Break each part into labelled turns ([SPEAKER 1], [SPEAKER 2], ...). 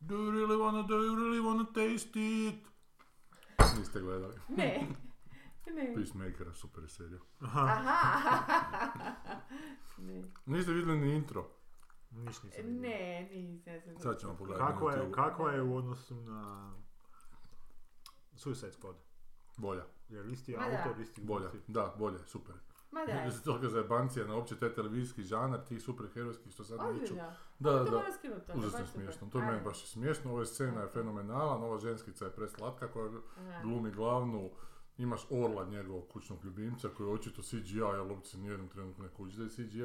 [SPEAKER 1] Do you really wanna, do you really wanna taste it? Niste gledali.
[SPEAKER 2] Ne. Ne.
[SPEAKER 1] Peacemaker, super serija.
[SPEAKER 2] Aha. ne.
[SPEAKER 1] Niste vidjeli ni intro.
[SPEAKER 3] Niš nisam vidio.
[SPEAKER 2] Ne, nisam. ja sam-
[SPEAKER 1] Sad ćemo pogledati.
[SPEAKER 3] Kakva
[SPEAKER 1] na
[SPEAKER 3] je,
[SPEAKER 1] YouTubeu.
[SPEAKER 3] kakva je u odnosu na Suicide Squad?
[SPEAKER 1] Bolja,
[SPEAKER 3] Jer isti
[SPEAKER 2] Ma da.
[SPEAKER 3] autor, isti
[SPEAKER 1] bolja,
[SPEAKER 3] glumci.
[SPEAKER 1] da, bolje, super.
[SPEAKER 2] Ma Pa da,
[SPEAKER 1] Jer se toga zajebancija na uopće taj televizijski žanar, tih superherojskih što sad niču.
[SPEAKER 2] ozbiljno.
[SPEAKER 1] Da, da,
[SPEAKER 2] To
[SPEAKER 1] da.
[SPEAKER 2] moram skinuti. onda,
[SPEAKER 1] Užasno
[SPEAKER 2] baš super.
[SPEAKER 1] smiješno, to je meni
[SPEAKER 2] Ajde.
[SPEAKER 1] baš smiješno, ova scena je fenomenalna, ova ženskica je preslatka koja
[SPEAKER 2] Aha.
[SPEAKER 1] glumi glavnu, imaš Orla njegovog kućnog ljubimca koji je očito CGI, ali uopće ni u jednom trenutku ne kući da je CGI.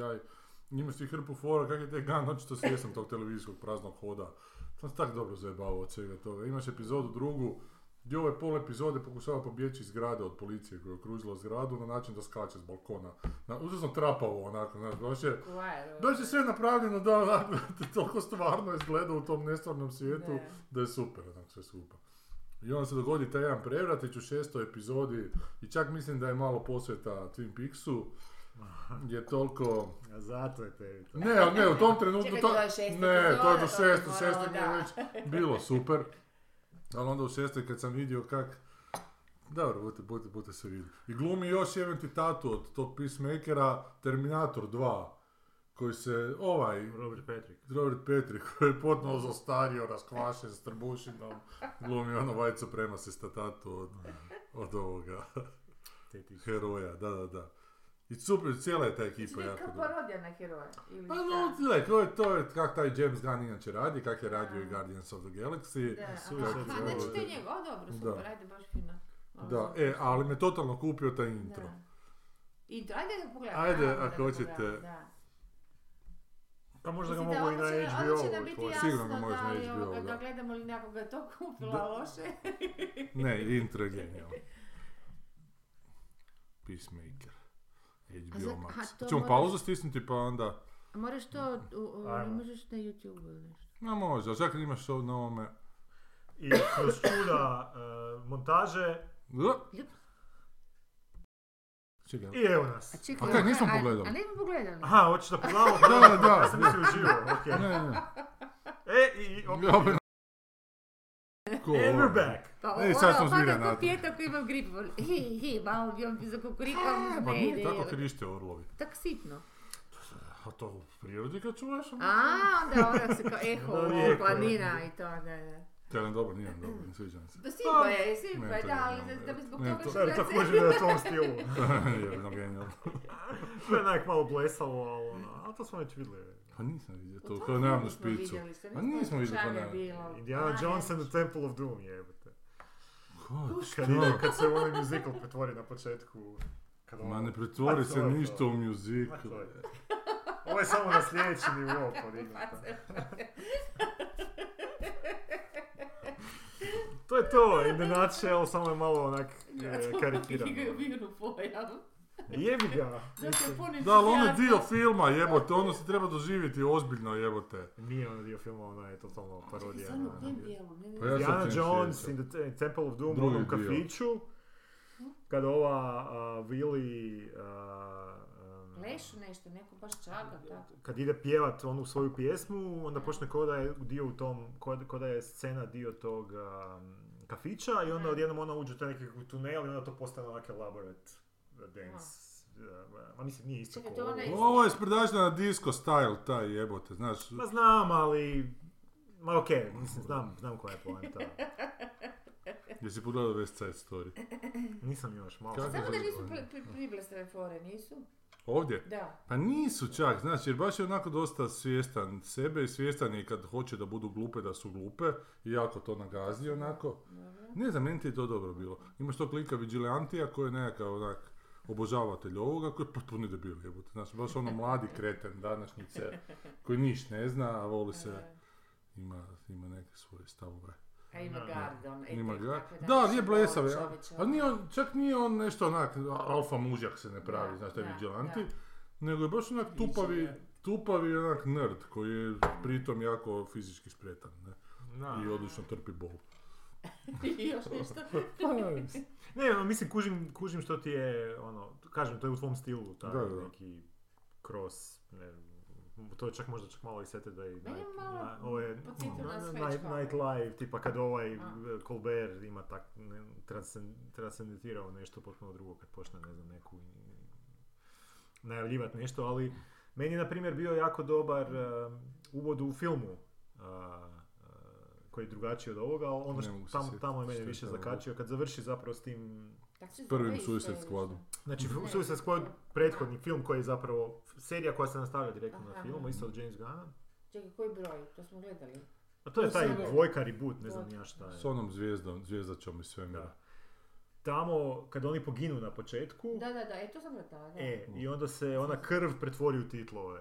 [SPEAKER 1] Imaš ti hrpu fora, kak je te gan, očito svjestan tog televizijskog praznog hoda. To se tak dobro zajebavao od svega toga. Imaš epizodu drugu, gdje ove pol epizode pokušava pobjeći iz zgrade od policije koja je okružila zgradu na način da skače s balkona. Na, užasno trapavo onako, znaš, baš je...
[SPEAKER 2] Kvar, ovo.
[SPEAKER 1] Baš je sve napravljeno da onako, toliko stvarno izgleda u tom nestvarnom svijetu
[SPEAKER 2] Da.
[SPEAKER 1] da je super, onak sve skupa. I onda se dogodi taj jedan prevratić u šestoj epizodi i čak mislim da je malo posveta Twin Peaksu, je toliko...
[SPEAKER 3] A zato je tebi to.
[SPEAKER 1] Ne, ali ne, u tom trenutku...
[SPEAKER 2] Čekaj,
[SPEAKER 1] to-
[SPEAKER 2] to je šesta
[SPEAKER 1] Ne, to je do
[SPEAKER 2] epizoda, to je
[SPEAKER 1] šeste, šeste mi je
[SPEAKER 2] moralo,
[SPEAKER 1] već bilo super. Ali onda u šestoj kad sam vidio kak... Dobro, budite, budite, budite se vidjeli. I glumi još jedan ti tatu od tog Peacemakera, Terminator 2, koji se ovaj,
[SPEAKER 3] Robert Patrick.
[SPEAKER 1] Robert Petri koji je potpuno zastario, raskvašen s trbušinom, glumi ono white supremacist tatu od, od ovoga
[SPEAKER 3] Te ti.
[SPEAKER 1] heroja, da, da, da. I super, cijela je ta ekipa
[SPEAKER 2] Znači,
[SPEAKER 1] jako
[SPEAKER 2] kao
[SPEAKER 1] dobra.
[SPEAKER 2] parodija na heroja. Ili
[SPEAKER 1] Pa
[SPEAKER 2] šta?
[SPEAKER 1] no, gledaj, to je, to je kak taj James Gunn inače radi, kak je radio i Guardians of the Galaxy.
[SPEAKER 2] Da,
[SPEAKER 3] Suicide
[SPEAKER 2] aha,
[SPEAKER 3] Squad.
[SPEAKER 2] znači to je njegov, o dobro, super,
[SPEAKER 1] Da.
[SPEAKER 2] ajde, baš fino. Ovo
[SPEAKER 1] Da,
[SPEAKER 2] sam-
[SPEAKER 1] e, ali me totalno kupio taj
[SPEAKER 2] da.
[SPEAKER 1] intro.
[SPEAKER 2] Intro, ajde da pogledam.
[SPEAKER 1] Ajde,
[SPEAKER 2] naravno da
[SPEAKER 1] ako
[SPEAKER 2] ga
[SPEAKER 1] hoćete.
[SPEAKER 2] pogledam, da.
[SPEAKER 3] Pa možda ga
[SPEAKER 2] Mislim da
[SPEAKER 3] mogu i na
[SPEAKER 2] ono će- ono će nam
[SPEAKER 3] HBO-u
[SPEAKER 2] biti
[SPEAKER 3] otvoriti.
[SPEAKER 1] jasno. Sigurno ga
[SPEAKER 2] jasno
[SPEAKER 1] možeš na
[SPEAKER 2] da je
[SPEAKER 1] HBO,
[SPEAKER 2] ovoga,
[SPEAKER 1] da.
[SPEAKER 2] da gledamo li nekoga to kupila
[SPEAKER 1] Da.
[SPEAKER 2] loše.
[SPEAKER 1] Ne, intro je genijalno. Peacemaker. HBO
[SPEAKER 4] za- aha,
[SPEAKER 1] Max.
[SPEAKER 4] to
[SPEAKER 1] Ćemo
[SPEAKER 4] moraš-
[SPEAKER 1] pauzu stisnuti pa onda...
[SPEAKER 4] A Moraš to, u, u, ne
[SPEAKER 3] Ajmo.
[SPEAKER 4] možeš na YouTube ili nešto.
[SPEAKER 1] Ma može, ali čak imaš ovo na ovome...
[SPEAKER 3] I kroz čuda e, montaže
[SPEAKER 1] Uh.
[SPEAKER 4] Ljup.
[SPEAKER 1] Čekaj.
[SPEAKER 3] i evo nas.
[SPEAKER 4] A čekaj,
[SPEAKER 1] A kaj,
[SPEAKER 4] a-
[SPEAKER 1] nismo
[SPEAKER 4] a-
[SPEAKER 1] pogledali.
[SPEAKER 4] A nismo pogledali.
[SPEAKER 3] Aha, hoćeš da pogledamo?
[SPEAKER 1] Da, da.
[SPEAKER 3] Ja sam mislio živo, okej.
[SPEAKER 1] Ne, ne, ne.
[SPEAKER 3] E, i- i opet.
[SPEAKER 1] Opet. Ko
[SPEAKER 3] And
[SPEAKER 1] ovo?
[SPEAKER 3] we're back.
[SPEAKER 4] Pa
[SPEAKER 1] Ej,
[SPEAKER 2] ono,
[SPEAKER 1] sad sam zbilja
[SPEAKER 4] na
[SPEAKER 1] nadam.
[SPEAKER 4] pjeta koji imam grip. on, Hi, hi, malo bi on bi zakukurikao,
[SPEAKER 1] E,
[SPEAKER 4] mu
[SPEAKER 1] Pa
[SPEAKER 4] ne
[SPEAKER 1] nije
[SPEAKER 4] ide.
[SPEAKER 1] tako
[SPEAKER 4] jel?
[SPEAKER 1] krište orlovi.
[SPEAKER 4] Tak sitno.
[SPEAKER 1] A to u prirodi kad ono- čuvaš? onda-
[SPEAKER 4] A, onda ona se kao eho,
[SPEAKER 3] Da, lijeko je.
[SPEAKER 4] planina i to, da, da.
[SPEAKER 1] Ja ne, dobro, nije dobro, ne sviđa mi se.
[SPEAKER 2] Da, Simpa Pa je,
[SPEAKER 1] Pa, Ne,
[SPEAKER 2] Simpa je,
[SPEAKER 1] to
[SPEAKER 2] da,
[SPEAKER 1] je
[SPEAKER 2] ali
[SPEAKER 1] genijalno,
[SPEAKER 2] da bi zbog
[SPEAKER 1] ne,
[SPEAKER 2] toga
[SPEAKER 1] to-
[SPEAKER 2] što
[SPEAKER 3] Sad
[SPEAKER 2] je
[SPEAKER 3] tako
[SPEAKER 2] se...
[SPEAKER 3] je na tom stilu.
[SPEAKER 1] Jebeno, genijalno.
[SPEAKER 3] To je onak malo blesavo, ali ono, ali to smo već vidjeli.
[SPEAKER 1] Pa nisam vidio
[SPEAKER 2] U
[SPEAKER 1] to, kao
[SPEAKER 2] tom
[SPEAKER 1] nemam na
[SPEAKER 2] filmu smo
[SPEAKER 1] špicu.
[SPEAKER 2] vidjeli, što
[SPEAKER 1] Pa nismo vidjeli
[SPEAKER 2] slučajno
[SPEAKER 1] to, ne.
[SPEAKER 2] bilo.
[SPEAKER 3] Indiana
[SPEAKER 2] A,
[SPEAKER 3] Jones
[SPEAKER 2] ne.
[SPEAKER 3] and the Temple of Doom jebate.
[SPEAKER 1] Ko,
[SPEAKER 3] Kad,
[SPEAKER 1] što?
[SPEAKER 3] ide, kad se onaj muzikal pretvori na početku. Kad ono-
[SPEAKER 1] Ma ne pretvori
[SPEAKER 3] Pa
[SPEAKER 1] se
[SPEAKER 3] to je
[SPEAKER 1] ništa
[SPEAKER 3] to.
[SPEAKER 1] u muziku.
[SPEAKER 3] Ma to je. Ovo je samo na sljedeći nivo pa podignuto. To je to, in the nutshell, samo je malo onak e, karikirano.
[SPEAKER 2] Igraju igru pojam.
[SPEAKER 3] Jebi ga!
[SPEAKER 2] Da se
[SPEAKER 3] mislim.
[SPEAKER 2] punim
[SPEAKER 1] Da, ali ono je dio filma, jebote, ono se treba doživjeti ozbiljno, jebote.
[SPEAKER 3] Nije ono dio filma, ona je totalno parodija.
[SPEAKER 2] Samo
[SPEAKER 3] na-
[SPEAKER 2] u tem dijelu, ne, ne,
[SPEAKER 1] Pa ja
[SPEAKER 2] ne.
[SPEAKER 1] sam
[SPEAKER 3] Diana
[SPEAKER 1] Tim
[SPEAKER 3] Jones
[SPEAKER 1] sjećam.
[SPEAKER 3] in the Te- Temple of Doom ono u
[SPEAKER 1] Drugi
[SPEAKER 3] onom
[SPEAKER 1] dio.
[SPEAKER 3] kafiću. Kad ova a, Willy... a, um,
[SPEAKER 2] Lešu nešto, neko baš čaga, tako.
[SPEAKER 3] kad ide pjevat onu svoju pjesmu, onda počne ko da je dio u tom, ko da- ko da je scena dio tog um, kafića i onda
[SPEAKER 2] Mhm.
[SPEAKER 3] odjednom ona uđe u taj nekakav tunel i onda to postane onak elaborate uh, dance. Uh, Ma mislim, nije isto
[SPEAKER 2] Čekaj,
[SPEAKER 3] ko
[SPEAKER 2] to
[SPEAKER 3] ovo.
[SPEAKER 2] onaj-
[SPEAKER 1] Ovo je sprdačna na disco style, taj jebote, znaš.
[SPEAKER 3] Ma znam, ali... Ma okej, mislim, znam, znam koja je poanta.
[SPEAKER 1] Jesi pogledao West Side Story?
[SPEAKER 3] Nisam još, malo.
[SPEAKER 1] Kako?
[SPEAKER 2] Samo da nisu
[SPEAKER 1] zadovoljni.
[SPEAKER 2] pri- pri- priblesave fore, nisu?
[SPEAKER 1] Ovdje?
[SPEAKER 2] Da.
[SPEAKER 1] Pa nisu čak, znaš, jer baš je onako dosta svjestan sebe i svjestan je kad hoće da budu glupe, da su glupe i jako to nagazi onako.
[SPEAKER 2] Dobro.
[SPEAKER 1] Ne znam, meni ti je to dobro bilo. Imaš tog lika Vigilantija koji je nekakav onak obožavatelj ovoga koji je potpuni debil jebote. Znaš, baš ono mladi kreten današnjice koji niš ne zna, a voli se,
[SPEAKER 2] E,
[SPEAKER 1] ima, ima neke svoje stavove.
[SPEAKER 2] A ima
[SPEAKER 3] Da.
[SPEAKER 2] Gardon. e,
[SPEAKER 1] Ima
[SPEAKER 2] tek
[SPEAKER 1] ga.
[SPEAKER 2] tako
[SPEAKER 1] Da,
[SPEAKER 2] više ono.
[SPEAKER 1] nije blesav,
[SPEAKER 2] voli
[SPEAKER 1] ja.
[SPEAKER 2] čovječe,
[SPEAKER 1] Ali nije on, čak nije on nešto onak, alfa mužjak se ne pravi,
[SPEAKER 2] Da,
[SPEAKER 1] znaš, taj
[SPEAKER 2] da,
[SPEAKER 1] vigilanti. Nego je baš onak tupavi, tupavi onak nerd koji je pritom jako fizički spretan, ne?
[SPEAKER 3] Na.
[SPEAKER 1] I odlično trpi bol.
[SPEAKER 2] I još nešto.
[SPEAKER 3] Ne, ono, mislim, kužim, kužim što ti je, ono, kažem, to je u tvom stilu, taj
[SPEAKER 1] Da, da, da.
[SPEAKER 3] neki cross, ne, to je čak možda čak malo i sete da i night,
[SPEAKER 2] Meni je Pa malo
[SPEAKER 3] na- ovo je
[SPEAKER 2] podsjetilo
[SPEAKER 3] na-
[SPEAKER 2] na
[SPEAKER 3] na-
[SPEAKER 2] Switch
[SPEAKER 3] night,
[SPEAKER 2] malo.
[SPEAKER 3] night live, tipa kad ovaj
[SPEAKER 2] A.
[SPEAKER 3] eh, Colbert ima tak, ne, transcen- transcendentirao u nešto potpuno drugo kad počne, ne znam, neku najavljivati nešto, ali meni je na primjer bio jako dobar eh, uvod u filmu eh, eh, koji je drugačiji od ovoga, ali ono
[SPEAKER 1] Ne
[SPEAKER 3] što
[SPEAKER 1] mogu se
[SPEAKER 3] tamo,
[SPEAKER 1] sjetiti
[SPEAKER 3] tamo je mene
[SPEAKER 1] što je
[SPEAKER 3] više
[SPEAKER 1] tamo
[SPEAKER 3] zakačio, kad završi zapravo s tim
[SPEAKER 2] Tak se
[SPEAKER 1] Prvim
[SPEAKER 2] zove isto
[SPEAKER 1] Suicide
[SPEAKER 2] više.
[SPEAKER 1] Squadu.
[SPEAKER 3] Znači,
[SPEAKER 2] Ne,
[SPEAKER 3] Suicide Squad,
[SPEAKER 2] ne.
[SPEAKER 3] prethodni film koji je zapravo serija koja se nastavlja direktno na
[SPEAKER 2] Aha.
[SPEAKER 3] filmu, isto od James Gunna.
[SPEAKER 2] Čekaj, koji broj? To smo gledali.
[SPEAKER 3] A to je
[SPEAKER 2] To
[SPEAKER 3] taj
[SPEAKER 2] sam-
[SPEAKER 3] dvojka reboot, ne znam ni ja šta je.
[SPEAKER 1] S onom zvijezdom, zvijezdačom iz svemira.
[SPEAKER 3] Da. Tamo, kad oni poginu na početku,
[SPEAKER 2] Da, da, da, e to sam gledala, da.
[SPEAKER 3] e, i onda se ona krv pretvori u titlove.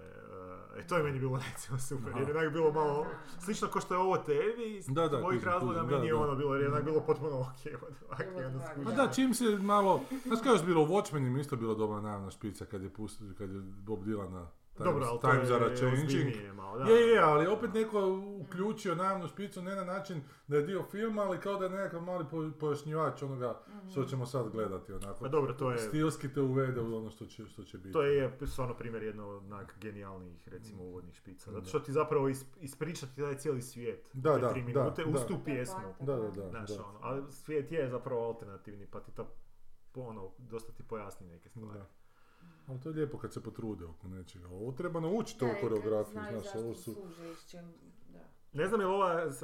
[SPEAKER 3] E, to je meni bilo recimo super,
[SPEAKER 1] Aha.
[SPEAKER 3] jer je onak bilo malo
[SPEAKER 2] Aha.
[SPEAKER 3] slično kao što je ovo tebi, iz
[SPEAKER 1] Da, da,
[SPEAKER 3] mojih
[SPEAKER 1] kužim,
[SPEAKER 3] razloga
[SPEAKER 1] kužim,
[SPEAKER 3] meni
[SPEAKER 1] da,
[SPEAKER 3] je
[SPEAKER 1] da. Mhm.
[SPEAKER 3] ono bilo, jer je onak bilo potpuno ok. od ovak,
[SPEAKER 2] Bilo
[SPEAKER 3] i onda
[SPEAKER 2] odvagno.
[SPEAKER 1] Pa
[SPEAKER 3] skužiš.
[SPEAKER 1] da, čim se malo... Znaš kao je još bilo, u Watchmenima isto bila dobra najavna špica kad je, pustio, kad je Bob Dylan
[SPEAKER 3] Dobro, ali to
[SPEAKER 1] Time
[SPEAKER 3] je
[SPEAKER 1] Zara Changing.
[SPEAKER 3] ozbiljnije malo, da.
[SPEAKER 1] Je, je, ali opet neko uključio najavnu špicu ne na način da je dio filma, ali kao da je nekakav mali po- pojašnjivač onoga
[SPEAKER 2] Mhm.
[SPEAKER 1] što ćemo sad gledati, onako.
[SPEAKER 3] Mm. Pa dobro, to je...
[SPEAKER 1] Stilski te uvede u ono što će, što će biti.
[SPEAKER 3] To je stvarno primjer jedno od onak genijalnijih recimo
[SPEAKER 1] Mhm.
[SPEAKER 3] uvodnih špica. Zato što ti zapravo is, ispričati taj cijeli svijet u
[SPEAKER 1] Da,
[SPEAKER 3] te
[SPEAKER 1] da,
[SPEAKER 3] tri
[SPEAKER 1] da,
[SPEAKER 3] minute uz
[SPEAKER 1] da.
[SPEAKER 3] tu
[SPEAKER 2] Ta
[SPEAKER 3] pjesmu.
[SPEAKER 2] poanta,
[SPEAKER 1] Da, da, da.
[SPEAKER 3] Znaš,
[SPEAKER 1] da.
[SPEAKER 3] ono, ali svijet je zapravo alternativni pa ti ta po- ono, dosta ti pojasni neke stvari.
[SPEAKER 1] Da. Ali to je lijepo kad se potrude oko nečega. Ovo treba naučiti
[SPEAKER 2] Da,
[SPEAKER 1] ovu
[SPEAKER 2] i kad
[SPEAKER 1] koreografiju,
[SPEAKER 2] znaju
[SPEAKER 1] znaš,
[SPEAKER 2] zašto
[SPEAKER 1] ovo su...
[SPEAKER 2] služe, s čim, da.
[SPEAKER 3] Ne znam je li ova, s-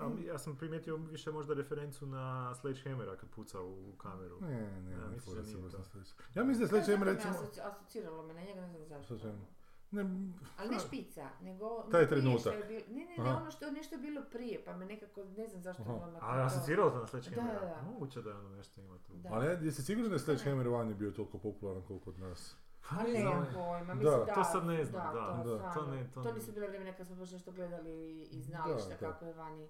[SPEAKER 3] ali ja sam primijetio više možda referencu na Sledgehammera kad puca u kameru.
[SPEAKER 1] Ne, ne, ne,
[SPEAKER 3] Ja,
[SPEAKER 1] ne,
[SPEAKER 3] mislim da
[SPEAKER 1] tvore se
[SPEAKER 3] nije
[SPEAKER 1] baš
[SPEAKER 3] to.
[SPEAKER 1] na sljedeće. Ja mislim da je sljedeće
[SPEAKER 2] Ne, zato me
[SPEAKER 1] recimo...
[SPEAKER 2] asoci- Asociralo me na njega, ne znam zašto.
[SPEAKER 1] Sa čemu? Ne,
[SPEAKER 2] Ali ne špica, nego...
[SPEAKER 1] Taj
[SPEAKER 2] prije
[SPEAKER 1] trenutak.
[SPEAKER 2] što je bilo- Ne, ne, ne,
[SPEAKER 1] Aha.
[SPEAKER 2] ono što je nešto bilo prije, pa me nekako, ne znam zašto
[SPEAKER 1] Aha.
[SPEAKER 2] me odmah
[SPEAKER 3] A
[SPEAKER 2] to-
[SPEAKER 3] asociralo to na Sledgehammera?
[SPEAKER 2] Da, da, da.
[SPEAKER 3] Moguće da je ono nešto ima tu.
[SPEAKER 2] Da.
[SPEAKER 1] ali jesi siguran da je Sledgehammer vani bio toliko popularan koliko kod nas?
[SPEAKER 2] Pa ne
[SPEAKER 3] znam.
[SPEAKER 2] znam pojma, mislim
[SPEAKER 1] Da.
[SPEAKER 2] da.
[SPEAKER 3] To sad ne znam, da,
[SPEAKER 2] to,
[SPEAKER 1] da.
[SPEAKER 2] stvarno.
[SPEAKER 3] To ne- to ne-
[SPEAKER 2] nisu bile vremena kad smo baš nešto gledali i- i znali
[SPEAKER 1] Da,
[SPEAKER 2] šta
[SPEAKER 1] da.
[SPEAKER 2] kako je vani.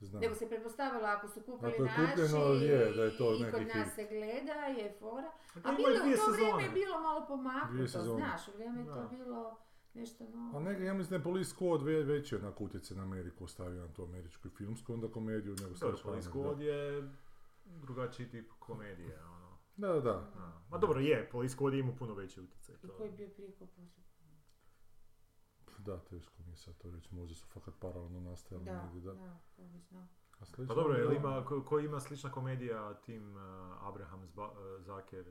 [SPEAKER 1] Znam.
[SPEAKER 2] Nego se pretpostavilo ako su kupili
[SPEAKER 1] Ako je kupljeno,
[SPEAKER 2] naši
[SPEAKER 1] je, da je to
[SPEAKER 2] i kod
[SPEAKER 1] neki
[SPEAKER 2] nas
[SPEAKER 1] hit.
[SPEAKER 2] se gleda, je fora.
[SPEAKER 3] Pa
[SPEAKER 2] A
[SPEAKER 3] ima
[SPEAKER 2] bilo,
[SPEAKER 3] i dvije
[SPEAKER 2] u to vrijeme
[SPEAKER 3] sezone.
[SPEAKER 2] je bilo malo pomaknuto,
[SPEAKER 1] Dvije sezone.
[SPEAKER 2] znaš, u vrijeme je to
[SPEAKER 3] Da.
[SPEAKER 2] bilo nešto
[SPEAKER 1] A
[SPEAKER 2] novo.
[SPEAKER 1] neka, ja mislim da je Police Squad ve, veći onak utjecaj na Ameriku ostavio na tu američku i filmsku, onda komediju nego
[SPEAKER 3] Dobro,
[SPEAKER 1] Sledgehammer,
[SPEAKER 3] Police Squad je drugačiji tip komedije, ono.
[SPEAKER 1] Da, da, da.
[SPEAKER 3] A, Ma dobro, je, Police Squad je imao puno veći utjecaj.
[SPEAKER 2] I
[SPEAKER 3] to-
[SPEAKER 2] koji je bio prije ko poslije?
[SPEAKER 1] Da, teško mi je sad to reći, možda su fakat paralelno nastajali
[SPEAKER 2] Da,
[SPEAKER 1] negdje, da.
[SPEAKER 2] da, ko bi znao.
[SPEAKER 1] A Sledgehammer,
[SPEAKER 3] Pa dobro, jel
[SPEAKER 1] da.
[SPEAKER 3] ima, ko, ko ima slična komedija tim uh, Abraham Zba, uh, Zaker,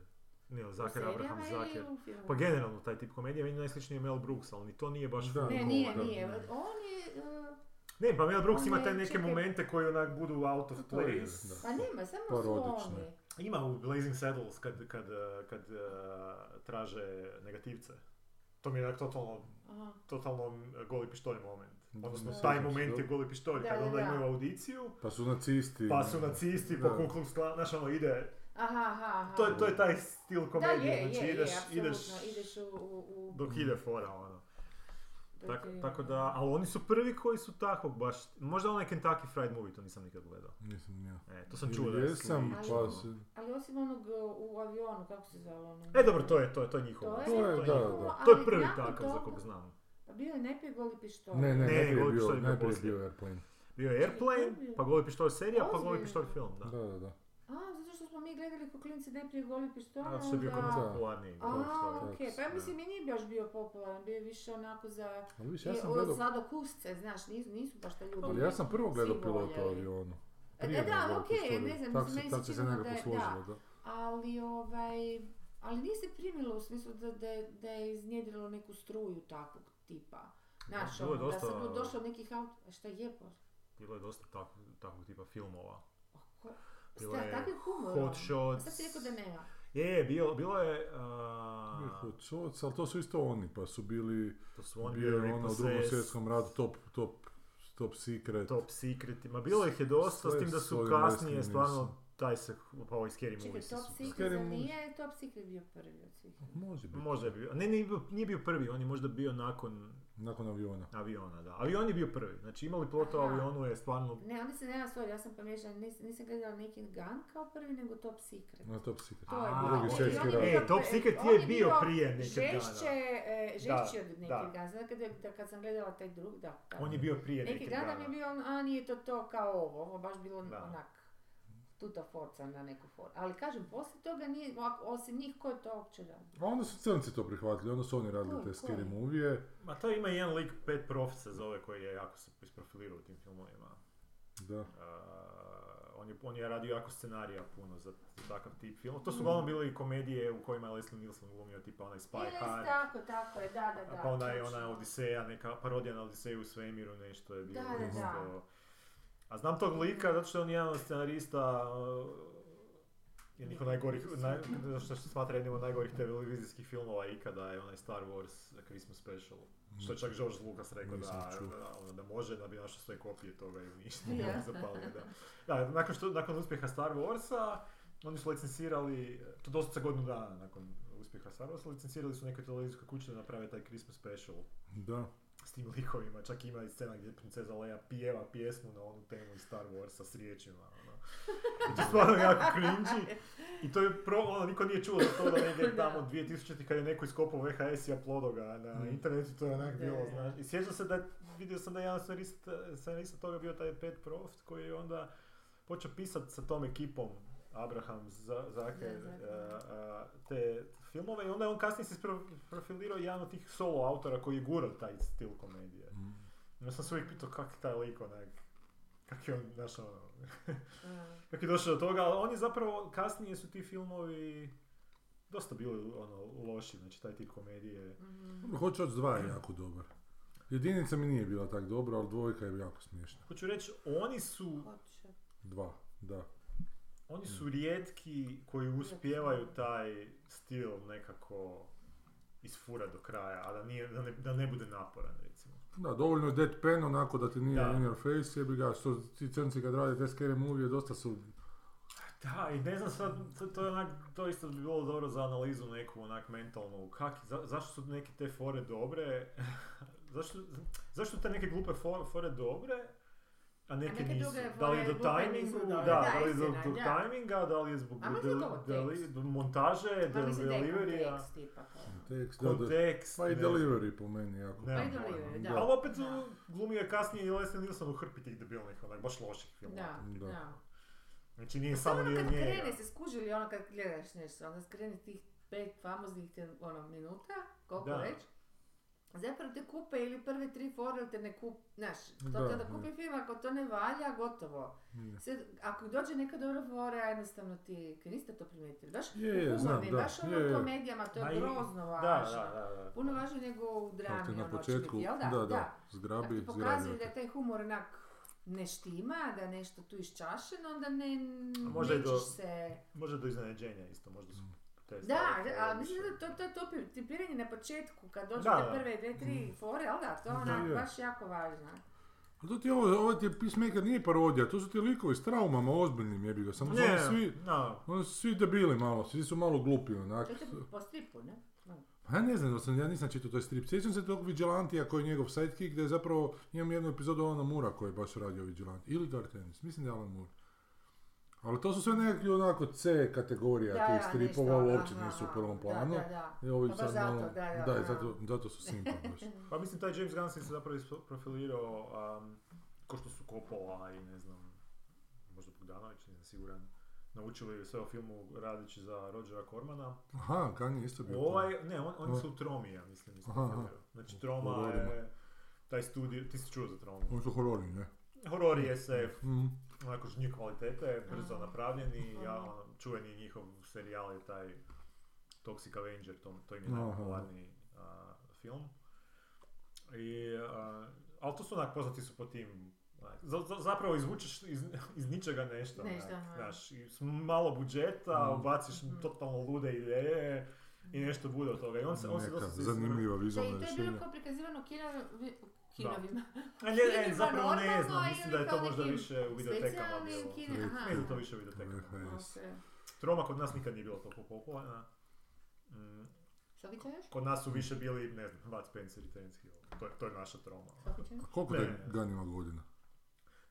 [SPEAKER 3] ne,
[SPEAKER 2] U
[SPEAKER 3] Zaker, Abraham
[SPEAKER 2] serijama ili
[SPEAKER 3] Zaker.
[SPEAKER 2] u filmu?
[SPEAKER 3] Pa generalno taj tip komedije, meni je najsličniji je Mel Brooks, ali ni to nije baš...
[SPEAKER 1] Da.
[SPEAKER 3] film
[SPEAKER 2] Ne, nije,
[SPEAKER 3] komedija.
[SPEAKER 1] Da.
[SPEAKER 2] nije. On je... e,
[SPEAKER 3] Ne, pa Mel Brooks
[SPEAKER 2] On
[SPEAKER 3] ima
[SPEAKER 2] je,
[SPEAKER 3] te neke
[SPEAKER 2] čekaj.
[SPEAKER 3] momente koji onak budu out of
[SPEAKER 1] To je,
[SPEAKER 3] place.
[SPEAKER 1] da.
[SPEAKER 2] Pa nema, samo su
[SPEAKER 1] Parodične.
[SPEAKER 2] oni.
[SPEAKER 3] Ima u Blazing Saddles kad, kad, uh, kad uh, traže negativce. To mi je onak totalno
[SPEAKER 2] Aha.
[SPEAKER 3] totalno m, goli pištolj moment.
[SPEAKER 1] Da,
[SPEAKER 3] Odnosno,
[SPEAKER 1] ne
[SPEAKER 3] taj
[SPEAKER 1] sjećam se,
[SPEAKER 3] moment je
[SPEAKER 1] dobro.
[SPEAKER 3] goli pištolj,
[SPEAKER 2] Da,
[SPEAKER 3] kad
[SPEAKER 2] da,
[SPEAKER 3] onda
[SPEAKER 2] da.
[SPEAKER 3] imaju audiciju,
[SPEAKER 1] Pa su nacisti.
[SPEAKER 3] pa su nacisti,
[SPEAKER 1] Da.
[SPEAKER 3] po kuklom skla, znaš ono ide,
[SPEAKER 2] Aha, aha, aha.
[SPEAKER 3] to je, to je taj stil
[SPEAKER 2] Da, je,
[SPEAKER 3] komedije,
[SPEAKER 2] je,
[SPEAKER 3] znači
[SPEAKER 2] je,
[SPEAKER 3] ideš,
[SPEAKER 2] apsolutno,
[SPEAKER 3] ideš,
[SPEAKER 2] ideš u... u, u
[SPEAKER 3] dok ide fora ono. Tako,
[SPEAKER 2] protiv-
[SPEAKER 3] tako da, ali oni su prvi koji su takvog baš, možda onaj Kentucky Fried Movie, to nisam nikad gledao.
[SPEAKER 1] Nisam ni ja.
[SPEAKER 3] E, to sam
[SPEAKER 1] Ili
[SPEAKER 3] čuo da je
[SPEAKER 1] Jesam,
[SPEAKER 3] slično.
[SPEAKER 1] pa se...
[SPEAKER 2] Ali osim onog uh, u avionu, kako se zove ono?
[SPEAKER 3] E dobro, to je, to je, to je njihovo.
[SPEAKER 2] To je,
[SPEAKER 1] To je, da,
[SPEAKER 2] njihovo,
[SPEAKER 1] da.
[SPEAKER 2] ali
[SPEAKER 3] To je prvi
[SPEAKER 2] nakon
[SPEAKER 3] takav za
[SPEAKER 2] toga-
[SPEAKER 3] kog znam.
[SPEAKER 2] Pa bio je najprije goli pištolj.
[SPEAKER 1] Ne, ne,
[SPEAKER 3] Ne,
[SPEAKER 1] najprije je
[SPEAKER 3] Goli
[SPEAKER 1] bio,
[SPEAKER 3] pištolj je bio
[SPEAKER 1] najprije je
[SPEAKER 3] poslije.
[SPEAKER 1] bio Airplane.
[SPEAKER 3] Bio je Airplane, pa Goli pištolj serija, pa Goli
[SPEAKER 2] Ozbiljno?
[SPEAKER 3] pištolj film, da.
[SPEAKER 1] Da, da, da.
[SPEAKER 2] A, zato što smo mi gledali ko klinci najprije goli pištolj,
[SPEAKER 3] Zato što je bio kod nas
[SPEAKER 2] onda...
[SPEAKER 1] Da.
[SPEAKER 3] popularniji.
[SPEAKER 2] A,
[SPEAKER 3] Goli pištolj.
[SPEAKER 1] tako
[SPEAKER 2] okej, pa ja
[SPEAKER 3] se-
[SPEAKER 2] mislim i nije baš bio popularan, bio je više onako za...
[SPEAKER 1] Ali viš,
[SPEAKER 2] I,
[SPEAKER 1] ja sam
[SPEAKER 2] o,
[SPEAKER 1] gledao...
[SPEAKER 2] Sladokusce, znaš, nisu, nisu baš te ljudi.
[SPEAKER 1] Ali ja sam prvo gledao
[SPEAKER 2] svi
[SPEAKER 1] pilota u
[SPEAKER 2] voljeli.
[SPEAKER 1] avionu.
[SPEAKER 2] E,
[SPEAKER 1] Prije
[SPEAKER 2] da,
[SPEAKER 1] nego
[SPEAKER 2] da,
[SPEAKER 1] Goli
[SPEAKER 2] okej,
[SPEAKER 1] pištolj.
[SPEAKER 2] ne znam,
[SPEAKER 1] Tak
[SPEAKER 2] mislim,
[SPEAKER 1] se-
[SPEAKER 2] meni
[SPEAKER 1] tak
[SPEAKER 2] se
[SPEAKER 1] se
[SPEAKER 2] činilo
[SPEAKER 1] nekako
[SPEAKER 2] da je- da.
[SPEAKER 1] složilo, da.
[SPEAKER 2] Ali ovaj, ali nije se primilo u smislu da, da, je- da je iznjedrilo neku struju takvog tipa. Znaš,
[SPEAKER 3] Bilo je
[SPEAKER 2] ono, da se
[SPEAKER 3] dosta-
[SPEAKER 2] tu došlo nekih auto... Šta je pa, po...
[SPEAKER 3] Bilo je dosta tak- takvog tipa filmova.
[SPEAKER 2] pa Ko...
[SPEAKER 3] Bilo je
[SPEAKER 2] Sta, takvim humorom.
[SPEAKER 3] Hot Shots.
[SPEAKER 2] Sad ono? Pa si rekao da nema.
[SPEAKER 3] Je, je, bilo, bilo je... a,
[SPEAKER 1] Bio je Hot Shots, ali to su isto oni, pa su bili,
[SPEAKER 3] to su oni
[SPEAKER 1] bio
[SPEAKER 3] bili
[SPEAKER 1] je ono u drugom
[SPEAKER 3] Repossessed,
[SPEAKER 1] svjetskom ratu, top, top, top secret.
[SPEAKER 3] Top Secret. Ma bilo ih je dosta, s
[SPEAKER 1] Sve
[SPEAKER 3] tim da
[SPEAKER 1] s
[SPEAKER 3] su
[SPEAKER 1] ovim
[SPEAKER 3] kasnije
[SPEAKER 1] wrestling
[SPEAKER 3] stvarno
[SPEAKER 1] nisam.
[SPEAKER 3] taj se, pa ovaj Scary
[SPEAKER 2] Čekaj,
[SPEAKER 3] Movies
[SPEAKER 2] Top
[SPEAKER 3] su.
[SPEAKER 2] Secret,
[SPEAKER 1] Scary
[SPEAKER 2] zar
[SPEAKER 1] Movies.
[SPEAKER 2] nije Top Secret bio prvi od svih?
[SPEAKER 1] Može biti.
[SPEAKER 3] Možda je bio, ne, nije bio, nije bio prvi, on je možda bio nakon
[SPEAKER 1] Nakon aviona.
[SPEAKER 3] aviona, da. Avion je bio prvi, znači imali plota o
[SPEAKER 2] Aha.
[SPEAKER 3] avionu je stvarno...
[SPEAKER 2] Ne, onda se nema, sorry, ja sam pomiješala, nis, nisam gledala neki Gun kao prvi, nego Top Secret.
[SPEAKER 1] Na top secret.
[SPEAKER 2] To je
[SPEAKER 3] A,
[SPEAKER 2] bilo.
[SPEAKER 1] Drugi
[SPEAKER 2] on-
[SPEAKER 1] svjetski
[SPEAKER 2] on je
[SPEAKER 1] rat.
[SPEAKER 2] bio
[SPEAKER 3] E, Top
[SPEAKER 2] pre-
[SPEAKER 3] Secret
[SPEAKER 2] on
[SPEAKER 3] je bio prije Naked Gun-a.
[SPEAKER 2] žešće, e,
[SPEAKER 3] Da,
[SPEAKER 2] žešći od Naked
[SPEAKER 3] da.
[SPEAKER 2] Gun. Znači kad, je- da kad sam gledala taj drug, da. da.
[SPEAKER 3] On je bio prije
[SPEAKER 2] Neki
[SPEAKER 3] nekih
[SPEAKER 2] dan mi je
[SPEAKER 3] dana.
[SPEAKER 2] bio on, a nije to to kao ovo, ovo baš bilo
[SPEAKER 3] Da.
[SPEAKER 2] onak. tuta forca na neku for. Ali kažem, poslije toga nije, ovako, osim njih, ko je to uopće radio?
[SPEAKER 1] A onda su crnci to prihvatili, onda su oni radili
[SPEAKER 2] Koji,
[SPEAKER 1] te
[SPEAKER 2] koji?
[SPEAKER 1] scary movie
[SPEAKER 3] Ma to ima jedan lik, Pet Prof se zove, koji je jako se isprofilirao u tim filmovima.
[SPEAKER 1] Da.
[SPEAKER 3] Uh, on, je, on je radio jako scenarija puno za takav tip film. To su uglavnom bile i komedije u kojima je Leslie Nielsen glumio tipa onaj Spy
[SPEAKER 2] Jest,
[SPEAKER 3] Hard.
[SPEAKER 2] tako, tako je, da, da, da.
[SPEAKER 3] Pa onda je
[SPEAKER 2] točno.
[SPEAKER 3] ona Odiseja, neka parodija na Odiseju u svemiru, nešto je bilo.
[SPEAKER 2] Da, da,
[SPEAKER 3] isto.
[SPEAKER 2] da.
[SPEAKER 3] A znam tog lika, zato što je on jedan od scenarista uh, jednih od najgorih, naj, zato što se smatra jednim od najgorih televizijskih filmova ikada je onaj Star Wars Christmas Special. Što je čak George Lucas rekao da,
[SPEAKER 1] Nisam čuo.
[SPEAKER 3] da, ono, da može, da bi našao sve kopije toga ili ništa.
[SPEAKER 2] Je.
[SPEAKER 3] ono, zapalio, da. Da, nakon, što, nakon uspjeha Star Warsa, oni su licencirali, to dosta godinu dana nakon uspjeha Star Warsa, licencirali su nekoj televizijskoj kući da naprave taj Christmas special
[SPEAKER 1] Da.
[SPEAKER 3] s tim likovima. Čak ima i scena gdje princeza Leia pjeva pjesmu na onu temu iz Star Warsa s riječima. Ono. I to je stvarno jako cringy. I to je pro, ono, niko nije čuo za to da negdje
[SPEAKER 2] Da.
[SPEAKER 3] tamo 2000 kad je neko iskopao VHS i uploadao ga na
[SPEAKER 1] Mm.
[SPEAKER 3] internetu, to je onak
[SPEAKER 2] Da,
[SPEAKER 3] bilo,
[SPEAKER 2] da, da.
[SPEAKER 3] znaš. I sjećam se da je- vidio sam da je jedan scenarist, scenarist toga bio taj Pet Proft koji je onda počeo pisati sa tom ekipom Abraham za, eh, Zake,
[SPEAKER 2] Da, Zake, da.
[SPEAKER 3] te filmove i onda je on kasnije se ispro- profilirao jedan od tih solo autora koji je gurao taj stil komedije.
[SPEAKER 1] Mm.
[SPEAKER 3] Ja sam se uvijek pitao kak je taj lik onak, kak je on, znaš ono,
[SPEAKER 2] Mm.
[SPEAKER 3] kak je došao do toga, ali oni zapravo, kasnije su ti filmovi dosta bili ono, loši, znači taj tip komedije.
[SPEAKER 2] Mhm.
[SPEAKER 1] Hoće od dva je jako dobar. Jedinica mi nije bila tak dobra, ali dvojka je jako smiješna.
[SPEAKER 3] Hoću reći, oni su,
[SPEAKER 2] Hoće.
[SPEAKER 1] Dva, da.
[SPEAKER 3] oni su rijetki koji uspijevaju taj stil nekako isfura do kraja, a da, nije, da, ne, da ne bude naporan recimo.
[SPEAKER 1] Da, dovoljno je deadpan onako da ti nije
[SPEAKER 3] Da.
[SPEAKER 1] in your face, jebi ga, što ti crnci kad rade te scary movie dosta su...
[SPEAKER 3] Da, i ne znam sad, to, to je onak, to isto bi bilo dobro za analizu neku onak mentalnu, kak, za- zašto su neke te fore dobre, zašto, zašto te neke glupe fo- fore dobre, a neke,
[SPEAKER 2] neke
[SPEAKER 3] nisu.
[SPEAKER 2] druge
[SPEAKER 3] Da li je
[SPEAKER 2] fore
[SPEAKER 3] do
[SPEAKER 2] glupe nisu
[SPEAKER 3] tajmingu, da,
[SPEAKER 2] dobre.
[SPEAKER 3] da,
[SPEAKER 2] Da,
[SPEAKER 3] li je zbog
[SPEAKER 2] istina,
[SPEAKER 3] zbog
[SPEAKER 2] da.
[SPEAKER 3] tajminga, da li je zbog
[SPEAKER 2] A
[SPEAKER 3] del-
[SPEAKER 2] mislim da je ovo
[SPEAKER 3] deli-
[SPEAKER 2] tekst.
[SPEAKER 3] montaže,
[SPEAKER 2] Pa mislim da je
[SPEAKER 3] deliverija,
[SPEAKER 2] kontekst ipak. ono.
[SPEAKER 1] Tekst, da, da.
[SPEAKER 3] kontekst.
[SPEAKER 1] Pa i
[SPEAKER 3] ne-
[SPEAKER 1] delivery po meni jako.
[SPEAKER 3] Ne.
[SPEAKER 2] Pa i delivery, da.
[SPEAKER 1] Da.
[SPEAKER 3] Ali opet
[SPEAKER 2] Da.
[SPEAKER 3] uh, glumio je kasnije i Leslie Nielsen u hrpi tih debilnih, onak, baš loših filmova.
[SPEAKER 2] Da,
[SPEAKER 1] Da.
[SPEAKER 2] da.
[SPEAKER 3] Znači nije
[SPEAKER 2] Samo
[SPEAKER 3] samo
[SPEAKER 2] ono
[SPEAKER 3] nije
[SPEAKER 2] kad
[SPEAKER 3] od njega.
[SPEAKER 2] krene se skužili, ono kad gledaš nešto, onda skreni tih pet famoznih te- ono, minuta, koliko
[SPEAKER 3] Da.
[SPEAKER 2] već, zapravo te kupe ili prve tri fore ili te ne kup, znaš, to
[SPEAKER 1] Da,
[SPEAKER 2] kada
[SPEAKER 1] da.
[SPEAKER 2] kupi film, ako to ne valja, gotovo.
[SPEAKER 1] Je.
[SPEAKER 2] Sad, ako dođe neka dobra fora, jednostavno ti, kaj niste to primijetili, baš
[SPEAKER 1] Je,
[SPEAKER 2] u
[SPEAKER 1] je,
[SPEAKER 2] humornim,
[SPEAKER 1] znam, da,
[SPEAKER 2] baš ono
[SPEAKER 1] je, je.
[SPEAKER 2] komedijama, to je
[SPEAKER 3] Ma i-
[SPEAKER 2] grozno
[SPEAKER 3] Da,
[SPEAKER 2] važno.
[SPEAKER 3] da, da, da.
[SPEAKER 2] Puno važno nego u
[SPEAKER 1] Kako
[SPEAKER 2] drami,
[SPEAKER 1] ti na
[SPEAKER 2] ono,
[SPEAKER 1] početku,
[SPEAKER 2] jel
[SPEAKER 1] da, da,
[SPEAKER 2] Ako
[SPEAKER 1] zgrabi,
[SPEAKER 2] ti Dakle, pokazuju
[SPEAKER 1] zgrabi.
[SPEAKER 2] da je taj humor onak ne štima, da je nešto tu iščašeno, onda ne,
[SPEAKER 3] A možda i
[SPEAKER 2] nećeš
[SPEAKER 3] do-
[SPEAKER 2] se...
[SPEAKER 3] Možda do iznenađenja isto, možda su te
[SPEAKER 2] Da,
[SPEAKER 3] stvari koje
[SPEAKER 2] ali mislim
[SPEAKER 3] više-
[SPEAKER 2] da to, to, to pi- tipiranje na početku, kad dođu
[SPEAKER 3] Da,
[SPEAKER 2] te
[SPEAKER 3] da. Mhm.
[SPEAKER 2] prve, dve, tri fore, ali da, to je ona
[SPEAKER 1] Da, je.
[SPEAKER 2] baš jako važna.
[SPEAKER 1] Ali to ti je ovo, ovo ti je Peacemaker nije parodija, to su ti likovi s traumama ozbiljnim jebi ga, samo su
[SPEAKER 3] Ne,
[SPEAKER 1] oni svi...
[SPEAKER 3] no,
[SPEAKER 1] Oni su svi debili malo, svi su malo glupi onak.
[SPEAKER 2] To je po stripu, ne? Ono. No.
[SPEAKER 1] Pa ja ne znam, da sam, ja nisam čitao taj strip. Sjećam se tog Vigilantija koji je njegov sidekick, gdje je zapravo, imam jednu epizodu Alana Mura koji je baš radio Vigilant. Ili Dark Tennis, mislim da je Alan Moore. Ali to su sve nekakvi onako C kategorija
[SPEAKER 2] Da,
[SPEAKER 1] tih
[SPEAKER 2] da,
[SPEAKER 1] stripova,
[SPEAKER 2] nešto,
[SPEAKER 1] uopće
[SPEAKER 2] aha,
[SPEAKER 1] nisu u
[SPEAKER 2] aha,
[SPEAKER 1] prvom
[SPEAKER 2] da,
[SPEAKER 1] planu.
[SPEAKER 2] da, da.
[SPEAKER 1] I ovi
[SPEAKER 2] Pa baš
[SPEAKER 1] sad malo-
[SPEAKER 2] zato, da, da,
[SPEAKER 1] da, i
[SPEAKER 2] da.
[SPEAKER 1] zato, zato su simpa baš.
[SPEAKER 3] pa mislim taj James Gunn se zapravo ispo- profilirao um, ko što su Coppola i ne znam, možda Bogdanović, nisam siguran, naučili sve o filmu radeći za Rodgera Cormana.
[SPEAKER 1] Aha, Kanye je isto bio. tu.
[SPEAKER 3] Ovaj, ne, on, oni
[SPEAKER 1] Aha.
[SPEAKER 3] su u Tromi, ja mislim,
[SPEAKER 1] Aha, aha.
[SPEAKER 3] isprofilirao. Znači
[SPEAKER 1] U
[SPEAKER 3] Troma
[SPEAKER 1] hororima.
[SPEAKER 3] je taj studij, ti si čuo za Tromu.
[SPEAKER 1] Oni su horori, ne?
[SPEAKER 3] Horor je SF,
[SPEAKER 1] Mhm.
[SPEAKER 3] onako žnji kvalitete, brzo
[SPEAKER 2] Aha.
[SPEAKER 3] napravljeni, ja,
[SPEAKER 2] Aha.
[SPEAKER 3] ono, čuveni njihov serijal je taj Toxic Avenger, to, to im je
[SPEAKER 1] Aha.
[SPEAKER 3] najpopularniji a, film. I, a, ali to su onak poznati su po tim, onak, za, za- zapravo izvučeš iz, iz ničega nešto,
[SPEAKER 2] Nešto,
[SPEAKER 3] onak,
[SPEAKER 2] aha.
[SPEAKER 3] znaš, i s malo budžeta,
[SPEAKER 1] Mm.
[SPEAKER 3] ubaciš
[SPEAKER 2] Mhm.
[SPEAKER 3] totalno lude ideje i nešto bude od toga. I on se, on se
[SPEAKER 1] Neka
[SPEAKER 3] dosta...
[SPEAKER 1] zanimljiva
[SPEAKER 2] Da, i
[SPEAKER 1] vizualna
[SPEAKER 2] to je bilo
[SPEAKER 1] rješenja.
[SPEAKER 2] kao prikazivano u kino- vi- u kinovima.
[SPEAKER 3] A ne, e,
[SPEAKER 2] Ili
[SPEAKER 3] zapravo ne
[SPEAKER 2] normalno
[SPEAKER 3] znam, mislim
[SPEAKER 2] ili
[SPEAKER 3] da je to
[SPEAKER 2] kao
[SPEAKER 3] možda
[SPEAKER 2] nekim
[SPEAKER 3] više u videotekama
[SPEAKER 2] specijalnim
[SPEAKER 3] bilo.
[SPEAKER 2] kine-
[SPEAKER 1] Ne,
[SPEAKER 2] aha.
[SPEAKER 3] Mislim da to više u videotekama.
[SPEAKER 1] VHS.
[SPEAKER 2] Ok.
[SPEAKER 3] Troma kod nas nikad nije bila toliko popularna. Mm,
[SPEAKER 2] Što bi ćeš? Što
[SPEAKER 3] Kod nas su više bili, ne znam, Bud Spencer i Terence Hill. To je, to je naša troma.
[SPEAKER 2] bi ćeš?
[SPEAKER 1] A koliko
[SPEAKER 3] Ne,
[SPEAKER 1] da
[SPEAKER 3] ne.
[SPEAKER 1] Gunn ima godina?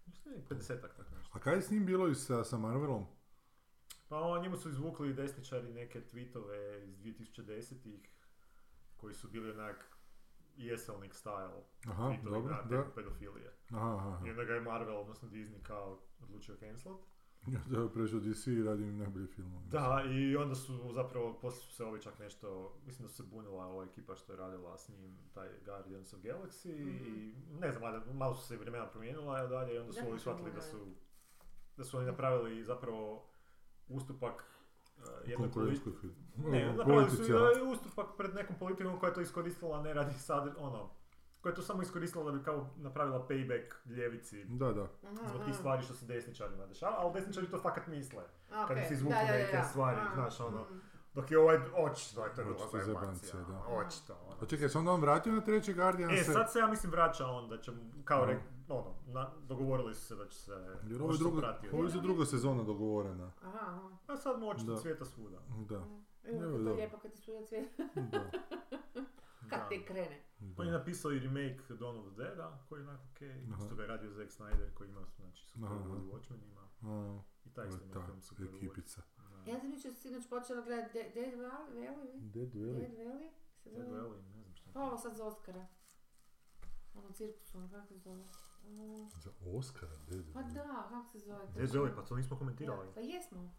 [SPEAKER 3] Mislim, je 50-ak tako nešto.
[SPEAKER 1] A kaj je s njim bilo i sa, sa Marvelom?
[SPEAKER 3] Pa o, njemu su izvukli desničari neke tweetove iz 2010-ih koji su bili onak jeselnik style
[SPEAKER 1] Aha,
[SPEAKER 3] tweetovi
[SPEAKER 1] dobro,
[SPEAKER 3] na
[SPEAKER 1] da.
[SPEAKER 3] temu pedofilije.
[SPEAKER 1] Aha, aha, aha.
[SPEAKER 3] I onda ga je Marvel, odnosno Disney kao odlučio cancelat.
[SPEAKER 1] Ja da je prešao DC i radim im najbolje filmove.
[SPEAKER 3] Da, i onda su zapravo, poslije su se ovi čak nešto, mislim da su se bunila ova ekipa što je radila s njim, taj Guardians of Galaxy i ne znam, valjda malo su se i vremena promijenila a dalje i onda su
[SPEAKER 2] Da,
[SPEAKER 3] ovi shvatili da
[SPEAKER 2] da.
[SPEAKER 3] su, da su oni napravili zapravo uh, ustupak eh, jednoj politi-
[SPEAKER 1] Konkurentskoj film.
[SPEAKER 3] ne,
[SPEAKER 1] O,
[SPEAKER 3] napravili su
[SPEAKER 1] politici, a?
[SPEAKER 3] eh, ustupak pred nekom politikom koja je to iskoristila, ne radi sad, ono, koja je to samo iskoristila da bi kao napravila payback ljevici
[SPEAKER 1] Da, da.
[SPEAKER 2] Aha,
[SPEAKER 3] zbog tih
[SPEAKER 2] aha.
[SPEAKER 3] stvari što se desničarima dešava, ali desničari to fakat misle.
[SPEAKER 2] A,
[SPEAKER 3] kad
[SPEAKER 2] okej,
[SPEAKER 3] se izvuku
[SPEAKER 2] da, da,
[SPEAKER 3] neke
[SPEAKER 2] da, da.
[SPEAKER 3] stvari,
[SPEAKER 2] A,
[SPEAKER 3] znaš, ono.
[SPEAKER 2] mm.
[SPEAKER 3] Dok je ovaj, očito je to bila
[SPEAKER 1] Očito
[SPEAKER 3] zajebancija,
[SPEAKER 1] zajebancija, da.
[SPEAKER 3] očito. ono.
[SPEAKER 1] Pa čekaj, se onda on vratio na treći Guardian
[SPEAKER 3] E, sad se ja mislim vraća on da će, mu- kao
[SPEAKER 1] Mhm.
[SPEAKER 3] re, ono, na, dogovorili su se da će se,
[SPEAKER 1] Jer ovo je
[SPEAKER 3] očito
[SPEAKER 1] drugo,
[SPEAKER 3] pratio.
[SPEAKER 1] ovo je za druga sezona dogovorena.
[SPEAKER 2] Aha, aha.
[SPEAKER 3] A sad mu očito
[SPEAKER 1] Da.
[SPEAKER 3] cvijeta svuda.
[SPEAKER 1] Da,
[SPEAKER 2] Evo,
[SPEAKER 1] Evo,
[SPEAKER 2] kako je to
[SPEAKER 1] dobro.
[SPEAKER 2] lijepo kad ti sudac sve,
[SPEAKER 1] da.
[SPEAKER 3] Da.
[SPEAKER 2] kad te krene.
[SPEAKER 3] On je
[SPEAKER 1] da.
[SPEAKER 3] napisao i remake Dawn of the Dead-a, koji je onako okej,
[SPEAKER 1] Aha.
[SPEAKER 3] isto ga je radio Zack Snyder koji ima, znači, super
[SPEAKER 1] Aha.
[SPEAKER 3] u Watchmenima.
[SPEAKER 1] A,
[SPEAKER 3] I taj isto ima
[SPEAKER 1] ta
[SPEAKER 3] film super
[SPEAKER 1] ekipica.
[SPEAKER 2] Ja sam jučer sinoć počela gledati De- Dead Valley, Valley,
[SPEAKER 1] Dead Valley.
[SPEAKER 2] Dead Valley, se
[SPEAKER 3] Dead
[SPEAKER 2] zove?
[SPEAKER 3] Valley, ne znam što je.
[SPEAKER 2] Pa ovo sad za Oscara. Ono cirkus, ono kako se zove. Mm,
[SPEAKER 1] Za Oscara, Dead
[SPEAKER 2] Pa
[SPEAKER 1] Valley.
[SPEAKER 2] da, kako se zove.
[SPEAKER 3] Dead Valley, pa to nismo komentirali.
[SPEAKER 2] Da, Pa jesmo.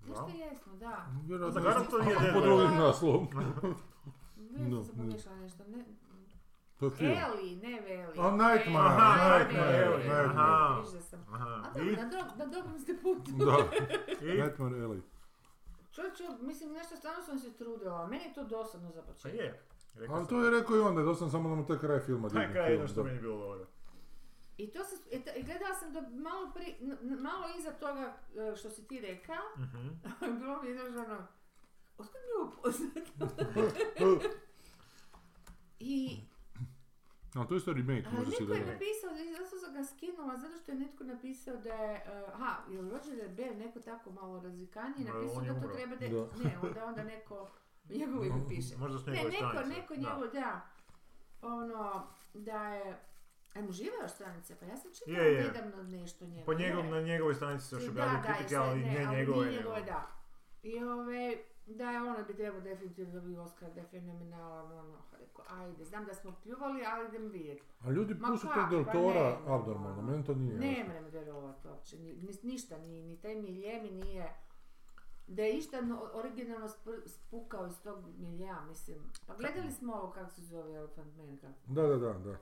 [SPEAKER 3] Da?
[SPEAKER 2] Nešto jesmo, da.
[SPEAKER 1] Vjerojatno
[SPEAKER 3] Zagaran
[SPEAKER 1] isto-
[SPEAKER 3] to nije Dead
[SPEAKER 1] pod
[SPEAKER 2] Valley.
[SPEAKER 1] drugim naslovom.
[SPEAKER 2] Vjerojatno
[SPEAKER 1] No,
[SPEAKER 2] sam
[SPEAKER 1] ne.
[SPEAKER 2] pomiješala nešto. Ne,
[SPEAKER 1] To je film.
[SPEAKER 2] Eli, ne Veli.
[SPEAKER 1] A, Nightmare,
[SPEAKER 3] Aha,
[SPEAKER 1] Nightmare,
[SPEAKER 3] Nightmare, aha.
[SPEAKER 2] Viš da sam. A
[SPEAKER 3] Aha.
[SPEAKER 2] dobro,
[SPEAKER 3] I,
[SPEAKER 2] na, dob- na dobrom ste putu.
[SPEAKER 1] Da,
[SPEAKER 3] i,
[SPEAKER 1] Nightmare Alley.
[SPEAKER 2] Čovječe, mislim, nešto stvarno sam se trudila, ali meni je to dosadno za
[SPEAKER 3] pa
[SPEAKER 2] početak.
[SPEAKER 3] je. rekao
[SPEAKER 1] Ali
[SPEAKER 3] sam.
[SPEAKER 1] to je rekao i onda, dosta samo da mu to je kraj filma.
[SPEAKER 3] Taj
[SPEAKER 1] divni
[SPEAKER 3] kraj je
[SPEAKER 1] film,
[SPEAKER 3] jedno što
[SPEAKER 1] da.
[SPEAKER 3] meni bilo dobro.
[SPEAKER 2] I to se, i ta- i gledala sam do malo, pri, n- n- malo iza toga e, što si ti rekao,
[SPEAKER 3] Mhm.
[SPEAKER 2] bilo mi je znaš, ono, otkud mi je ovo poznato? I,
[SPEAKER 1] Ali to je isto
[SPEAKER 3] Hm,
[SPEAKER 1] remake,
[SPEAKER 2] ali
[SPEAKER 1] može si
[SPEAKER 2] neko je
[SPEAKER 1] gledati.
[SPEAKER 2] napisao, i zato sam ga skinula, zato što je netko napisao da je, e, aha, je li Roger Ebert neko tako malo razvikaniji,
[SPEAKER 3] Ma,
[SPEAKER 2] napisao
[SPEAKER 3] on je
[SPEAKER 2] da to
[SPEAKER 3] umro.
[SPEAKER 2] treba, da,
[SPEAKER 1] Da.
[SPEAKER 2] ne, onda, onda neko, njegovo ime piše.
[SPEAKER 3] Možda s
[SPEAKER 2] Ne,
[SPEAKER 3] njegove
[SPEAKER 2] neko,
[SPEAKER 3] stranice.
[SPEAKER 2] neko
[SPEAKER 3] Da.
[SPEAKER 2] njegov, da. Ono, da je... Ajmo, živa još stranica, pa ja sam čitala
[SPEAKER 3] Je, je.
[SPEAKER 2] nedavno nešto njegov.
[SPEAKER 3] Po njegovom, na njegovoj stranici se još objavljaju kritike, ali ne njegove.
[SPEAKER 2] nije njegove,
[SPEAKER 3] nego-
[SPEAKER 2] da. I ove, da je ono bi trebao definitivno dobiti Oscar, da je fenomenalan, ono, rekao, ajde, znam da smo pljuvali, ali idem vidjeti.
[SPEAKER 1] A ljudi
[SPEAKER 2] Ma
[SPEAKER 1] pušu
[SPEAKER 2] kako,
[SPEAKER 1] tog Del
[SPEAKER 2] pa
[SPEAKER 1] Tora
[SPEAKER 2] ne, ono,
[SPEAKER 1] abnormalno, meni to nije
[SPEAKER 2] Ne
[SPEAKER 1] jasno.
[SPEAKER 2] mrem vjerovati uopće, ni, ni- ništa, ni, ni taj milje mi nije, da je išta no- originalno sp- spukao iz tog milja, mislim. Pa gledali smo ovo, kako se zove Elephant Man, kako
[SPEAKER 1] Da, da, da, da.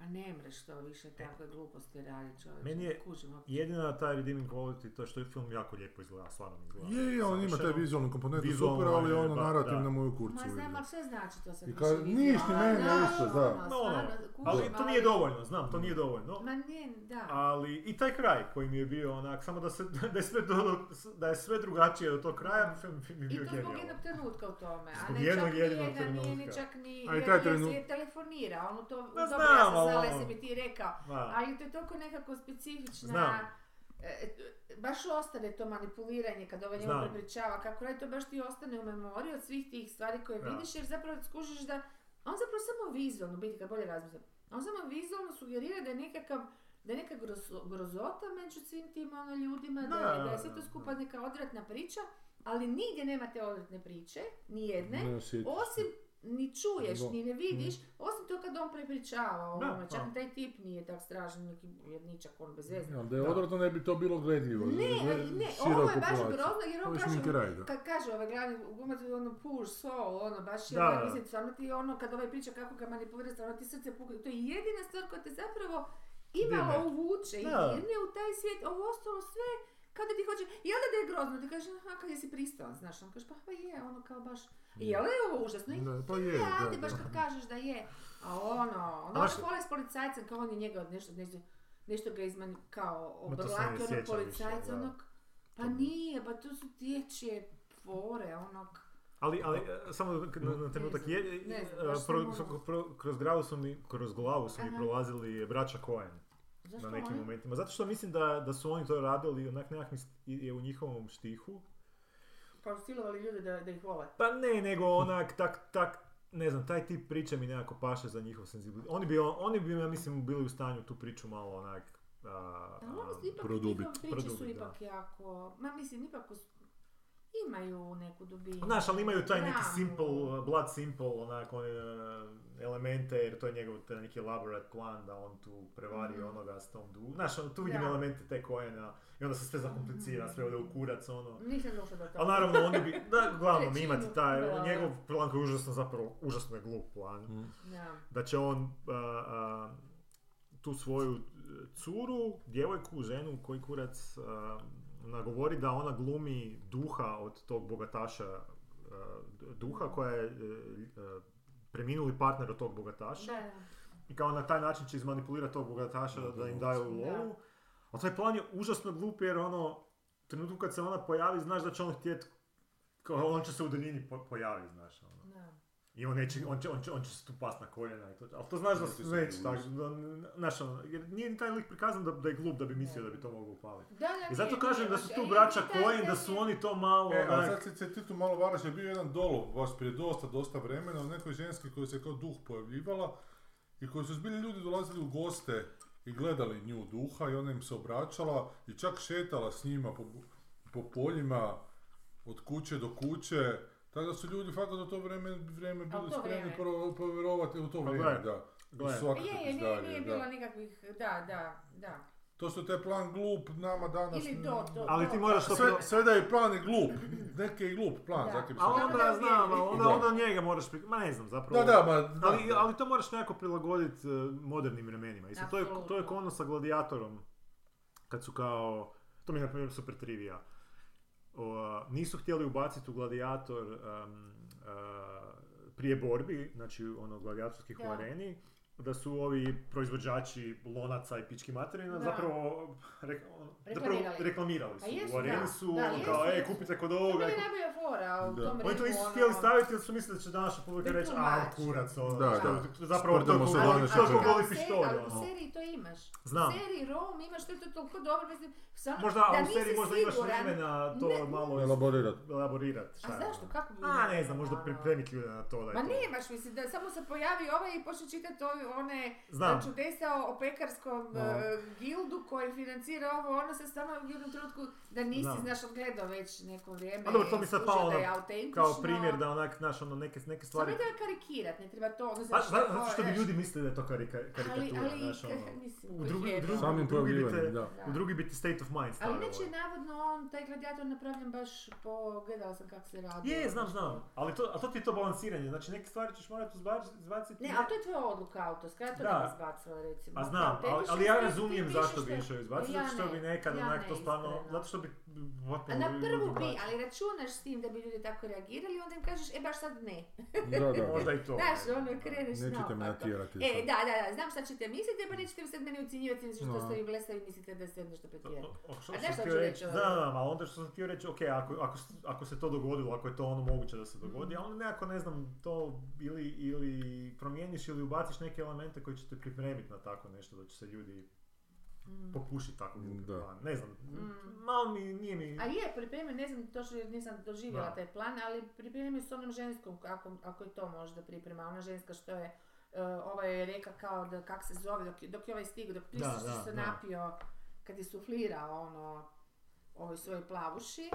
[SPEAKER 2] Pa ne mreš to
[SPEAKER 1] E.
[SPEAKER 2] više takve gluposti radi čovječe.
[SPEAKER 3] Meni je-
[SPEAKER 2] Kužimo.
[SPEAKER 3] Jedina taj redeeming quality, to je što je film jako lijepo izgleda, stvarno mi izgleda.
[SPEAKER 1] Je, je, on ima taj
[SPEAKER 3] savršeno.
[SPEAKER 1] vizualnu komponentu
[SPEAKER 3] Vizualno
[SPEAKER 1] super, ali
[SPEAKER 3] je,
[SPEAKER 1] ono
[SPEAKER 3] ba-
[SPEAKER 1] narativ
[SPEAKER 3] da.
[SPEAKER 1] na moju kurcu.
[SPEAKER 2] Ma znam,
[SPEAKER 1] ide.
[SPEAKER 2] ali šta znači to sad
[SPEAKER 1] I
[SPEAKER 2] više
[SPEAKER 1] kao,
[SPEAKER 2] vizualno?
[SPEAKER 1] niš ni meni,
[SPEAKER 2] Da,
[SPEAKER 1] ništa, da.
[SPEAKER 2] stvarno,
[SPEAKER 3] No,
[SPEAKER 2] kužim,
[SPEAKER 3] ono, Ali to nije dovoljno, znam, to nije dovoljno.
[SPEAKER 2] Ma nije, da.
[SPEAKER 3] Ali i taj kraj koji mi je bio onak, samo da, se, da, je, sve do- da je sve drugačije od tog kraja, film mi je
[SPEAKER 2] I
[SPEAKER 3] bio
[SPEAKER 2] to zbog
[SPEAKER 3] genijalan.
[SPEAKER 2] jednog trenutka u tome. A
[SPEAKER 3] Zbog
[SPEAKER 2] ne
[SPEAKER 3] jednog
[SPEAKER 2] čak
[SPEAKER 3] jedinog
[SPEAKER 2] ni jedan, nije ni
[SPEAKER 3] trenutka.
[SPEAKER 2] čak ni...
[SPEAKER 1] A i
[SPEAKER 2] jer-
[SPEAKER 1] taj
[SPEAKER 2] jer si
[SPEAKER 1] trenut-
[SPEAKER 2] je telefonira, ono to...
[SPEAKER 3] Ma
[SPEAKER 2] dobro,
[SPEAKER 3] Pa znam,
[SPEAKER 2] ja sam
[SPEAKER 3] ali
[SPEAKER 2] znala,
[SPEAKER 3] ono-
[SPEAKER 2] jesi mi ti rekao.
[SPEAKER 3] Da.
[SPEAKER 2] Ali to je toliko nekako specifična...
[SPEAKER 3] Znam.
[SPEAKER 2] e, baš ostane to manipuliranje kad ovaj njemu
[SPEAKER 3] Znam.
[SPEAKER 2] prepričava kako radi, to baš ti ostane u memoriji od svih tih stvari koje
[SPEAKER 3] Da.
[SPEAKER 2] vidiš jer zapravo skužiš da on zapravo samo vizualno, u biti kad bolje razmislim, on samo vizualno sugerira da je nekakav da je neka grozo- grozota među svim tim ono, ljudima, da,
[SPEAKER 3] Da,
[SPEAKER 2] je- da je sve
[SPEAKER 3] da,
[SPEAKER 2] to
[SPEAKER 3] da.
[SPEAKER 2] skupa neka odvratna priča, ali nigdje nema te odvratne priče, ni jedne,
[SPEAKER 1] osjetim.
[SPEAKER 2] osim ni čuješ,
[SPEAKER 1] Da.
[SPEAKER 2] ni ne vidiš, osim to kad on prepričava,
[SPEAKER 3] Da, pa.
[SPEAKER 2] ono, čak
[SPEAKER 3] da.
[SPEAKER 2] ni taj tip nije tak strašan, neki jedničak, on bez veze.
[SPEAKER 1] Ja, da je
[SPEAKER 3] Da.
[SPEAKER 1] odvratno ne bi to bilo gledljivo.
[SPEAKER 2] Ne,
[SPEAKER 1] za-
[SPEAKER 2] ali ne,
[SPEAKER 1] široj
[SPEAKER 2] ovo je baš
[SPEAKER 1] populaciji.
[SPEAKER 2] grozno jer
[SPEAKER 1] Ovo
[SPEAKER 2] on
[SPEAKER 1] je sminki
[SPEAKER 2] kaže,
[SPEAKER 1] raj, da.
[SPEAKER 2] kad kaže ovaj glavni glumac, ono push, soul, ono baš je,
[SPEAKER 3] Da,
[SPEAKER 2] ono,
[SPEAKER 3] da.
[SPEAKER 2] mislim, stvarno ti ono, kad ovaj priča kako ga manipulira, stvarno ti srce pukne, to je jedina stvar koja te zapravo imalo
[SPEAKER 3] Dirne.
[SPEAKER 2] uvuče i
[SPEAKER 3] Da.
[SPEAKER 2] dirne u taj svijet, ovo ostalo sve, kada ti hoće, jel da da je grozno, ti kaže, aha, kad jesi pristojan, znaš, on kaže, pa, pa je, ono kao baš, jel da je ovo užasno, i
[SPEAKER 1] Da, pa je,
[SPEAKER 2] je,
[SPEAKER 1] da,
[SPEAKER 2] ajde, baš
[SPEAKER 1] da.
[SPEAKER 2] kad kažeš da je. A ono, ono baš...
[SPEAKER 3] baš-
[SPEAKER 2] fole s policajcem, kao on je njega od nešto, nešto, nešto ga izman, kao
[SPEAKER 3] Ma to se ne
[SPEAKER 2] obrlaki, ono
[SPEAKER 3] sjećam više,
[SPEAKER 2] policajca,
[SPEAKER 3] da.
[SPEAKER 2] ono, k- pa nije, pa to su dječje fore, ono, k-
[SPEAKER 3] Ali, ali e, samo k- na, na trenutak
[SPEAKER 2] znam,
[SPEAKER 3] je,
[SPEAKER 2] ne
[SPEAKER 3] e,
[SPEAKER 2] znam, baš
[SPEAKER 3] e, pro-
[SPEAKER 2] sam
[SPEAKER 3] so-
[SPEAKER 2] ono-
[SPEAKER 3] pro- kroz glavu su mi, kroz glavu su mi
[SPEAKER 2] Aha.
[SPEAKER 3] prolazili braća Coen
[SPEAKER 2] zašto
[SPEAKER 3] na nekim
[SPEAKER 2] oni?
[SPEAKER 3] momentima. Zato što mislim da, da su oni to radili onak nekak mis- i- je u njihovom štihu.
[SPEAKER 2] Kao silovali ljude da, da ih vole.
[SPEAKER 3] Pa ne, nego onak tak, tak, ne znam, taj tip priče mi nekako paše za njihov senzibilitet. Oni bi, oni bi, ja mislim, bili u stanju tu priču malo onak... a,
[SPEAKER 2] Ali
[SPEAKER 3] a,
[SPEAKER 2] ono su ipak,
[SPEAKER 1] produbit,
[SPEAKER 2] njihove priče su
[SPEAKER 3] produbit, da.
[SPEAKER 2] ipak jako, ma mislim, ipak su, imaju neku dubinu.
[SPEAKER 3] Znaš, ali imaju taj neki
[SPEAKER 2] Dramu.
[SPEAKER 3] simple, uh, blood simple, onak, one, uh, elemente, jer to je njegov taj neki elaborate plan da on tu prevari
[SPEAKER 2] Mhm.
[SPEAKER 3] onoga s tom du. Znaš, ono, tu vidim
[SPEAKER 2] Da. Mhm.
[SPEAKER 3] elemente te Coena i onda se sve zakomplicira, sve ode u kurac, ono.
[SPEAKER 2] Nisam došla do toga.
[SPEAKER 3] Ali naravno, oni bi, da, uglavnom,
[SPEAKER 2] Trećinu,
[SPEAKER 3] imati taj,
[SPEAKER 2] da.
[SPEAKER 3] njegov plan koji je užasno, zapravo, užasno je glup plan
[SPEAKER 1] Mm.
[SPEAKER 2] Da.
[SPEAKER 3] da će on a, a, tu svoju e, curu, djevojku, ženu, koji kurac, a, nagovori da ona glumi duha od tog bogataša, a, d- duha koja je e, e, preminuli partner od tog bogataša
[SPEAKER 2] Da, da.
[SPEAKER 3] i kao na taj način će izmanipulirati tog bogataša
[SPEAKER 1] Da,
[SPEAKER 3] da im
[SPEAKER 1] da,
[SPEAKER 3] daju
[SPEAKER 2] da.
[SPEAKER 3] lovu. A taj plan je užasno glup jer ono, u trenutku kad se ona pojavi, znaš da će on htjeti, kao on će se u daljini po- pojaviti, znaš. Ono.
[SPEAKER 2] da.
[SPEAKER 3] I on neće, on će, on će, on će se tu pas na koljena i to, ali to znaš da
[SPEAKER 1] Neće
[SPEAKER 3] se
[SPEAKER 1] se
[SPEAKER 3] neće
[SPEAKER 1] tu
[SPEAKER 3] tak, da, znaš ono, jer nije ni taj lik prikazan da, da je glup da bi mislio da bi to mogao upaliti.
[SPEAKER 2] Da, da,
[SPEAKER 3] I
[SPEAKER 2] nije,
[SPEAKER 3] zato kažem
[SPEAKER 2] nije,
[SPEAKER 3] da su
[SPEAKER 2] baš- E,
[SPEAKER 3] tu
[SPEAKER 2] ali
[SPEAKER 3] braća
[SPEAKER 2] taj-
[SPEAKER 3] Coen, da
[SPEAKER 2] taj-
[SPEAKER 3] su oni to malo,
[SPEAKER 1] E, a
[SPEAKER 3] onak,
[SPEAKER 1] sad se, se ti tu malo varaš, je bio jedan dolov baš prije dosta, dosta vremena, o nekoj ženski koja se kao duh pojavljivala i koji su zbili ljudi dolazili u goste i gledali nju duha i ona im se obraćala i čak šetala s njima po, po poljima od kuće do kuće, tako da su ljudi fakat u to vreme, vrijeme bili
[SPEAKER 2] to
[SPEAKER 1] spremni
[SPEAKER 2] vrijeme.
[SPEAKER 1] pro- povjerovati u to
[SPEAKER 3] Pa
[SPEAKER 1] vrijeme,
[SPEAKER 3] gle,
[SPEAKER 1] da.
[SPEAKER 3] gle.
[SPEAKER 1] I svakakve
[SPEAKER 2] Je, je, nije,
[SPEAKER 1] pizdarije,
[SPEAKER 2] nije
[SPEAKER 1] da.
[SPEAKER 2] bilo nikakvih, da, da, da.
[SPEAKER 1] To što taj plan glup nama danas...
[SPEAKER 2] Ili do, do,
[SPEAKER 3] Ali
[SPEAKER 2] do-
[SPEAKER 3] ti moraš to
[SPEAKER 1] Sve, sve da je plan i glup, neki je i glup plan,
[SPEAKER 2] Da.
[SPEAKER 1] zato bi se-
[SPEAKER 3] a
[SPEAKER 2] Samo da
[SPEAKER 3] onda
[SPEAKER 2] je
[SPEAKER 3] znam,
[SPEAKER 2] uvjerljiv.
[SPEAKER 3] a onda,
[SPEAKER 1] Da.
[SPEAKER 3] onda njega moraš, pri- ma ne znam zapravo.
[SPEAKER 1] Da, da, ma, da.
[SPEAKER 3] ali, ali to moraš nekako prilagoditi modernim vremenima. Isto, to, je, to je
[SPEAKER 2] Apsolutno.
[SPEAKER 3] kao ono sa gladijatorom, kad su kao, to mi je na primjer super trivija, O, a, nisu htjeli ubaciti u gladijator em, a, prije borbi, znači ono gladijatorskih u
[SPEAKER 2] Da.
[SPEAKER 3] areni, da su ovi proizvođači lonaca i pički materina
[SPEAKER 2] Da.
[SPEAKER 3] zapravo, rek- ono, zapravo
[SPEAKER 2] Reklamirali.
[SPEAKER 3] reklamirali
[SPEAKER 2] A
[SPEAKER 3] su.
[SPEAKER 2] jesu,
[SPEAKER 3] u areni
[SPEAKER 2] da.
[SPEAKER 3] su
[SPEAKER 2] Da,
[SPEAKER 3] ono
[SPEAKER 2] jesu,
[SPEAKER 3] kao, e,
[SPEAKER 2] jesu.
[SPEAKER 3] kupite kod
[SPEAKER 2] To mi
[SPEAKER 3] ovoga.
[SPEAKER 2] je
[SPEAKER 3] i kupite-
[SPEAKER 2] najbolja fora u
[SPEAKER 1] Da.
[SPEAKER 2] tom
[SPEAKER 3] Oni to
[SPEAKER 2] ringu,
[SPEAKER 3] nisu
[SPEAKER 2] ono-
[SPEAKER 3] htjeli staviti jer su mislili da će današnja publika
[SPEAKER 2] Da
[SPEAKER 3] reći, a
[SPEAKER 2] tumači.
[SPEAKER 3] kurac, ono,
[SPEAKER 1] Da,
[SPEAKER 3] što- zapravo to je
[SPEAKER 1] Sprdamo se
[SPEAKER 3] goli-
[SPEAKER 1] danas
[SPEAKER 3] to je
[SPEAKER 1] večer.
[SPEAKER 3] goli
[SPEAKER 2] u seriji-
[SPEAKER 3] pištolj,
[SPEAKER 2] ali
[SPEAKER 3] ono.
[SPEAKER 2] u seriji to imaš.
[SPEAKER 3] Znam.
[SPEAKER 2] U seriji Rome imaš to, je to toliko dobro, mislim, samo
[SPEAKER 3] Možda
[SPEAKER 2] da
[SPEAKER 3] a u
[SPEAKER 2] nisi
[SPEAKER 3] seriji možda imaš
[SPEAKER 2] siguran.
[SPEAKER 3] vremena to
[SPEAKER 2] Ne.
[SPEAKER 3] malo
[SPEAKER 1] Elaborirat.
[SPEAKER 3] elaborirati.
[SPEAKER 2] A zašto, kako bi...
[SPEAKER 3] ono. A ne znam, možda
[SPEAKER 2] ono-
[SPEAKER 3] pripremiti ljude na to da je
[SPEAKER 2] Ma
[SPEAKER 3] to-
[SPEAKER 2] nemaš, mislim, da samo se pojavi ovaj i počne čitati ove, one znači,
[SPEAKER 3] Znam.
[SPEAKER 2] čudesa o, o pekarskom
[SPEAKER 3] Da.
[SPEAKER 2] e, gildu koji financira ovo, ono se samo u jednom trenutku da nisi,
[SPEAKER 3] Znam.
[SPEAKER 2] znaš, odgledao već neko vrijeme.
[SPEAKER 3] A dobro, to mi sad
[SPEAKER 2] skužio
[SPEAKER 3] palo
[SPEAKER 2] da je
[SPEAKER 3] na-
[SPEAKER 2] autentično.
[SPEAKER 3] Kao primjer da onak, znaš, ono, neke, neke
[SPEAKER 2] Samo
[SPEAKER 3] stvari...
[SPEAKER 2] ne treba karikirat, ne treba to, ono,
[SPEAKER 3] Pa,
[SPEAKER 2] znaš,
[SPEAKER 3] zna-
[SPEAKER 2] to,
[SPEAKER 3] zato što bi
[SPEAKER 2] znaš.
[SPEAKER 3] ljudi mislili da je to karika,
[SPEAKER 2] ali,
[SPEAKER 3] karikatura,
[SPEAKER 2] ali,
[SPEAKER 3] znaš, ono.
[SPEAKER 2] mislim,
[SPEAKER 3] U drugi, u
[SPEAKER 2] jebo.
[SPEAKER 3] drugi,
[SPEAKER 1] Samim
[SPEAKER 3] u drugi bi
[SPEAKER 1] pojavljivanjem,
[SPEAKER 3] te-
[SPEAKER 1] da.
[SPEAKER 2] Da.
[SPEAKER 3] U drugi bi ti state of mind
[SPEAKER 2] Ali
[SPEAKER 3] stavio.
[SPEAKER 2] inače je navodno on, taj gladijator napravljen baš po, gledala sam kako se radi. ono.
[SPEAKER 3] Je, znam, znam. Ali to, a to ti je to balansiranje, znači neke stvari ćeš morati uzbac- izbaciti.
[SPEAKER 2] Ne, ali to je tvoja odluka autorska, ja to
[SPEAKER 3] Da.
[SPEAKER 2] ne bi izbacila recimo.
[SPEAKER 3] A Pa znam, ali, ali ja razumijem zašto bi
[SPEAKER 2] više
[SPEAKER 3] išao izbaciti,
[SPEAKER 2] Ja
[SPEAKER 3] zato što
[SPEAKER 2] ne,
[SPEAKER 3] bi nekad
[SPEAKER 2] ja
[SPEAKER 3] onak
[SPEAKER 2] ne,
[SPEAKER 3] to stvarno,
[SPEAKER 2] iskreno.
[SPEAKER 3] zato što bi...
[SPEAKER 2] A na prvu bi, ali računaš s tim da bi ljudi tako reagirali, onda im kažeš, e baš sad ne.
[SPEAKER 1] Da, ja, da.
[SPEAKER 3] Možda i to.
[SPEAKER 2] Znaš, ono kreneš
[SPEAKER 1] Nećete me
[SPEAKER 2] naopako.
[SPEAKER 1] natjerati.
[SPEAKER 2] E,
[SPEAKER 1] sad.
[SPEAKER 2] da, da, da, znam šta ćete misliti, pa nećete mi sad mene ucinjivati zato što
[SPEAKER 1] No.
[SPEAKER 2] ste vi blesavi i mislite da ste nešto pretjerali.
[SPEAKER 3] O- o- što
[SPEAKER 2] A
[SPEAKER 3] sam
[SPEAKER 2] znaš šta
[SPEAKER 3] htio
[SPEAKER 2] ću
[SPEAKER 3] reći?
[SPEAKER 2] reći,
[SPEAKER 3] Da,
[SPEAKER 2] ono?
[SPEAKER 3] da, ali onda što sam htio reći, ok, ako, ako, s- ako se to dogodilo, ako je to ono moguće da
[SPEAKER 2] Mhm.
[SPEAKER 3] se dogodi, a onda nekako, ne znam, to ili, ili promijeniš ili ubaciš neke elemente koji će te pripremiti na tako nešto, da će se ljudi
[SPEAKER 2] Mm.
[SPEAKER 3] popušiti tako glupi
[SPEAKER 1] Da.
[SPEAKER 3] plan. Ne znam,
[SPEAKER 2] Mm.
[SPEAKER 3] malo mi, nije mi...
[SPEAKER 2] A je, pripremio, ne znam točno jer nisam doživjela
[SPEAKER 3] Da.
[SPEAKER 2] taj plan, ali pripremio s onom ženskom, ako, ako je to možda priprema, ona ženska što je, e, ova je rekla kao da, kak se zove, dok, dok je ovaj stigao, dok Kristić
[SPEAKER 3] da,
[SPEAKER 2] se
[SPEAKER 3] da.
[SPEAKER 2] napio, kad je suflirao ono, ovoj svojoj plavuši,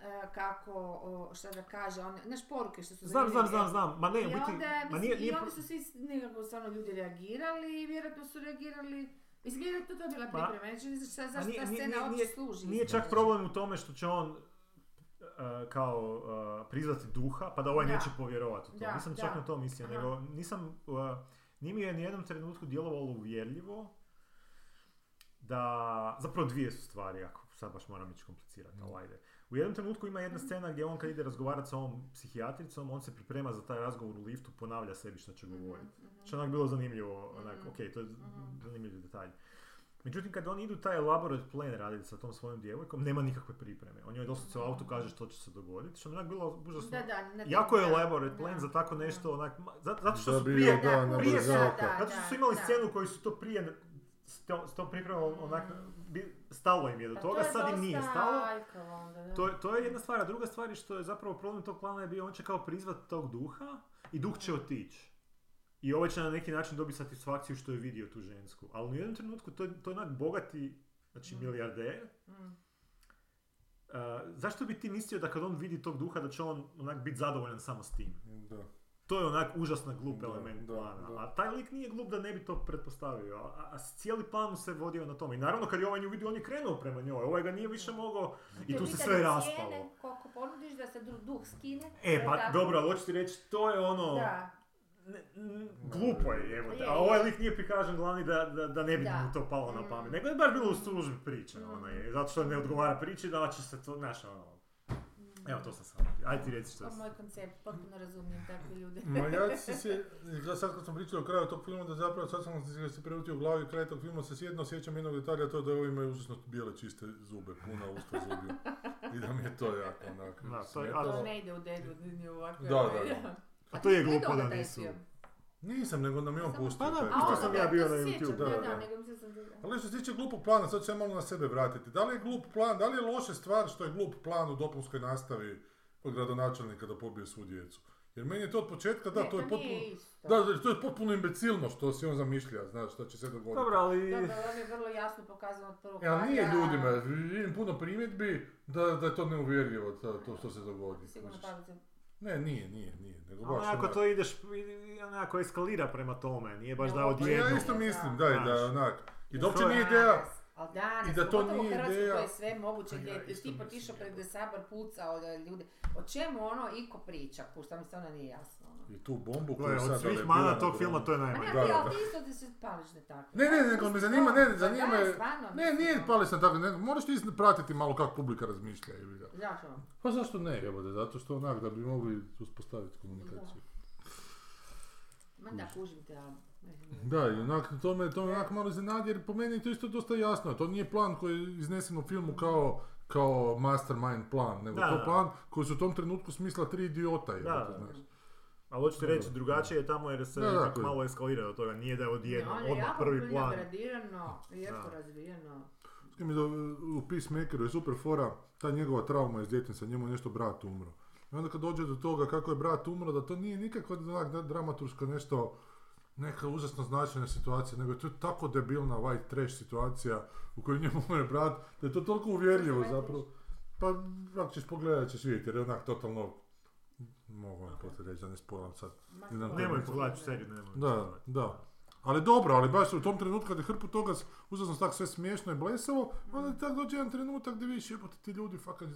[SPEAKER 2] e, kako, o, šta da kaže, on, znaš poruke što su
[SPEAKER 3] Znam, znam,
[SPEAKER 2] zanimljive.
[SPEAKER 3] znam, znam, ma ne,
[SPEAKER 2] I
[SPEAKER 3] u biti,
[SPEAKER 2] onda,
[SPEAKER 3] ma
[SPEAKER 2] mislim,
[SPEAKER 3] nije, nije,
[SPEAKER 2] i onda su svi s- nekako stvarno ljudi reagirali i vjerojatno su reagirali, mislim, vjerojatno to je bila
[SPEAKER 3] Ma-
[SPEAKER 2] priprema, neću ni zašto
[SPEAKER 3] Ma
[SPEAKER 2] zašto
[SPEAKER 3] nije-
[SPEAKER 2] ta
[SPEAKER 3] nije-
[SPEAKER 2] scena
[SPEAKER 3] nije-
[SPEAKER 2] uopće
[SPEAKER 3] nije-
[SPEAKER 2] služi.
[SPEAKER 3] Nije čak
[SPEAKER 2] iskreno.
[SPEAKER 3] problem u tome što će on e, kao e, prizvati duha, pa da ovaj
[SPEAKER 2] Da.
[SPEAKER 3] neće povjerovati u to.
[SPEAKER 2] Da,
[SPEAKER 3] nisam
[SPEAKER 2] da.
[SPEAKER 3] čak na to mislio,
[SPEAKER 2] Aha.
[SPEAKER 3] nego nisam, e, nije mi je ni jednom trenutku djelovalo uvjerljivo da, zapravo dvije su stvari, ako sad baš moram ići komplicirati, ali ajde. U jednom trenutku ima
[SPEAKER 2] Mhm.
[SPEAKER 3] jedna scena gdje on kad ide razgovarati sa ovom psihijatricom, on se priprema za taj razgovor u liftu, ponavlja sebi što će govoriti. Što je onak bilo zanimljivo, onak,
[SPEAKER 2] Mhm.
[SPEAKER 3] ok, to je
[SPEAKER 2] Mhm.
[SPEAKER 3] zanimljiv detalj. Međutim, kad oni idu taj elaborate plan raditi sa tom svojom djevojkom, nema nikakve pripreme. On joj doslovce u autu kaže što će se dogoditi, što mi je onak bilo užasno...
[SPEAKER 2] Mm. Da, da, na
[SPEAKER 3] Jako je
[SPEAKER 2] da,
[SPEAKER 3] elaborate
[SPEAKER 2] da,
[SPEAKER 3] plan za tako nešto,
[SPEAKER 2] da.
[SPEAKER 3] onak, ma- za- zato što
[SPEAKER 1] Da
[SPEAKER 3] su
[SPEAKER 1] bi
[SPEAKER 3] prije,
[SPEAKER 1] joj da, na
[SPEAKER 3] prije su,
[SPEAKER 1] brzaka.
[SPEAKER 2] Da,
[SPEAKER 3] zato što su imali
[SPEAKER 2] da.
[SPEAKER 3] scenu koju su to prije s to- s tom pripremom onak, bi- stalo im je do
[SPEAKER 2] Mm. Pa
[SPEAKER 3] toga,
[SPEAKER 2] to je
[SPEAKER 3] sad im nije
[SPEAKER 2] dosta
[SPEAKER 3] stalo.
[SPEAKER 2] aljkavo onda, da.
[SPEAKER 3] To, je- to je jedna stvar, a druga stvar je što je zapravo problem tog plana je bio, on će kao prizvat tog duha i duh će otići. I ovaj će na neki način dobiti satisfakciju što je vidio tu žensku.
[SPEAKER 1] Mhm.
[SPEAKER 3] Ali u jednom trenutku to, je- to je onak bogati, znači
[SPEAKER 2] Mm.
[SPEAKER 3] milijarder,
[SPEAKER 2] Mm.
[SPEAKER 3] e, zašto bi ti mislio da kad on vidi tog duha da će on onak biti zadovoljan samo s tim?
[SPEAKER 1] Da.
[SPEAKER 3] To je onak užasno glup
[SPEAKER 1] Da,
[SPEAKER 3] element
[SPEAKER 1] da,
[SPEAKER 3] plana.
[SPEAKER 1] da.
[SPEAKER 3] A taj lik nije glup da ne bi to pretpostavio. A, a- a cijeli plan mu se vodio na tome. I naravno kad je ovaj nju vidio, on je krenuo prema njoj. Ovaj ga nije više mogao i tu se
[SPEAKER 2] pitanje
[SPEAKER 3] sve
[SPEAKER 2] cijene,
[SPEAKER 3] raspalo.
[SPEAKER 2] Koliko ponudiš da se dru- duh skine.
[SPEAKER 3] E, pa
[SPEAKER 2] tako.
[SPEAKER 3] dobro, ali hoću ti reći, to je ono...
[SPEAKER 2] Da. Pa
[SPEAKER 3] Ne- n- glupo je, evo
[SPEAKER 2] Je,
[SPEAKER 3] A
[SPEAKER 2] je.
[SPEAKER 3] ovaj lik nije prikažen glavni da, da, da ne bi
[SPEAKER 2] Da.
[SPEAKER 3] mu to palo na
[SPEAKER 2] Mm.
[SPEAKER 3] pamet. Nego je baš bilo u službi priče,
[SPEAKER 2] Mm.
[SPEAKER 3] onaj, zato što ne odgovara priči da će se to, znaš, ono... Evo, to sam sam. Ajde ti reci što
[SPEAKER 2] To
[SPEAKER 3] si.
[SPEAKER 2] je Pa moj koncept, potpuno razumijem takve ljude.
[SPEAKER 3] Mm,
[SPEAKER 1] Ma ja se sje- ja sad kad sam pričao o kraju tog filma, da zapravo sad sam se- se preutio u glavi kraj tog filma, se sjedno sjećam jednog detalja, a to je da ovi imaju užasno bijele čiste zube, puna usta zubiju. I da mi je to jako onako
[SPEAKER 3] Da, to je-
[SPEAKER 1] smetalo.
[SPEAKER 2] To ne ide u dedu, ni ovako.
[SPEAKER 1] Da, da, da.
[SPEAKER 3] A to je
[SPEAKER 2] Gledao
[SPEAKER 3] glupo da
[SPEAKER 2] onda taj
[SPEAKER 3] nisu.
[SPEAKER 2] film?
[SPEAKER 1] Nisam, nego nam je on
[SPEAKER 2] Samo-
[SPEAKER 1] pustio.
[SPEAKER 3] Pa da,
[SPEAKER 1] taj
[SPEAKER 3] A
[SPEAKER 2] ono
[SPEAKER 1] film.
[SPEAKER 3] Isto sam ja
[SPEAKER 2] da,
[SPEAKER 3] bio
[SPEAKER 2] to
[SPEAKER 3] na
[SPEAKER 2] se sjećam,
[SPEAKER 3] YouTubeu,
[SPEAKER 1] da,
[SPEAKER 2] Da,
[SPEAKER 1] da.
[SPEAKER 2] da, nego mislim da sam-
[SPEAKER 1] Ali što se tiče glupog plana, sad ću se ja malo na sebe vratiti. Da li je glup plan, da li je loša stvar što je glup plan u dopunskoj nastavi od gradonačelnika da pobije svu djecu? Jer meni je to od početka, da,
[SPEAKER 2] Ne,
[SPEAKER 1] to je
[SPEAKER 2] nije
[SPEAKER 1] potpuno...
[SPEAKER 2] isto.
[SPEAKER 1] Da, da, to je potpuno imbecilno što si on zamišlja, znaš, što će se dogoditi.
[SPEAKER 3] Dobro, ali...
[SPEAKER 2] Dobro, pa ovo je vrlo jasno pokazano od prvog
[SPEAKER 1] Ja, nije
[SPEAKER 2] kadra.
[SPEAKER 1] ljudima, vidim puno primjedbi da, da je to neuvjerljivo to, to što se dogodi.
[SPEAKER 2] Sigurno
[SPEAKER 1] kužiš.
[SPEAKER 2] Pavice.
[SPEAKER 1] Ne, nije, nije, nije, nego baš
[SPEAKER 3] Onako
[SPEAKER 1] onak.
[SPEAKER 3] to ideš, i- onako eskalira prema tome, nije baš da
[SPEAKER 2] Ja,
[SPEAKER 1] Pa
[SPEAKER 3] odjedno.
[SPEAKER 1] Ja isto mislim, da, i da
[SPEAKER 3] Znaš.
[SPEAKER 1] onak. I da uopće
[SPEAKER 3] to je-
[SPEAKER 1] nije ideja,
[SPEAKER 2] Ali danas,
[SPEAKER 1] I da to
[SPEAKER 2] pogotovo u
[SPEAKER 1] nije
[SPEAKER 2] Hrvatskoj
[SPEAKER 1] ideja-
[SPEAKER 2] koja je sve moguće,
[SPEAKER 3] Pa ja
[SPEAKER 2] gdje je
[SPEAKER 3] isto
[SPEAKER 2] tipo
[SPEAKER 3] mislim,
[SPEAKER 2] tišao pred
[SPEAKER 3] jebote.
[SPEAKER 2] Desabar, pucao da e, ljude. O čemu ono iko priča, pušta mi stvarno nije jasno. ono.
[SPEAKER 1] i tu bombu
[SPEAKER 3] Gle,
[SPEAKER 1] koju sad...
[SPEAKER 3] od svih
[SPEAKER 1] ali je bila
[SPEAKER 3] mana
[SPEAKER 1] na
[SPEAKER 3] tog
[SPEAKER 1] grobu.
[SPEAKER 3] filma to je
[SPEAKER 2] Ma
[SPEAKER 3] najmanje.
[SPEAKER 2] ne,
[SPEAKER 1] da,
[SPEAKER 2] ti,
[SPEAKER 1] da.
[SPEAKER 2] ali ti isto da se pališ na tako.
[SPEAKER 1] Ne, ne, nego me zanima, ne,
[SPEAKER 2] Pa
[SPEAKER 1] zanima
[SPEAKER 2] da,
[SPEAKER 1] me-
[SPEAKER 2] stvarno,
[SPEAKER 1] Ne,
[SPEAKER 2] mislim,
[SPEAKER 1] nije
[SPEAKER 2] ono.
[SPEAKER 1] pali sam tako, ne, moraš ti pratiti malo kako publika razmišlja. jebi ga.
[SPEAKER 2] Zašto?
[SPEAKER 1] Pa zašto ne, jebote, zato što onak da bi mogli uspostaviti komunikaciju.
[SPEAKER 2] Ma da, kužim te, ali... ne znam.
[SPEAKER 1] Da, i onak, to me, to me onak malo iznenadi jer po meni je to isto dosta jasno. To nije plan koji je iznesen u filmu kao, kao mastermind plan, nego
[SPEAKER 3] Da,
[SPEAKER 1] to
[SPEAKER 3] da.
[SPEAKER 1] plan koji su u tom trenutku smisla tri idiota, jebote,
[SPEAKER 3] da.
[SPEAKER 1] znaš.
[SPEAKER 3] Ali hoćete reći, drugačije je tamo jer se
[SPEAKER 1] Da, da,
[SPEAKER 3] ipak
[SPEAKER 1] koji-
[SPEAKER 3] malo eskalira do toga, nije da je odjedno,
[SPEAKER 2] Ne, ono je
[SPEAKER 3] odmah
[SPEAKER 2] jako
[SPEAKER 3] prvi
[SPEAKER 2] fino
[SPEAKER 3] plan.
[SPEAKER 2] gradirano, lijepo
[SPEAKER 3] Da.
[SPEAKER 2] razvijeno.
[SPEAKER 1] Kaj mi je do- u Peacemakeru je super fora, ta njegova trauma iz djetinjstva, njemu je nešto brat umro. I onda kad dođe do toga kako je brat umro, da to nije nikakva onak da- dramaturška nešto, neka užasno značajna situacija, nego je to tako debilna white trash situacija u kojoj njemu umre brat, da je to toliko uvjerljivo
[SPEAKER 2] Što je white
[SPEAKER 1] zapravo. Pa, ako ćeš pogledat ćeš vidjeti, jer je onak totalno, mogu vam poslije reći da ne spolam sad.
[SPEAKER 2] Ma,
[SPEAKER 1] Ne znam,
[SPEAKER 2] to je
[SPEAKER 3] Nemoj
[SPEAKER 1] Da.
[SPEAKER 3] pogledati u seriju, nemoj.
[SPEAKER 1] Da, da. Ali dobro, ali baš u tom trenutku kad je hrpu toga s- uzasno tak sve smiješno i blesavo, onda tak dođe jedan trenutak gdje vidiš jebote ti ljudi fakat...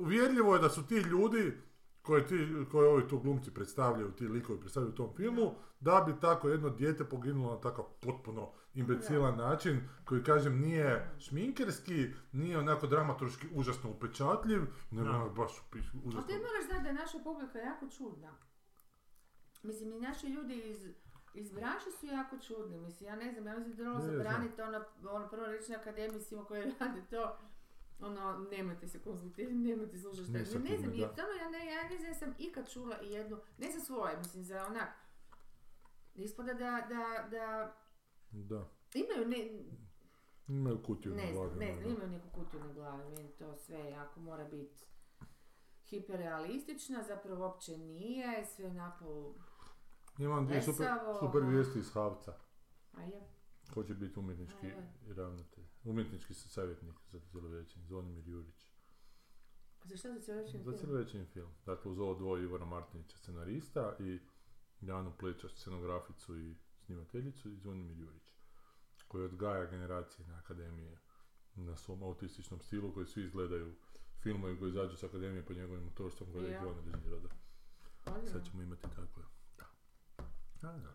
[SPEAKER 1] Uvjerljivo je da su ti ljudi koje, ti, koje ovi tu glumci predstavljaju, ti likovi predstavljaju u tom filmu, da bi tako jedno dijete poginulo na takav potpuno imbecilan način, koji kažem nije šminkerski, nije onako dramaturški užasno upečatljiv, nego
[SPEAKER 3] Da.
[SPEAKER 1] onako baš upi-
[SPEAKER 2] A ti
[SPEAKER 1] užasno...
[SPEAKER 2] moraš znati da je naša publika jako čudna. Mislim, i naši ljudi iz, iz branše su jako čudni. Mislim, ja ne znam, ja mislim da trebalo
[SPEAKER 1] Ne, ja znam.
[SPEAKER 2] zabraniti ono, ono prvo reći na akademisima koji rade to, ono, nemojte se konzultirati, nemojte slušati šta.
[SPEAKER 1] Ne
[SPEAKER 2] Ne,
[SPEAKER 1] sa
[SPEAKER 2] ne
[SPEAKER 1] time,
[SPEAKER 2] znam,
[SPEAKER 1] da.
[SPEAKER 2] jer stvarno ja ne, ja ne znam, ja sam ikad čula i jednu, ne za svoje, mislim, za onak, ispada da, da, da
[SPEAKER 1] Da,
[SPEAKER 2] imaju ne,
[SPEAKER 1] imaju kutiju na
[SPEAKER 2] ne znam,
[SPEAKER 1] glavi,
[SPEAKER 2] ne
[SPEAKER 1] ono,
[SPEAKER 2] znam, imaju neku kutiju na glavi, meni to sve jako mora biti hiperrealistična, zapravo uopće nije, sve onako,
[SPEAKER 1] Imam dvije super,
[SPEAKER 2] Veselo,
[SPEAKER 1] super
[SPEAKER 2] aha.
[SPEAKER 1] vijesti iz Havca.
[SPEAKER 2] a je,
[SPEAKER 1] Ko će biti umjetnički
[SPEAKER 2] Ajde.
[SPEAKER 1] ravnatelj? Umjetnički s- savjetnik za cjelovečerni, Zvonimir Jurić.
[SPEAKER 2] za šta za cjelovečni
[SPEAKER 1] Za
[SPEAKER 2] film?
[SPEAKER 1] cjelovečerni film. Dakle, uz ovo dvoje Ivana Martinića, scenarista i Janu Pleća, scenograficu i snimateljicu i Zvonimir Jurić. Koji odgaja generacije na akademije na svom autističnom stilu koji svi izgledaju filmovi koji izađu s akademije po njegovim motorstvom koji je
[SPEAKER 2] Ja.
[SPEAKER 1] on režirao. da.
[SPEAKER 2] Odlično.
[SPEAKER 1] Sad ćemo imati tako je. Da. A, da.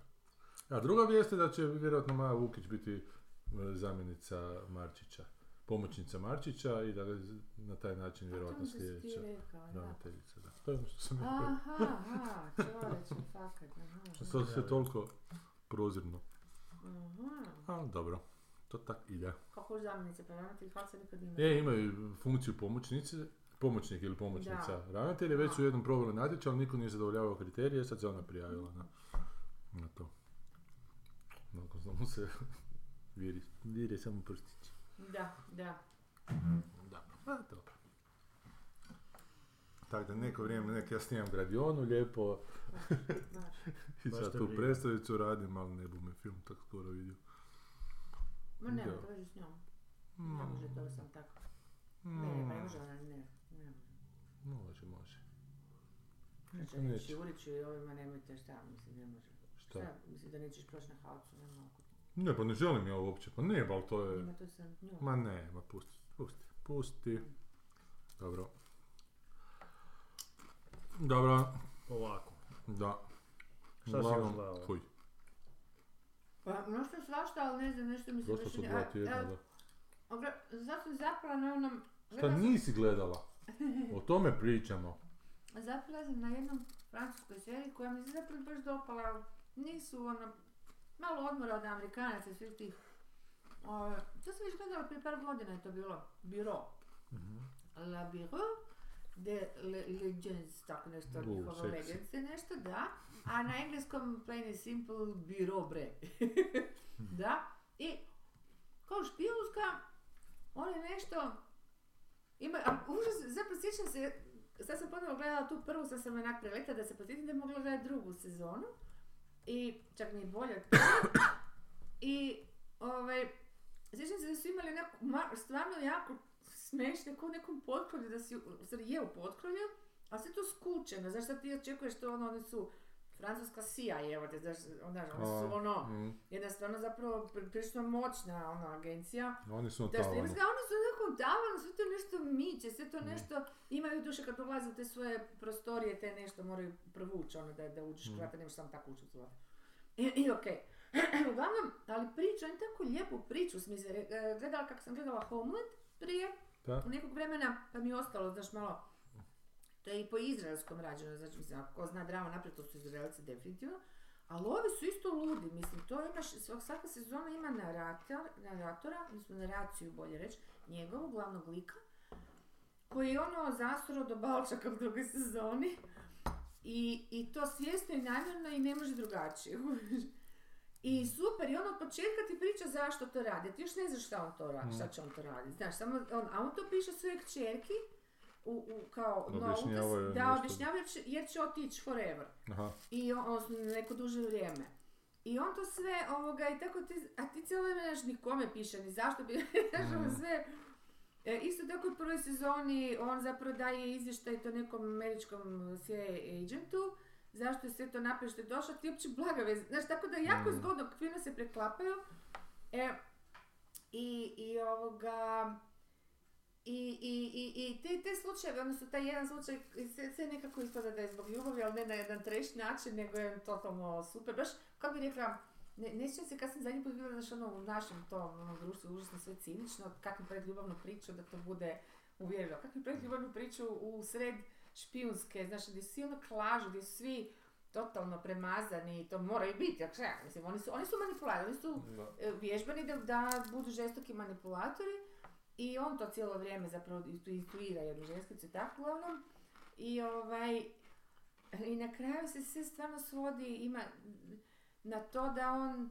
[SPEAKER 1] A druga vijest je da će vjerojatno Maja Vukić biti e, zamjenica Marčića, pomoćnica Marčića i da ga z- na taj način
[SPEAKER 2] A
[SPEAKER 1] vjerojatno
[SPEAKER 2] to mi se ti
[SPEAKER 1] sljedeća
[SPEAKER 2] rekao, da.
[SPEAKER 1] ravnateljica. Da. To je ono što sam ja rekao.
[SPEAKER 2] Aha, aha, čovječe, fakat, aha,
[SPEAKER 1] To je sve toliko prozirno.
[SPEAKER 2] aha.
[SPEAKER 1] Ali dobro, to tak ide.
[SPEAKER 2] Kako zamjenice, pa ravnatelj Halca nikad ima.
[SPEAKER 1] E, imaju funkciju pomoćnice, pomoćnik ili pomoćnica ravnatelja, već su
[SPEAKER 2] Da.
[SPEAKER 1] jednom proveli natječaj, ali niko nije zadovoljavao kriterije, sad se ona prijavila na, na to. Nakon što mu se viri, vire samo prstić.
[SPEAKER 2] Da, da.
[SPEAKER 1] Dobro, a, dobro. Tako da neko vrijeme, nek ja snimam gradionu lijepo
[SPEAKER 2] znaš.
[SPEAKER 1] i
[SPEAKER 3] Baš
[SPEAKER 1] sad
[SPEAKER 3] te
[SPEAKER 1] tu
[SPEAKER 3] briga.
[SPEAKER 1] predstavicu radim, ali ne bu me film tako skoro vidio.
[SPEAKER 2] Ma ne,
[SPEAKER 1] Da.
[SPEAKER 2] to s njom. Ne može, to sam tako. Ne, ne može ona, ne. ne.
[SPEAKER 1] Mm, Može, može.
[SPEAKER 2] Znači,
[SPEAKER 1] neće.
[SPEAKER 2] neće Uriću i ovima nemojte šta, mislim, ne može.
[SPEAKER 1] Šta?
[SPEAKER 2] Šta? Mislim da nećeš proći na haocu, ne mogu.
[SPEAKER 1] Ne, pa ne želim ja uopće, pa ne, ali to je...
[SPEAKER 2] Ima to sam nju.
[SPEAKER 1] Ma ne, ma pusti, pusti, pusti. Dobro. Dobro,
[SPEAKER 3] Ovako.
[SPEAKER 1] da.
[SPEAKER 3] Šta si još
[SPEAKER 1] Uglavnom,
[SPEAKER 3] gledala?
[SPEAKER 1] Fuj,
[SPEAKER 2] Pa, nešto svašta, ali ne znam, nešto mi se
[SPEAKER 1] dosta su
[SPEAKER 2] ne-
[SPEAKER 1] dva
[SPEAKER 2] a,
[SPEAKER 1] tjedna,
[SPEAKER 2] a,
[SPEAKER 1] da.
[SPEAKER 2] a gle- Zato sam zapala na onom...
[SPEAKER 1] Šta
[SPEAKER 2] gledala sam-
[SPEAKER 1] nisi gledala? O tome pričamo.
[SPEAKER 2] Zapala sam na jednom francuskoj seriji koja mi se zapravo baš dopala, ali nisu ono, malo odmora od Amerikanaca i svih tih. Ove, to sam već gledala prije par godina je to bilo, Biro. La Biro de le, Legends, tako nešto,
[SPEAKER 1] U,
[SPEAKER 2] njihova
[SPEAKER 1] seksi.
[SPEAKER 2] Legends je nešto, da. A na engleskom plain and simple Biro bre. da. I kao špijunska, on je nešto, ima, a, užas, zapravo sjećam se, sad sam ponovo gledala tu prvu, sad sam onak preleta da se podsjetim da je mogla gledati drugu sezonu. I čak mi je bolje od prve. I ovaj, sjećam se da su imali neku, ma, stvarno jako smešne, kao u nekom potkrolju, da si, u stvari je u potkrolju, a sve to skučeno, znaš šta ti očekuješ to ono, oni su, Francuska sija je, evo te, znaš, onda, oni su
[SPEAKER 1] A,
[SPEAKER 2] ono,
[SPEAKER 1] mm,
[SPEAKER 2] jedna stvarno zapravo pri- prilično moćna ona agencija.
[SPEAKER 1] Oni su na
[SPEAKER 2] Da ono što
[SPEAKER 1] tavanu.
[SPEAKER 2] oni su onako davano, sve to nešto miče, sve to nešto, imaju duše kad dolaze u te svoje prostorije, te nešto moraju provući, ono da, da uđeš
[SPEAKER 1] Mm.
[SPEAKER 2] mm. krata, ne možeš samo tako ući u svoje. I, i okej. Uglavnom, ali priča, oni tako lijepu priču, smisle, e, gledala kako sam gledala Homeland prije,
[SPEAKER 1] Da?
[SPEAKER 2] nekog vremena, pa mi je ostalo, znaš, malo, to je i po izraelskom rađeno, znači, mislim, ako ko zna dramu naprijed, to su izraelci definitivno, ali ovi su isto ludi, mislim, to imaš, svak- svaka sezona ima narator, naratora, mislim, naraciju bolje reći, njegovog glavnog lika, koji je ono zastro do balčaka u drugoj sezoni, i, i to svjesno i namjerno i ne može drugačije.
[SPEAKER 1] Mm.
[SPEAKER 2] I super, i on od početka ti priča zašto to radi, ti još ne znaš šta on to radi,
[SPEAKER 1] Mm.
[SPEAKER 2] šta će on to raditi, znaš, samo on, a on to piše svoje kćerki, u, u, kao, no,
[SPEAKER 1] Objašnjavaju
[SPEAKER 2] utas- da,
[SPEAKER 1] nešto.
[SPEAKER 2] objašnjavaju jer će, jer će otići forever,
[SPEAKER 1] Aha,
[SPEAKER 2] i on, odnosno na neko duže vrijeme. I on to sve, ovoga, i tako ti, a ti cijelo vrijeme nemaš ni kome piše, ni zašto bi, znaš, ono
[SPEAKER 1] Mhm.
[SPEAKER 2] sve, E, isto tako u prvoj sezoni on zapravo daje izvještaj to nekom američkom CIA agentu, zašto je sve to napravio što je došao, ti uopće blaga veze. Znaš, tako da je jako
[SPEAKER 1] Mm.
[SPEAKER 2] zgodno, fino se preklapaju. E, i, i ovoga... I, i, i, i te, te slučajeve, odnosno taj jedan slučaj, sve, sve nekako ispada da je zbog ljubavi, ali ne na jedan treš način, nego je totalno super. Baš, kako bi rekla, ne, ne sjećam se kad sam zadnji put bila znaš, ono, u našem tom ono, društvu užasno sve cinično, kakvu predljubavnu priču da to bude uvjerljivo. Kakvu predljubavnu priču u sred špijunske, znaš, gdje svi ono klažu, gdje su svi totalno premazani i to moraju biti, ako šta, mislim, oni su, oni su manipulatori, oni su e, vježbani da, da budu žestoki manipulatori i on to cijelo vrijeme zapravo tu instruira jednu ženskicu i tako uglavnom. I ovaj, i na kraju se sve stvarno svodi ima na to da on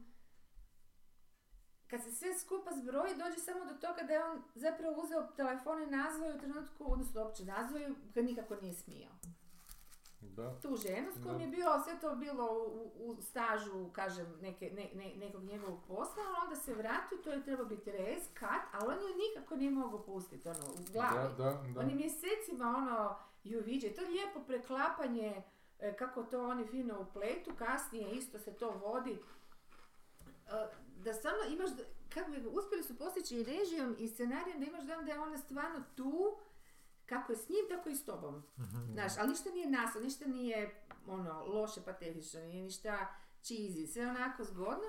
[SPEAKER 2] kad se sve skupa zbroji dođe samo do toga da je on zapravo uzeo telefon i nazvao je u trenutku, odnosno uopće nazvao je kad nikako nije smio.
[SPEAKER 1] da.
[SPEAKER 2] Tu ženu s kojom
[SPEAKER 1] Da.
[SPEAKER 2] je bio, sve to bilo u, u stažu, kažem, neke, ne, ne- nekog njegovog posla, ali onda se vratio, to je trebao biti rez, kat, ali on ju nikako nije mogao pustiti, ono, u glavi.
[SPEAKER 1] Da, da, da.
[SPEAKER 2] Oni mjesecima ono ju viđe, to je lijepo preklapanje e, kako to oni fino upletu, kasnije isto se to vodi. E, Da stvarno imaš, d- kako bi, uspjeli su postići i režijom i scenarijem da imaš dojam da je ona stvarno tu, kako je s njim, tako i s tobom.
[SPEAKER 1] Mm.
[SPEAKER 2] Znaš, ali ništa nije nasilno, ništa nije ono, loše patetično, nije ništa cheesy, sve onako zgodno.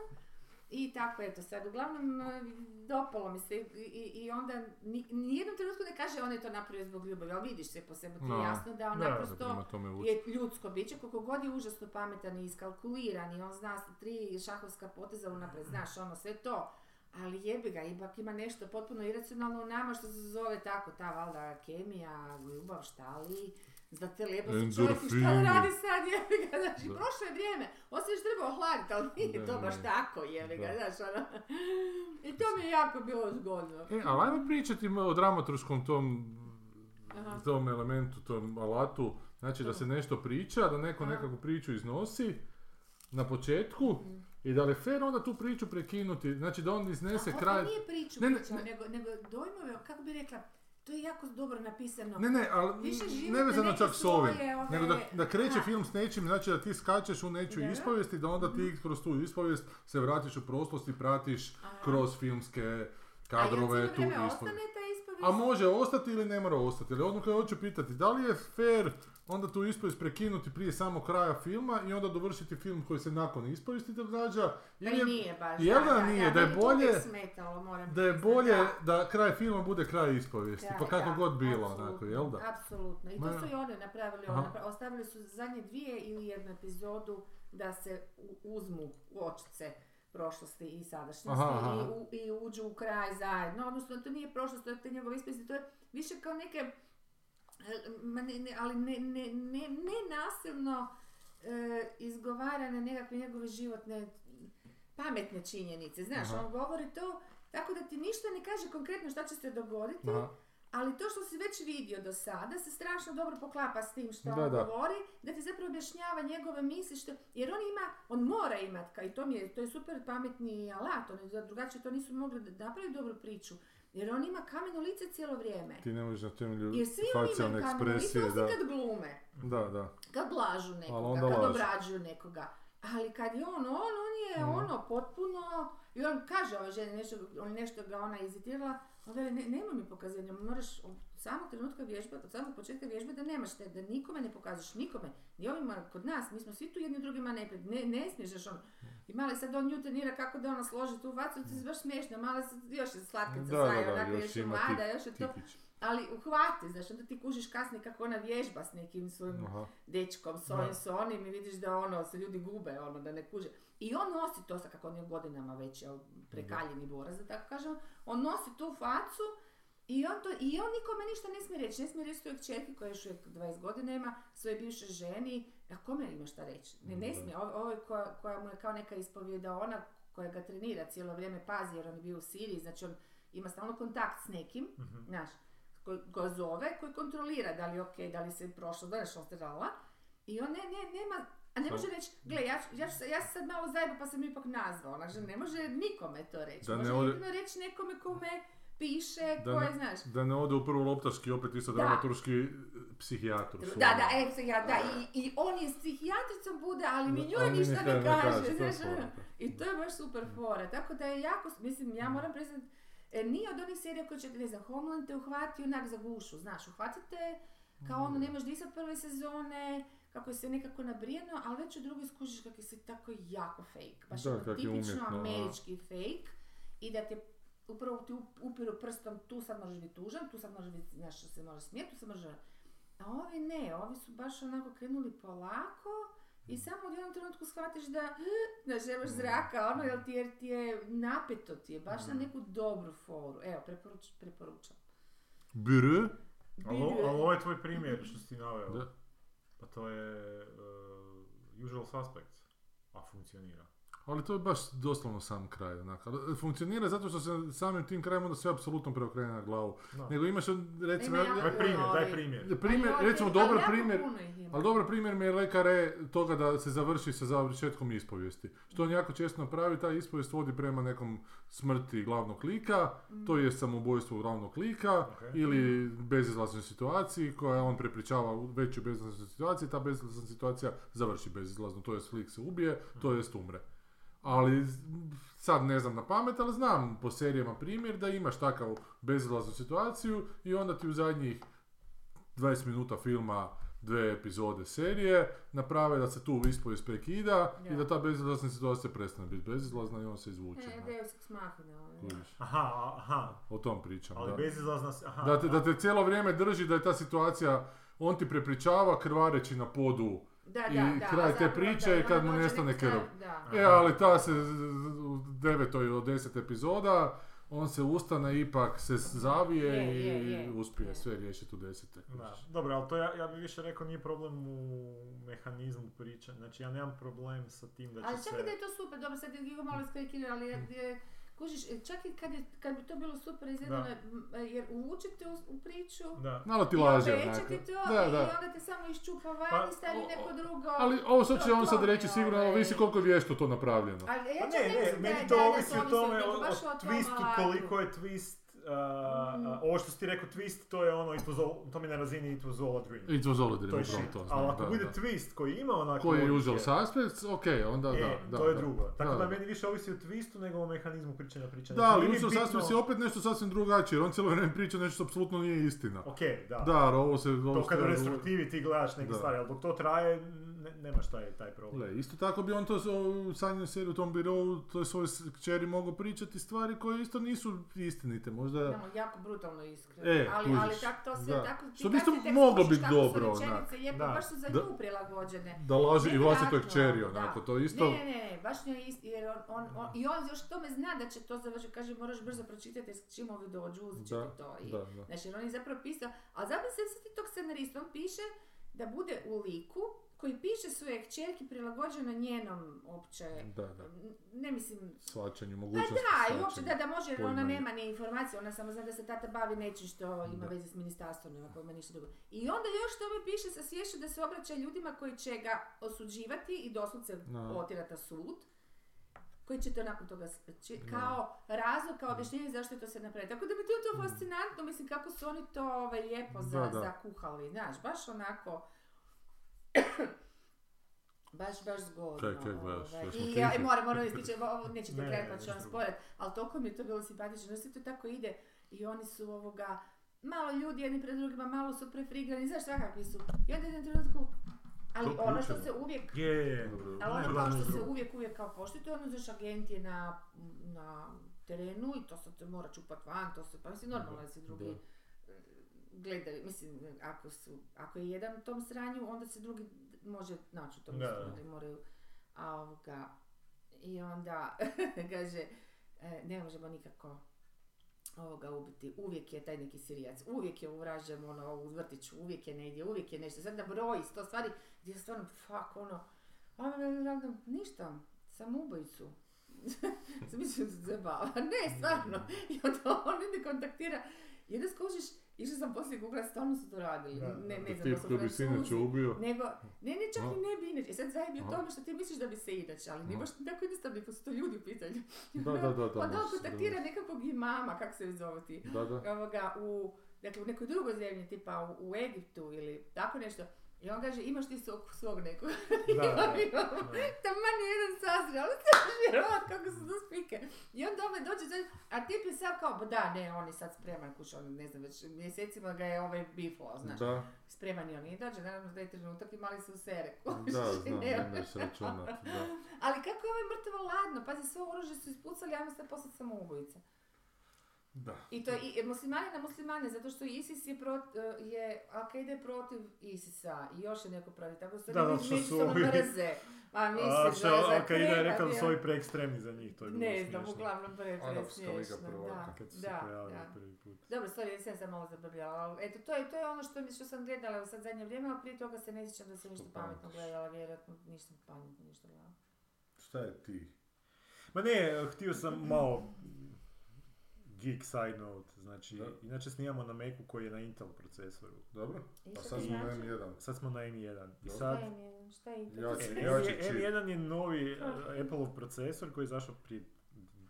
[SPEAKER 2] I tako, eto, sad, uglavnom, e, dopalo mi se i, i, i onda ni, nijednom trenutku ne kaže on je to napravio zbog ljubavi, ali vidiš sve po sebi, ti je
[SPEAKER 1] No,
[SPEAKER 2] jasno da on
[SPEAKER 3] da,
[SPEAKER 1] Zato
[SPEAKER 2] naprosto
[SPEAKER 1] prema tome vuče.
[SPEAKER 2] je ljudsko biće, koliko god je užasno pametan i iskalkuliran i on zna s- tri šahovska poteza unaprijed, znaš, ono, sve to. Ali jebi ga, ipak ima nešto potpuno iracionalno u nama što se zove tako, ta valjda kemija, ljubav, šta li, za te lepo su čovjek i šta
[SPEAKER 1] Endorfini.
[SPEAKER 2] da radi sad, jebi ga, znači,
[SPEAKER 1] Da.
[SPEAKER 2] prošlo je vrijeme, on se još treba ohladiti, ali nije
[SPEAKER 1] Da,
[SPEAKER 2] to baš
[SPEAKER 1] ne.
[SPEAKER 2] tako, jebi ga,
[SPEAKER 1] Da.
[SPEAKER 2] znaš, ono. I to mi je jako bilo zgodno.
[SPEAKER 1] E, ali ajmo pričati malo o dramaturškom tom
[SPEAKER 2] Aha.
[SPEAKER 1] tom elementu, tom alatu, znači da se nešto priča, da neko
[SPEAKER 2] Aha.
[SPEAKER 1] nekakvu priču iznosi na početku
[SPEAKER 2] Mhm.
[SPEAKER 1] i da li je fair onda tu priču prekinuti, znači da on iznese
[SPEAKER 2] A ovo
[SPEAKER 1] kraj...
[SPEAKER 2] nije priču
[SPEAKER 1] Ne, ne,
[SPEAKER 2] pričao,
[SPEAKER 1] ne.
[SPEAKER 2] nego, nego dojmove, kako bi rekla, To je jako dobro napisano.
[SPEAKER 1] Ne, ne, ali
[SPEAKER 2] Više životne
[SPEAKER 1] nevezano
[SPEAKER 2] neke
[SPEAKER 1] čak s ovim.
[SPEAKER 2] svoje, ove-
[SPEAKER 1] Nego da, da kreće
[SPEAKER 2] Aha.
[SPEAKER 1] film s nečim, znači da ti skačeš u nečiju
[SPEAKER 2] Da. Mhm.
[SPEAKER 1] ispovijest i da onda ti kroz tu ispovijest se vratiš u prošlost i pratiš
[SPEAKER 2] Aha.
[SPEAKER 1] kroz filmske
[SPEAKER 2] A jel
[SPEAKER 1] kadrove,
[SPEAKER 2] cijelo
[SPEAKER 1] tu
[SPEAKER 2] vrijeme
[SPEAKER 1] ispovijest.
[SPEAKER 2] ostane ta ispovijest?
[SPEAKER 1] A može ostati ili ne mora ostati. Ali ono koje hoću pitati, da li je fair onda tu ispovijest prekinuti prije samog kraja filma i onda dovršiti film koji se nakon ispovijesti događa?
[SPEAKER 2] Pa i
[SPEAKER 1] Ili je-
[SPEAKER 2] nije baš.
[SPEAKER 1] jel da nije, da je
[SPEAKER 2] meni to uvijek
[SPEAKER 1] bolje-
[SPEAKER 2] smetalo, moram
[SPEAKER 1] da je
[SPEAKER 2] priznat,
[SPEAKER 1] bolje
[SPEAKER 2] da.
[SPEAKER 1] da kraj filma bude kraj ispovijesti,
[SPEAKER 2] Da,
[SPEAKER 1] pa kako
[SPEAKER 2] da,
[SPEAKER 1] god bilo
[SPEAKER 2] apsolutno,
[SPEAKER 1] onako, jel da?
[SPEAKER 2] Apsolutno. I
[SPEAKER 1] Ma-
[SPEAKER 2] to su i one napravili.
[SPEAKER 1] Aha.
[SPEAKER 2] One, napra- ostavili su zadnje dvije ili jednu epizodu da se u- uzmu očice prošlosti i sadašnjosti
[SPEAKER 1] Aha, aha.
[SPEAKER 2] i, u- i uđu u kraj zajedno. Odnosno, to nije prošlost, to je te njegove ispisi, to je više kao neke, e, ma ne- ne- ali ne, ne, ne, ne nasilno e, izgovarane nekakve njegove životne pametne činjenice. Znaš,
[SPEAKER 1] Aha.
[SPEAKER 2] on govori to tako da ti ništa ne kaže konkretno šta će se dogoditi,
[SPEAKER 1] Aha.
[SPEAKER 2] ali to što si već vidio do sada se strašno dobro poklapa s tim što
[SPEAKER 1] Da,
[SPEAKER 2] on
[SPEAKER 1] da.
[SPEAKER 2] govori, da ti zapravo objašnjava njegove misli, što, jer on ima, on mora imat, ka- i to, mi je, to je super pametni alat, oni za- drugačije to nisu mogli da- napraviti dobru priču, jer on ima kameno lice cijelo vrijeme.
[SPEAKER 1] Ti ne možeš na temelju
[SPEAKER 2] Jer svi oni
[SPEAKER 1] facijalne
[SPEAKER 2] imaju kameno lice,
[SPEAKER 1] ekspresije,
[SPEAKER 2] osim
[SPEAKER 1] da,
[SPEAKER 2] kad glume
[SPEAKER 1] da, da.
[SPEAKER 2] kad blažu nekoga,
[SPEAKER 1] onda
[SPEAKER 2] kad
[SPEAKER 1] laže.
[SPEAKER 2] obrađuju nekoga. Ali kad je on on, on je
[SPEAKER 1] Mhm.
[SPEAKER 2] ono potpuno, i on kaže ovoj ženi nešto, on nešto ga ona izitirala, on veli, ne, nemoj mi pokazivanja, moraš od samog trenutka vježbe, od samog početka vježbe da nemaš te, da nikome ne pokažeš, nikome, ni ovima kod nas, mi smo svi tu jedni drugima nepred, ne, ne smiješ, znaš, on, i male sad on nju trenira kako da ona složi tu vacu, to je baš smiješno, male sad još je slatkica,
[SPEAKER 1] Da, da,
[SPEAKER 2] zna, i
[SPEAKER 1] da,
[SPEAKER 2] onako
[SPEAKER 1] još
[SPEAKER 2] još je
[SPEAKER 1] ima
[SPEAKER 2] mlada, još je to,
[SPEAKER 1] Tikić.
[SPEAKER 2] ali uhvati, znaš, onda ti kužiš kasnije kako ona vježba s nekim svojim
[SPEAKER 1] Aha.
[SPEAKER 2] dečkom s ovim, s onim i vidiš da ono se ljudi gube, ono da ne kuže. I on nosi to, sa kako on je godinama već jel, prekaljeni borac, da tako kažem, on nosi tu facu i on, to, i on nikome ništa ne smije reći, ne smije reći svojeg čerki koja još uvijek 20 godina ima, svoje bivše ženi, a kome ima šta reći? Ne, ne
[SPEAKER 1] Da.
[SPEAKER 2] smije, ovo ovo je koja, koja mu je kao neka ispovjeda ona koja ga trenira cijelo vrijeme, pazi jer on je bio u Siriji, znači on ima stalno kontakt s nekim,
[SPEAKER 3] Mhm.
[SPEAKER 2] znaš, koji ko zove, koji kontrolira da li je okej, da li se prošlo, da li je što se dala. I on ne, ne, nema, a ne
[SPEAKER 1] Samo-
[SPEAKER 2] može reći, gle, ja, ću- ja, ću se- ja sam sad malo zajeba pa sam ipak nazvao, znači ne može nikome to reći,
[SPEAKER 1] Da ne
[SPEAKER 2] može
[SPEAKER 1] ode-
[SPEAKER 2] jedino reći nekome kome piše,
[SPEAKER 1] Da
[SPEAKER 2] koje,
[SPEAKER 1] ne-
[SPEAKER 2] znaš.
[SPEAKER 1] Da ne ode u prvo loptaški, opet isto
[SPEAKER 2] Da.
[SPEAKER 1] dramaturški eh, psihijatru.
[SPEAKER 2] Da,
[SPEAKER 1] svoju.
[SPEAKER 2] da, e, psihijar- da, i, i on je s psihijatricom bude, ali mi e, njoj
[SPEAKER 1] Ali mi
[SPEAKER 2] ništa ne
[SPEAKER 1] to
[SPEAKER 2] kaže,
[SPEAKER 1] je
[SPEAKER 2] znaš, ono.
[SPEAKER 1] poanta.
[SPEAKER 2] I to je baš super fora, tako da je jako, mislim, ja moram priznat, e, nije od onih serija koje će, ne znam, Homeland te uhvati onak za gušu, znaš, uhvatite kao ono, nemaš disat prve sezone, kako je sve nekako nabrijeno, ali već u drugoj skužiš kako je sve tako jako fake, baš
[SPEAKER 1] Da,
[SPEAKER 2] ono
[SPEAKER 1] kako je
[SPEAKER 2] tipično
[SPEAKER 1] umjetno, a.
[SPEAKER 2] američki fake i da te upravo ti up- upiru prstom, tu sad možeš biti tužan, tu sad možeš biti, znaš, se možeš smijeti, tu se možeš... A ovi ne, ovi su baš onako krenuli polako i samo u jednom trenutku shvatiš da znaš, nemaš
[SPEAKER 1] Mm.
[SPEAKER 2] zraka, ono, jel ti, jer ti je napeto ti je, baš na
[SPEAKER 3] Mm.
[SPEAKER 2] neku dobru foru. Evo, preporuč, preporučam.
[SPEAKER 1] Br,
[SPEAKER 3] Ali
[SPEAKER 2] Vidio je.
[SPEAKER 3] ovo je tvoj primjer što si ti naveo.
[SPEAKER 1] Da.
[SPEAKER 3] Pa to je eh, usual suspect. A funkcionira.
[SPEAKER 1] ali to je baš doslovno sam kraj. Onak. Ali, eh, Funkcionira zato što se samim tim krajem onda sve apsolutno preokrene na glavu.
[SPEAKER 3] Da.
[SPEAKER 1] Nego imaš, recimo,
[SPEAKER 2] Ima jako
[SPEAKER 1] ja-
[SPEAKER 3] Daj primjer,
[SPEAKER 2] Ovi.
[SPEAKER 3] daj primjer.
[SPEAKER 1] primjer,
[SPEAKER 2] Ali ovo-
[SPEAKER 1] recimo,
[SPEAKER 2] ali
[SPEAKER 1] dobar
[SPEAKER 2] jako
[SPEAKER 1] primjer,
[SPEAKER 2] puno ih ima.
[SPEAKER 1] Ali dobar primjer mi je lekare toga da se završi sa završetkom ispovijesti. Što on jako često napravi, ta ispovijest vodi prema nekom smrti glavnog lika,
[SPEAKER 2] Mm.
[SPEAKER 1] to je samoubojstvo glavnog lika
[SPEAKER 3] Ok.
[SPEAKER 1] ili bezizlaznoj situaciji koja on prepričava u većoj bezizlaznoj situaciji, ta bezizlazna situacija završi bezizlazno, to jest lik se ubije, to jest umre. Ali z- sad ne znam na pamet, ali znam po serijama primjer da imaš takav bezizlaznu situaciju i onda ti u zadnjih 20 minuta filma dve epizode serije naprave da se tu ispovijest prekida i
[SPEAKER 2] Da.
[SPEAKER 1] da ta bezizlazna situacija prestane biti bezizlazna i on se izvuče.
[SPEAKER 2] E,
[SPEAKER 1] no.
[SPEAKER 2] Deus Ex Machina, ono.
[SPEAKER 1] Kužiš?
[SPEAKER 3] Aha, aha.
[SPEAKER 1] O tom pričam,
[SPEAKER 3] Ali
[SPEAKER 1] da.
[SPEAKER 3] bezizlazna... s- Aha,
[SPEAKER 1] Da te, da te cijelo vrijeme drži da je ta situacija, on ti prepričava krvareći na podu.
[SPEAKER 2] Da,
[SPEAKER 1] I
[SPEAKER 2] da, da,
[SPEAKER 1] kraj
[SPEAKER 2] a
[SPEAKER 1] te
[SPEAKER 2] zapravo
[SPEAKER 1] priče
[SPEAKER 2] da,
[SPEAKER 1] je
[SPEAKER 2] ona
[SPEAKER 1] kad mu
[SPEAKER 2] dođe
[SPEAKER 1] nestane
[SPEAKER 2] nek- da,
[SPEAKER 1] krv.
[SPEAKER 2] Da,
[SPEAKER 1] E, ali ta se z- u devetoj od deset epizoda, on se ustane, ipak se zavije
[SPEAKER 2] Je,
[SPEAKER 1] i
[SPEAKER 2] je, je,
[SPEAKER 1] uspije
[SPEAKER 2] je.
[SPEAKER 1] sve riješiti u desete.
[SPEAKER 3] Da, dobro, ali to ja, ja bi više rekao nije problem u mehanizmu priče. Znači ja nemam problem sa tim da će
[SPEAKER 2] Ali
[SPEAKER 3] se...
[SPEAKER 2] čak i da je to super, dobro, sad je ga malo iskrikirao, ali
[SPEAKER 1] Mm.
[SPEAKER 2] je, je- kužiš, e, čak i kad, je, kad bi to bilo super izvedeno,
[SPEAKER 3] Da.
[SPEAKER 2] m, e, jer uvučete u, u priču,
[SPEAKER 3] Da.
[SPEAKER 1] Malo ti
[SPEAKER 2] i
[SPEAKER 1] laže
[SPEAKER 2] obeća
[SPEAKER 1] onako.
[SPEAKER 2] ti to,
[SPEAKER 1] Da,
[SPEAKER 2] i
[SPEAKER 1] da.
[SPEAKER 2] onda te samo iščupa
[SPEAKER 3] Pa,
[SPEAKER 2] van i stavi
[SPEAKER 1] o- o-
[SPEAKER 2] neko drugo.
[SPEAKER 1] Ali ovo što će
[SPEAKER 2] To-
[SPEAKER 1] on
[SPEAKER 2] to
[SPEAKER 1] sad
[SPEAKER 2] mi
[SPEAKER 1] reći
[SPEAKER 2] je
[SPEAKER 1] sigurno
[SPEAKER 2] ovaj-
[SPEAKER 1] ovisi koliko je vješto to napravljeno.
[SPEAKER 2] Ali ja
[SPEAKER 3] Pa
[SPEAKER 2] čak
[SPEAKER 3] ne,
[SPEAKER 2] ne
[SPEAKER 3] ne,
[SPEAKER 2] mislim da je-
[SPEAKER 3] meni
[SPEAKER 2] da-
[SPEAKER 3] to
[SPEAKER 2] da
[SPEAKER 3] ovisi o
[SPEAKER 2] ovisi
[SPEAKER 3] tome,
[SPEAKER 2] nego
[SPEAKER 3] o,
[SPEAKER 2] baš
[SPEAKER 3] o
[SPEAKER 2] tom
[SPEAKER 3] twistu
[SPEAKER 2] alatu.
[SPEAKER 3] koliko je twist eh, a, a,
[SPEAKER 2] Mhm.
[SPEAKER 3] ovo što si ti rekao twist, to je ono, it was all, to mi je na razini it was all a dream.
[SPEAKER 1] I to zolo
[SPEAKER 3] to je
[SPEAKER 1] upravo
[SPEAKER 3] shit.
[SPEAKER 1] to. znam,
[SPEAKER 3] Ali ako
[SPEAKER 1] da,
[SPEAKER 3] bude
[SPEAKER 1] da.
[SPEAKER 3] twist koji ima onako...
[SPEAKER 1] Koji je
[SPEAKER 3] logike,
[SPEAKER 1] usual suspects, ok, onda da,
[SPEAKER 3] e,
[SPEAKER 1] da.
[SPEAKER 3] to je
[SPEAKER 1] da.
[SPEAKER 3] drugo. Tako
[SPEAKER 1] Da,
[SPEAKER 3] da,
[SPEAKER 1] da.
[SPEAKER 3] meni više ovisi o twistu nego o mehanizmu pričanja pričanja.
[SPEAKER 1] Da, ali
[SPEAKER 3] Nije mi
[SPEAKER 1] usual
[SPEAKER 3] bitno-
[SPEAKER 1] suspects je opet nešto sasvim drugačije, jer on cijelo vrijeme priča nešto što apsolutno nije istina.
[SPEAKER 3] Ok,
[SPEAKER 1] Da, ali ovo se... ovo
[SPEAKER 3] To
[SPEAKER 1] što
[SPEAKER 3] kad u
[SPEAKER 1] ja govorim-
[SPEAKER 3] restruktivi ti gledaš neke
[SPEAKER 1] Da.
[SPEAKER 3] stvari, ali dok to traje, ne, nemaš taj, taj problem.
[SPEAKER 1] Gle, isto tako bi on to s- u sanjenu seriju u tom birovu, to je svoje kćeri mogao pričati stvari koje isto nisu istinite, možda...
[SPEAKER 2] Znamo, jako brutalno iskreno.
[SPEAKER 1] E,
[SPEAKER 2] ali,
[SPEAKER 1] kužiš,
[SPEAKER 2] ali tak to sve
[SPEAKER 1] da.
[SPEAKER 2] tako... ti
[SPEAKER 1] Što bi
[SPEAKER 2] kad
[SPEAKER 1] isto
[SPEAKER 2] se tek
[SPEAKER 1] moglo
[SPEAKER 2] skužiš
[SPEAKER 1] biti
[SPEAKER 2] kako su
[SPEAKER 1] dobro, onak.
[SPEAKER 2] Rečenice, lijepo,
[SPEAKER 3] Da.
[SPEAKER 2] baš su za
[SPEAKER 1] Da.
[SPEAKER 2] nju prilagođene.
[SPEAKER 1] Da laži i vlastitoj kćeri,
[SPEAKER 2] Nevjerojatno, da.
[SPEAKER 1] onako, to isto...
[SPEAKER 2] Ne, ne, ne, baš njoj isti, jer on, on, on- i on još tome zna da će to završiti, kaže moraš brzo pročitati jer čim ovi dođu, uzet ćete
[SPEAKER 1] Da,
[SPEAKER 2] to. I,
[SPEAKER 1] Da, da.
[SPEAKER 2] Znači, jer on je zapravo pisao, a zamisli se ti tog scenarista, on piše da bude u liku koji piše svoje kćerki prilagođeno njenom opće,
[SPEAKER 1] Da, da.
[SPEAKER 2] ne mislim,
[SPEAKER 1] Svačanju,
[SPEAKER 2] pa
[SPEAKER 1] mogućnosti
[SPEAKER 2] da, i uopće
[SPEAKER 1] shvaćanja.
[SPEAKER 2] da, da može, jer
[SPEAKER 1] pojma
[SPEAKER 2] ona
[SPEAKER 1] je.
[SPEAKER 2] nema ni informacije, ona samo zna da se tata bavi nečim što ima
[SPEAKER 1] Da.
[SPEAKER 2] veze s ministarstvom, nema pojma ništa drugo. I onda još tome piše sa svješću da se obraća ljudima koji će ga osuđivati i doslovce
[SPEAKER 1] Da.
[SPEAKER 2] otjerati na sud, koji će to nakon toga spreći,
[SPEAKER 1] Da.
[SPEAKER 2] kao razlog, kao objašnjenje zašto je to se napravilo. Tako da bi to
[SPEAKER 1] Mm.
[SPEAKER 2] to fascinantno, mislim kako su oni to ovaj, lijepo za,
[SPEAKER 1] Da, da.
[SPEAKER 2] zakuhali, znaš, baš onako... baš, baš zgodno.
[SPEAKER 1] Kaj- kaj gledaš,
[SPEAKER 2] ovaj.
[SPEAKER 1] jesmo
[SPEAKER 2] I ja,
[SPEAKER 1] tihi?
[SPEAKER 2] moram, moram ispričati, ovo nećete
[SPEAKER 3] Ne,
[SPEAKER 2] kraj
[SPEAKER 3] ne,
[SPEAKER 2] pa ću
[SPEAKER 3] ne,
[SPEAKER 2] vam
[SPEAKER 3] ne.
[SPEAKER 2] spored, ali toliko mi je to bilo simpatično, no sve to tako ide i oni su ovoga, malo ljudi jedni pred drugima, malo su prefrigrani, znaš svakakvi su. I onda u jednom trenutku, ali
[SPEAKER 1] To
[SPEAKER 2] ono što
[SPEAKER 1] ključevo.
[SPEAKER 2] se uvijek
[SPEAKER 3] Je,
[SPEAKER 1] Dobro.
[SPEAKER 2] ali ono
[SPEAKER 3] Glavno
[SPEAKER 2] kao što se
[SPEAKER 3] drugo.
[SPEAKER 2] uvijek, uvijek kao poštuje, to je ono znaš agent je na, na terenu i to se te mora čupat van, to se, pa mislim normalno da se drugi
[SPEAKER 1] Da.
[SPEAKER 2] eh, gledaju, mislim ako, su, ako je jedan u tom sranju, onda se drugi može naći u tom
[SPEAKER 3] Da.
[SPEAKER 2] sranju, ali moraju, a ovoga, i onda kaže, e, ne možemo nikako ovoga ubiti, uvijek je taj neki sirijac, uvijek je u vražem, ono, u vrtiću, uvijek je negdje, uvijek je nešto, sad da broji sto stvari, gdje stvarno, fuck, ono, a, ne, ne, ne, ne, ništa, sam ubojicu. Sam mislila da se zabava. Ne, stvarno.
[SPEAKER 1] Mm.
[SPEAKER 2] I onda on ide kontaktira. I onda skužiš, išla sam poslije Google, stvarno su to radili.
[SPEAKER 3] Da,
[SPEAKER 2] Ne, ne znam,
[SPEAKER 1] Tip
[SPEAKER 2] to su
[SPEAKER 1] koji bi
[SPEAKER 2] Francuzi.
[SPEAKER 1] sinoć ubio,
[SPEAKER 2] Nego, ne, ne, čak
[SPEAKER 1] Aha.
[SPEAKER 2] i ne bi inače. I sad zajedno je u
[SPEAKER 1] Aha.
[SPEAKER 2] tome što ti misliš da bi se inače, ali nije
[SPEAKER 1] Aha.
[SPEAKER 2] baš tako jednostavno, to su to ljudi u pitanju.
[SPEAKER 1] Da, da, da, da,
[SPEAKER 2] Pa
[SPEAKER 1] može
[SPEAKER 2] da, on
[SPEAKER 1] se
[SPEAKER 2] kontaktira
[SPEAKER 1] dogoditi.
[SPEAKER 2] nekakvog imama, kako se zove ti
[SPEAKER 1] da, da.
[SPEAKER 2] ovoga, u, dakle, u nekoj drugoj zemlji, tipa u, u Egiptu ili tako nešto. I on kaže, imaš ti svog, svog nekog.
[SPEAKER 3] Da, da, da.
[SPEAKER 2] Taman je jedan sazri, ali se vjerovat kako su to spike. I onda ovaj dođe, dođe, a tip je sad kao, ba da, ne, on je sad spreman, kuš, on, ne znam, već mjesecima ga je ovaj bifo, znaš.
[SPEAKER 1] Da,
[SPEAKER 2] Spreman je on i dođe, naravno da je trenutak i mali se usere, kuš.
[SPEAKER 1] da, znam,
[SPEAKER 2] ne,
[SPEAKER 1] ne možeš računati, da.
[SPEAKER 2] Ali kako je ovaj mrtvo ladno, pazi, sve oružje su ispucali, ajmo sad poslati samoubojica.
[SPEAKER 1] Da.
[SPEAKER 2] I to je i, muslimani na muslimane, zato što ISIS je, prot, e, je Al-Qaeda je protiv ISIS-a i još je neko protiv, tako se
[SPEAKER 3] Da,
[SPEAKER 2] oni
[SPEAKER 3] zato što su
[SPEAKER 2] međusobno
[SPEAKER 3] ovi-
[SPEAKER 2] mrze. Ma mislim,
[SPEAKER 3] A
[SPEAKER 2] da
[SPEAKER 3] što,
[SPEAKER 2] za
[SPEAKER 3] kad je
[SPEAKER 2] treba
[SPEAKER 3] rekao da
[SPEAKER 2] bi-
[SPEAKER 3] su ovi preekstremni za njih, to je bilo
[SPEAKER 2] Ne znam,
[SPEAKER 3] smiješno.
[SPEAKER 2] uglavnom pre, pre
[SPEAKER 1] Arapska Ono liga
[SPEAKER 2] smiješno, da,
[SPEAKER 1] prvaka.
[SPEAKER 3] Kad su se
[SPEAKER 2] da,
[SPEAKER 3] pojavili
[SPEAKER 2] da.
[SPEAKER 3] prvi put.
[SPEAKER 2] Dobro, sorry, ja sam se malo zabavljala, ali eto, to je, to je ono što, mi- što sam gledala u sad zadnje vrijeme, ali prije toga se ne sjećam da sam ništa pametno
[SPEAKER 1] pamtiš?
[SPEAKER 2] gledala, vjerojatno nisam pametno ništa gledala.
[SPEAKER 1] Šta je ti?
[SPEAKER 3] Ma ne, htio sam malo geek side note, znači,
[SPEAKER 1] Da.
[SPEAKER 3] inače snimamo na Macu koji je na Intel procesoru.
[SPEAKER 1] Dobro?
[SPEAKER 2] I
[SPEAKER 1] Pa
[SPEAKER 2] što
[SPEAKER 1] sad
[SPEAKER 2] to
[SPEAKER 1] smo na
[SPEAKER 2] znači?
[SPEAKER 1] M1.
[SPEAKER 3] Sad smo na M1 i
[SPEAKER 1] Dobro.
[SPEAKER 3] sad...
[SPEAKER 2] Šta je njeno? Šta je to?
[SPEAKER 1] Ja
[SPEAKER 2] To
[SPEAKER 1] ću-
[SPEAKER 2] se-
[SPEAKER 1] E, ja ću-
[SPEAKER 3] M1 M1 je novi
[SPEAKER 2] Ah.
[SPEAKER 3] Apple procesor koji je izašao prije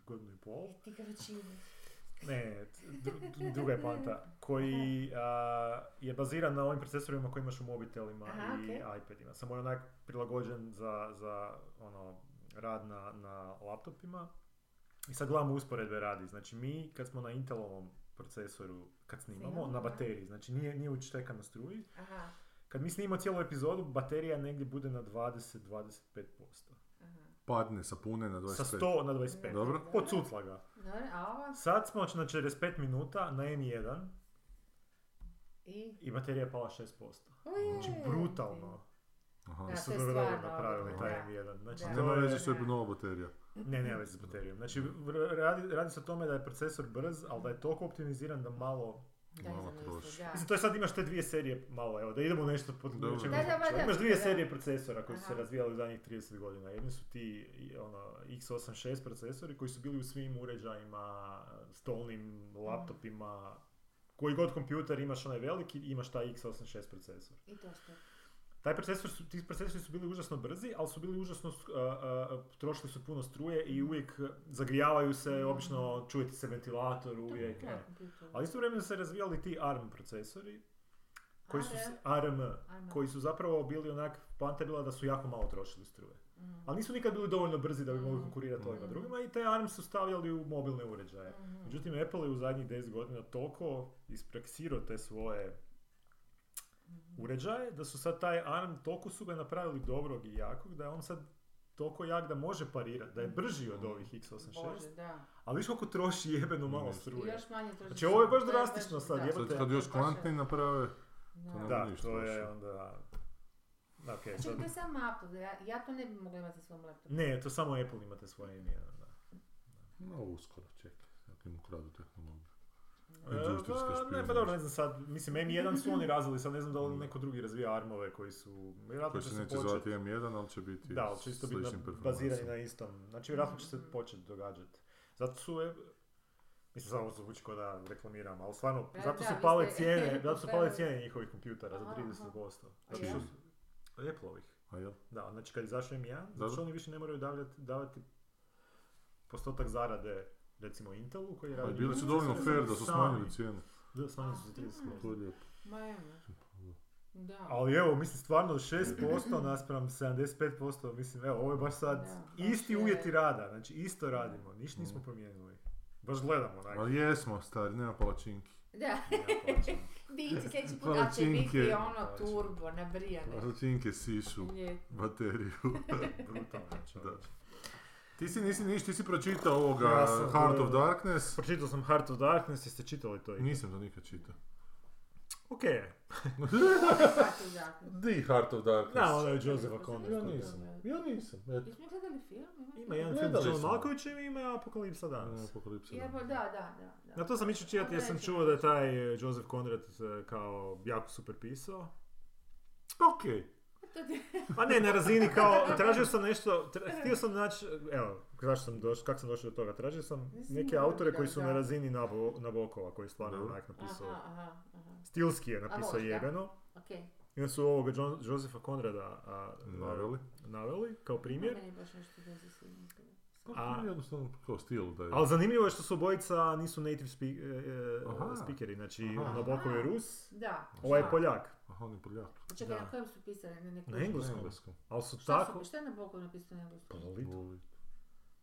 [SPEAKER 3] godinu i pol.
[SPEAKER 2] E, Ti ga već imaš.
[SPEAKER 3] Ne, dru- druga je poanta. Koji a, je baziran na ovim procesorima koje imaš u mobitelima
[SPEAKER 2] Aha,
[SPEAKER 3] i iPadima. Samo je onak prilagođen za, za ono, rad na, na laptopima. I sad gledamo usporedbe radi. Znači mi kad smo na Intelovom procesoru kad snimamo,
[SPEAKER 2] Snimamo,
[SPEAKER 3] na
[SPEAKER 2] da.
[SPEAKER 3] bateriji, znači nije, nije učitekan na struji.
[SPEAKER 2] Aha,
[SPEAKER 3] Kad mi snimamo cijelu epizodu, baterija negdje bude na 20-25%.
[SPEAKER 2] aha.
[SPEAKER 1] Padne sa pune na 25.
[SPEAKER 3] Sa 100 na 25.
[SPEAKER 1] Dobro.
[SPEAKER 3] Pocucla ga.
[SPEAKER 2] Dobro, a ova
[SPEAKER 3] Sad smo znači, na 45 minuta na M1
[SPEAKER 2] i...
[SPEAKER 3] i baterija je pala 6%. Znači
[SPEAKER 2] Ujej.
[SPEAKER 3] brutalno.
[SPEAKER 1] Aha.
[SPEAKER 2] Da,
[SPEAKER 3] Su
[SPEAKER 2] to je
[SPEAKER 3] dobro
[SPEAKER 2] stvarno
[SPEAKER 3] napravili
[SPEAKER 2] ono,
[SPEAKER 3] taj
[SPEAKER 2] da.
[SPEAKER 3] M1. Znači,
[SPEAKER 2] Da.
[SPEAKER 1] A
[SPEAKER 3] to
[SPEAKER 1] nema
[SPEAKER 3] je-
[SPEAKER 1] veze što je nova baterija.
[SPEAKER 3] Ne, nema veze s baterijom. Znači, r- radi, radi se o tome da je procesor brz, ali da je toliko optimiziran da malo...
[SPEAKER 2] Da,
[SPEAKER 1] Malo
[SPEAKER 2] nisam mislila,
[SPEAKER 1] prošlo.
[SPEAKER 2] da.
[SPEAKER 3] Mislim, to je sad imaš te dvije serije, malo, evo, da idemo u nešto pod...
[SPEAKER 1] Dobro.
[SPEAKER 3] čemu-
[SPEAKER 1] Da,
[SPEAKER 2] da, valjda,
[SPEAKER 3] Imaš dvije
[SPEAKER 2] da.
[SPEAKER 3] serije procesora koji su se
[SPEAKER 2] Aha.
[SPEAKER 3] razvijali u zadnjih 30 godina. Jedni su ti i, ono, x86 procesori koji su bili u svim uređajima,
[SPEAKER 2] Mm.
[SPEAKER 3] stolnim laptopima, koji god kompjuter imaš onaj veliki, imaš taj x86 procesor.
[SPEAKER 2] I to što.
[SPEAKER 3] Taj procesor su, ti procesori su bili užasno brzi, ali su bili užasno, sk- a, a, a, trošili su puno struje i uvijek e, zagrijavaju se, obično čuje ti se ventilator uvijek.
[SPEAKER 4] Da,
[SPEAKER 3] e.
[SPEAKER 4] kompjuter.
[SPEAKER 3] Ali istovremeno su se razvijali ti ARM procesori, koji su, s-
[SPEAKER 2] ARM?
[SPEAKER 3] ARM,
[SPEAKER 4] Ajme.
[SPEAKER 3] koji su zapravo bili onak, poanta je bila da su jako malo trošili struje.
[SPEAKER 4] Mhm.
[SPEAKER 3] Ali nisu nikad bili dovoljno brzi da bi mogli
[SPEAKER 4] Mhm.
[SPEAKER 3] konkurirati ovima
[SPEAKER 4] Mhm.
[SPEAKER 3] drugima i te ARM su stavljali u mobilne uređaje.
[SPEAKER 2] Mm.
[SPEAKER 4] Mhm.
[SPEAKER 3] Međutim, Apple je u zadnjih 10 godina toliko ispraksirao te svoje uređaje, da su sad taj ARM, toliko su ga napravili dobrog i jakog, da je on sad toliko jak da može parirati, da je brži od ovih x86.
[SPEAKER 2] Bože, da.
[SPEAKER 3] Ali viš koliko troši jebeno malo
[SPEAKER 1] Mhm.
[SPEAKER 2] I
[SPEAKER 3] struje.
[SPEAKER 2] još manje to
[SPEAKER 3] Znači, ovo je baš drastično sad,
[SPEAKER 2] da.
[SPEAKER 3] jebote.
[SPEAKER 1] Sad kad još
[SPEAKER 2] Baš je.
[SPEAKER 1] kvantni naprave, to ne
[SPEAKER 3] Da,
[SPEAKER 1] bi ništa
[SPEAKER 3] to je
[SPEAKER 1] loše.
[SPEAKER 3] onda... Da, okej,
[SPEAKER 2] Znači,
[SPEAKER 3] sad-
[SPEAKER 2] to je samo Apple, ja, ja to ne bi mogla imati na svom laptopu.
[SPEAKER 3] Ne, to samo Apple imate svoje ime. Da.
[SPEAKER 1] No, uskoro, čekaj. Ako im ukradu tehnologiju.
[SPEAKER 3] E,
[SPEAKER 1] Industrijska
[SPEAKER 3] pa, ne, pa
[SPEAKER 1] špijunaža.
[SPEAKER 3] dobro, ne znam sad, mislim, M1 su oni razvili, sad ne znam da li neko drugi razvija armove koji su, vjerojatno
[SPEAKER 1] Koji
[SPEAKER 3] će
[SPEAKER 1] se
[SPEAKER 3] se
[SPEAKER 1] neće
[SPEAKER 3] početi-
[SPEAKER 1] zvati M1, ali će biti
[SPEAKER 3] Da, ali će isto biti na-
[SPEAKER 1] sličnim performansom.
[SPEAKER 3] bazirani na istom. Znači, vjerojatno će se početi događati. Zato su, e, mislim, samo zvuči kao da reklamiram, ali stvarno,
[SPEAKER 2] E, Da,
[SPEAKER 3] zato
[SPEAKER 2] da,
[SPEAKER 3] su
[SPEAKER 2] vi
[SPEAKER 3] pale
[SPEAKER 2] ste-
[SPEAKER 3] cijene, zato su pale
[SPEAKER 2] Pale.
[SPEAKER 3] cijene njihovih kompjutera za
[SPEAKER 2] Aha,
[SPEAKER 3] 30%.
[SPEAKER 2] aha.
[SPEAKER 3] Zato
[SPEAKER 1] Čiji?
[SPEAKER 3] su- Apple-ovih.
[SPEAKER 1] A jel?
[SPEAKER 3] Da, znači kad izašao M1, znači
[SPEAKER 1] Zato-
[SPEAKER 3] oni više ne moraju davljati- davati postotak zarade recimo Intelu koji
[SPEAKER 1] Pa
[SPEAKER 3] radi...
[SPEAKER 1] bili su dovoljno
[SPEAKER 3] Sami.
[SPEAKER 1] fair da su smanjili cijenu. Pa
[SPEAKER 3] Da, smanjili su za
[SPEAKER 1] To
[SPEAKER 3] 30%.
[SPEAKER 1] je lijepo.
[SPEAKER 2] Ma evo. Da.
[SPEAKER 3] Ali evo, mislim, stvarno 6% naspram 75%, mislim, evo, ovo je baš sad
[SPEAKER 2] Da, baš
[SPEAKER 3] isti
[SPEAKER 2] je.
[SPEAKER 3] uvjeti rada, znači isto radimo, ništa nismo promijenili. Baš gledamo, onak.
[SPEAKER 1] Ali jesmo, stari, nema palačinki.
[SPEAKER 2] Da, biće sljedeći put, ali će
[SPEAKER 1] Palačinke.
[SPEAKER 2] biti ono turbo,
[SPEAKER 3] Pa,
[SPEAKER 2] nabrijane.
[SPEAKER 1] Palačinke sišu
[SPEAKER 2] Lijepo.
[SPEAKER 1] bateriju.
[SPEAKER 3] Brutalno, čovječe.
[SPEAKER 1] Ti si nisi niš, ti si pročitao ovoga
[SPEAKER 3] Ja sam
[SPEAKER 1] Heart of
[SPEAKER 3] gledao.
[SPEAKER 1] Darkness.
[SPEAKER 3] Pročitao sam Heart of Darkness, jeste čitali to? i-
[SPEAKER 1] Nisam to nikad čitao.
[SPEAKER 3] Ok,
[SPEAKER 2] Svaki zakon.
[SPEAKER 1] Di Heart of Darkness?
[SPEAKER 3] da, ono je Josefa Conner.
[SPEAKER 1] Ja nisam, ja nisam. Eto.
[SPEAKER 2] Jesmo gledali film?
[SPEAKER 3] Ima jedan film
[SPEAKER 1] Gledali
[SPEAKER 3] s John
[SPEAKER 1] smo.
[SPEAKER 3] Malkovićem i ima Apokalipsa danas.
[SPEAKER 1] Apokalipsa.
[SPEAKER 2] Jebo, da, da, da.
[SPEAKER 3] Na
[SPEAKER 2] da.
[SPEAKER 3] to sam išao čitati jer sam
[SPEAKER 2] Gledat ću.
[SPEAKER 3] čuo da je taj eh, Joseph Conrad eh, kao jako super pisao.
[SPEAKER 1] Okej.
[SPEAKER 2] To ti-
[SPEAKER 3] Pa ne, na razini kao, tražio sam nešto, tra- htio sam naći, evo, zašto sam došao, kako sam došao do toga, tražio sam
[SPEAKER 2] Mislim,
[SPEAKER 3] neke
[SPEAKER 2] da,
[SPEAKER 3] autore
[SPEAKER 2] da,
[SPEAKER 3] koji su
[SPEAKER 2] da.
[SPEAKER 3] na razini Nabo- Nabokova, koji je stvarno
[SPEAKER 1] Dobro.
[SPEAKER 3] onak napisao,
[SPEAKER 2] Aha, aha, aha.
[SPEAKER 3] stilski je
[SPEAKER 2] A
[SPEAKER 3] napisao
[SPEAKER 2] možda.
[SPEAKER 3] jebeno.
[SPEAKER 2] Okej.
[SPEAKER 3] I onda su ovoga Jo- Josefa Konrada a,
[SPEAKER 1] Naveli.
[SPEAKER 3] naveli kao primjer.
[SPEAKER 2] Meni baš nešto veze s tim.
[SPEAKER 1] Pa to je jednostavno kao stil da je.
[SPEAKER 3] Ali zanimljivo je što su obojica nisu native speak, e, e,
[SPEAKER 1] Aha.
[SPEAKER 3] speakeri, znači
[SPEAKER 1] Aha.
[SPEAKER 3] Nabokov je Rus,
[SPEAKER 2] Da.
[SPEAKER 3] ovaj je
[SPEAKER 2] da.
[SPEAKER 3] Poljak,
[SPEAKER 1] Aha, on je Poljak.
[SPEAKER 2] Čekaj,
[SPEAKER 3] Da.
[SPEAKER 2] na kojem su pisali? Na nekom?
[SPEAKER 3] Na engleskom.
[SPEAKER 1] Na engleskom.
[SPEAKER 3] ali su
[SPEAKER 2] Šta,
[SPEAKER 3] tako...
[SPEAKER 2] su, šta je na Bogu napisano na engleskom?
[SPEAKER 3] Lolita.
[SPEAKER 1] Voli.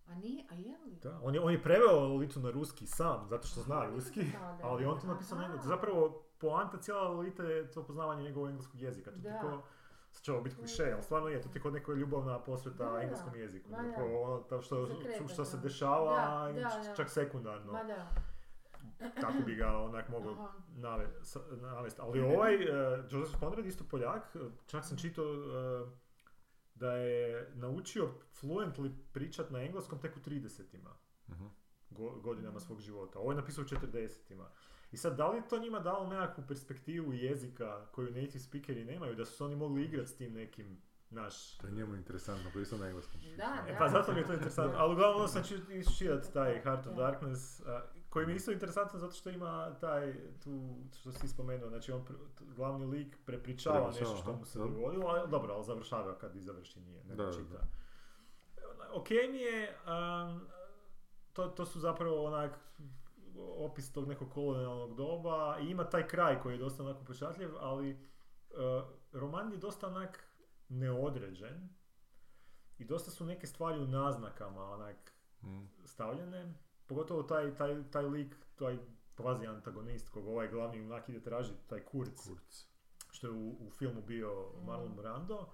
[SPEAKER 2] A nije, a je li?
[SPEAKER 3] Da, on je, on je preveo Lolitu na ruski sam, zato što zna ruski,
[SPEAKER 2] Da, da,
[SPEAKER 3] ali on to
[SPEAKER 2] da.
[SPEAKER 3] napisao na
[SPEAKER 2] Aha.
[SPEAKER 3] engleskom. Zapravo, poanta cijela Lolita je to poznavanje njegovog engleskog jezika. To ti
[SPEAKER 2] Da.
[SPEAKER 3] ko, sad će ovo biti kliše, ali stvarno je, to ti kod neka ljubavna posveta
[SPEAKER 2] Da, da.
[SPEAKER 3] engleskom jeziku.
[SPEAKER 2] Ma da.
[SPEAKER 3] Neko ono, to što,
[SPEAKER 2] Zakreta,
[SPEAKER 3] što se
[SPEAKER 2] da.
[SPEAKER 3] dešava,
[SPEAKER 2] Da,
[SPEAKER 3] i
[SPEAKER 2] da,
[SPEAKER 3] č-
[SPEAKER 2] da.
[SPEAKER 3] čak sekundarno.
[SPEAKER 2] Ma da.
[SPEAKER 3] Tako bi ga onak mogao
[SPEAKER 2] Aha. Mhm.
[SPEAKER 3] nave- sa- navesti. Ali ovaj, eh, Joseph Conrad, isto Poljak, eh, čak sam čitao eh, da je naučio fluently pričat na engleskom tek u 30-ima
[SPEAKER 1] Mhm.
[SPEAKER 3] go- godinama
[SPEAKER 1] Mm.
[SPEAKER 3] svog života. Ovo je napisao u 40-ima. I sad, da li je to njima dalo nekakvu perspektivu jezika koju native speakeri nemaju, da su se oni mogli igrati s tim nekim, naš...
[SPEAKER 1] To je njemu interesantno, koji isto na engleskom.
[SPEAKER 2] Da,
[SPEAKER 3] E
[SPEAKER 2] da.
[SPEAKER 3] pa zato mi je to interesantno, ali uglavnom onda sam čit- išao čitat taj Heart of Darkness, a, koji mi je isto interesantan zato što ima taj, tu, što si spomenuo, znači on, pr- t- glavni lik prepričava
[SPEAKER 1] Prepričava,
[SPEAKER 3] nešto što
[SPEAKER 1] aha,
[SPEAKER 3] mu se
[SPEAKER 1] dobro.
[SPEAKER 3] dogodilo, ali dobro, ali završava kad i završi nije, ne
[SPEAKER 1] Da, da,
[SPEAKER 3] čita.
[SPEAKER 1] da.
[SPEAKER 3] Ok mi je, am, to, to su zapravo onak opis tog nekog kolonijalnog doba i ima taj kraj koji je dosta onako upečatljiv, ali e, roman je dosta onak neodređen i dosta su neke stvari u naznakama onak
[SPEAKER 1] Mm.
[SPEAKER 3] stavljene, pogotovo taj, taj, taj lik, taj kvazi antagonist kog ovaj glavni junak ide tražiti, taj Kurz,
[SPEAKER 1] Kurc.
[SPEAKER 3] što je u, u filmu bio
[SPEAKER 2] Mm.
[SPEAKER 3] Marlon Brando,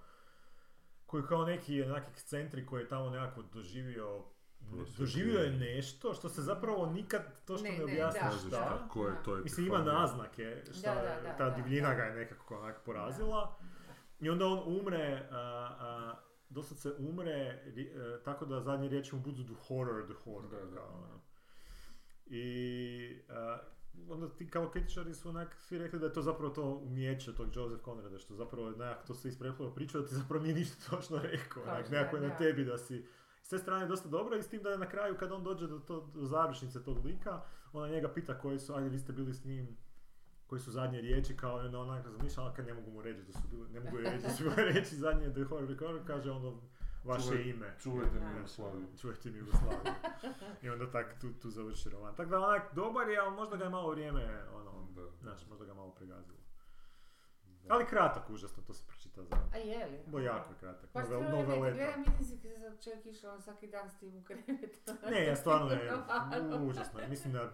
[SPEAKER 3] koji kao neki onak ekscentrik koji je tamo nekako doživio
[SPEAKER 1] Prosvjetljenje.
[SPEAKER 3] Doživio je nešto što se zapravo nikad to što
[SPEAKER 2] Ne,
[SPEAKER 3] ne,
[SPEAKER 2] ne,
[SPEAKER 3] objasni
[SPEAKER 2] E, da,
[SPEAKER 1] Kažeš
[SPEAKER 2] da.
[SPEAKER 3] šta.
[SPEAKER 1] kako je to je
[SPEAKER 3] Mislim, ima
[SPEAKER 1] prihvatljivo.
[SPEAKER 3] naznake, šta,
[SPEAKER 2] Da,
[SPEAKER 3] je,
[SPEAKER 2] da, da,
[SPEAKER 3] ta
[SPEAKER 2] da,
[SPEAKER 3] divljina
[SPEAKER 2] da.
[SPEAKER 3] ga je nekako onak porazila. I onda on umre, a, a, dosad se umre, ri- e, tako da zadnje riječi mu budu the horror, the horror.
[SPEAKER 1] Da, da.
[SPEAKER 3] kao ono. I a, onda ti kao kritičari su onak svi rekli da je to zapravo to umijeće tog Joseph Conrada, što zapravo je nekako to se ispreplilo priču, da ti zapravo nije ništa točno rekao,
[SPEAKER 2] Točno,
[SPEAKER 3] onak, nekako je
[SPEAKER 2] da,
[SPEAKER 3] na
[SPEAKER 2] da.
[SPEAKER 3] tebi da si s te strane je dosta dobro i s tim da je na kraju kad on dođe do, to, do završnice tog lika, ona njega pita koji su, ajde vi ste bili s njim koji su zadnje riječi, kao i onda onako zamišlja, ali kad ne mogu mu reći da su bile, ne mogu joj reći da su mu reći zadnje da je horror record, kaže onda vaše
[SPEAKER 1] Čuvaj-
[SPEAKER 3] ime.
[SPEAKER 1] Čuvajte mi ono
[SPEAKER 2] Da.
[SPEAKER 1] Jugoslaviju.
[SPEAKER 3] Čujete mi Jugoslaviju. I onda tak tu, tu završi roman. Tako da onak dobar je, ali možda ga je malo vrijeme, ono,
[SPEAKER 1] Da.
[SPEAKER 3] znaš, možda ga je malo pregazilo.
[SPEAKER 1] Da.
[SPEAKER 3] Ali kratak, užasno, to se pročita za...
[SPEAKER 2] A je li?
[SPEAKER 3] Bo jako je kratak,
[SPEAKER 2] Pa
[SPEAKER 3] novel,
[SPEAKER 2] stvarno ne,
[SPEAKER 3] noveleta.
[SPEAKER 2] gledam mislim da sam čovjek išao ono svaki dan s tim u krevet.
[SPEAKER 3] Ne, ja stvarno ne,
[SPEAKER 2] Ono.
[SPEAKER 3] užasno. je. Mislim da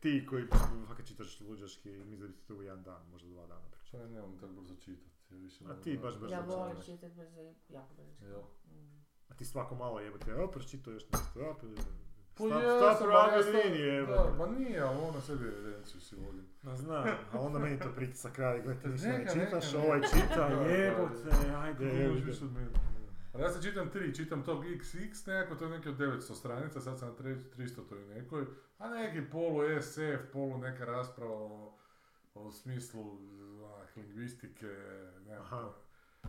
[SPEAKER 3] ti koji fakat čitaš luđaški, mislim da bi ti to u jedan dan, možda dva dana
[SPEAKER 1] Šta
[SPEAKER 3] pričao.
[SPEAKER 1] ja nemam tako brzo čitati. Ja više
[SPEAKER 3] A
[SPEAKER 1] ne-
[SPEAKER 3] ti baš
[SPEAKER 1] ne-
[SPEAKER 3] brzo
[SPEAKER 2] Ja
[SPEAKER 1] ne-
[SPEAKER 2] volim čitati brzo, jako brzo
[SPEAKER 1] Jel?
[SPEAKER 2] čitam. Mm.
[SPEAKER 3] A ti svako malo jebote, a pročitao još nešto, a pa...
[SPEAKER 1] Pa
[SPEAKER 3] Sta-
[SPEAKER 1] jesam,
[SPEAKER 3] sta
[SPEAKER 1] ali
[SPEAKER 3] pravi
[SPEAKER 1] ja sta-
[SPEAKER 3] linije,
[SPEAKER 1] Da,
[SPEAKER 3] jebote.
[SPEAKER 1] ma nije, ali ono sebi evidenciju si volim.
[SPEAKER 3] Ma znam, a onda meni to pritisak radi, gledaj, ti ništa ne
[SPEAKER 1] Neka,
[SPEAKER 3] čitaš,
[SPEAKER 1] neka,
[SPEAKER 3] ovaj
[SPEAKER 1] neka.
[SPEAKER 3] čita,
[SPEAKER 1] Da, da,
[SPEAKER 3] jebote, ajde,
[SPEAKER 1] Ne možeš
[SPEAKER 3] jebote.
[SPEAKER 1] više od mene. Ali ja sad čitam tri, čitam tog XX nekako, to je neki od 900 stranica, sad sam na tre- 300 toj nekoj, a neki polu SF, polu neka rasprava o, o smislu onak, lingvistike, ne znam.
[SPEAKER 3] Aha.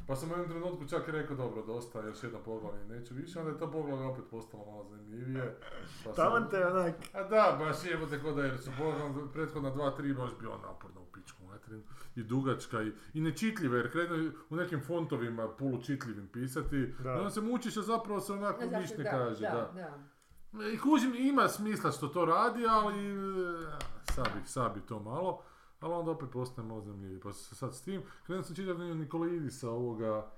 [SPEAKER 1] Pa sam u jednom trenutku čak rekao, dobro, dosta, još jedno poglavlje, neću više, onda je to poglavlje opet postalo malo zanimljivije. Pa sam-
[SPEAKER 3] Taman te onak,
[SPEAKER 1] a da, baš jebote ko da jer su Bogdan prethodna dva, tri baš bio naporna u pičku materin. I dugačka i, i nečitljiva jer krenu u nekim fontovima polučitljivim pisati.
[SPEAKER 3] Da.
[SPEAKER 1] Da. Onda se mučiš, a zapravo se onako
[SPEAKER 2] Ne, zato-
[SPEAKER 1] ništa ne kaže. Da,
[SPEAKER 2] da.
[SPEAKER 1] I kužim, ima smisla što to radi, ali e, sabi, sabi to malo. Ali onda opet postane malo zanimljiviji. Pa se sad s tim, krenuo sam čitav Nikolaidisa ovoga,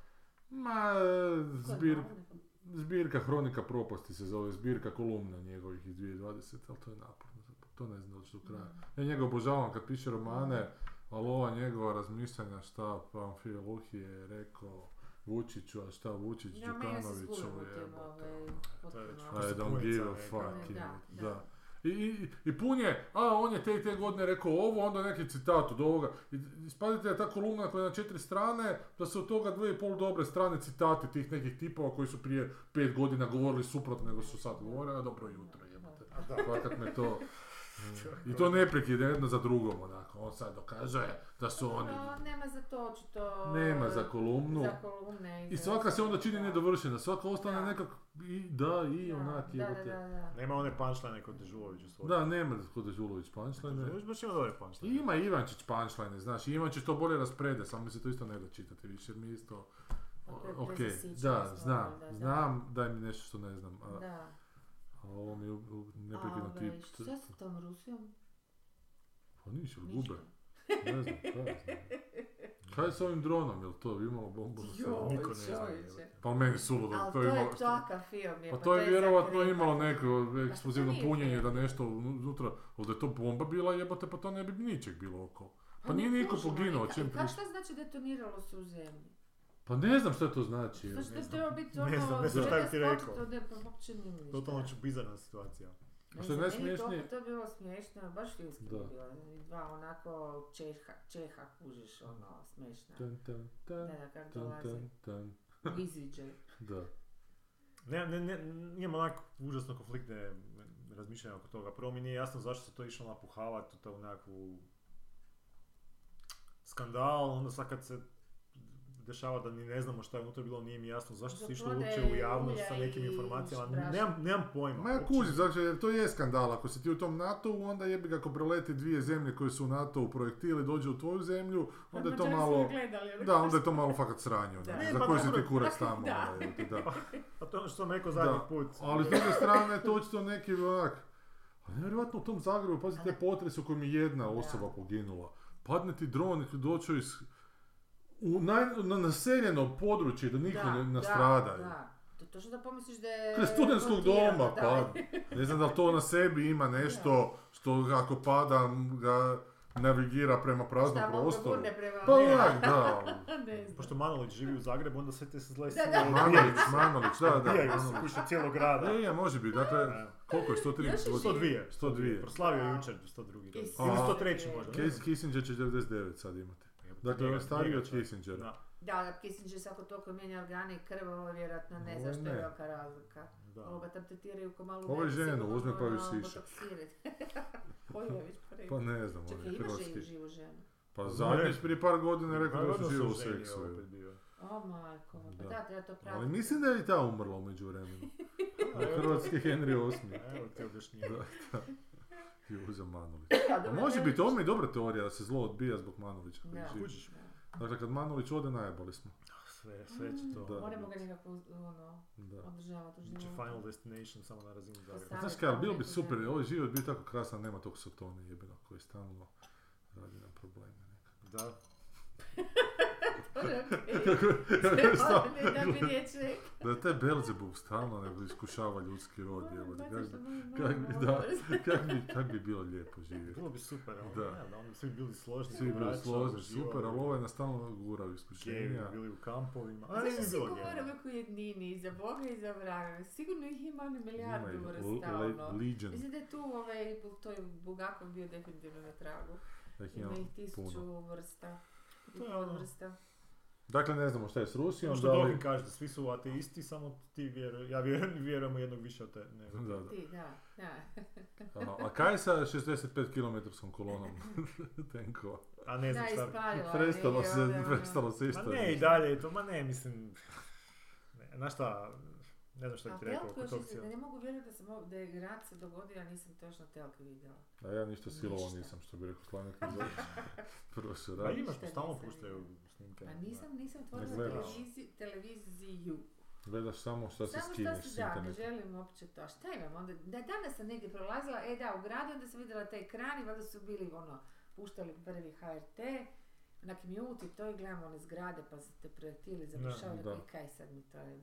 [SPEAKER 1] ma, e,
[SPEAKER 2] Ko je
[SPEAKER 1] zbir,
[SPEAKER 2] Marne?
[SPEAKER 1] Zbirka Hronika propasti se zove, zbirka kolumna njegovih iz 2020, ali to je naporno, zapravo, to ne znam doći do kraja. Ja njega obožavam kad piše romane, ali ova njegova razmišljanja šta Pamfil Luhi je rekao Vučiću, a šta Vučić
[SPEAKER 2] Ja, meni se
[SPEAKER 1] Đukanoviću
[SPEAKER 2] zgulilo tim,
[SPEAKER 1] jebote.
[SPEAKER 2] ovaj,
[SPEAKER 3] je već
[SPEAKER 2] potpuno.
[SPEAKER 1] I don't
[SPEAKER 3] Punica
[SPEAKER 1] give a
[SPEAKER 3] neka.
[SPEAKER 1] fuck,
[SPEAKER 2] Da,
[SPEAKER 1] jebote,
[SPEAKER 2] da.
[SPEAKER 1] da. I, i, I pun je, a on je te i te godine rekao ovo, onda neki citat od ovoga. I ispadite da je ta kolumna koja je na četiri strane, da se od toga dvije i pol dobre strane citati tih nekih tipova koji su prije pet godina govorili suprotno nego su sad govorili, a dobro jutro jebote.
[SPEAKER 3] a da,
[SPEAKER 1] Fakat me to... I to neprekidno jedno za drugom onako, on sad dokaže da su oni...
[SPEAKER 2] Dobro, nema za to očito...
[SPEAKER 1] Nema za kolumnu.
[SPEAKER 2] za kolumne
[SPEAKER 1] I
[SPEAKER 2] za-
[SPEAKER 1] svaka se onda čini
[SPEAKER 2] da.
[SPEAKER 1] nedovršena, svaka ostane
[SPEAKER 2] Da.
[SPEAKER 1] nekak i da i
[SPEAKER 2] Da,
[SPEAKER 1] onak
[SPEAKER 2] da, da,
[SPEAKER 1] jebote.
[SPEAKER 2] da, da.
[SPEAKER 3] nema one punchline kod Dežulović u svoju.
[SPEAKER 1] Da, nema kod Dežulović punchline.
[SPEAKER 3] Dežulović baš ima dobre punchline.
[SPEAKER 1] Pa Ima Ivančić punchline, znaš, Ivančić to bolje rasprede, samo mi se to isto ne da čitati više, jer mi isto...
[SPEAKER 2] Pa to je
[SPEAKER 1] Ok,
[SPEAKER 2] prezasićeno
[SPEAKER 1] da,
[SPEAKER 2] stvarno,
[SPEAKER 1] znam,
[SPEAKER 2] da, da.
[SPEAKER 1] znam, daj mi nešto što ne znam, a,
[SPEAKER 2] Da.
[SPEAKER 1] a ovo mi je u- u- neprekidno
[SPEAKER 2] A, ovaj,
[SPEAKER 1] tip.
[SPEAKER 2] Šta se tom Rusijom?
[SPEAKER 1] Pa niš, ili
[SPEAKER 2] Ništa.
[SPEAKER 1] gube, ne znam, kaj ja znam. Kaj je s ovim dronom, jel to imalo bombu na sebi?
[SPEAKER 3] niko ne
[SPEAKER 2] Joj,
[SPEAKER 3] zna,
[SPEAKER 2] čovječe.
[SPEAKER 3] jebote.
[SPEAKER 1] Pa meni suludo,
[SPEAKER 2] Ali
[SPEAKER 1] to je imalo...
[SPEAKER 2] takav film. je,
[SPEAKER 1] Pa to je vjerovatno
[SPEAKER 2] zakrivat.
[SPEAKER 1] imalo neko eksplozivno
[SPEAKER 2] nije
[SPEAKER 1] punjenje da
[SPEAKER 2] film.
[SPEAKER 1] nešto unutra, ali da je to bomba bila jebote, pa to ne bi ničeg bilo oko. Pa
[SPEAKER 2] ne
[SPEAKER 1] nije niko
[SPEAKER 2] kužimo,
[SPEAKER 1] poginuo,
[SPEAKER 2] i ka-
[SPEAKER 1] čim
[SPEAKER 2] i ka-
[SPEAKER 1] priča-
[SPEAKER 2] Šta znači detoniralo se u zemlji?
[SPEAKER 1] Pa ne znam šta to znači.
[SPEAKER 2] Znači
[SPEAKER 1] jebote.
[SPEAKER 2] da je trebao biti
[SPEAKER 3] Ne
[SPEAKER 2] ono...
[SPEAKER 3] znam, ne znam šta bi ti rekao.
[SPEAKER 2] To ne, pa uopće nije ništa.
[SPEAKER 3] Totalno ću bizarna situacija.
[SPEAKER 1] A što je
[SPEAKER 2] Ne znam, meni
[SPEAKER 1] najsmješnije-
[SPEAKER 2] To, to je bilo smiješno, baš filmski
[SPEAKER 1] Da.
[SPEAKER 2] da. bilo. Dva onako Čeha, Čeha kužiš, ono, smiješna.
[SPEAKER 1] Tan, tan, tan,
[SPEAKER 2] Da, da, kako
[SPEAKER 1] tan,
[SPEAKER 2] dolaze.
[SPEAKER 1] tan, tan.
[SPEAKER 2] U izviđaj.
[SPEAKER 1] Da.
[SPEAKER 3] Ne, ne, ne, imam onako užasno konfliktne razmišljanja oko toga. Prvo mi nije jasno zašto se to išlo napuhavati u to nekakvu skandal, onda sad kad se dešava da ni ne znamo šta je unutra bilo, nije mi jasno zašto
[SPEAKER 2] Do
[SPEAKER 3] se išlo
[SPEAKER 2] prodaje
[SPEAKER 3] uopće u javnost sa
[SPEAKER 2] ulja
[SPEAKER 3] nekim
[SPEAKER 2] i
[SPEAKER 3] informacijama.
[SPEAKER 2] špraša.
[SPEAKER 3] Nemam, nemam pojma.
[SPEAKER 1] Ma ja
[SPEAKER 3] uopće.
[SPEAKER 1] kuži, znači, jer to je skandal. Ako si ti u tom NATO-u, onda jebi ga ako preleti dvije zemlje koje su u NATO-u projektili, dođu u tvoju zemlju, onda je to malo...
[SPEAKER 2] ono?
[SPEAKER 1] Da, onda je to malo fakat sranje. onak,
[SPEAKER 2] Ne,
[SPEAKER 1] Za
[SPEAKER 3] pa
[SPEAKER 1] koji si
[SPEAKER 3] dobro.
[SPEAKER 1] ti kurac tamo.
[SPEAKER 2] Da.
[SPEAKER 1] ono, jebote, da.
[SPEAKER 3] Pa to je ono što sam rekao zadnji
[SPEAKER 1] Da.
[SPEAKER 3] put.
[SPEAKER 1] Ali s druge strane, to je očito neki onak... A nevjerojatno u tom Zagrebu, pazite,
[SPEAKER 2] Ali-
[SPEAKER 1] potres u kojem je jedna
[SPEAKER 2] Da.
[SPEAKER 1] osoba poginula. Padne ti dron i doću iz... U naj, na naseljeno područje da niko ne nastrada.
[SPEAKER 2] Da, da. To što da pomisliš da E, je...
[SPEAKER 1] Kraj studentskog
[SPEAKER 2] montirano,
[SPEAKER 1] doma,
[SPEAKER 2] da.
[SPEAKER 1] pa ne znam da li to na sebi ima nešto što ga ako pada ga navigira prema praznom
[SPEAKER 2] Šta, malo
[SPEAKER 1] prostoru.
[SPEAKER 2] gurne prema-
[SPEAKER 1] Pa
[SPEAKER 2] ne,
[SPEAKER 1] onak, da.
[SPEAKER 2] ne znam.
[SPEAKER 3] Pošto Manolić živi u Zagrebu, onda sve te se zle
[SPEAKER 2] Da, da.
[SPEAKER 3] sile
[SPEAKER 1] Manolić, Manolić, da, da.
[SPEAKER 3] odbijaju se
[SPEAKER 1] Manolić.
[SPEAKER 3] kuće cijelog grada.
[SPEAKER 1] E, ja, može biti, dakle,
[SPEAKER 3] Da.
[SPEAKER 1] koliko je, 103
[SPEAKER 2] Još
[SPEAKER 1] godine?
[SPEAKER 3] 102.
[SPEAKER 1] 102.
[SPEAKER 3] Proslavio je jučer 102.
[SPEAKER 2] Is-
[SPEAKER 3] Ili
[SPEAKER 1] Aha.
[SPEAKER 3] 103. možda. ne
[SPEAKER 1] Case
[SPEAKER 3] znam.
[SPEAKER 1] Kissinger će 99 sad imati. Dakle, on je stariji od Kissingera.
[SPEAKER 3] Da,
[SPEAKER 2] Da, da, Kissinger svako toliko mijenja organe i krv, ovo vjerojatno ne,
[SPEAKER 1] Ovo
[SPEAKER 2] zašto je
[SPEAKER 1] ne.
[SPEAKER 2] velika razlika. Ovo
[SPEAKER 3] da.
[SPEAKER 2] ga tam tretiraju ko malu
[SPEAKER 1] Ovo je
[SPEAKER 2] bebu,
[SPEAKER 1] ženu,
[SPEAKER 2] sigurno
[SPEAKER 1] uzme pa ju
[SPEAKER 2] ono,
[SPEAKER 1] siša.
[SPEAKER 2] botoksirati. Koju je već
[SPEAKER 1] Pa
[SPEAKER 2] pa rekao?
[SPEAKER 1] ne znam, on
[SPEAKER 2] Čekaj,
[SPEAKER 1] je
[SPEAKER 2] imaš živu,
[SPEAKER 1] hrvatski.
[SPEAKER 2] živu ženu?
[SPEAKER 1] Pa
[SPEAKER 3] Ne.
[SPEAKER 1] zadnjih prije par godina je rekao da
[SPEAKER 3] Naravno
[SPEAKER 1] su živo u
[SPEAKER 3] sam ženio
[SPEAKER 1] seksu.
[SPEAKER 3] Pa opet bio.
[SPEAKER 2] O majko, moja, pa
[SPEAKER 1] Da.
[SPEAKER 2] da, treba to pratiti.
[SPEAKER 1] Ali mislim da je i ta umrla umeđu vremenu.
[SPEAKER 3] Evo,
[SPEAKER 1] Hrvatski Henry VIII.
[SPEAKER 3] Evo ti objašnjenje.
[SPEAKER 1] Da. I uzem Manolić.
[SPEAKER 2] A
[SPEAKER 1] A
[SPEAKER 2] dobro,
[SPEAKER 1] E, može
[SPEAKER 2] ne-
[SPEAKER 1] biti, ovo mi je dobra teorija da se zlo odbija zbog Manolića. koji
[SPEAKER 2] Da.
[SPEAKER 1] živi.
[SPEAKER 3] Kužiš?
[SPEAKER 1] Dakle, kad Manolić ode, najebali smo.
[SPEAKER 3] Sve, sve će to.
[SPEAKER 1] Da.
[SPEAKER 2] Moramo Mm. ga nekako ono,
[SPEAKER 1] Da.
[SPEAKER 2] održavati u
[SPEAKER 3] Znači
[SPEAKER 2] životu.
[SPEAKER 3] Final Destination samo na razinu Zagreba.
[SPEAKER 2] Sad-
[SPEAKER 1] A Znaš kaj, ali bilo bi
[SPEAKER 2] Pametno,
[SPEAKER 1] super,
[SPEAKER 2] da.
[SPEAKER 1] ovaj život bi tako krasan, nema tog Sotone jebena koji stalno radi nam probleme.
[SPEAKER 3] Da.
[SPEAKER 1] Šta?
[SPEAKER 2] Da bi riječ rekao.
[SPEAKER 1] Da je taj Belzebub stalno nego iskušava ljudski rod, jebote.
[SPEAKER 2] Znate
[SPEAKER 1] Kak,
[SPEAKER 2] što
[SPEAKER 1] bi-
[SPEAKER 2] mi-
[SPEAKER 1] kak
[SPEAKER 2] mi-
[SPEAKER 1] bi, da, kak bi, kak bi bilo lijepo živjeti.
[SPEAKER 3] Bilo bi super, ali
[SPEAKER 1] Da.
[SPEAKER 3] da. da onda bi svi bili složni.
[SPEAKER 1] Svi bili
[SPEAKER 3] braća,
[SPEAKER 1] složni,
[SPEAKER 3] uživali,
[SPEAKER 1] super, ali ovaj nas stalno gura u iskušenja.
[SPEAKER 3] Gejevi bili u kampovima. A ne
[SPEAKER 2] Zašto
[SPEAKER 3] bi
[SPEAKER 2] se
[SPEAKER 3] bilo
[SPEAKER 2] govore
[SPEAKER 3] gejevi.
[SPEAKER 2] uvijek u jednini, i za Boga i za vraga? Sigurno ih ima ono
[SPEAKER 1] Njima je
[SPEAKER 2] milijardu
[SPEAKER 1] l- le-
[SPEAKER 2] vrstavno.
[SPEAKER 1] Legion,
[SPEAKER 2] Mislim da je tu ovaj, to je Bugakov bio definitivno na tragu.
[SPEAKER 1] da ih
[SPEAKER 2] Ima
[SPEAKER 1] ima
[SPEAKER 2] ih
[SPEAKER 1] puno.
[SPEAKER 2] tisuću vrsta. i
[SPEAKER 3] To je ono-
[SPEAKER 2] podvrsta.
[SPEAKER 1] Dakle, ne znamo šta je s Rusijom,
[SPEAKER 3] Ono što
[SPEAKER 1] da li...
[SPEAKER 3] Dokin kaže, svi su ateisti, samo ti vjeruj, ja vjerujem, vjerujem u jednog više od te. nego ti.
[SPEAKER 1] Da, da.
[SPEAKER 2] Ti, da, da.
[SPEAKER 1] Ono, A, a kaj je sa 65 km kolonom tenkova?
[SPEAKER 3] A ne znam
[SPEAKER 2] da,
[SPEAKER 3] šta.
[SPEAKER 2] ispalila.
[SPEAKER 1] Prestalo
[SPEAKER 2] negdje,
[SPEAKER 1] se,
[SPEAKER 2] onda, ono.
[SPEAKER 1] prestalo se isto.
[SPEAKER 3] Ma ne, i dalje je to, ma ne, mislim... Ne, znaš šta, ne znam šta
[SPEAKER 2] A
[SPEAKER 3] bih ti rekao
[SPEAKER 2] telku
[SPEAKER 3] oko
[SPEAKER 2] još
[SPEAKER 3] tog
[SPEAKER 2] izgleda,
[SPEAKER 3] cijelog.
[SPEAKER 2] ne mogu vjerovati da, sam, ovo- da je rat se dogodio, a nisam točno telku vidjela.
[SPEAKER 1] A ja ništa silovo
[SPEAKER 2] Ništa.
[SPEAKER 1] nisam, što bi rekao Slavnik Milović. Prvo se
[SPEAKER 3] Pa
[SPEAKER 1] radi.
[SPEAKER 3] ima
[SPEAKER 2] Ništa
[SPEAKER 3] to, stalno
[SPEAKER 2] nisam
[SPEAKER 3] puštaju
[SPEAKER 2] vidjela.
[SPEAKER 3] snimke.
[SPEAKER 2] Pa nisam, nisam otvorila
[SPEAKER 1] gledaš.
[SPEAKER 2] televiziju, televiziju.
[SPEAKER 1] Gledaš samo šta se
[SPEAKER 2] Samo šta
[SPEAKER 1] skineš
[SPEAKER 2] si
[SPEAKER 1] s
[SPEAKER 2] da, ne
[SPEAKER 1] interneta.
[SPEAKER 2] želim uopće to. A Šta imam onda? Da, danas sam negdje prolazila, e da, u gradu, onda sam vidjela taj ekran i valjda su bili ono, puštali prvi HRT, onak mute i to i gledamo one zgrade pa se te projektili završavaju,
[SPEAKER 1] Da,
[SPEAKER 2] da,
[SPEAKER 1] da.
[SPEAKER 2] kaj sad mi to je,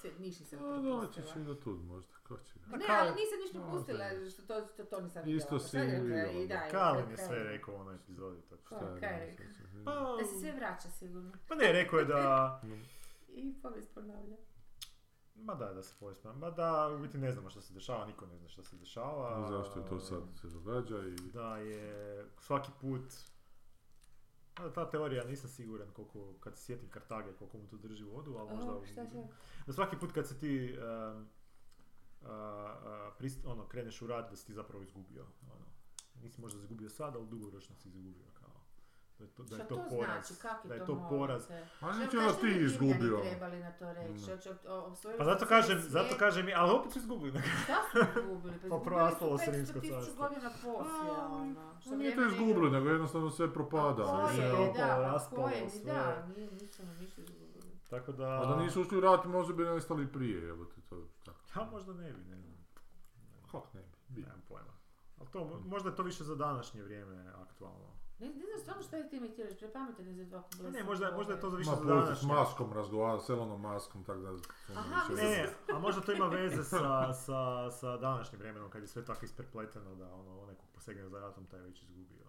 [SPEAKER 2] se, pa niš nisam
[SPEAKER 1] A Pa, doći
[SPEAKER 2] propustila.
[SPEAKER 1] ću i do tud možda, ko će ga.
[SPEAKER 2] Ne,
[SPEAKER 3] Kalen-
[SPEAKER 2] ali nisam ništa
[SPEAKER 1] Možda
[SPEAKER 2] propustila,
[SPEAKER 1] je.
[SPEAKER 2] što to, što to nisam
[SPEAKER 1] Isto
[SPEAKER 2] vidjela. Pa
[SPEAKER 1] si
[SPEAKER 2] sad je,
[SPEAKER 1] vidjela,
[SPEAKER 2] i
[SPEAKER 1] da.
[SPEAKER 2] da, i
[SPEAKER 3] Kalin
[SPEAKER 2] sad
[SPEAKER 3] je sve
[SPEAKER 2] Kalin.
[SPEAKER 3] rekao u onoj epizodi. tako što-
[SPEAKER 1] Šta
[SPEAKER 2] Ko?
[SPEAKER 1] je
[SPEAKER 2] Pa, kaj
[SPEAKER 1] danas,
[SPEAKER 2] rekao?
[SPEAKER 1] sad se vidi.
[SPEAKER 3] Pa,
[SPEAKER 2] Da se sve vraća sigurno.
[SPEAKER 3] pa ne, rekao je da...
[SPEAKER 2] I povijest ponavlja.
[SPEAKER 3] Ma da, da se povijest ponavlja. Ma da, u biti ne znamo što se dešava, niko ne zna što se dešava.
[SPEAKER 1] Ne zašto je to sad se događa i...
[SPEAKER 3] Pa, Da je svaki put... a ta teorija nisam siguran koliko, kad se sjetim Kartage, koliko mu to drži vodu, ali možda...
[SPEAKER 2] A, šta će?
[SPEAKER 3] Da svaki put kad se ti em, a, a, prist- ono, kreneš u rad da si ti zapravo izgubio. Ono. Nisi možda izgubio sad, ali dugoročno si izgubio kao. Da je to, da
[SPEAKER 2] Šta
[SPEAKER 3] je
[SPEAKER 2] to
[SPEAKER 3] to poraz.
[SPEAKER 2] znači? Kak je
[SPEAKER 3] da je
[SPEAKER 2] to,
[SPEAKER 3] to
[SPEAKER 2] molim
[SPEAKER 3] poraz.
[SPEAKER 2] te?
[SPEAKER 1] Ma
[SPEAKER 2] Šta-
[SPEAKER 1] neće
[SPEAKER 2] šta
[SPEAKER 1] nas
[SPEAKER 2] su
[SPEAKER 1] znači ono ti
[SPEAKER 2] Rimljani
[SPEAKER 1] izgubio.
[SPEAKER 2] trebali na to reći,
[SPEAKER 1] Da.
[SPEAKER 2] hoće op- o- osvojili
[SPEAKER 3] Pa
[SPEAKER 2] su
[SPEAKER 3] zato
[SPEAKER 2] cijeli
[SPEAKER 3] kažem,
[SPEAKER 2] svijet.
[SPEAKER 3] zato kažem, ali opet su izgubili.
[SPEAKER 2] Šta su izgubili? Pa
[SPEAKER 3] Pa
[SPEAKER 2] izgubili
[SPEAKER 3] propalo
[SPEAKER 2] su
[SPEAKER 3] se
[SPEAKER 2] 500
[SPEAKER 3] Rimsko
[SPEAKER 2] tisuća
[SPEAKER 3] carstvo. Pa,
[SPEAKER 2] godina poslije,
[SPEAKER 1] A,
[SPEAKER 2] ono. što
[SPEAKER 1] Ma nije to
[SPEAKER 2] vrijeme
[SPEAKER 1] izgubilo, nego jednostavno sve propada.
[SPEAKER 2] A
[SPEAKER 3] ali
[SPEAKER 2] koje,
[SPEAKER 1] mislim.
[SPEAKER 3] se propalo,
[SPEAKER 2] da, pa
[SPEAKER 3] raspalo,
[SPEAKER 2] koje,
[SPEAKER 3] sve.
[SPEAKER 2] Da, nije, nisam ništa izgubili.
[SPEAKER 3] Tako da...
[SPEAKER 1] A da nisu ušli u rat, možda bi nestali prije, evo ti to. Tako.
[SPEAKER 3] Ja možda ne bi, ne znam.
[SPEAKER 1] Kako ne bi? bi.
[SPEAKER 3] Nemam pojma. Ali to, mo- možda je to više za današnje vrijeme aktualno.
[SPEAKER 2] Ne, ne znam stvarno što je time htjeli reći, prepametan je za dva
[SPEAKER 3] Ne,
[SPEAKER 2] kubla.
[SPEAKER 3] ne, možda, možda je to
[SPEAKER 2] ovaj,
[SPEAKER 3] za više
[SPEAKER 1] Ma
[SPEAKER 3] za
[SPEAKER 1] plus s
[SPEAKER 3] današnje.
[SPEAKER 1] maskom razgovara, s Elonom maskom, tako da...
[SPEAKER 2] Aha,
[SPEAKER 1] više-
[SPEAKER 2] mislim-
[SPEAKER 3] Ne, a možda to ima veze sa, sa, sa današnjim vremenom kad je sve tako isprepleteno da ono, onaj ko posegne za ratom taj je već izgubio.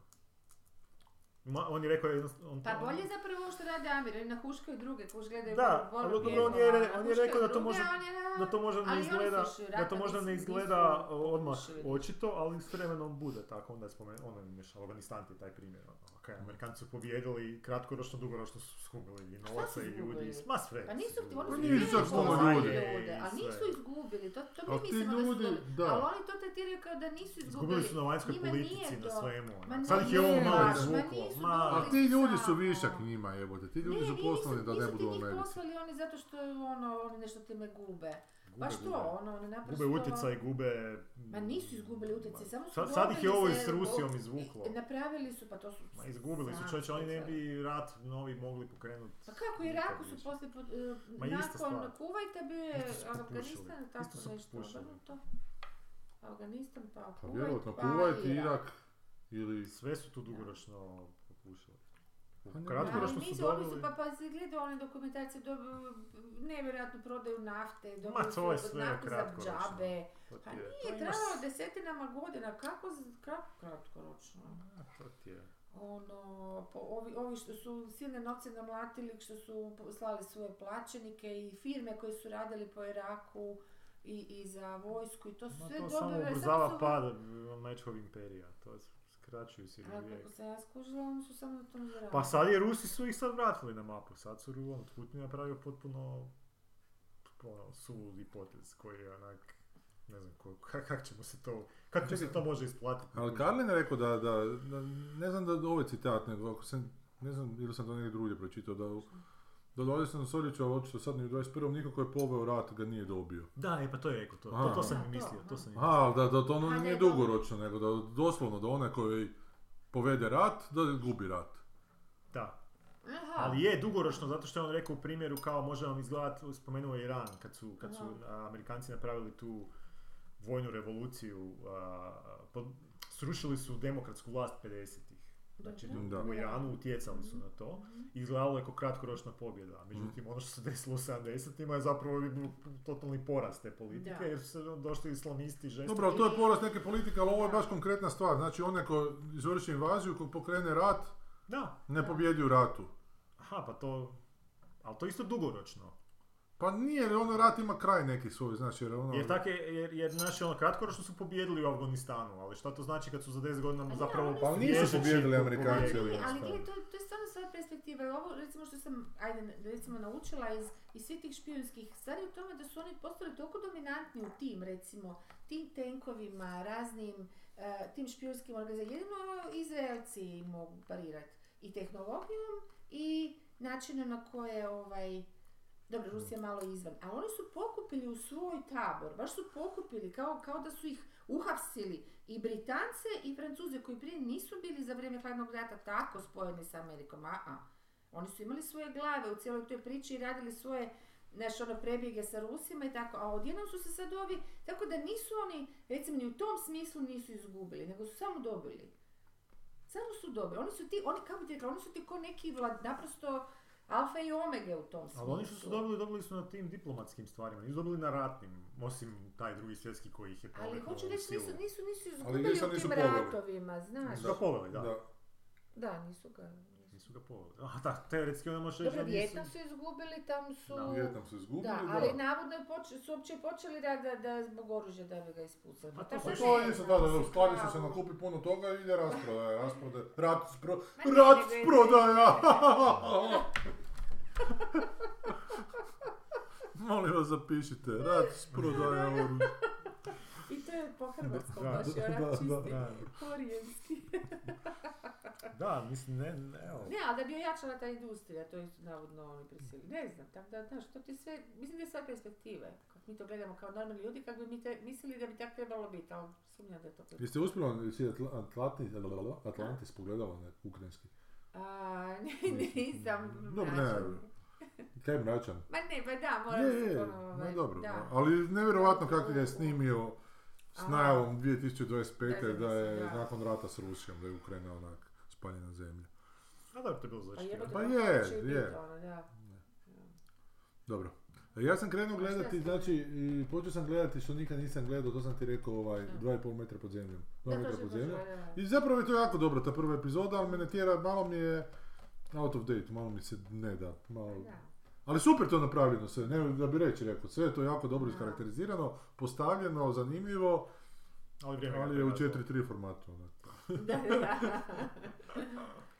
[SPEAKER 3] Ma, on je rekao jednostavno... On,
[SPEAKER 2] Pa
[SPEAKER 3] on-
[SPEAKER 2] bolje zapravo ovo što rade Amir, oni nahuškaju druge, kuš gledaju
[SPEAKER 3] Da,
[SPEAKER 2] borbu
[SPEAKER 3] ali dobro,
[SPEAKER 2] vijekova,
[SPEAKER 3] on je re- on je
[SPEAKER 2] nahuškaju
[SPEAKER 3] rekao da to
[SPEAKER 2] druge,
[SPEAKER 3] možda-
[SPEAKER 2] a on je-
[SPEAKER 3] da to možda
[SPEAKER 2] Ali
[SPEAKER 3] ne
[SPEAKER 2] oni su
[SPEAKER 3] izgleda,
[SPEAKER 2] još rata
[SPEAKER 3] da to možda
[SPEAKER 2] nisu-
[SPEAKER 3] ne
[SPEAKER 2] nisu
[SPEAKER 3] izgleda odmah
[SPEAKER 2] riješili.
[SPEAKER 3] očito, ali s vremenom bude tako. Onda je spomenuo, ono imaš Afganistan ti je taj primjer. Ono, ok, Amerikanci su pobijedili i kratkoročno, dugoročno su skupili i novaca i ljudi.
[SPEAKER 2] izgubili?
[SPEAKER 3] i s- Ma sve.
[SPEAKER 2] Pa nisu, oni
[SPEAKER 1] Pa
[SPEAKER 2] su
[SPEAKER 1] nisu
[SPEAKER 2] bili
[SPEAKER 1] čak puno
[SPEAKER 2] poslali
[SPEAKER 1] ljudi.
[SPEAKER 2] a
[SPEAKER 3] Sve.
[SPEAKER 2] nisu izgubili, to, to
[SPEAKER 1] Ali
[SPEAKER 2] mi
[SPEAKER 1] ti
[SPEAKER 2] mislimo
[SPEAKER 1] ljudi,
[SPEAKER 2] da su dobili.
[SPEAKER 1] da.
[SPEAKER 2] Ali oni to te ti rekao da nisu izgubili.
[SPEAKER 3] Izgubili su na vanjskoj
[SPEAKER 2] Njima nije
[SPEAKER 3] politici, na
[SPEAKER 2] do-
[SPEAKER 3] svemu. ono.
[SPEAKER 2] Ma
[SPEAKER 3] Sad ih je ovo
[SPEAKER 2] nije,
[SPEAKER 3] malo
[SPEAKER 2] ma
[SPEAKER 3] izvuklo.
[SPEAKER 2] nisu
[SPEAKER 3] Ma,
[SPEAKER 1] A ti ljudi su višak njima, jebote. Ti ljudi
[SPEAKER 2] ono- Ne,
[SPEAKER 1] su
[SPEAKER 2] nisu-
[SPEAKER 1] poslani da ne
[SPEAKER 2] nisu ti
[SPEAKER 1] budu u
[SPEAKER 2] njih
[SPEAKER 1] Americi.
[SPEAKER 2] poslali oni zato što ono, oni nešto time gube.
[SPEAKER 3] gube,
[SPEAKER 2] Baš to, ono, oni naprosto...
[SPEAKER 3] Gube utjecaj, gube...
[SPEAKER 2] Ma nisu izgubili utjecaj, samo su
[SPEAKER 3] Sad, sad ih je
[SPEAKER 2] dobili
[SPEAKER 3] ovo
[SPEAKER 2] se
[SPEAKER 3] s Rusijom
[SPEAKER 2] od-
[SPEAKER 3] izvuklo.
[SPEAKER 2] i- Napravili su, pa to su...
[SPEAKER 3] Ma izgubili su čovječe, oni ne bi rat novi mogli pokrenuti.
[SPEAKER 2] Pa kako i Iraku su poslije, pod, e,
[SPEAKER 3] Ma ista
[SPEAKER 2] nakon
[SPEAKER 3] stvar.
[SPEAKER 2] Kuvajta bio je
[SPEAKER 3] Isto su popušili.
[SPEAKER 2] Afganistan,
[SPEAKER 3] Isto
[SPEAKER 2] tako
[SPEAKER 3] su
[SPEAKER 2] nešto
[SPEAKER 3] popušili.
[SPEAKER 2] obrnuto. Afganistan pa
[SPEAKER 1] Pa
[SPEAKER 2] Kuvajt
[SPEAKER 1] vjerojatno,
[SPEAKER 2] pa
[SPEAKER 1] Kuvajt, Irak ili...
[SPEAKER 3] Sve su tu dugoročno pokušali.
[SPEAKER 1] Pa ne,
[SPEAKER 2] Ali
[SPEAKER 3] Kratkoročno
[SPEAKER 2] mi
[SPEAKER 3] su
[SPEAKER 2] se oni su,
[SPEAKER 3] dobili...
[SPEAKER 2] pa, pa se gleda one dokumentacije, do, nevjerojatno prodaju nafte,
[SPEAKER 3] Ma,
[SPEAKER 2] dobili su
[SPEAKER 3] to je
[SPEAKER 2] od
[SPEAKER 3] sve
[SPEAKER 2] nafte za
[SPEAKER 3] kratkoročno.
[SPEAKER 2] džabe.
[SPEAKER 3] To ti
[SPEAKER 2] Pa
[SPEAKER 3] je- to
[SPEAKER 2] nije,
[SPEAKER 3] imaš-
[SPEAKER 2] trajalo desetinama godina, kako, z- kako kratkoročno?
[SPEAKER 3] A, To ti je.
[SPEAKER 2] ono, po, ovi, ovi što su silne novce namlatili, što su slali svoje plaćenike i firme koje su radili po Iraku i, i za vojsku i to su
[SPEAKER 3] Ma
[SPEAKER 2] sve
[SPEAKER 3] to samo
[SPEAKER 2] dobile,
[SPEAKER 3] ubrzava
[SPEAKER 2] su-
[SPEAKER 3] pad Američkog imperija. To je skraćuju si
[SPEAKER 2] A
[SPEAKER 3] vijek.
[SPEAKER 2] kako sam ja skužila, oni su samo na tom zaradili.
[SPEAKER 3] Pa sad je Rusi su ih sad vratili na mapu. Sad su Ruan Putin napravio potpuno ono, suludi potez koji je onak ne znam ko, ka- kak će mu se to kako mu se to može isplatiti.
[SPEAKER 1] Ali Karlin je rekao da, da, da- ne znam da ovaj citat, nego ako sam, ne znam, ili sam to negdje drugdje pročitao, da, u- Da, 20. stoljeća, ali očito sad ni u 21. niko ko je poveo rat ga nije dobio.
[SPEAKER 3] Da, ne, pa to je eko to.
[SPEAKER 1] Aha.
[SPEAKER 3] To, to sam
[SPEAKER 2] Da,
[SPEAKER 3] i mislio,
[SPEAKER 2] to,
[SPEAKER 3] to sam i
[SPEAKER 1] Aha, ali da, da to ono
[SPEAKER 4] A da
[SPEAKER 1] nije
[SPEAKER 4] je dobro.
[SPEAKER 1] dugoročno, nego da doslovno da onaj koji povede rat, da gubi rat.
[SPEAKER 3] Da.
[SPEAKER 2] Aha.
[SPEAKER 3] Ali je dugoročno, zato što je on rekao u primjeru kao može vam izgledati, spomenuo je Iran, kad su, kad su a, Amerikanci napravili tu vojnu revoluciju, a, pod- srušili su demokratsku vlast 50-ih. Znači
[SPEAKER 1] Da.
[SPEAKER 3] u Iranu utjecali su na to. Izgledalo je kao kratkoročna pobjeda.
[SPEAKER 2] Mhm.
[SPEAKER 3] Međutim, ono što se desilo u 70-ima je zapravo bio totalni porast te politike,
[SPEAKER 2] Da.
[SPEAKER 3] jer su se ono došli islamisti, žestoki.
[SPEAKER 1] Dobro, ali to je porast neke politike, ali ovo je baš konkretna stvar. Znači, onaj ko izvrši invaziju, ko pokrene rat,
[SPEAKER 3] Da,
[SPEAKER 1] ne pobjedi u ratu.
[SPEAKER 3] aha, pa to... Ali to je isto dugoročno.
[SPEAKER 1] Pa nije, jer ono rat ima kraj neki svoj, znači, jer ono...
[SPEAKER 3] Jer, tak je, jer, jer naši ono kratkoročno su pobijedili u Afganistanu, ali šta to znači kad su za 10 godina
[SPEAKER 4] Pa da,
[SPEAKER 3] zapravo
[SPEAKER 4] oni
[SPEAKER 1] Pa ali nisu
[SPEAKER 3] bježeći
[SPEAKER 1] pobijedili
[SPEAKER 3] po-
[SPEAKER 1] Amerikanci
[SPEAKER 3] pobjegli?
[SPEAKER 1] ili
[SPEAKER 2] Ali, ali
[SPEAKER 1] nešto.
[SPEAKER 2] gledaj, to, to je stvarno sva perspektiva. jer Ovo, recimo, što sam, ajde, recimo, naučila iz, iz svih tih špijunskih stvari u tome da su oni postali toliko dominantni u tim, recimo, tim tenkovima, raznim, eh, tim špijunskim organizacijama. Jedino Izraelci im mogu parirati i tehnologijom i načinom na koje, ovaj, dobro, Rusija malo izvan, a oni su pokupili u svoj tabor, baš su pokupili, kao, kao da su ih uhapsili i Britance i Francuze koji prije nisu bili za vrijeme hladnog rata tako spojeni sa Amerikom, a, a. Oni su imali svoje glave u cijeloj toj priči i radili svoje znaš, ono, prebjege sa Rusima i tako, a odjednom su se sad ovi, tako da nisu oni, recimo, ni u tom smislu nisu izgubili, nego su samo dobili. Samo su dobili. Oni su ti, oni, kako bi ti rekla, oni su ti ko neki vlad, naprosto alfa i omega u tom smislu.
[SPEAKER 3] Ali oni što su dobili, dobili su na tim diplomatskim stvarima, nisu dobili na ratnim, osim taj drugi svjetski koji ih je
[SPEAKER 2] Ali
[SPEAKER 3] povukao
[SPEAKER 2] hoću
[SPEAKER 3] u
[SPEAKER 2] reći,
[SPEAKER 3] silu.
[SPEAKER 2] nisu, nisu, nisu
[SPEAKER 1] Ali
[SPEAKER 2] izgubili
[SPEAKER 1] nisu-
[SPEAKER 2] u
[SPEAKER 1] nisu
[SPEAKER 2] tim
[SPEAKER 1] poveli.
[SPEAKER 2] ratovima, znaš.
[SPEAKER 3] Nisu ga poveli, da.
[SPEAKER 2] Da, nisu ga.
[SPEAKER 3] Nisu ga poveli. Aha, da, teoretski onda možeš reći
[SPEAKER 2] Dobro,
[SPEAKER 3] da nisu...
[SPEAKER 2] Vjetnam su izgubili, tam su...
[SPEAKER 1] Da, Vijetnam su izgubili,
[SPEAKER 2] Da,
[SPEAKER 1] da.
[SPEAKER 2] ali navodno je poč- su uopće počeli da, da, da zbog oružja da bi ga ispucali.
[SPEAKER 3] Pa to
[SPEAKER 2] Tako
[SPEAKER 1] Pa
[SPEAKER 3] su-
[SPEAKER 2] Pač ne
[SPEAKER 1] to je isto,
[SPEAKER 2] znam,
[SPEAKER 1] da, da, da,
[SPEAKER 2] mislim,
[SPEAKER 1] u stvari
[SPEAKER 2] pravo.
[SPEAKER 1] su se nakupi puno toga i ide rasprodaja, rasprodaja, rat, spro,
[SPEAKER 2] Ma ne,
[SPEAKER 1] rat
[SPEAKER 2] nego je-
[SPEAKER 1] prodaja! Molim vas zapišite, rat s prodaja oružja.
[SPEAKER 2] I to je po hrvatskom
[SPEAKER 3] Da,
[SPEAKER 2] baš,
[SPEAKER 1] da,
[SPEAKER 2] onak
[SPEAKER 1] da,
[SPEAKER 2] čisti
[SPEAKER 3] Da,
[SPEAKER 2] korijenski.
[SPEAKER 3] da, mislim, ne, ne, evo.
[SPEAKER 2] Ne, ali da bi ojačala ta industrija, to je isto navodno oni prisili. Ne znam, tako da, znaš, to ti sve, mislim da je sve perspektive. Kako mi to gledamo kao normalni ljudi, kako bi mi te, mislili da bi tako trebalo biti, ali sumnjam da je to tako.
[SPEAKER 1] Jeste uspjeli si Atlantis, Atlantis pogledala ne, ukrajinski?
[SPEAKER 2] A, ne, nisam.
[SPEAKER 1] Dobro, ne.
[SPEAKER 2] mračan.
[SPEAKER 1] Kaj je mračan?
[SPEAKER 2] Ma ne, pa da,
[SPEAKER 1] Je,
[SPEAKER 2] moram
[SPEAKER 1] je,
[SPEAKER 2] se
[SPEAKER 1] je,
[SPEAKER 2] ponovo,
[SPEAKER 1] ne
[SPEAKER 2] ovaj,
[SPEAKER 1] dobro. no,
[SPEAKER 2] da.
[SPEAKER 1] Ali nevjerovatno kako ga je snimio s
[SPEAKER 2] A.
[SPEAKER 1] najavom 2025.
[SPEAKER 2] Da,
[SPEAKER 1] da je
[SPEAKER 2] da.
[SPEAKER 1] nakon rata s Rusijom, da je Ukrajina onak spaljena zemlja.
[SPEAKER 3] A dobro, to je bilo
[SPEAKER 2] Pa
[SPEAKER 3] zaočekivano.
[SPEAKER 2] jebote,
[SPEAKER 1] Pa
[SPEAKER 2] kako
[SPEAKER 1] je,
[SPEAKER 2] će i bit
[SPEAKER 1] je.
[SPEAKER 2] ono, da.
[SPEAKER 1] Dobro. E, Ja sam krenuo
[SPEAKER 2] A šta
[SPEAKER 1] gledati,
[SPEAKER 2] si?
[SPEAKER 1] znači, i počeo sam gledati što nikad nisam gledao, to sam ti rekao, ovaj,
[SPEAKER 2] Da.
[SPEAKER 1] 2,5 metra pod zemljom. 2
[SPEAKER 2] Da, to
[SPEAKER 1] metra
[SPEAKER 2] će
[SPEAKER 1] pod
[SPEAKER 2] baš,
[SPEAKER 1] zemljom.
[SPEAKER 2] da, da.
[SPEAKER 1] I zapravo je to jako dobro, ta prva epizoda, ali mene tjera, malo mi je out of date, malo mi se ne da, malo...
[SPEAKER 2] Da.
[SPEAKER 1] Ali super to napravljeno sve, ne da bi reći rekao, sve je to jako dobro
[SPEAKER 2] Da.
[SPEAKER 1] iskarakterizirano, postavljeno, zanimljivo,
[SPEAKER 3] Ali vrijeme ga
[SPEAKER 1] ali je u
[SPEAKER 3] prebacilo.
[SPEAKER 1] 4.3 formatu. onak.
[SPEAKER 2] Da, da.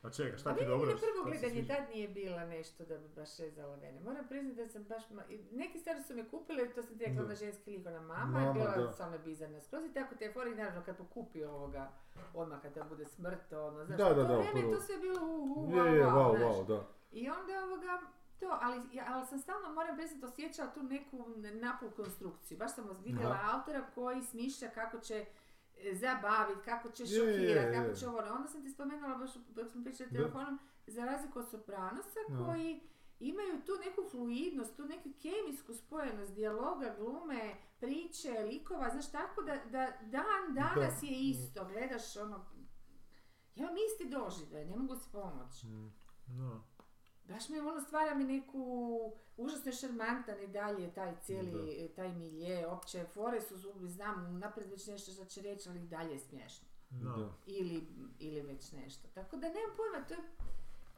[SPEAKER 3] A čega,
[SPEAKER 2] A
[SPEAKER 3] šta
[SPEAKER 2] meni
[SPEAKER 3] ti je
[SPEAKER 2] ni
[SPEAKER 3] dobro?
[SPEAKER 2] na prvo
[SPEAKER 3] šta ti se
[SPEAKER 2] gledanje
[SPEAKER 3] sviđa?
[SPEAKER 2] tad nije bila nešto da bi baš rezala mene. Moram priznati da sam baš... ma- i Neke stvari su me kupile, to sam ti rekla
[SPEAKER 1] Da.
[SPEAKER 2] na ženski lik, ona mama,
[SPEAKER 1] Mama,
[SPEAKER 2] je bila
[SPEAKER 1] da.
[SPEAKER 2] samo bizarna skroz i tako te fore i naravno kad pokupi ovoga, odmah kada bude smrt, ono, znaš,
[SPEAKER 1] Da, da,
[SPEAKER 2] to
[SPEAKER 1] da,
[SPEAKER 2] vrijeme je
[SPEAKER 1] prvo.
[SPEAKER 2] to sve bilo u, u,
[SPEAKER 1] Je, je, wow,
[SPEAKER 2] znaš.
[SPEAKER 1] wow, da.
[SPEAKER 2] I onda ovoga, to, ali, ja- ali sam stalno, moram priznati, osjećala tu neku napol konstrukciju. Baš sam vidjela autora koji smišlja kako će e, zabavit, kako će
[SPEAKER 1] Je, je,
[SPEAKER 2] šokirati,
[SPEAKER 1] je,
[SPEAKER 2] kako
[SPEAKER 1] je.
[SPEAKER 2] će ovo. ono. Onda sam ti spomenula baš dok smo pričali
[SPEAKER 1] Da.
[SPEAKER 2] telefonom, za razliku od Sopranosa
[SPEAKER 1] Da.
[SPEAKER 2] koji imaju tu neku fluidnost, tu neku kemijsku spojenost dijaloga, glume, priče, likova, znaš tako da, da dan danas je isto, gledaš ono, ja imam isti doživljaj, ne mogu si pomoći.
[SPEAKER 3] No.
[SPEAKER 2] Baš mi ono stvara mi neku, užasno je šarmantan i dalje taj cijeli, e, taj milje, opće fore su zubi, znam naprijed već nešto što će reći, ali i dalje je smiješno.
[SPEAKER 3] No.
[SPEAKER 1] da.
[SPEAKER 2] Ili, ili već nešto. Tako da nemam pojma, to je,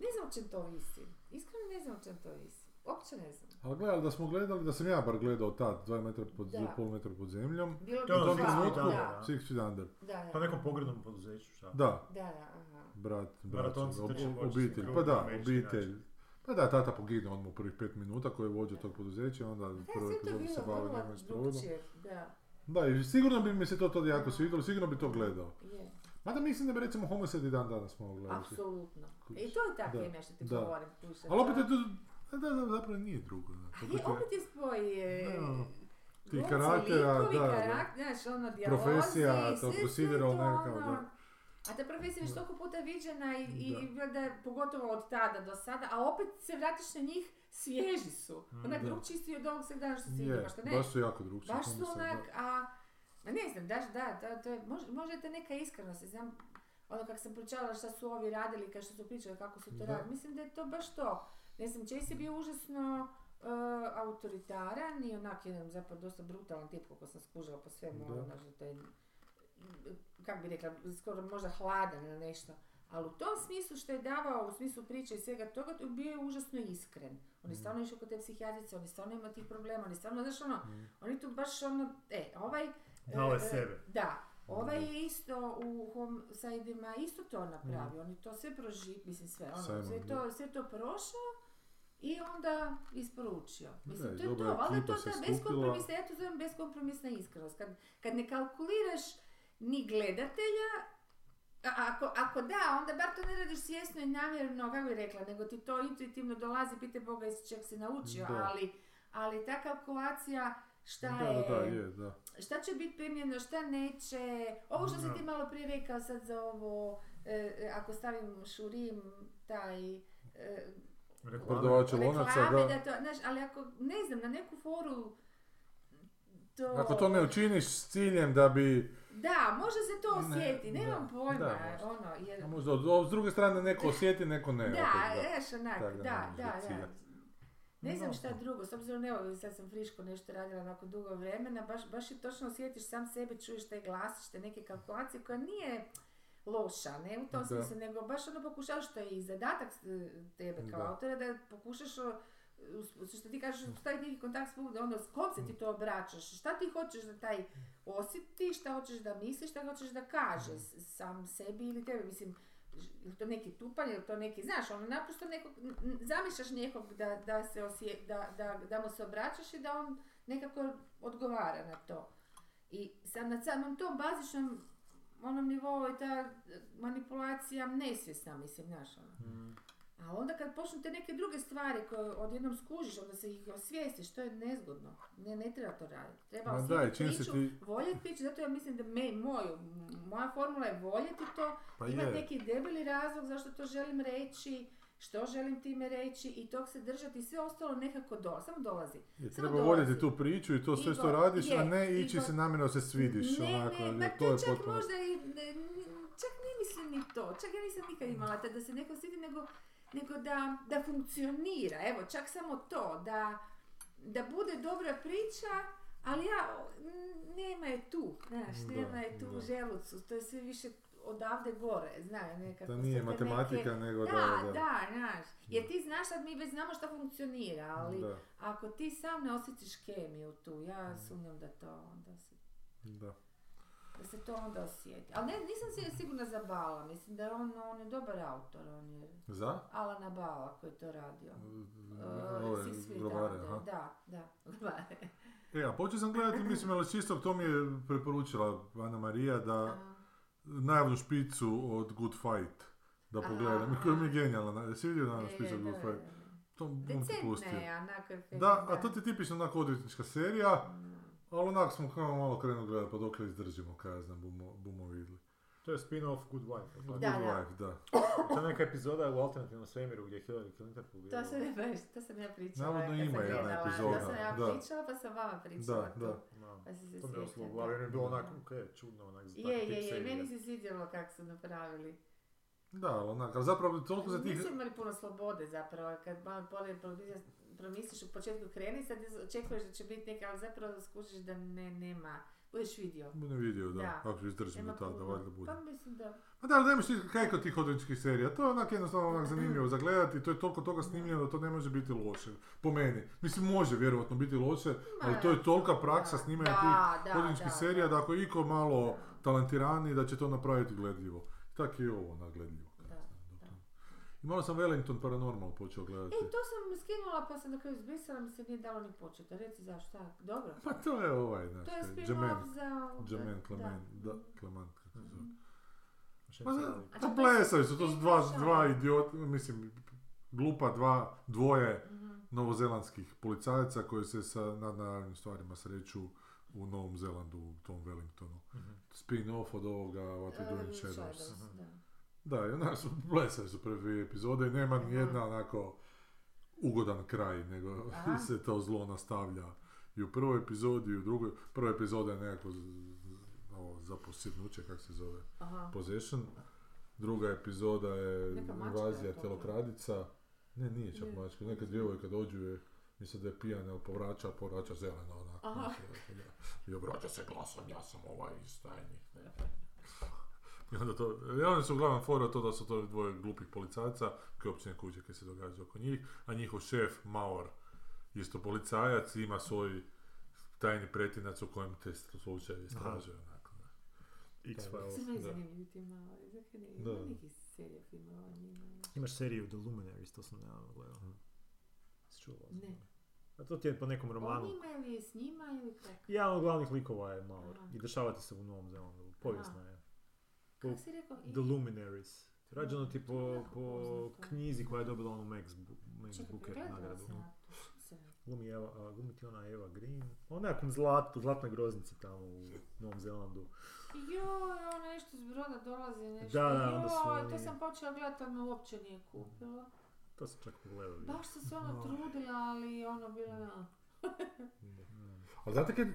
[SPEAKER 2] ne znam o čem to visi. Iskreno ne znam o čem to visi. Uopće ne znam.
[SPEAKER 1] Ali gledali da smo gledali, da sam ja bar gledao tad, 2 metra pod,
[SPEAKER 2] Da.
[SPEAKER 1] 2,5 metra pod zemljom,
[SPEAKER 2] Bilo bi
[SPEAKER 3] To je
[SPEAKER 1] u
[SPEAKER 3] ono
[SPEAKER 1] tom
[SPEAKER 3] Six
[SPEAKER 2] žao,
[SPEAKER 1] trenutku,
[SPEAKER 3] Feet Under,
[SPEAKER 2] da,
[SPEAKER 3] da.
[SPEAKER 1] Six Feet Under.
[SPEAKER 2] da,
[SPEAKER 3] Pa
[SPEAKER 2] da,
[SPEAKER 3] nekom pogrednom poduzeću, šta?
[SPEAKER 1] Da,
[SPEAKER 2] da, da, aha.
[SPEAKER 1] brat, brat,
[SPEAKER 3] Maratonci trče bočice,
[SPEAKER 1] obitelj,
[SPEAKER 3] kao
[SPEAKER 1] pa da,
[SPEAKER 3] američki
[SPEAKER 1] obitelj. Pa da, tata pogine odmah u prvih pet minuta koji je vođa tog poduzeća, onda u
[SPEAKER 2] Da,
[SPEAKER 1] prvoj
[SPEAKER 2] E, sve Pa to
[SPEAKER 1] epizodi se ono.
[SPEAKER 2] bilo
[SPEAKER 1] bavi
[SPEAKER 2] vrlo
[SPEAKER 1] njima iz provoda.
[SPEAKER 2] drukčije, da,
[SPEAKER 1] Da, i sigurno bi mi se to tad jako svidjelo, sigurno bi to gledao.
[SPEAKER 2] je,
[SPEAKER 1] Mada mislim da bi recimo Homosed i dan danas mogao gledati.
[SPEAKER 2] apsolutno.
[SPEAKER 1] Kužiš.
[SPEAKER 2] I to je ta
[SPEAKER 1] Znači. Da,
[SPEAKER 2] kemija što ti
[SPEAKER 1] da.
[SPEAKER 2] govorim. kužiš,
[SPEAKER 1] Ali opet
[SPEAKER 2] da.
[SPEAKER 1] je to Da, da, da, zapravo nije drugo. Da.
[SPEAKER 2] Ali opet je spoj e,
[SPEAKER 1] Da, ono, ti
[SPEAKER 2] glumci,
[SPEAKER 1] karaktera,
[SPEAKER 2] likovi,
[SPEAKER 1] da, da.
[SPEAKER 2] karak- znaš, ono, dijalozi,
[SPEAKER 1] Profesija,
[SPEAKER 2] sve-
[SPEAKER 1] to
[SPEAKER 2] sve
[SPEAKER 1] posidiralo
[SPEAKER 2] to,
[SPEAKER 1] nekakav,
[SPEAKER 2] ono.
[SPEAKER 1] da.
[SPEAKER 2] A ta profesija je već
[SPEAKER 1] Da.
[SPEAKER 2] toliko puta viđena i, i valjda pogotovo od tada do sada, a opet se vratiš na njih, svježi su.
[SPEAKER 3] Mm,
[SPEAKER 2] Onak
[SPEAKER 1] da.
[SPEAKER 2] drugčiji su i od ovog svega što si
[SPEAKER 1] Je,
[SPEAKER 2] vidio, što ne.
[SPEAKER 1] baš su jako drugčiji.
[SPEAKER 2] Baš
[SPEAKER 1] to
[SPEAKER 2] su
[SPEAKER 1] mislim, da.
[SPEAKER 2] onak, a... Ma ne znam, daš, da, da, to je, možda, možda je to neka iskrenost, znam, ono kako sam pričala šta su ovi radili, kaj što su pričali, kako su to
[SPEAKER 1] Da.
[SPEAKER 2] radili, mislim da je to baš to. Ne znam, Chase je bio užasno e, autoritaran i onak jedan zapravo dosta brutalan tip kako sam skužila po svemu,
[SPEAKER 1] Da.
[SPEAKER 2] ono, znaš, da je, kako bi rekla, skoro možda hladan ili nešto. Ali u tom smislu što je davao, u smislu priče i svega toga, to bio je užasno iskren. On je
[SPEAKER 1] Mm.
[SPEAKER 2] stvarno išao kod te psihijatrice, on je stvarno imao tih problema, on je stvarno, znaš ono,
[SPEAKER 1] Mm.
[SPEAKER 2] oni tu baš ono, e, ovaj... e,
[SPEAKER 3] Dao je
[SPEAKER 2] e,
[SPEAKER 3] sebe.
[SPEAKER 2] Da, ovaj je isto u Homesidima isto to
[SPEAKER 1] Mm.
[SPEAKER 2] napravio, on je to sve proživio, mislim sve, ono,
[SPEAKER 1] Simon,
[SPEAKER 2] sve to, sve to prošao i onda isporučio. Mislim,
[SPEAKER 1] Da, i
[SPEAKER 2] to je to,
[SPEAKER 1] dobra
[SPEAKER 2] valjda je
[SPEAKER 1] ekipa
[SPEAKER 2] to
[SPEAKER 1] se
[SPEAKER 2] ta
[SPEAKER 1] skupila.
[SPEAKER 2] beskompromisna, ja to zovem beskompromisna iskrenost. Kad, kad ne kalkuliraš ni gledatelja, a- ako, ako da, onda bar to ne radiš svjesno i namjerno, kako bi rekla, nego ti to intuitivno dolazi, pite Boga iz čeg si naučio,
[SPEAKER 1] Da.
[SPEAKER 2] ali, ali ta kalkulacija šta
[SPEAKER 1] Da, da,
[SPEAKER 2] je,
[SPEAKER 1] da, je, da.
[SPEAKER 2] šta će biti primljeno, šta neće, ovo što si ti malo prije rekao sad za ovo, e, e, ako stavim šurim taj e,
[SPEAKER 1] Prodavače lonaca,
[SPEAKER 2] reklame, da.
[SPEAKER 1] da.
[SPEAKER 2] to, znaš, ali ako, ne znam, na neku foru to...
[SPEAKER 1] Ako to ne učiniš s ciljem da bi,
[SPEAKER 2] Da, može se to
[SPEAKER 1] Ne,
[SPEAKER 2] osjeti, nemam
[SPEAKER 1] da,
[SPEAKER 2] pojma,
[SPEAKER 1] da, možda.
[SPEAKER 2] ono, jer...
[SPEAKER 1] a možda od- o, s druge strane neko osjeti, neko ne.
[SPEAKER 2] da, e,
[SPEAKER 1] opet,
[SPEAKER 2] znaš, onak,
[SPEAKER 1] Tako da ne
[SPEAKER 2] da,
[SPEAKER 1] možeš
[SPEAKER 2] da, da.
[SPEAKER 1] ciljati.
[SPEAKER 2] Ne znam
[SPEAKER 1] No.
[SPEAKER 2] šta drugo, s obzirom evo sad sam friško nešto radila nakon dugo vremena, baš, baš je točno osjetiš sam sebe, čuješ taj glasiš, te neke kalkulacije koja nije loša, ne u tom
[SPEAKER 1] Da.
[SPEAKER 2] smislu, nego baš ono pokušavaš, što je i zadatak e, tebe kao
[SPEAKER 1] Da.
[SPEAKER 2] autora, da pokušaš o, us- što ti kažeš, staviti neki kontakt s publikom, onda s kom se ti to obraćaš, šta ti hoćeš da taj osjeti, šta hoćeš da misliš, šta hoćeš da kaže s- sam sebi ili tebi, mislim, ž- je li to neki tupanj, je li to neki, znaš, ono naprosto nekog, n- n- zamišljaš nekog da, da, se osje, da, da, da mu se obraćaš i da on nekako odgovara na to. I sam na samom tom bazičnom onom nivou je ta e, manipulacija nesvjesna, mislim, znaš, ono.
[SPEAKER 3] mm,
[SPEAKER 2] A onda kad počnu te neke druge stvari koje odjednom skužiš, onda se ih osvijestiš, to je nezgodno. Ne, ne treba to raditi. Treba
[SPEAKER 1] Ma da, i
[SPEAKER 2] osjetiti
[SPEAKER 1] čim se
[SPEAKER 2] priču,
[SPEAKER 1] ti-
[SPEAKER 2] voljeti priču, zato ja mislim da me, moju, moja formula je voljeti to,
[SPEAKER 1] Pa
[SPEAKER 2] imat
[SPEAKER 1] je.
[SPEAKER 2] neki debeli razlog zašto to želim reći, što želim time reći i tog se držati i sve ostalo nekako dolazi, samo dolazi.
[SPEAKER 1] Jer
[SPEAKER 2] Samo
[SPEAKER 1] treba
[SPEAKER 2] dolazi.
[SPEAKER 1] voljeti tu priču i to sve
[SPEAKER 2] I
[SPEAKER 1] što
[SPEAKER 2] go-
[SPEAKER 1] radiš, a
[SPEAKER 2] je,
[SPEAKER 1] ne
[SPEAKER 2] i
[SPEAKER 1] ići
[SPEAKER 2] go-
[SPEAKER 1] se namjerno se svidiš.
[SPEAKER 2] Ne,
[SPEAKER 1] onako,
[SPEAKER 2] ne,
[SPEAKER 1] jer
[SPEAKER 2] ma
[SPEAKER 1] to
[SPEAKER 2] to,
[SPEAKER 1] je
[SPEAKER 2] čak
[SPEAKER 1] potpuno...
[SPEAKER 2] možda i, ne, n- čak ne mislim ni to, čak ja nisam nikad imala tad da se neko sjeti, nego, nego da, da funkcionira, evo, čak samo to, da, da bude dobra priča, ali ja, o, n- nema je tu, znaš,
[SPEAKER 1] Da,
[SPEAKER 2] nema je tu
[SPEAKER 1] da.
[SPEAKER 2] u želucu, to je sve više odavde gore, znaju nekako.
[SPEAKER 1] Da
[SPEAKER 2] su
[SPEAKER 1] nije
[SPEAKER 2] te neke-
[SPEAKER 1] matematika, nego da,
[SPEAKER 2] Da,
[SPEAKER 1] da.
[SPEAKER 2] da, znaš, jer ti znaš sad mi već znamo što funkcionira, ali
[SPEAKER 1] Da,
[SPEAKER 2] ako ti sam ne osjećaš kemiju tu, ja sumnjam da to onda se
[SPEAKER 1] da.
[SPEAKER 2] da se to onda osjeti. Ali ne, nisam si sigurna za Bala, mislim da je on, on je dobar autor, on je
[SPEAKER 1] Za?
[SPEAKER 2] Alana Bala koji je to radio.
[SPEAKER 1] Mm,
[SPEAKER 2] E,
[SPEAKER 1] Ove,
[SPEAKER 2] Six Feet
[SPEAKER 1] grobare,
[SPEAKER 2] Under,
[SPEAKER 1] aha.
[SPEAKER 2] da, da, grobare.
[SPEAKER 1] E, a počeo sam gledati, mislim, ali čisto to mi je preporučila Ana Marija da
[SPEAKER 2] Aha.
[SPEAKER 1] najavnu špicu od Good Fight da
[SPEAKER 2] Aha.
[SPEAKER 1] pogledam, koji mi je genijalna, jesi vidio najavnu
[SPEAKER 2] E,
[SPEAKER 1] špicu od
[SPEAKER 2] da,
[SPEAKER 1] Good
[SPEAKER 2] da,
[SPEAKER 1] Fight?
[SPEAKER 2] da.
[SPEAKER 1] To bom ti
[SPEAKER 2] Decentna
[SPEAKER 1] pustio.
[SPEAKER 2] je, onako je
[SPEAKER 1] Da,
[SPEAKER 2] fina,
[SPEAKER 1] a to ti je tipična onako odvjetnička serija, ali onak smo kao malo krenuli gledati, pa dok li izdržimo, kaj ja znam, bumo, bumo vidjeli.
[SPEAKER 3] To je spin-off Good Wife. jel' tako?
[SPEAKER 1] Good
[SPEAKER 2] Da, da.
[SPEAKER 1] Wife, da.
[SPEAKER 3] To je neka epizoda u alternativnom svemiru gdje je Hillary Clinton
[SPEAKER 2] To
[SPEAKER 3] pobjedila.
[SPEAKER 2] sam, ja baš, to sam ja pričala.
[SPEAKER 1] Navodno
[SPEAKER 2] kad
[SPEAKER 1] ima
[SPEAKER 2] sam
[SPEAKER 1] jedna
[SPEAKER 2] gledala.
[SPEAKER 1] epizoda,
[SPEAKER 2] To sam ja
[SPEAKER 1] da.
[SPEAKER 2] pričala pa sam vama pričala.
[SPEAKER 1] Da,
[SPEAKER 2] tu,
[SPEAKER 1] da.
[SPEAKER 3] No.
[SPEAKER 2] Pa sam se
[SPEAKER 3] To mi je ušlo u
[SPEAKER 2] sjetila.
[SPEAKER 3] glavu jer mi je bilo onako, ok, čudno onak za
[SPEAKER 2] Je,
[SPEAKER 3] takav tip
[SPEAKER 2] je, je,
[SPEAKER 3] serije.
[SPEAKER 2] meni se svidjelo kako su napravili.
[SPEAKER 1] Da, ali onak, ali zapravo toliko za tih...
[SPEAKER 2] Nisu imali puno slobode zapravo, kad malo bolje promislio- promisliš u početku kreni, sad očekuješ da će biti neka, ali zapravo skužiš da ne, nema, budeš vidio.
[SPEAKER 1] Budem vidio, da,
[SPEAKER 2] Da.
[SPEAKER 1] ako izdržimo
[SPEAKER 2] Nema
[SPEAKER 1] tada,
[SPEAKER 2] puno.
[SPEAKER 1] valjda bude.
[SPEAKER 2] Pa mislim da.
[SPEAKER 1] Ma da, ali nemaš ti kaj kod tih odvjetničkih serija, to je onak jednostavno onak zanimljivo za gledati, to je toliko toga snimljeno da to ne može biti loše, po meni. Mislim, može vjerojatno biti loše, ali to je tolika praksa
[SPEAKER 2] da.
[SPEAKER 1] snimanja
[SPEAKER 2] Da,
[SPEAKER 1] tih
[SPEAKER 2] da,
[SPEAKER 1] odvjetničkih
[SPEAKER 2] da,
[SPEAKER 1] serija
[SPEAKER 2] da.
[SPEAKER 1] da ako je iko malo talentiraniji da će to napraviti gledljivo. Tak je i ovo onak gledljivo.
[SPEAKER 2] Da, da.
[SPEAKER 1] I malo sam Wellington Paranormal počeo gledati.
[SPEAKER 2] E, to sam skinula pa sam na kraju izbrisala, mi se nije dalo ni početi. Reci zašto, a, dobro.
[SPEAKER 1] Pa to je ovaj, znaš,
[SPEAKER 2] To je
[SPEAKER 1] taj,
[SPEAKER 2] spin-off
[SPEAKER 1] Džemen.
[SPEAKER 2] za...
[SPEAKER 1] Džemen,
[SPEAKER 2] da.
[SPEAKER 1] Clement, da, Clement, kako se zove.
[SPEAKER 3] Šta
[SPEAKER 1] Pa
[SPEAKER 3] se
[SPEAKER 1] da,
[SPEAKER 3] radi?
[SPEAKER 2] A
[SPEAKER 1] pa
[SPEAKER 2] čak
[SPEAKER 1] plesaju su, to
[SPEAKER 2] i
[SPEAKER 1] su dva,
[SPEAKER 2] slušala.
[SPEAKER 1] dva idiota, mislim, glupa dva, dvoje
[SPEAKER 2] Mhm.
[SPEAKER 1] novozelandskih policajaca koji se sa nadnaravnim stvarima sreću u Novom Zelandu, u tom Wellingtonu. Spin-off od ovoga What We Do in Shadows. Da, i onda su, blesave su prve dvije epizode i nema ni jedna onako ugodan kraj, nego
[SPEAKER 2] Aha.
[SPEAKER 1] se to zlo nastavlja i u prvoj epizodi i u drugoj. Prva epizoda je nekako z- z- ovo, zaposjednuće, kako se zove,
[SPEAKER 2] Aha.
[SPEAKER 1] Possession. Druga epizoda je
[SPEAKER 2] Neka mačka je
[SPEAKER 1] invazija
[SPEAKER 2] to.
[SPEAKER 1] telokradica. Ne, nije čak
[SPEAKER 2] Ne.
[SPEAKER 1] mačka, neka djevojka dođu je, misle da je pijana, ali povraća, povraća zeleno onako.
[SPEAKER 2] Aha.
[SPEAKER 1] Znači, da. I obraća se glasom, ja sam ovaj iz tajnih. ne. I onda to, i onda su uglavnom fora to da su to dvoje glupih policajca koji uopće ne kuće kaj se događa oko njih, a njihov šef, Maor, isto policajac, ima svoj tajni pretinac u kojem te slučaje istražuje. onako, da.
[SPEAKER 3] X-Files.
[SPEAKER 2] Sve je
[SPEAKER 1] Da.
[SPEAKER 2] zanimljivo ti malo. Zakaj ne?
[SPEAKER 1] Da.
[SPEAKER 2] Ima nekih serija filmova o njima.
[SPEAKER 3] Imaš seriju The Luminaries, to sam nedavno gledao. Mhm. Si čuo?
[SPEAKER 2] Ne.
[SPEAKER 3] A to ti je po nekom romanu.
[SPEAKER 2] O njima ili je s njima ili kako?
[SPEAKER 3] Jedan od ono, glavnih likova je Maur
[SPEAKER 2] Aha.
[SPEAKER 3] i dešava ti se u Novom Zelandu. Povijesna je.
[SPEAKER 2] Kako si rekao? I-
[SPEAKER 3] The Luminaries. Rađeno ti
[SPEAKER 2] To je
[SPEAKER 3] po,
[SPEAKER 2] jako
[SPEAKER 3] po
[SPEAKER 2] poznato.
[SPEAKER 3] knjizi koja je dobila onu Max, Bu- Max
[SPEAKER 2] Čekaj,
[SPEAKER 3] Booker
[SPEAKER 2] pogledala
[SPEAKER 3] nagradu.
[SPEAKER 2] sam ja to. Što se radi?
[SPEAKER 3] Glumi, Eva, a, glumi ti ona Eva Green. Ona je nekom zlatu, zlatnoj groznici tamo u Novom Zelandu.
[SPEAKER 2] Joj, ono nešto s broda dolazi, nešto.
[SPEAKER 3] Da, da, onda su
[SPEAKER 2] Joj, to
[SPEAKER 3] oni- Mm.
[SPEAKER 2] sam počela gledati, ali me uopće nije kupilo.
[SPEAKER 3] To sam čak pogledao.
[SPEAKER 2] Baš sam se ono
[SPEAKER 1] No.
[SPEAKER 2] trudila, ali ono bilo je ono...
[SPEAKER 3] Mm.
[SPEAKER 1] Ali znate kad,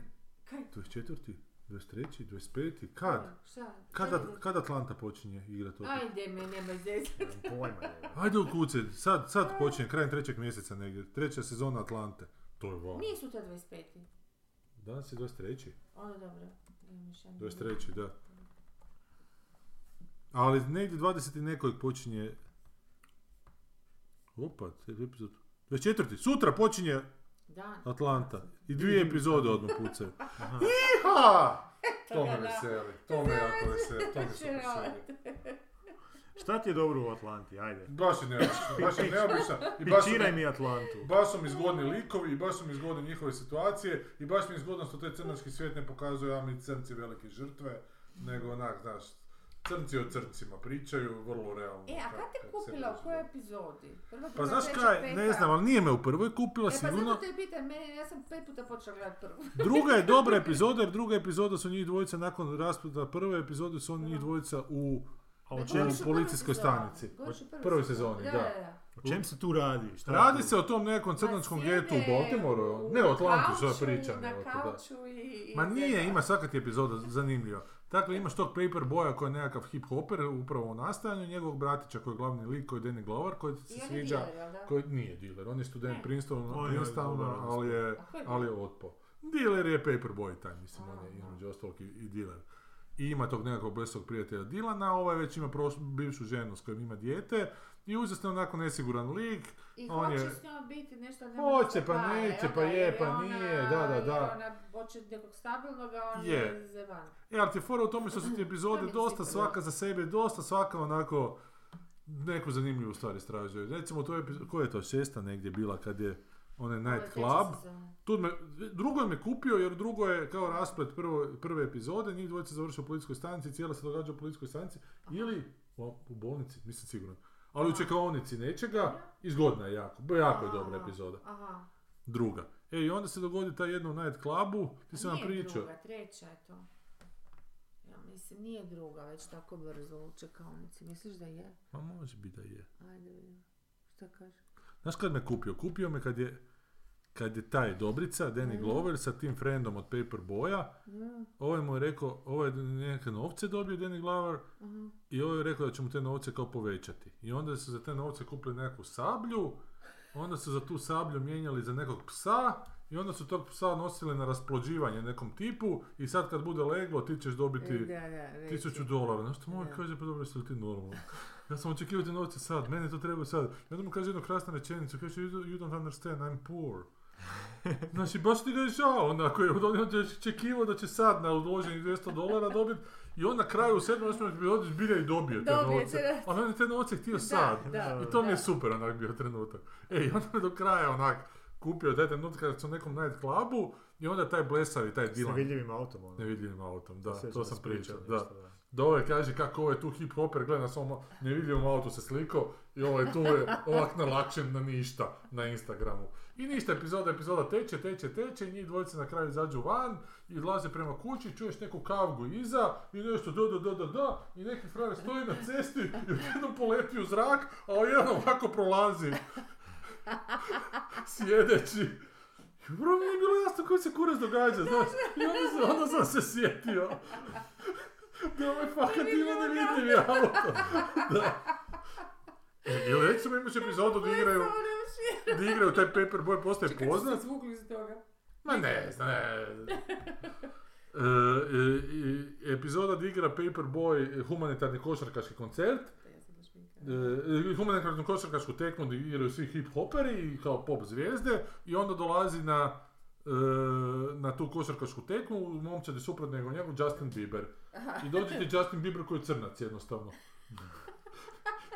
[SPEAKER 2] Kaj?
[SPEAKER 1] 24. 23. 25. Kad?
[SPEAKER 2] Šta?
[SPEAKER 1] Kad, kad Atlanta počinje igrat opet?
[SPEAKER 2] Ajde me, nema zezati.
[SPEAKER 3] Nemam Pojma je.
[SPEAKER 1] Ajde u kuce, sad, sad počinje, krajem trećeg mjeseca negdje, treća sezona Atlante. To je wow.
[SPEAKER 2] Nisu to 25.
[SPEAKER 1] Danas je 23.
[SPEAKER 2] Ono dobro. Nemam šta ni-
[SPEAKER 1] 23. da. Ali negdje 20. nekojeg počinje... Opa, te epizod... 24. Sutra počinje
[SPEAKER 2] Dan.
[SPEAKER 1] Atlanta. I dvije epizode odmah pucaju.
[SPEAKER 3] Aha.
[SPEAKER 1] Iha! To
[SPEAKER 2] Da,
[SPEAKER 1] me
[SPEAKER 2] da.
[SPEAKER 1] veseli, to me jako veseli, to me super veseli.
[SPEAKER 3] Šta ti je dobro u Atlanti? Ajde.
[SPEAKER 1] Baš je neobično, baš je neobično. I baš, su mi-
[SPEAKER 3] Pičiraj mi Atlantu.
[SPEAKER 1] baš su mi zgodni likovi i baš su mi zgodne njihove situacije i baš mi je zgodno što taj crnački svijet ne pokazuje ja mi crnci velike žrtve, nego onak, znaš, crnci o crncima pričaju, vrlo realno.
[SPEAKER 2] E, a kad te
[SPEAKER 1] se
[SPEAKER 2] kupila?
[SPEAKER 1] dođe
[SPEAKER 2] U kojoj
[SPEAKER 1] do-
[SPEAKER 2] epizodi? Prva,
[SPEAKER 1] Pa
[SPEAKER 2] druga,
[SPEAKER 1] znaš
[SPEAKER 2] treća,
[SPEAKER 1] kaj,
[SPEAKER 2] peta?
[SPEAKER 1] ne znam, ali nije me u prvoj kupila
[SPEAKER 2] E pa
[SPEAKER 1] sigurno.
[SPEAKER 2] zato te pitam, mene, ja sam pet puta počela gledati prvu.
[SPEAKER 1] Druga je dobra epizoda jer druga epizoda su njih dvojica nakon raspada prve epizode su oni njih dvojica u
[SPEAKER 3] A o
[SPEAKER 2] Ne,
[SPEAKER 3] čemu,
[SPEAKER 2] govoriš
[SPEAKER 1] u policijskoj
[SPEAKER 2] prvoj sezoni.
[SPEAKER 1] stanici.
[SPEAKER 2] Govoriš o prvoj
[SPEAKER 1] Prvoj sezoni, da.
[SPEAKER 3] o čem se tu radi? Šta
[SPEAKER 1] Radi
[SPEAKER 3] tu?
[SPEAKER 1] se o tom nekom crnačkom
[SPEAKER 2] Pa
[SPEAKER 1] getu u Baltimoru, ne o Atlantu što je pričano.
[SPEAKER 2] Na
[SPEAKER 1] eto, da.
[SPEAKER 2] kauču i... i
[SPEAKER 1] Ma nije,
[SPEAKER 2] da.
[SPEAKER 1] ima svaka ti epizoda zanimljiva. Dakle, imaš tog Paperboya koji je nekakav hip-hoper upravo u nastajanju, njegovog bratića koji je glavni lik, koji je Danny Glover, koji ti
[SPEAKER 2] I
[SPEAKER 1] se
[SPEAKER 2] on je
[SPEAKER 1] sviđa,
[SPEAKER 2] dealer, jel da?
[SPEAKER 1] koji nije diler, on je student
[SPEAKER 2] Ne.
[SPEAKER 1] Princetona,
[SPEAKER 3] On je dobar,
[SPEAKER 1] Princetona,
[SPEAKER 3] on je
[SPEAKER 1] ali je,
[SPEAKER 2] A koji je
[SPEAKER 1] ali je otpo. Diler je Paperboy taj, mislim, on je
[SPEAKER 2] Aha.
[SPEAKER 1] između ostalog i, i diler. I ima tog nekakvog blesog prijatelja Dilana, ovaj već ima pros- bivšu ženu s kojom ima dijete i uzasno onako nesiguran lik,
[SPEAKER 2] I
[SPEAKER 1] on
[SPEAKER 2] hoće
[SPEAKER 1] je-
[SPEAKER 2] s njom biti nešto... nema
[SPEAKER 1] Hoće,
[SPEAKER 2] se
[SPEAKER 1] pa
[SPEAKER 2] para, jel
[SPEAKER 1] neće,
[SPEAKER 2] da,
[SPEAKER 1] pa je,
[SPEAKER 2] jer
[SPEAKER 1] pa
[SPEAKER 2] ona-
[SPEAKER 1] nije, da, da,
[SPEAKER 2] jer
[SPEAKER 1] da.
[SPEAKER 2] Ona hoće nekog stabilnog, a on
[SPEAKER 1] Je.
[SPEAKER 2] je zeban.
[SPEAKER 1] E, ali ti je fora u tome što su ti
[SPEAKER 2] To
[SPEAKER 1] epizode
[SPEAKER 2] mi je
[SPEAKER 1] dosta
[SPEAKER 2] super,
[SPEAKER 1] svaka za sebe, dosta svaka onako neku zanimljivu stvar istražuje. Recimo, to je, epiz- koja je to šesta negdje bila kad je onaj Night Club. Tu me, drugo je me kupio jer drugo je kao rasplet prvo, prve epizode, njih dvojica završe u policijskoj stanici, cijela se događa u policijskoj stanici ili u, u bolnici, nisam siguran. Ali u čekaonici nečega, i zgodna je jako, ba- jako je dobra epizoda.
[SPEAKER 2] Aha.
[SPEAKER 1] Druga. E, i onda se dogodi ta jedna u Night Clubu, ti si
[SPEAKER 2] A
[SPEAKER 1] nam
[SPEAKER 2] nije
[SPEAKER 1] pričao.
[SPEAKER 2] druga, treća je to. Ja mislim, nije druga već tako brzo u čekaonici. Misliš da je?
[SPEAKER 1] Ma može biti da je.
[SPEAKER 2] Ajde vidim. Šta kaže?
[SPEAKER 1] Znaš kad me kupio? Kupio me kad je, kad je taj Dobrica, Danny
[SPEAKER 2] Mhm.
[SPEAKER 1] Glover, sa tim friendom od Paperboya,
[SPEAKER 2] Da,
[SPEAKER 1] ovaj mu je rekao, ovaj je neke novce dobio Danny Glover
[SPEAKER 2] aha.
[SPEAKER 1] i ovaj je rekao da će mu te novce kao povećati. I onda su za te novce kupili nekakvu sablju, onda su za tu sablju mijenjali za nekog psa i onda su tog psa nosili na rasplođivanje nekom tipu i sad kad bude leglo ti ćeš dobiti
[SPEAKER 2] da, da, veći.
[SPEAKER 1] tisuću dolara. Znaš što mu ovaj
[SPEAKER 2] Da.
[SPEAKER 1] kaže, pa dobro, jesi li ti normalno? Ja sam očekivao te novce sad, meni to treba sad. I onda mu kaže jednu krasnu rečenicu, kaže, you, do- you don't understand, I'm poor. Znači, baš ti ga je žao, onda ako je od onih očekivao da će sad na odloženih 200 dolara dobiti, i on na kraju u 7. 8. epizodi zbilja i dobio te
[SPEAKER 2] Dobio
[SPEAKER 1] novce.
[SPEAKER 2] te,
[SPEAKER 1] Ali on je te novce htio sad.
[SPEAKER 2] da,
[SPEAKER 1] I to mi je
[SPEAKER 2] da.
[SPEAKER 1] super onak bio trenutak. E, i onda me do kraja onak kupio taj trenutak kad sam u nekom night clubu i onda taj blesavi, taj
[SPEAKER 3] S
[SPEAKER 1] Dylan,
[SPEAKER 3] nevidljivim autom. ono.
[SPEAKER 1] nevidljivim autom, da,
[SPEAKER 3] Sjećam
[SPEAKER 1] to
[SPEAKER 3] se
[SPEAKER 1] sam
[SPEAKER 3] pričao
[SPEAKER 1] pričao, da.
[SPEAKER 3] nešto,
[SPEAKER 1] da ovaj kaže kako ovo je tu hip hoper, gleda na svom nevidljivom autu se sliko i ovaj tu je ovak nalakšen na ništa na Instagramu. I ništa, epizoda, epizoda teče, teče, teče, i njih dvojice na kraju izađu van i odlaze prema kući, čuješ neku kavgu iza i nešto do, do, do, do, do i neki frajer stoji na cesti i odjednom poleti u zrak, a ovaj jedan ovako prolazi sjedeći. I Bro, mi je bilo jasno koji se kurac događa, znaš, i onda, se- onda sam se sjetio. Da ovaj fakat ima nevidljivi auto. Da. E, Ili recimo imaš epizodu da igraju, da igraju taj Paperboy postaje poznat.
[SPEAKER 2] Zvukli iz toga.
[SPEAKER 1] Ma ne znam, ne. E, e, e, epizoda da igra Paperboy humanitarni košarkaški koncert,
[SPEAKER 2] Pa ja sam baš minka.
[SPEAKER 1] e, humanitarnu košarkašku tekmu gdje igraju svi hip hoperi i kao pop zvijezde i onda dolazi na e, na tu košarkašku tekmu momčad je suprot nego njegov Justin Bieber i dođe ti Justin Bieber koji je crnac jednostavno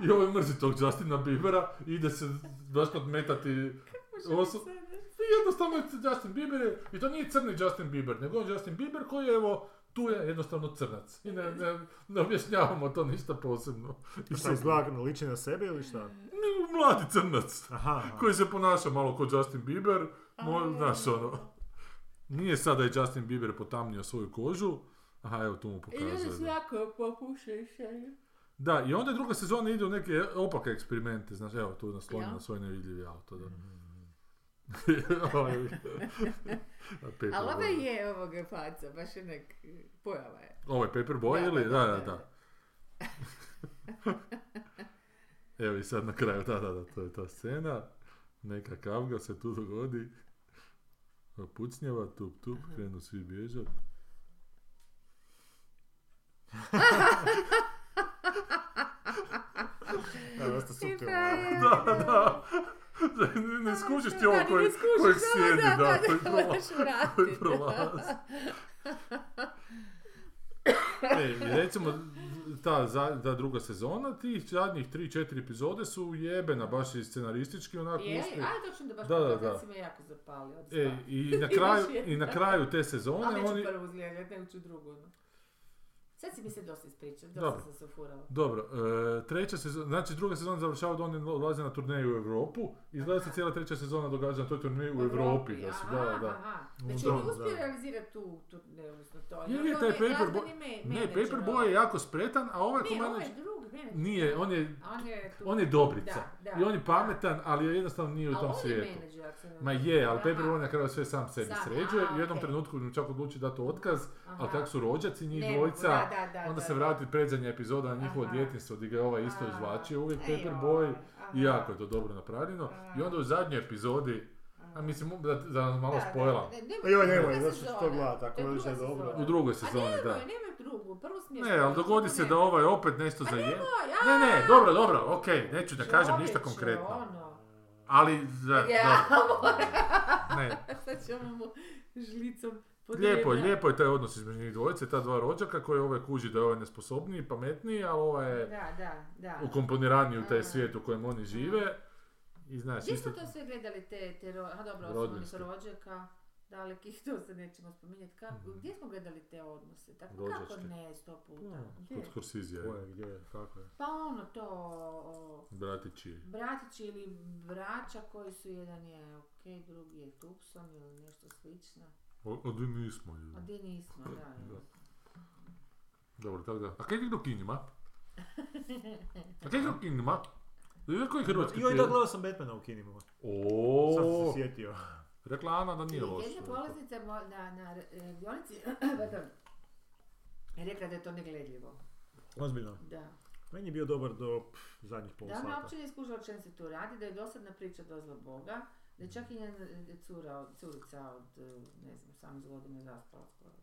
[SPEAKER 1] i ovaj mrzi tog Justina Biebera i ide se baš podmetati Ovo su- i jednostavno je Justin Bieber je, i to nije crni Justin Bieber, nego on Justin Bieber koji je evo, tu je jednostavno crnac. I ne, ne, ne objašnjavamo to ništa posebno. I
[SPEAKER 3] I šta
[SPEAKER 1] sad-
[SPEAKER 3] izgleda na liči na sebe ili šta?
[SPEAKER 1] Ne, mladi crnac
[SPEAKER 3] Aha.
[SPEAKER 1] koji se ponaša malo kao Justin Bieber, mo, znaš ono. Nije sada je Justin Bieber potamnio svoju kožu, aha evo tu mu
[SPEAKER 2] I E, ljudi su
[SPEAKER 1] pokazuje.
[SPEAKER 2] jako popušešali.
[SPEAKER 1] Da, i onda druga sezona ide u neke opake eksperimente, znaš, evo tu naslonio
[SPEAKER 2] Ja. Mhm,
[SPEAKER 1] na svoj nevidljivi auto, da. Ovaj-
[SPEAKER 2] Ali ova je ovoga faca, baš jednak pojava je.
[SPEAKER 1] Ovo je Paperboy ili? Da, da, da. Evo i sad na kraju, da, da, da, to je ta scena. Neka kavga se tu dogodi. Pa Pucnjava, tup, tup, krenu svi bježat.
[SPEAKER 3] Da, dosta suptilno.
[SPEAKER 1] Da, da. Ne, ne skužiš ti ovo
[SPEAKER 2] Da, ni
[SPEAKER 1] koji,
[SPEAKER 2] ne skužiš,
[SPEAKER 1] kojeg
[SPEAKER 2] da,
[SPEAKER 1] sjedi,
[SPEAKER 2] da,
[SPEAKER 1] da,
[SPEAKER 2] da,
[SPEAKER 1] koji
[SPEAKER 2] da,
[SPEAKER 1] prola-
[SPEAKER 2] moraš vratiti.
[SPEAKER 1] koji prolazi. E, i recimo, ta, za- ta druga sezona, tih zadnjih 3-4 epizode su jebena, baš i scenaristički onako
[SPEAKER 2] Je,
[SPEAKER 1] uspjeh.
[SPEAKER 2] a točno da baš
[SPEAKER 1] Da, da,
[SPEAKER 2] pokazat
[SPEAKER 1] da.
[SPEAKER 2] si me jako zapalio. od
[SPEAKER 1] E,
[SPEAKER 2] sva.
[SPEAKER 1] i, na
[SPEAKER 2] Imaš
[SPEAKER 1] kraju,
[SPEAKER 2] jednu.
[SPEAKER 1] I na kraju te sezone
[SPEAKER 2] Ali neću
[SPEAKER 1] oni...
[SPEAKER 2] prvu zgledat, nego ću drugu. ono. Sad si mi se dosta ispričao,
[SPEAKER 1] Dobro.
[SPEAKER 2] dosta sam se furala.
[SPEAKER 1] Dobro, e, treća sezona, znači druga sezona završava da oni odlaze na turneju u Europu. Izgleda se cijela treća sezona događa na toj turneji u Europi. Da su, da, da, da.
[SPEAKER 2] Znači
[SPEAKER 3] Da,
[SPEAKER 2] on
[SPEAKER 3] da.
[SPEAKER 2] je uspio realizirati tu, tu ne, odnosno to.
[SPEAKER 1] Jer
[SPEAKER 2] on
[SPEAKER 1] je taj Paperboy-
[SPEAKER 2] glazbeni me-
[SPEAKER 1] Ne,
[SPEAKER 2] menadžer,
[SPEAKER 1] Paperboy
[SPEAKER 2] ono.
[SPEAKER 1] je jako spretan, a ovaj
[SPEAKER 2] Ne, ovo
[SPEAKER 1] komanač...
[SPEAKER 2] je drug, ne,
[SPEAKER 1] Nije, on je,
[SPEAKER 2] On je, tu.
[SPEAKER 1] on je dobrica.
[SPEAKER 2] Da, da.
[SPEAKER 1] I on je pametan, ali je jednostavno nije u
[SPEAKER 2] Ali
[SPEAKER 1] tom
[SPEAKER 2] on je
[SPEAKER 1] svijetu.
[SPEAKER 2] menadžer, ako se ne
[SPEAKER 1] Ma
[SPEAKER 2] varam.
[SPEAKER 1] je, ali
[SPEAKER 2] Aha,
[SPEAKER 1] Paperboy na kraju sve sam sebi
[SPEAKER 2] Sam,
[SPEAKER 1] sređuje.
[SPEAKER 2] a,
[SPEAKER 1] U jednom
[SPEAKER 2] okej.
[SPEAKER 1] trenutku mu čak odluči dati otkaz, ali
[SPEAKER 2] aha.
[SPEAKER 1] kako su rođaci njih
[SPEAKER 2] Ne mogu,
[SPEAKER 1] dvojica,
[SPEAKER 2] da, da, da,
[SPEAKER 1] Onda
[SPEAKER 2] da,
[SPEAKER 1] se
[SPEAKER 2] da.
[SPEAKER 1] vrati predzadnja epizoda na njihovo
[SPEAKER 2] Aha.
[SPEAKER 1] djetinjstvo gdje ga je ovaj isto
[SPEAKER 2] A.
[SPEAKER 1] izvlačio uvijek
[SPEAKER 2] Ej, ovaj,
[SPEAKER 1] Paperboy
[SPEAKER 2] aha.
[SPEAKER 1] i jako je to dobro napravljeno. I onda u zadnjoj epizodi, a mislim da, da nas malo spojila,
[SPEAKER 2] Da, da, ne,
[SPEAKER 3] Joj,
[SPEAKER 2] druga
[SPEAKER 3] nemoj, zato što
[SPEAKER 2] sezona.
[SPEAKER 3] to gleda tako,
[SPEAKER 2] To je
[SPEAKER 3] veliš
[SPEAKER 2] druga
[SPEAKER 3] je dobro.
[SPEAKER 2] sezona.
[SPEAKER 1] u drugoj
[SPEAKER 2] A
[SPEAKER 1] sezoni,
[SPEAKER 2] nemoj,
[SPEAKER 1] da.
[SPEAKER 2] nemoj drugu, prvu smiješno.
[SPEAKER 1] Ne, ali dogodi se da ovaj opet nešto za
[SPEAKER 2] Nemoj,
[SPEAKER 1] Ne,
[SPEAKER 2] a,
[SPEAKER 1] ne, dobro, dobro, okej, neću da kažem ništa
[SPEAKER 2] čovječe,
[SPEAKER 1] konkretno.
[SPEAKER 2] ono.
[SPEAKER 1] Ali, da,
[SPEAKER 2] Ja,
[SPEAKER 1] dobro. Ne,
[SPEAKER 2] Sad ćemo mu žlicom pod
[SPEAKER 1] Lijepo, je,
[SPEAKER 2] rebra.
[SPEAKER 1] lijepo je taj odnos između njih dvojice, ta dva rođaka koji ovaj kuži da je ovaj nesposobniji, pametniji, a ovaj je
[SPEAKER 2] Da, da, da.
[SPEAKER 1] ukomponiraniji u taj
[SPEAKER 2] A.
[SPEAKER 1] svijet u kojem oni žive. I znaš,
[SPEAKER 2] Gdje
[SPEAKER 1] isto...
[SPEAKER 2] smo to sve gledali te, te ro... A dobro,
[SPEAKER 1] Rodbinske.
[SPEAKER 2] osim onih rođaka, dalekih, to se nećemo spominjati. Kako, gdje smo gledali te odnose? Tako kako
[SPEAKER 1] Mhm. Rođačke. Pa,
[SPEAKER 2] ne, sto puta.
[SPEAKER 3] Mm,
[SPEAKER 2] Gdje?
[SPEAKER 1] Kod Korsizija,
[SPEAKER 3] Ko je, gdje je, kako je.
[SPEAKER 2] Pa ono to, o,
[SPEAKER 1] bratići.
[SPEAKER 2] bratići ili braća koji su, jedan je ok, drugi je Tukson ili nešto slično.
[SPEAKER 1] O- Odi nismo. ljudi.
[SPEAKER 2] A gdje nismo, da.
[SPEAKER 1] Da. Dobro, tako da. A kaj igra u kinima? A kaj igra u kinima? Ili koji hrvatski
[SPEAKER 3] Joj, da,
[SPEAKER 1] film?
[SPEAKER 3] gledao sam Batmana u kinima. Sad sam se
[SPEAKER 1] Oooo,
[SPEAKER 3] sjetio.
[SPEAKER 1] rekla Ana da nije loš.
[SPEAKER 2] Jedna polaznica mo- na, na e, dionici, pardon, je rekla da je to negledljivo.
[SPEAKER 3] Ozbiljno.
[SPEAKER 2] Da.
[SPEAKER 3] Meni je bio dobar do pff, zadnjih pol
[SPEAKER 2] Da, ona
[SPEAKER 3] sata.
[SPEAKER 2] uopće ne skužila o čem se tu radi, da je dosadna priča do zla Boga, da je čak i njena e, cura, od- curica od, e, ne znam, sam godine zaspala skoro.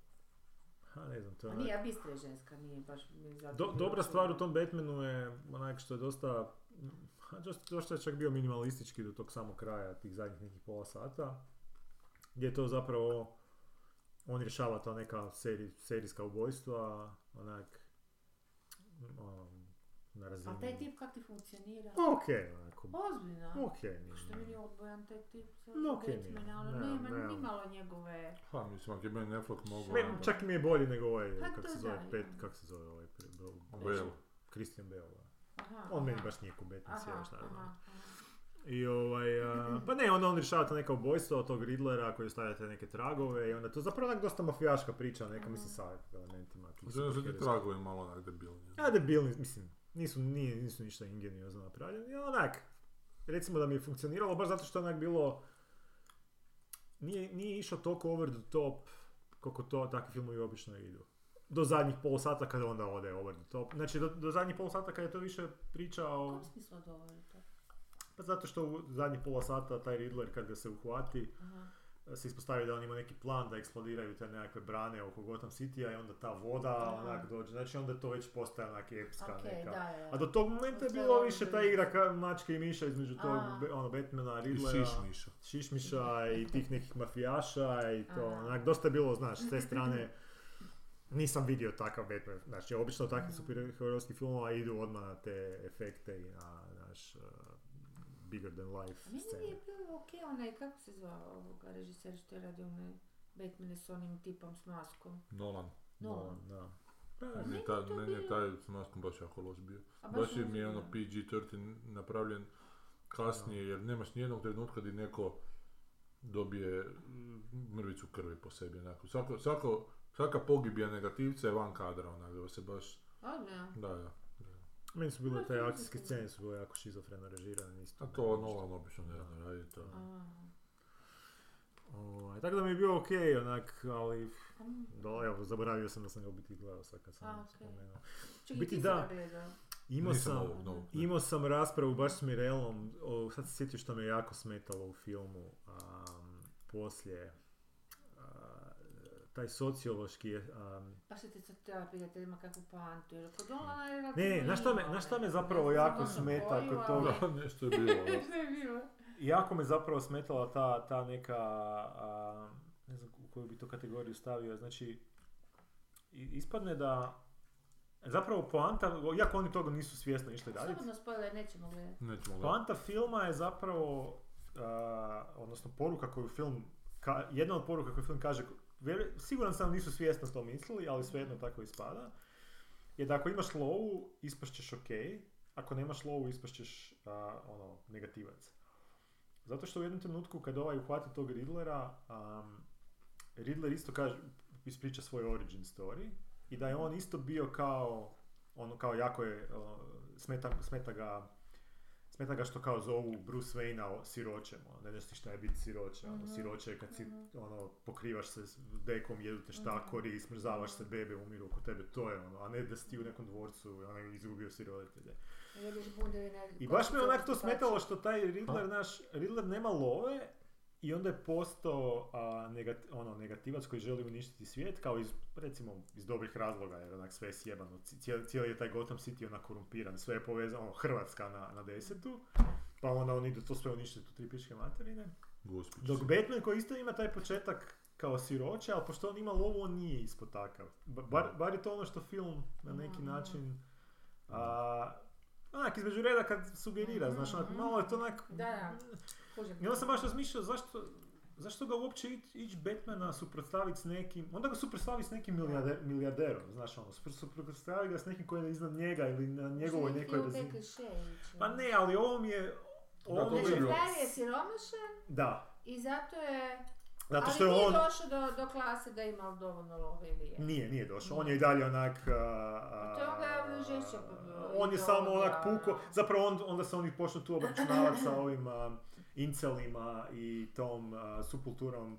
[SPEAKER 3] Ha, ne znam, to je
[SPEAKER 2] A
[SPEAKER 3] onak-
[SPEAKER 2] nije, a bistra je ženska, nije baš... mi je zato
[SPEAKER 3] Do-
[SPEAKER 2] bilo čudno.
[SPEAKER 3] dobra stvar u tom Batmanu je onak što je dosta, ha, dosta, dosta je čak bio minimalistički do tog samog kraja, tih zadnjih nekih pola sata, gdje je to zapravo, on rješava ta neka seri, serijska ubojstva, onak, um, na razini.
[SPEAKER 2] A taj tip kak ti funkcionira?
[SPEAKER 3] Ok, onako.
[SPEAKER 2] Ozbiljno.
[SPEAKER 3] Ok,
[SPEAKER 2] Što
[SPEAKER 3] nije.
[SPEAKER 2] mi je odbojan taj tip sa
[SPEAKER 3] No, okej, nije.
[SPEAKER 2] Batmana, ono,
[SPEAKER 3] Ne,
[SPEAKER 2] nema
[SPEAKER 3] ne.
[SPEAKER 2] ni malo njegove...
[SPEAKER 1] Ha, Pa, mislim, ako je meni Affleck mogao...
[SPEAKER 3] Meni
[SPEAKER 1] onda-
[SPEAKER 3] čak mi je bolji nego ovaj,
[SPEAKER 2] Pa
[SPEAKER 3] kako
[SPEAKER 2] to
[SPEAKER 3] se zove,
[SPEAKER 2] da,
[SPEAKER 3] pet,
[SPEAKER 2] ja.
[SPEAKER 3] kako se zove ovaj, pri- Bel-
[SPEAKER 1] Bale.
[SPEAKER 3] Christian Bale, da.
[SPEAKER 2] Aha,
[SPEAKER 3] On meni
[SPEAKER 2] aha.
[SPEAKER 3] baš nije kubetni
[SPEAKER 2] Aha,
[SPEAKER 3] cijelo šta da. znam.
[SPEAKER 2] aha,
[SPEAKER 3] I ovaj, a, pa ne, onda on rješava ta neka ubojstva od tog Riddlera koji ostavlja te neke tragove i onda to zapravo onak dosta mafijaška priča, neka
[SPEAKER 2] Mm.
[SPEAKER 3] mislim sa elementima. tih
[SPEAKER 1] Žena se ti
[SPEAKER 3] superherojskih.
[SPEAKER 1] tragovi malo onak debilni.
[SPEAKER 3] Ja debilni, mislim, nisu, nije, nisu ništa ingeniozno napravljeni, ali onak, recimo da mi je funkcioniralo baš zato što je onak bilo, nije, nije išao toliko over the top koliko to takvi filmovi obično idu. Do zadnjih pol sata kada onda ode over the top. Znači do, do zadnjih pol sata kada je to više priča
[SPEAKER 2] U
[SPEAKER 3] o...
[SPEAKER 2] kom smislu dovoljno to?
[SPEAKER 3] Pa zato što u zadnjih pola sata taj Riddler kad ga se uhvati e,
[SPEAKER 2] Aha.
[SPEAKER 3] se ispostavi da on ima neki plan da eksplodiraju te nekakve brane oko Gotham City-a i onda ta voda
[SPEAKER 2] Da.
[SPEAKER 3] onak dođe. Znači onda to već postaje onak epska
[SPEAKER 2] Ok, da,
[SPEAKER 3] neka.
[SPEAKER 2] da.
[SPEAKER 3] A do tog momenta je
[SPEAKER 2] Ostaje
[SPEAKER 3] bilo
[SPEAKER 2] ono
[SPEAKER 3] više ta
[SPEAKER 2] bez-
[SPEAKER 3] igra ka, mačke i miša između tog
[SPEAKER 2] A.
[SPEAKER 3] be- ono, Batmana,
[SPEAKER 1] I
[SPEAKER 3] Riddlera,
[SPEAKER 1] šišmiša.
[SPEAKER 3] Šišmiša i tih nekih mafijaša i to.
[SPEAKER 2] A.
[SPEAKER 3] Onak, dosta je bilo, znaš, s te strane nisam vidio takav Batman. Znači, obično takvi superherojski filmova idu odmah na te efekte i na, znaš, uh, bigger than life
[SPEAKER 2] A meni
[SPEAKER 3] scene.
[SPEAKER 2] je bilo ok, onaj, kako se zvao ovoga režiser što je radio onaj Batmane s onim tipom s maskom?
[SPEAKER 1] Nolan.
[SPEAKER 2] Nolan.
[SPEAKER 3] Ono, da.
[SPEAKER 1] Meni je taj, meni je taj s maskom baš jako loš bio.
[SPEAKER 2] A
[SPEAKER 1] Baš je
[SPEAKER 2] ne
[SPEAKER 1] mi je ono
[SPEAKER 2] znam.
[SPEAKER 1] PG-13 napravljen kasnije, jer nemaš nijednog trenutka gdje neko dobije mm, mrvicu krvi po sebi. Onako. Svako, svako, svaka pogibija negativca je van kadra, onak, da se baš,
[SPEAKER 2] A ne.
[SPEAKER 1] da, da.
[SPEAKER 3] Meni su bile
[SPEAKER 2] Ma,
[SPEAKER 3] te
[SPEAKER 2] to je
[SPEAKER 3] akcijske
[SPEAKER 2] zanimljivo.
[SPEAKER 3] scene su bile jako šizofreno režirane isto.
[SPEAKER 1] A to Nolan obično ne zna raditi. to.
[SPEAKER 2] A,
[SPEAKER 3] Ovaj, tako da mi je bio okej, onak, ali...
[SPEAKER 2] a m-
[SPEAKER 3] Da, evo, zaboravio sam da sam ga u biti gledao sad kad sam
[SPEAKER 2] A, okej.
[SPEAKER 3] spomenuo.
[SPEAKER 2] Čekaj,
[SPEAKER 3] Biti
[SPEAKER 2] ti si
[SPEAKER 3] da.
[SPEAKER 2] ga gledao?
[SPEAKER 3] Imao
[SPEAKER 1] Nisam
[SPEAKER 3] sam,
[SPEAKER 1] ovog novog, ne.
[SPEAKER 3] imao sam raspravu baš s Mirelom, o, sad se sjetio što me je jako smetalo u filmu, a, poslije, a, taj sociološki, a,
[SPEAKER 2] Pa što ti sad treba pitati, ima kakvu pantu, jer kod Nolana je relativno
[SPEAKER 3] Ne, ne, znaš šta me-
[SPEAKER 2] minimalno.
[SPEAKER 3] znaš šta me
[SPEAKER 2] Ne
[SPEAKER 3] zapravo
[SPEAKER 2] znam
[SPEAKER 3] jako
[SPEAKER 2] ono
[SPEAKER 3] smeta
[SPEAKER 2] koju,
[SPEAKER 3] kod
[SPEAKER 2] ali-
[SPEAKER 3] toga?
[SPEAKER 1] Da, nešto je bilo. da.
[SPEAKER 2] Šta je bilo?
[SPEAKER 3] jako me zapravo smetala ta, ta neka, a, ne znam u koju bi to kategoriju stavio, znači i- ispadne da zapravo poanta, iako oni toga nisu svjesno išli raditi,
[SPEAKER 2] Slobodno spoiler, nećemo gledati.
[SPEAKER 1] Nećemo gledati.
[SPEAKER 3] poanta filma je zapravo, a, odnosno poruka koju film, ka- jedna od poruka koju film kaže, vjer- siguran sam nisu svjesno to mislili, ali svejedno tako ispada, je da ako imaš lovu, ispašćeš ok, ako nemaš lovu, ispašćeš a, ono, negativac. Zato što u jednom trenutku kad ovaj uhvati tog Riddlera, um, Riddler isto kaže, ispriča svoj origin story i da je on isto bio kao, ono kao jako je, o, smeta, smeta ga smeta ga što kao zovu Bruce Wayne-a o- siroćem, ono, ne znaš ti šta je biti siroće, ono,
[SPEAKER 2] Mhm.
[SPEAKER 3] siroće je kad si,
[SPEAKER 2] Mhm.
[SPEAKER 3] ono, pokrivaš se s dekom, jedu te štakori, smrzavaš se, bebe umiru oko tebe, to je ono, a ne da si ti u nekom dvorcu, ono, izgubio si roditelje.
[SPEAKER 2] Jeliš bundevi na...
[SPEAKER 3] I baš me
[SPEAKER 2] kod-
[SPEAKER 3] onak to
[SPEAKER 2] kod-
[SPEAKER 3] smetalo što taj Riddler,
[SPEAKER 1] Ha?
[SPEAKER 3] naš, Riddler nema love i onda je postao a, negat- ono, negativac koji želi uništiti svijet, kao iz, recimo, iz dobrih razloga, jer onak sve je sjebano, ci- cijeli, cijeli je taj Gotham City onak korumpiran, sve je povezano, ono, Hrvatska na, na desetu, pa onda oni idu to sve uništiti u tri pičke materine.
[SPEAKER 1] Gospić.
[SPEAKER 3] Dok Batman koji isto ima taj početak kao siroće, ali pošto on ima lovu, on nije isto takav. Ba- Bar, bar je to ono što film na neki
[SPEAKER 2] Mhm.
[SPEAKER 3] način... A, onak, između reda kad sugerira, znaš, onak,
[SPEAKER 2] Mhm.
[SPEAKER 3] malo je to onak...
[SPEAKER 2] Da, da. Kužim.
[SPEAKER 3] I onda sam baš razmišljao zašto, zašto ga uopće ić, ić Batmana suprotstaviti s nekim, onda ga suprotstaviti s nekim milijarde- milijarderom, znaš ono, supr- suprotstaviti ga s nekim koji je iznad njega ili na njegovoj
[SPEAKER 2] Mislim,
[SPEAKER 3] nekoj
[SPEAKER 2] Hugh
[SPEAKER 3] razini.
[SPEAKER 2] Beklešević,
[SPEAKER 3] Pa ne, ali ovo mi je, ovo
[SPEAKER 1] to
[SPEAKER 3] mi
[SPEAKER 2] Znači,
[SPEAKER 1] bi
[SPEAKER 3] je,
[SPEAKER 1] bilo.
[SPEAKER 2] Frajer je siromašan
[SPEAKER 3] da,
[SPEAKER 2] i zato je...
[SPEAKER 3] zato što je on, Mm.
[SPEAKER 2] Ali nije došao do, do klase da ima dovoljno love ili je.
[SPEAKER 3] Nije, nije došao. On je i dalje onak... a, a,
[SPEAKER 2] Pa To je onda žešće pa-
[SPEAKER 3] On je samo onak
[SPEAKER 2] ideologija.
[SPEAKER 3] puko... Zapravo on- onda se oni počnu tu obračunavati sa ovim a, incelima i tom a, subkulturom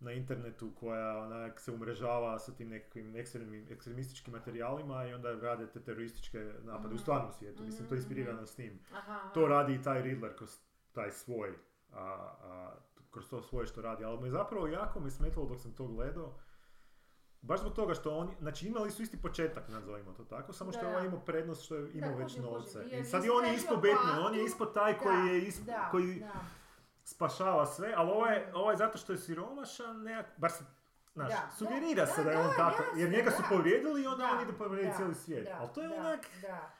[SPEAKER 3] na internetu koja onak se umrežava sa tim nekakvim ekstremnim- ekstremističkim materijalima i onda rade te terorističke napade
[SPEAKER 2] Mhm.
[SPEAKER 3] u stvarnom svijetu. Mislim, to je inspirirano s tim.
[SPEAKER 2] Aha.
[SPEAKER 3] To radi i taj Riddler kroz taj svoj, a, a, kroz to svoje što radi, ali me zapravo jako me smetalo dok sam to gledao, baš zbog toga što oni, znači imali su isti početak, nazovimo to tako, samo što je
[SPEAKER 2] Da.
[SPEAKER 3] ovaj imao prednost što je imao
[SPEAKER 2] Da,
[SPEAKER 3] već
[SPEAKER 2] kužim, kužim.
[SPEAKER 3] novce. I
[SPEAKER 2] Jer
[SPEAKER 3] sad je
[SPEAKER 2] nisi
[SPEAKER 3] on je
[SPEAKER 2] tražio
[SPEAKER 3] ispod Batman,
[SPEAKER 2] platu.
[SPEAKER 3] on je ispod taj koji
[SPEAKER 2] Da,
[SPEAKER 3] je isp-
[SPEAKER 2] da,
[SPEAKER 3] koji
[SPEAKER 2] da.
[SPEAKER 3] spašava sve, ali ovo je, ovo je zato što je siromašan, nekak, baš se, znaš,
[SPEAKER 2] Da,
[SPEAKER 3] sugerira
[SPEAKER 2] da,
[SPEAKER 3] se da je
[SPEAKER 2] da,
[SPEAKER 3] on
[SPEAKER 2] da,
[SPEAKER 3] tako, jer
[SPEAKER 2] jasno,
[SPEAKER 3] njega su
[SPEAKER 2] da.
[SPEAKER 3] povrijedili i onda
[SPEAKER 2] Da,
[SPEAKER 3] on ide povrijediti
[SPEAKER 2] da,
[SPEAKER 3] cijeli svijet,
[SPEAKER 2] da,
[SPEAKER 3] ali to je
[SPEAKER 2] da,
[SPEAKER 3] onak,
[SPEAKER 2] Da.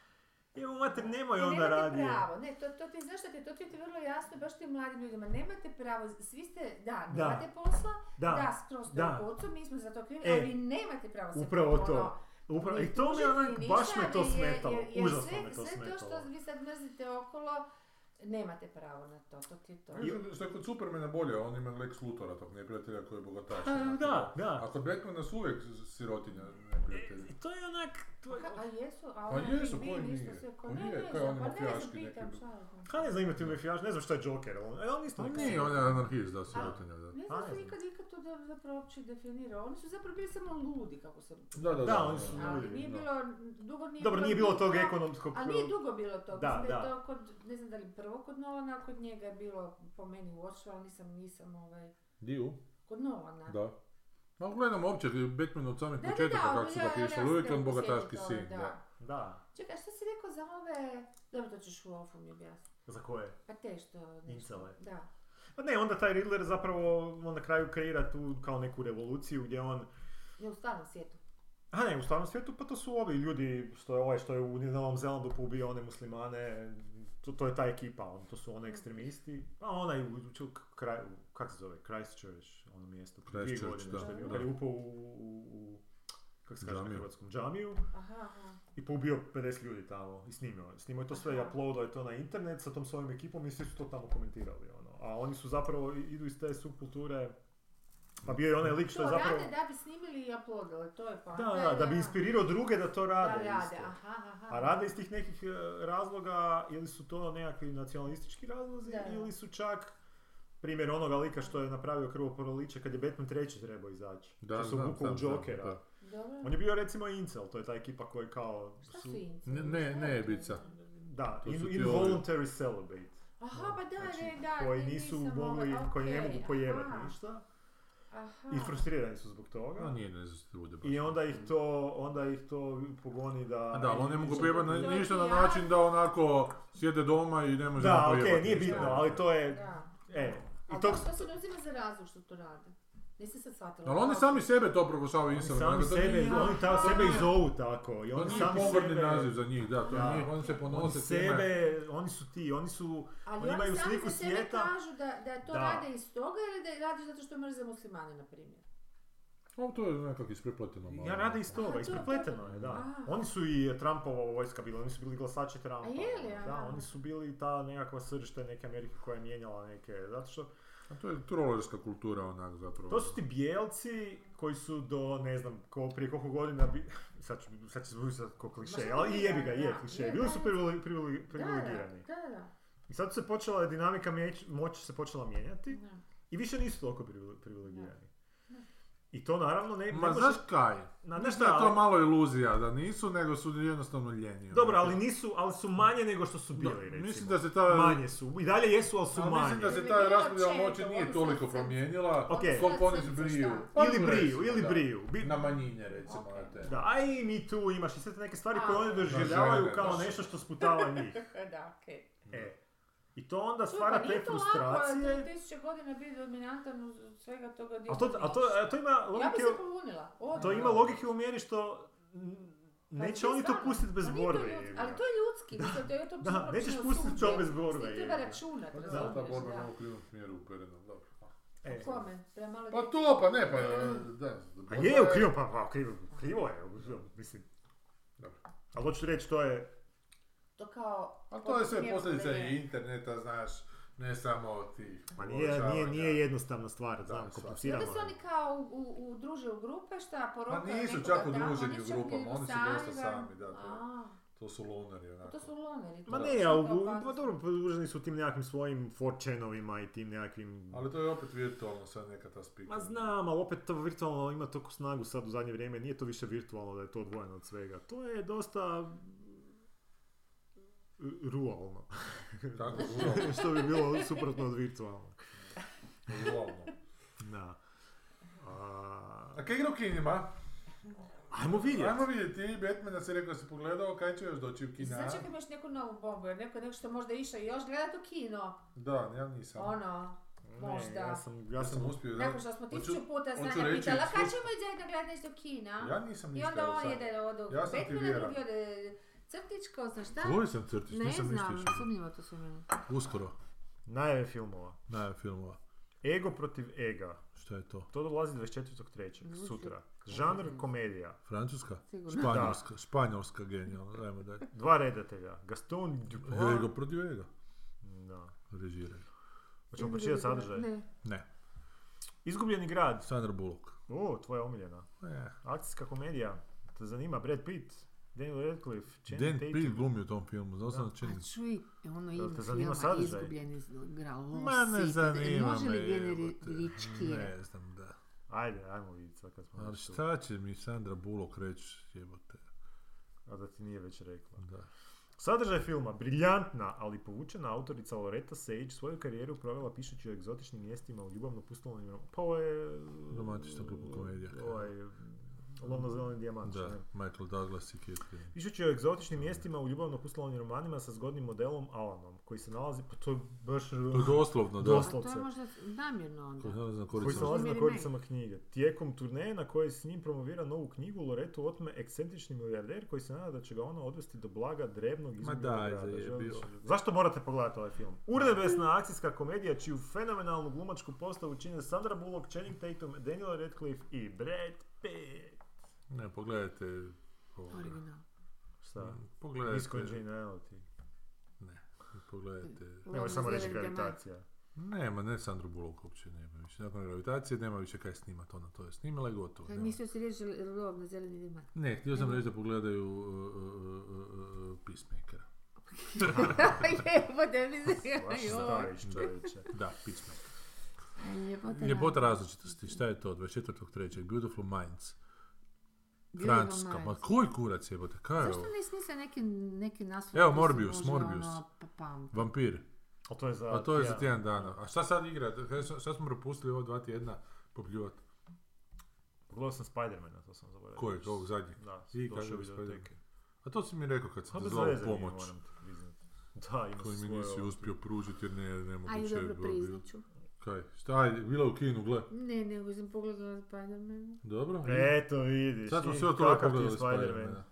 [SPEAKER 3] Evo, mater, nemoj
[SPEAKER 2] I
[SPEAKER 3] onda
[SPEAKER 2] nemate
[SPEAKER 3] radije.
[SPEAKER 2] pravo, ne, to, to ti, znaš šta ti, je, to ti je vrlo jasno baš tim mladim ljudima, nemate pravo, svi ste, da,
[SPEAKER 3] Da.
[SPEAKER 2] nemate posla, da,
[SPEAKER 3] Da,
[SPEAKER 2] skroz to
[SPEAKER 3] da.
[SPEAKER 2] je u ocu, mi smo za to krivi,
[SPEAKER 3] E,
[SPEAKER 2] ali nemate pravo se
[SPEAKER 3] upravo
[SPEAKER 2] ono,
[SPEAKER 3] to. upravo,
[SPEAKER 2] ni
[SPEAKER 3] i to mi je
[SPEAKER 2] tužiti,
[SPEAKER 3] onak,
[SPEAKER 2] ni
[SPEAKER 3] baš
[SPEAKER 2] ništa,
[SPEAKER 3] me to
[SPEAKER 2] jer- jer-
[SPEAKER 3] smetalo,
[SPEAKER 2] jer- jer
[SPEAKER 3] užasno
[SPEAKER 2] sve-
[SPEAKER 3] me to
[SPEAKER 2] Sve to
[SPEAKER 3] smetalo.
[SPEAKER 2] što vi sad mrzite okolo, nemate pravo na to, to ti je to.
[SPEAKER 1] Mislim, Što je kod Supermana bolje, on ima Lex Lutora, tog neprijatelja koji je bogataš.
[SPEAKER 3] A, Da, da.
[SPEAKER 1] A kod Batmana su uvijek sirotinja neprijatelji.
[SPEAKER 3] To je onak, to
[SPEAKER 2] Pa
[SPEAKER 3] je,
[SPEAKER 2] ka- A jesu, a
[SPEAKER 1] Pa
[SPEAKER 2] oni
[SPEAKER 1] jesu,
[SPEAKER 2] mi
[SPEAKER 1] koji
[SPEAKER 2] ništa
[SPEAKER 1] nije?
[SPEAKER 2] sve- ko-
[SPEAKER 1] Pa
[SPEAKER 2] ne,
[SPEAKER 1] nije,
[SPEAKER 2] ne
[SPEAKER 1] to je
[SPEAKER 2] znam,
[SPEAKER 1] on
[SPEAKER 2] pa ne
[SPEAKER 1] mafijaški
[SPEAKER 2] znam,
[SPEAKER 1] neki
[SPEAKER 2] pitam,
[SPEAKER 1] bi-
[SPEAKER 2] šta je to?
[SPEAKER 3] Kaj ne znam imati mafijaš, ne znam šta je Joker, ali on, e, on isto
[SPEAKER 1] Pa
[SPEAKER 3] neka-
[SPEAKER 1] nije, on je anarhist, da, sirotinja, da.
[SPEAKER 2] Ne
[SPEAKER 3] A,
[SPEAKER 2] znam
[SPEAKER 3] Pa ne
[SPEAKER 2] se
[SPEAKER 3] znam.
[SPEAKER 2] nikad, nikad to da, zapravo uopće definirao. Oni su zapravo bili samo ludi, kako se...
[SPEAKER 1] Da, da,
[SPEAKER 3] Da, oni su
[SPEAKER 2] Ali
[SPEAKER 3] ljudi,
[SPEAKER 2] nije
[SPEAKER 3] da.
[SPEAKER 2] bilo, dugo nije
[SPEAKER 3] Dobro,
[SPEAKER 2] bilo...
[SPEAKER 3] nije bilo
[SPEAKER 2] bitno,
[SPEAKER 3] tog ekonomskog...
[SPEAKER 2] Ali nije dugo bilo to.
[SPEAKER 3] Da,
[SPEAKER 2] Da, da.
[SPEAKER 3] da.
[SPEAKER 2] je to kod, ne znam da li prvo kod Nolana, ali kod njega je bilo po meni uočilo, ali nisam, nisam ovaj...
[SPEAKER 1] Diju,
[SPEAKER 2] Kod Nolana.
[SPEAKER 1] da. Ma gledam uopće, Batman od samih
[SPEAKER 2] Da, da,
[SPEAKER 1] početaka
[SPEAKER 2] da,
[SPEAKER 1] kako su ga
[SPEAKER 2] ja- ja
[SPEAKER 1] pisali,
[SPEAKER 2] sam
[SPEAKER 1] uvijek je on
[SPEAKER 2] sjetila
[SPEAKER 1] bogataški
[SPEAKER 2] toga,
[SPEAKER 1] sin, da.
[SPEAKER 3] Da,
[SPEAKER 2] Čekaj, što si rekao za ove... Dobro, to ćeš u ofu mi objasniti.
[SPEAKER 3] za koje?
[SPEAKER 2] Pa te što...
[SPEAKER 3] Incele.
[SPEAKER 2] Da.
[SPEAKER 3] Pa ne, onda taj Riddler zapravo on na kraju kreira tu kao neku revoluciju gdje on...
[SPEAKER 2] Ne u stalnom svijetu.
[SPEAKER 3] A ne, u starom svijetu pa to su ovi ljudi, što je ovaj što je u Novom Zelandu poubio one muslimane, to, to je ta ekipa, on, to su one ekstremisti. A onaj u, u, u kraj, u- kak se zove, Christchurch, ono mjesto, prije dvije
[SPEAKER 1] Christchurch,
[SPEAKER 3] godine
[SPEAKER 1] da,
[SPEAKER 3] što je bio,
[SPEAKER 2] da.
[SPEAKER 3] kad je upao u, u, u kako se kaže na
[SPEAKER 1] Džamiju.
[SPEAKER 3] hrvatskom, džamiju.
[SPEAKER 2] Aha, aha.
[SPEAKER 3] I poubio 50 ljudi tamo i snimio. je. Snimio je to sve i
[SPEAKER 2] Aha.
[SPEAKER 3] uploadao je to na internet sa tom svojim ekipom i svi su to tamo komentirali. Ono. A oni su zapravo, i- idu iz te subkulture, pa bio je onaj lik što
[SPEAKER 2] To
[SPEAKER 3] je zapravo...
[SPEAKER 2] rade da bi snimili i uploadali, to je pa.
[SPEAKER 3] Da, da, da bi inspirirao druge da to
[SPEAKER 2] Da
[SPEAKER 3] rade.
[SPEAKER 2] rade,
[SPEAKER 3] isto.
[SPEAKER 2] aha, aha.
[SPEAKER 3] A rade iz tih nekih e, razloga, ili su to nekakvi nacionalistički razlozi,
[SPEAKER 2] Da.
[SPEAKER 3] ili su čak primjer onoga lika što je napravio krvoproliće kad je Batman treći trebao izaći.
[SPEAKER 1] Da,
[SPEAKER 3] što se
[SPEAKER 1] znam,
[SPEAKER 3] vukao u
[SPEAKER 1] znam, znam,
[SPEAKER 3] Jokera.
[SPEAKER 1] da.
[SPEAKER 2] Dobro.
[SPEAKER 3] On je bio recimo Incel, to je ta ekipa koja je kao...
[SPEAKER 2] Šta
[SPEAKER 3] su-
[SPEAKER 2] su inci?
[SPEAKER 1] Ne- ne-
[SPEAKER 2] Šta je
[SPEAKER 1] ne
[SPEAKER 2] to?
[SPEAKER 1] bica.
[SPEAKER 3] Da,
[SPEAKER 1] To
[SPEAKER 3] in,
[SPEAKER 1] su ti
[SPEAKER 3] involuntary celibate.
[SPEAKER 2] Aha, pa da,
[SPEAKER 3] Znači,
[SPEAKER 2] ne, da.
[SPEAKER 3] koji
[SPEAKER 2] ne,
[SPEAKER 3] nisu
[SPEAKER 2] nisam
[SPEAKER 3] mogli,
[SPEAKER 2] ovaj,
[SPEAKER 3] koji ne
[SPEAKER 2] okej,
[SPEAKER 3] mogu pojevati
[SPEAKER 2] aha,
[SPEAKER 3] ništa.
[SPEAKER 2] Aha.
[SPEAKER 3] I frustrirani su zbog
[SPEAKER 1] No
[SPEAKER 3] toga.
[SPEAKER 1] nije ne znam se ljude baš.
[SPEAKER 3] I onda ih to, onda ih to pogoni da...
[SPEAKER 1] A Da, ali oni mogu pjevati
[SPEAKER 2] To
[SPEAKER 1] na-
[SPEAKER 2] je
[SPEAKER 1] ništa na
[SPEAKER 2] ja.
[SPEAKER 1] način da onako sjede doma i ne može
[SPEAKER 3] Da,
[SPEAKER 1] napjevati
[SPEAKER 3] okej, nije
[SPEAKER 1] ništa.
[SPEAKER 3] bitno, ali to je...
[SPEAKER 2] Da.
[SPEAKER 3] E,
[SPEAKER 2] A
[SPEAKER 3] i tog...
[SPEAKER 2] to, to se ne uzima za razlog što to rade. Nisam sad shvatila.
[SPEAKER 1] Ali oni sami sebe to proglašavaju
[SPEAKER 3] Oni
[SPEAKER 1] Instagram.
[SPEAKER 3] sami
[SPEAKER 1] dakle, to
[SPEAKER 3] sebe,
[SPEAKER 1] nije-
[SPEAKER 3] oni ta,
[SPEAKER 1] to
[SPEAKER 3] sebe
[SPEAKER 1] nije-
[SPEAKER 3] i zovu tako. I
[SPEAKER 1] To
[SPEAKER 3] oni
[SPEAKER 1] nije
[SPEAKER 3] sami
[SPEAKER 1] pogrdni
[SPEAKER 3] sebe...
[SPEAKER 1] naziv za njih, da, to
[SPEAKER 3] Da.
[SPEAKER 1] njih, oni se
[SPEAKER 3] Oni
[SPEAKER 1] ponose time.
[SPEAKER 3] sebe, oni su ti, oni su...
[SPEAKER 2] Ali
[SPEAKER 3] oni
[SPEAKER 2] oni
[SPEAKER 3] imaju
[SPEAKER 2] sami
[SPEAKER 3] sliku
[SPEAKER 2] za sebe
[SPEAKER 3] svijeta.
[SPEAKER 2] kažu da, da to
[SPEAKER 3] Da.
[SPEAKER 2] rade iz toga ili da rade zato što mrze muslimane, na primjer.
[SPEAKER 1] O, to je nekako isprepleteno malo.
[SPEAKER 3] Ja rade iz
[SPEAKER 2] Aha,
[SPEAKER 3] toga,
[SPEAKER 2] to-
[SPEAKER 3] isprepleteno je, da.
[SPEAKER 2] Aha.
[SPEAKER 3] Oni su i Trumpova vojska bili, oni su bili glasači Trumpa.
[SPEAKER 2] A je li, aha.
[SPEAKER 3] Da, oni su bili ta nekakva srž te neke Amerike koja je mijenjala neke, zato što
[SPEAKER 1] A Pa to je trollerska kultura onak zapravo.
[SPEAKER 3] To su ti bijelci koji su do, ne znam, ko prije koliko godina, bi, sad ću, sad ću zvuči sad ko
[SPEAKER 2] Ma
[SPEAKER 3] kliše,
[SPEAKER 2] šta
[SPEAKER 3] ali
[SPEAKER 2] ti
[SPEAKER 3] i jebi ga,
[SPEAKER 2] da,
[SPEAKER 3] je
[SPEAKER 2] da,
[SPEAKER 3] kliše,
[SPEAKER 2] je,
[SPEAKER 3] bili
[SPEAKER 2] da,
[SPEAKER 3] su
[SPEAKER 2] da.
[SPEAKER 3] privili- privili-
[SPEAKER 2] Da, da,
[SPEAKER 3] privilegirani.
[SPEAKER 2] da, da.
[SPEAKER 3] I sad se počela je dinamika meć- moći se počela mijenjati
[SPEAKER 2] Da.
[SPEAKER 3] i više nisu toliko privil- privilegirani.
[SPEAKER 2] Da.
[SPEAKER 3] I to naravno ne, ne
[SPEAKER 1] Ma
[SPEAKER 3] može-
[SPEAKER 1] znaš kaj?
[SPEAKER 3] na,
[SPEAKER 1] Znaš
[SPEAKER 3] znaš
[SPEAKER 1] šta
[SPEAKER 3] šta,
[SPEAKER 1] je to
[SPEAKER 3] ali-
[SPEAKER 1] malo iluzija, da nisu, nego su jednostavno ljeni.
[SPEAKER 3] Dobro,
[SPEAKER 1] onako.
[SPEAKER 3] ali nisu, ali su manje nego što su
[SPEAKER 1] Da,
[SPEAKER 3] bili, recimo.
[SPEAKER 1] Mislim da se ta...
[SPEAKER 3] Manje su, i dalje jesu, ali su
[SPEAKER 1] ali
[SPEAKER 3] manje.
[SPEAKER 1] mislim da se
[SPEAKER 2] Ili
[SPEAKER 1] ta
[SPEAKER 2] bilo
[SPEAKER 1] raspodjela
[SPEAKER 2] čemu,
[SPEAKER 1] moći nije
[SPEAKER 2] odnosno
[SPEAKER 1] toliko
[SPEAKER 2] sam-
[SPEAKER 1] promijenila.
[SPEAKER 3] Ok.
[SPEAKER 1] Koliko oni
[SPEAKER 2] Sad sam
[SPEAKER 1] briju.
[SPEAKER 2] šta?
[SPEAKER 1] Pa
[SPEAKER 3] Ili briju,
[SPEAKER 1] recimo,
[SPEAKER 3] ili
[SPEAKER 1] da.
[SPEAKER 3] briju. Bi-
[SPEAKER 1] Na manjine recimo.
[SPEAKER 2] Ok.
[SPEAKER 1] na te.
[SPEAKER 3] Da, a i mi tu imaš i sve te neke stvari koje
[SPEAKER 2] A.
[SPEAKER 3] oni
[SPEAKER 2] Na
[SPEAKER 3] doživljavaju
[SPEAKER 1] žene,
[SPEAKER 3] kao
[SPEAKER 1] da.
[SPEAKER 3] nešto što sputava njih.
[SPEAKER 2] da, okej.
[SPEAKER 3] E. I to onda
[SPEAKER 2] Čuj,
[SPEAKER 3] stvara
[SPEAKER 2] pa
[SPEAKER 3] te
[SPEAKER 2] nije to lako,
[SPEAKER 3] frustracije.
[SPEAKER 2] 3000 godina biti dominantan uz svega toga gdje
[SPEAKER 3] A to, a to, a to ima
[SPEAKER 2] Ja bi
[SPEAKER 3] logike,
[SPEAKER 2] se polunila. odmah.
[SPEAKER 3] to ima logike u mjeri što n-
[SPEAKER 2] Pa
[SPEAKER 3] neće
[SPEAKER 2] to je
[SPEAKER 3] oni to
[SPEAKER 2] stvarno.
[SPEAKER 3] pustiti bez
[SPEAKER 2] Pa nije to
[SPEAKER 3] borbe.
[SPEAKER 2] ljudski,
[SPEAKER 3] jebi ga.
[SPEAKER 2] Ali to je ljudski, mislim, to je to
[SPEAKER 3] Da, nećeš
[SPEAKER 2] psihotično
[SPEAKER 3] pustiti to
[SPEAKER 2] osuđe.
[SPEAKER 3] bez borbe,
[SPEAKER 2] S tim
[SPEAKER 3] jebi
[SPEAKER 2] treba
[SPEAKER 3] ga.
[SPEAKER 2] računat,
[SPEAKER 1] Pa da,
[SPEAKER 2] razumiješ,
[SPEAKER 1] ta borba
[SPEAKER 2] da.
[SPEAKER 1] na okrivom smjeru uperena, dobro.
[SPEAKER 3] E.
[SPEAKER 2] Kome? Prema malo
[SPEAKER 1] Pa
[SPEAKER 2] djeci?
[SPEAKER 1] to, pa ne, pa da.
[SPEAKER 3] A je, u krivo, pa, pa, krivo, krivo je, mislim.
[SPEAKER 1] Dobro.
[SPEAKER 3] Ali hoću reći, to je,
[SPEAKER 2] To kao...
[SPEAKER 1] A Pa to je sve
[SPEAKER 2] Njemu
[SPEAKER 1] posljedica
[SPEAKER 2] da je.
[SPEAKER 1] i interneta, znaš, ne samo tih
[SPEAKER 3] pa nije, nije, nije jednostavna stvar, znam,
[SPEAKER 1] Da, sva-
[SPEAKER 3] komplicirano
[SPEAKER 2] Onda se
[SPEAKER 3] je.
[SPEAKER 2] oni kao u, u, udruže u grupe, šta
[SPEAKER 1] Pa
[SPEAKER 2] poroka
[SPEAKER 1] nisu
[SPEAKER 2] nekoga
[SPEAKER 1] čak
[SPEAKER 2] tamo,
[SPEAKER 1] udruženi
[SPEAKER 2] oni
[SPEAKER 1] u
[SPEAKER 2] čak
[SPEAKER 1] grupama,
[SPEAKER 2] idu
[SPEAKER 1] oni su dosta
[SPEAKER 2] van.
[SPEAKER 1] sami, da, to,
[SPEAKER 2] A,
[SPEAKER 1] to su loneri
[SPEAKER 2] pa
[SPEAKER 1] onako.
[SPEAKER 2] to su loneri. to
[SPEAKER 3] Ma
[SPEAKER 2] je
[SPEAKER 3] ne,
[SPEAKER 2] to
[SPEAKER 3] a u,
[SPEAKER 2] kao
[SPEAKER 3] u- pa
[SPEAKER 2] bazen.
[SPEAKER 3] dobro, udruženi su u tim nekakvim svojim 4chanovima i tim nekakvim...
[SPEAKER 1] Ali to je opet virtualno sad neka ta spika.
[SPEAKER 3] Ma znam, ali opet to virtualno ima toliko snagu sad u zadnje vrijeme, nije to više virtualno da je to odvojeno od svega. To je dosta mm, r- ruralno,
[SPEAKER 1] Kako ruralno,
[SPEAKER 3] što bi bilo suprotno od virtualnog.
[SPEAKER 1] ruralno.
[SPEAKER 3] Da. A,
[SPEAKER 1] A kaj igra u kinima?
[SPEAKER 3] ajmo vidjeti.
[SPEAKER 1] Ajmo vidjeti, Batmana si rekao da si pogledao, kaj će još doći u
[SPEAKER 2] I
[SPEAKER 1] kina?
[SPEAKER 2] sad čekam još neku novu bombu, jer neko, neko što možda išao još gledat u kino.
[SPEAKER 1] Da, ja nisam.
[SPEAKER 2] Ono, možda.
[SPEAKER 3] Ne, ja sam, ja
[SPEAKER 1] Ja sam
[SPEAKER 3] sam,
[SPEAKER 1] uspio, da.
[SPEAKER 2] nakon što smo
[SPEAKER 1] Hoću-
[SPEAKER 2] tisuću puta
[SPEAKER 1] hoću
[SPEAKER 2] Sanja
[SPEAKER 1] reći
[SPEAKER 2] pitala, kad
[SPEAKER 1] svoj-
[SPEAKER 2] ćemo ići zajedno gledat nešto u kina?
[SPEAKER 1] Ja nisam
[SPEAKER 2] I
[SPEAKER 1] ništa.
[SPEAKER 2] onda
[SPEAKER 1] evo
[SPEAKER 2] on
[SPEAKER 1] sad.
[SPEAKER 2] ide od
[SPEAKER 1] Ja sam ti
[SPEAKER 2] Batmana,
[SPEAKER 1] vjeran.
[SPEAKER 2] drugi od eh,
[SPEAKER 5] Crtić ko zna šta?
[SPEAKER 1] Govorio sam crtić,
[SPEAKER 2] Ne
[SPEAKER 1] nisam ništa
[SPEAKER 2] znam,
[SPEAKER 1] išao.
[SPEAKER 2] sumnjivo to su meni.
[SPEAKER 1] Uskoro,
[SPEAKER 3] Najave filmova.
[SPEAKER 1] najave filmova.
[SPEAKER 3] Ego protiv ega.
[SPEAKER 1] Šta je to?
[SPEAKER 3] To dolazi 24.3.
[SPEAKER 2] Zvuči
[SPEAKER 3] sutra.
[SPEAKER 2] kao
[SPEAKER 3] Žanr
[SPEAKER 2] film.
[SPEAKER 3] komedija.
[SPEAKER 1] Francuska?
[SPEAKER 2] Sigurno.
[SPEAKER 1] Španjolska, španjolska genijalna, dajmo dalje.
[SPEAKER 3] Dva redatelja. Gaston Dupont.
[SPEAKER 1] Ego protiv Ega,
[SPEAKER 3] Da.
[SPEAKER 1] režiraju. Znači,
[SPEAKER 3] Hoćemo pročitati sadržaj.
[SPEAKER 2] Ne.
[SPEAKER 1] Ne,
[SPEAKER 3] Izgubljeni grad.
[SPEAKER 1] Sandra Bullock.
[SPEAKER 3] O, tvoja omiljena.
[SPEAKER 1] Eh,
[SPEAKER 3] Akcijska komedija. Te zanima Brad Pitt. Daniel Radcliffe. Channing
[SPEAKER 1] Dan
[SPEAKER 3] Tatum.
[SPEAKER 1] Peele glumi u tom filmu, znao sam da čini.
[SPEAKER 2] A pa čuj, ono
[SPEAKER 3] Jel
[SPEAKER 2] ime
[SPEAKER 3] te zanima
[SPEAKER 2] filma
[SPEAKER 3] sadržaj?
[SPEAKER 2] izgubljeni gralo.
[SPEAKER 1] Ma ne zanima me.
[SPEAKER 2] e, Može li
[SPEAKER 1] jebote.
[SPEAKER 2] generički?
[SPEAKER 1] Ne znam da.
[SPEAKER 3] Ajde, ajmo vidjeti sad kad smo
[SPEAKER 1] Ali
[SPEAKER 3] već tu.
[SPEAKER 1] šta će mi Sandra Bullock reći, jebote.
[SPEAKER 3] A da ti nije već rekla.
[SPEAKER 1] Da.
[SPEAKER 3] Sadržaj filma, briljantna, ali povučena autorica Loretta Sage svoju karijeru provela pišući o egzotičnim mjestima u ljubavno pustolovnim... Pa ovo je...
[SPEAKER 1] Romantična glupa komedija.
[SPEAKER 3] Ovaj, Lomno-zeleni dijamant.
[SPEAKER 1] Da,
[SPEAKER 3] ne?
[SPEAKER 1] Michael Douglas i Kate.
[SPEAKER 3] Pišući o egzotičnim mjestima u ljubavno pustolovnim romanima sa zgodnim modelom Alanom, koji se nalazi... Pa to je baš...
[SPEAKER 1] To je doslovno, da.
[SPEAKER 2] A Pa to
[SPEAKER 3] Doslovce.
[SPEAKER 2] je možda namjerno onda.
[SPEAKER 1] Koji se nalazi na
[SPEAKER 3] koji se
[SPEAKER 1] koricama.
[SPEAKER 3] nalazi na
[SPEAKER 2] Mary
[SPEAKER 3] koricama knjige. Tijekom turneje na kojoj s njim promovira novu knjigu, Loretu otme ekscentrični milijarder koji se nada da će ga ona odvesti do blaga drevnog izgubljenog
[SPEAKER 1] daj,
[SPEAKER 3] grada.
[SPEAKER 1] zajebio.
[SPEAKER 3] Želiš- Zašto morate pogledati ovaj film? Urnebesna akcijska komedija čiju fenomenalnu glumačku postavu čine Sandra Bullock, Channing Tatum, Daniel Radcliffe i Brad Pitt.
[SPEAKER 1] Ne, pogledajte. ovoga.
[SPEAKER 2] Original.
[SPEAKER 3] Šta?
[SPEAKER 1] Mm,
[SPEAKER 3] Nisko
[SPEAKER 1] Pogledajte.
[SPEAKER 3] ingenuity.
[SPEAKER 1] Ne, pogledajte.
[SPEAKER 3] Nemoj samo reći gravitacija.
[SPEAKER 1] Nema, ne Sandru Bullock uopće nema više. Nakon gravitacije nema više kaj snimat, ona to je snimila i gotovo. nema.
[SPEAKER 2] Pa Mislio si reći lov na zeleni dimat.
[SPEAKER 1] Ne, htio sam reći da pogledaju uh, uh, uh, uh, uh, Peacemakera.
[SPEAKER 2] Jebote, mi se
[SPEAKER 3] Baš
[SPEAKER 2] joj.
[SPEAKER 3] staviš čovječe.
[SPEAKER 1] Da, Peacemaker.
[SPEAKER 2] E, Jebote,
[SPEAKER 1] Ljepota različitosti, šta je to? 24.3. Beautiful Minds.
[SPEAKER 2] Beautiful
[SPEAKER 1] Francuska, ma
[SPEAKER 2] Minds.
[SPEAKER 1] koji kurac jebote, kaj je
[SPEAKER 2] Zašto
[SPEAKER 1] ovo?
[SPEAKER 2] ne smisla neki, neki naslov?
[SPEAKER 1] Evo,
[SPEAKER 2] koji se
[SPEAKER 1] Morbius,
[SPEAKER 2] može,
[SPEAKER 1] Morbius.
[SPEAKER 2] ono, popamtiti?
[SPEAKER 1] Vampir,
[SPEAKER 3] A to je za...
[SPEAKER 1] a to je za
[SPEAKER 3] tjedan.
[SPEAKER 1] tjedan dana. A šta sad igra? Kaj su- Šta smo propustili ova dva tjedna popljivat?
[SPEAKER 3] Pogledao sam Spidermana, to sam zaboravio.
[SPEAKER 1] Kojeg, ovog zadnjeg?
[SPEAKER 3] Da,
[SPEAKER 1] I
[SPEAKER 3] došao
[SPEAKER 1] kakav
[SPEAKER 3] u
[SPEAKER 1] je Spider-
[SPEAKER 3] videoteke.
[SPEAKER 1] A to si mi rekao kad
[SPEAKER 3] Pa
[SPEAKER 1] sam te
[SPEAKER 3] bez
[SPEAKER 1] zvao u
[SPEAKER 3] veze nije,
[SPEAKER 1] pomoć.
[SPEAKER 3] moram ti priznati. Da, ima
[SPEAKER 1] Koji mi
[SPEAKER 3] svoje
[SPEAKER 1] nisi
[SPEAKER 3] ovo.
[SPEAKER 1] uspio pružiti jer ne,
[SPEAKER 2] Ajde,
[SPEAKER 1] nemoguće je
[SPEAKER 2] dobro,
[SPEAKER 1] bilo. bilo.
[SPEAKER 2] priznaću.
[SPEAKER 1] Kaj, šta je, bila u kinu, gle.
[SPEAKER 2] Ne, nego sam pogledala Spider-Man.
[SPEAKER 1] Dobro.
[SPEAKER 3] Eto vidiš,
[SPEAKER 1] Sad smo
[SPEAKER 3] i
[SPEAKER 1] sve od toga
[SPEAKER 3] kakav ti je
[SPEAKER 1] pogledali Spider-Man.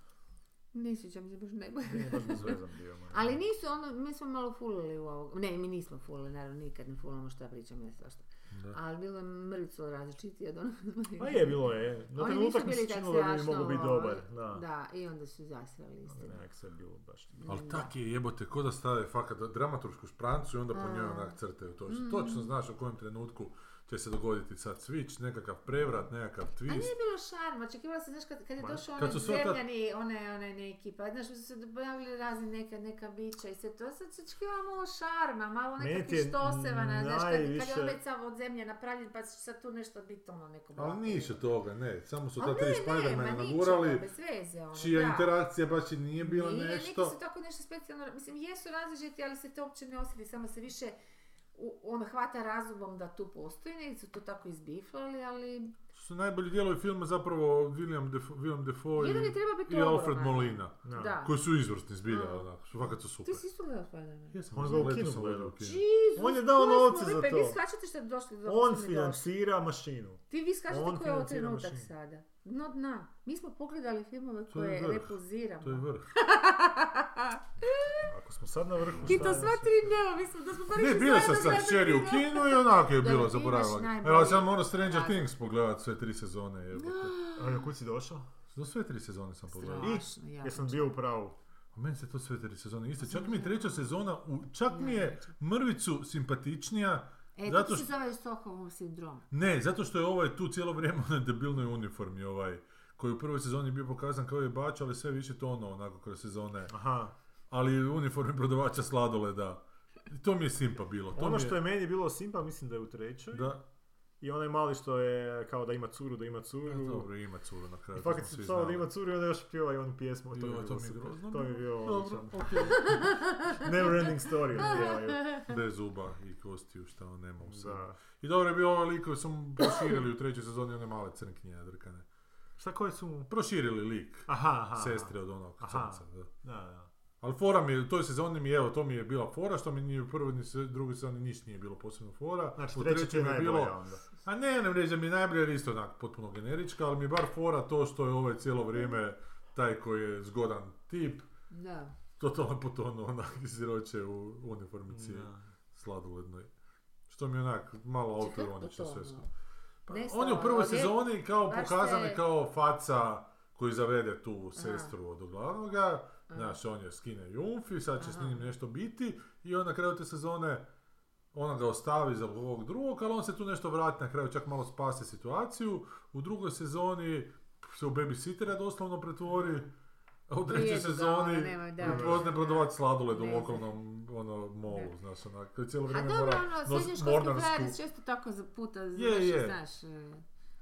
[SPEAKER 2] Ne sjećam se baš najbolje.
[SPEAKER 3] Nije baš bezvezan bio. man.
[SPEAKER 2] Ali nisu ono, mi smo malo fulili u ovog, ne mi nismo fulili, naravno nikad ne fulamo šta pričamo i svašta.
[SPEAKER 1] Da.
[SPEAKER 2] Ali bilo je mrvicu različiti od onog
[SPEAKER 3] Pa je, bilo je. Na
[SPEAKER 2] Oni
[SPEAKER 3] trenutak
[SPEAKER 2] nisu
[SPEAKER 3] mi se
[SPEAKER 2] bili tak
[SPEAKER 3] činilo da bi
[SPEAKER 2] strašno,
[SPEAKER 3] mogu biti
[SPEAKER 2] ovaj,
[SPEAKER 3] dobar. Da.
[SPEAKER 2] Da, i onda su zasrali
[SPEAKER 3] Ali
[SPEAKER 2] istina.
[SPEAKER 3] nekak se bilo baš.
[SPEAKER 1] Ali tak je jebote, ko da stave fakat dramaturšku šprancu i onda po njoj onak crtaju točno. Točno
[SPEAKER 2] Mm.
[SPEAKER 1] znaš u kojem trenutku će se dogoditi sad switch, nekakav prevrat, nekakav
[SPEAKER 2] A nije
[SPEAKER 1] twist.
[SPEAKER 2] bilo šarma, očekivala se, znaš, kad, kad je
[SPEAKER 3] Ma,
[SPEAKER 2] došao
[SPEAKER 1] kad
[SPEAKER 2] onaj
[SPEAKER 1] su sva ta-
[SPEAKER 2] zemljani, onaj, onaj neki, pa znaš, su se pojavili razni neka, neka bića i sve to, sad se očekivala malo šarma, malo
[SPEAKER 3] Meni
[SPEAKER 2] nekakvih
[SPEAKER 3] ti je
[SPEAKER 2] štosevana, znaš, kad, kad
[SPEAKER 3] najviše-
[SPEAKER 2] je on već sav od zemlje napravljen, pa će sad tu nešto biti ono neko
[SPEAKER 1] Ali ništa toga, ne. Samo su ta
[SPEAKER 2] Ali
[SPEAKER 1] tri
[SPEAKER 2] ne,
[SPEAKER 1] Spider-mana
[SPEAKER 2] nema
[SPEAKER 1] nagurali,
[SPEAKER 2] ničega, bez veze, ono,
[SPEAKER 1] čija
[SPEAKER 2] da.
[SPEAKER 1] interakcija baš i nije bila
[SPEAKER 2] Nije,
[SPEAKER 1] nešto.
[SPEAKER 2] Neki su tako nešto specijalno, mislim, jesu različiti, ali se to uopće ne osjeti, samo se više u, ono, hvata razumom da tu postoji, neki su to tako izbiflali, ali
[SPEAKER 1] Su najbolji dijelovi filma zapravo William Defoe, William Defoe
[SPEAKER 2] jedan je
[SPEAKER 1] i,
[SPEAKER 2] treba biti
[SPEAKER 1] i Alfred
[SPEAKER 2] ogroman.
[SPEAKER 1] Molina.
[SPEAKER 3] Da.
[SPEAKER 2] Da.
[SPEAKER 1] Koji su izvrsni zbilja,
[SPEAKER 2] A.
[SPEAKER 1] onak, su- fakat su super.
[SPEAKER 2] Ti si isto gledao Spider-Man?
[SPEAKER 1] Jesam,
[SPEAKER 3] On ga u
[SPEAKER 1] gledao
[SPEAKER 3] kinu
[SPEAKER 1] sam gledao
[SPEAKER 3] gledao.
[SPEAKER 1] u kinu.
[SPEAKER 2] Jezus,
[SPEAKER 3] On je dao
[SPEAKER 2] koje smo
[SPEAKER 3] novce za
[SPEAKER 2] lipe,
[SPEAKER 3] to.
[SPEAKER 2] Vi shvaćate što je došli do
[SPEAKER 3] On
[SPEAKER 2] došli.
[SPEAKER 3] financira mašinu.
[SPEAKER 2] Ti vi shvaćate
[SPEAKER 3] on
[SPEAKER 2] koji je ovo
[SPEAKER 3] financira
[SPEAKER 2] trenutak
[SPEAKER 3] mašinu.
[SPEAKER 2] sada. No dna. Mi smo pogledali filmove
[SPEAKER 1] To je
[SPEAKER 2] koje
[SPEAKER 1] vrh.
[SPEAKER 2] repulziramo.
[SPEAKER 1] To je vrh.
[SPEAKER 3] Ako smo sad na vrhu,
[SPEAKER 2] Ti
[SPEAKER 3] šta
[SPEAKER 2] to
[SPEAKER 3] je
[SPEAKER 2] sva
[SPEAKER 3] sad?
[SPEAKER 2] tri dneva, mi smo da smo prvi
[SPEAKER 1] Ne, bio sam sa kćeri u kinu i onako je bilo
[SPEAKER 2] Dobro, ti imaš
[SPEAKER 1] zaboravljeno.
[SPEAKER 2] najbolji
[SPEAKER 1] Evo, sad moram Stranger
[SPEAKER 2] razlog.
[SPEAKER 1] Things pogledat sve tri sezone. jebote.
[SPEAKER 3] A kud si došao?
[SPEAKER 1] Do sve tri sezone sam pogledao.
[SPEAKER 3] I,
[SPEAKER 2] Strašno, ja.
[SPEAKER 3] jesam bio u pravu.
[SPEAKER 1] A meni se to sve tri sezone iste. Čak mi je treća sezona, u, čak mi je mrvicu simpatičnija.
[SPEAKER 2] E,
[SPEAKER 1] zato
[SPEAKER 2] to ti se
[SPEAKER 1] što-
[SPEAKER 2] zove Stockholm sindrom.
[SPEAKER 1] Ne, zato što je ovaj tu cijelo vrijeme na debilnoj uniformi ovaj koji je u prvoj sezoni bio pokazan kao je bač, ali sve više tono onako kroz sezone.
[SPEAKER 3] Aha.
[SPEAKER 1] Ali u uniformi prodavača sladoleda. I To mi je simpa bilo. To
[SPEAKER 3] Ono
[SPEAKER 1] mi
[SPEAKER 3] što je meni bilo simpa, mislim da je u trećoj.
[SPEAKER 1] Da,
[SPEAKER 3] I onaj mali što je kao da ima curu, da ima curu.
[SPEAKER 1] a E, dobro, ima curu na kraju.
[SPEAKER 3] I
[SPEAKER 1] E, to
[SPEAKER 3] fakat
[SPEAKER 1] smo
[SPEAKER 3] si
[SPEAKER 1] svi
[SPEAKER 3] psao da
[SPEAKER 1] znali.
[SPEAKER 3] ima curu i onda još pjeva i onu pjesmu. To,
[SPEAKER 1] I
[SPEAKER 3] mi je
[SPEAKER 1] ovo, Pa to
[SPEAKER 3] bilo
[SPEAKER 1] mi je
[SPEAKER 3] super.
[SPEAKER 1] grozno
[SPEAKER 3] To mi je bilo
[SPEAKER 1] Dobro,
[SPEAKER 3] odličan.
[SPEAKER 1] okej.
[SPEAKER 3] Never ending story oni pjevaju.
[SPEAKER 1] Bez zuba i kostiju šta on nema u sebi.
[SPEAKER 3] Da.
[SPEAKER 1] I dobro je bio ovaj lik koji su mu proširili u trećoj sezoni one male crnkinje nadrkane.
[SPEAKER 3] Šta koje su mu?
[SPEAKER 1] Proširili lik
[SPEAKER 3] Aha, aha.
[SPEAKER 1] sestre od onog
[SPEAKER 3] Aha.
[SPEAKER 1] crnca. Da.
[SPEAKER 3] Da, da.
[SPEAKER 1] Ali fora mi je, u toj sezoni mi je, evo, to mi je bila fora, što mi nije u prvoj ni se- drugoj sezoni ništa nije bilo posebno fora.
[SPEAKER 3] Znači,
[SPEAKER 1] u
[SPEAKER 3] treća ti je
[SPEAKER 1] trećoj mi je
[SPEAKER 3] najbolja onda.
[SPEAKER 1] A ne, ne reći da mi je najbolje, jer isto onak potpuno generička, ali mi je bar fora to što je ovaj cijelo vrijeme taj koji je zgodan tip,
[SPEAKER 4] Da.
[SPEAKER 1] Totalno potonu onak iz roće u uniformici sladolednoj. Što mi je onak malo
[SPEAKER 4] Znači, kako
[SPEAKER 1] autoironično sve
[SPEAKER 2] ono.
[SPEAKER 4] potonu?
[SPEAKER 1] skupa. Pa,
[SPEAKER 4] Ne
[SPEAKER 1] on je u prvoj
[SPEAKER 4] sladoledno,
[SPEAKER 1] sezoni kao
[SPEAKER 4] baš
[SPEAKER 1] pokazan je
[SPEAKER 4] se-
[SPEAKER 1] kao faca koji zavede tu sestru od glavnoga. Znaš, on je skine Jumfi, sad će s
[SPEAKER 4] Aha.
[SPEAKER 1] njim nešto biti i on na kraju te sezone ona ga ostavi za ovog drugog, ali on se tu nešto vrati na kraju, čak malo spase situaciju. U drugoj sezoni se u babysittera doslovno pretvori, a u trećoj
[SPEAKER 4] Prijedu ga, ono,
[SPEAKER 1] sezoni
[SPEAKER 4] nemoj, da,
[SPEAKER 1] Pozne
[SPEAKER 4] da.
[SPEAKER 1] prodavač sladoled u
[SPEAKER 4] Ne znam.
[SPEAKER 1] lokalnom ono, molu,
[SPEAKER 4] Da.
[SPEAKER 1] znaš, onak, koji cijelo
[SPEAKER 4] A
[SPEAKER 1] vrijeme
[SPEAKER 4] dobro,
[SPEAKER 1] mora
[SPEAKER 4] ono,
[SPEAKER 1] nos-
[SPEAKER 4] srednjoškolski
[SPEAKER 1] mornarsku-
[SPEAKER 4] frajer često tako za puta,
[SPEAKER 1] Je, je.
[SPEAKER 4] znaš, znaš. e,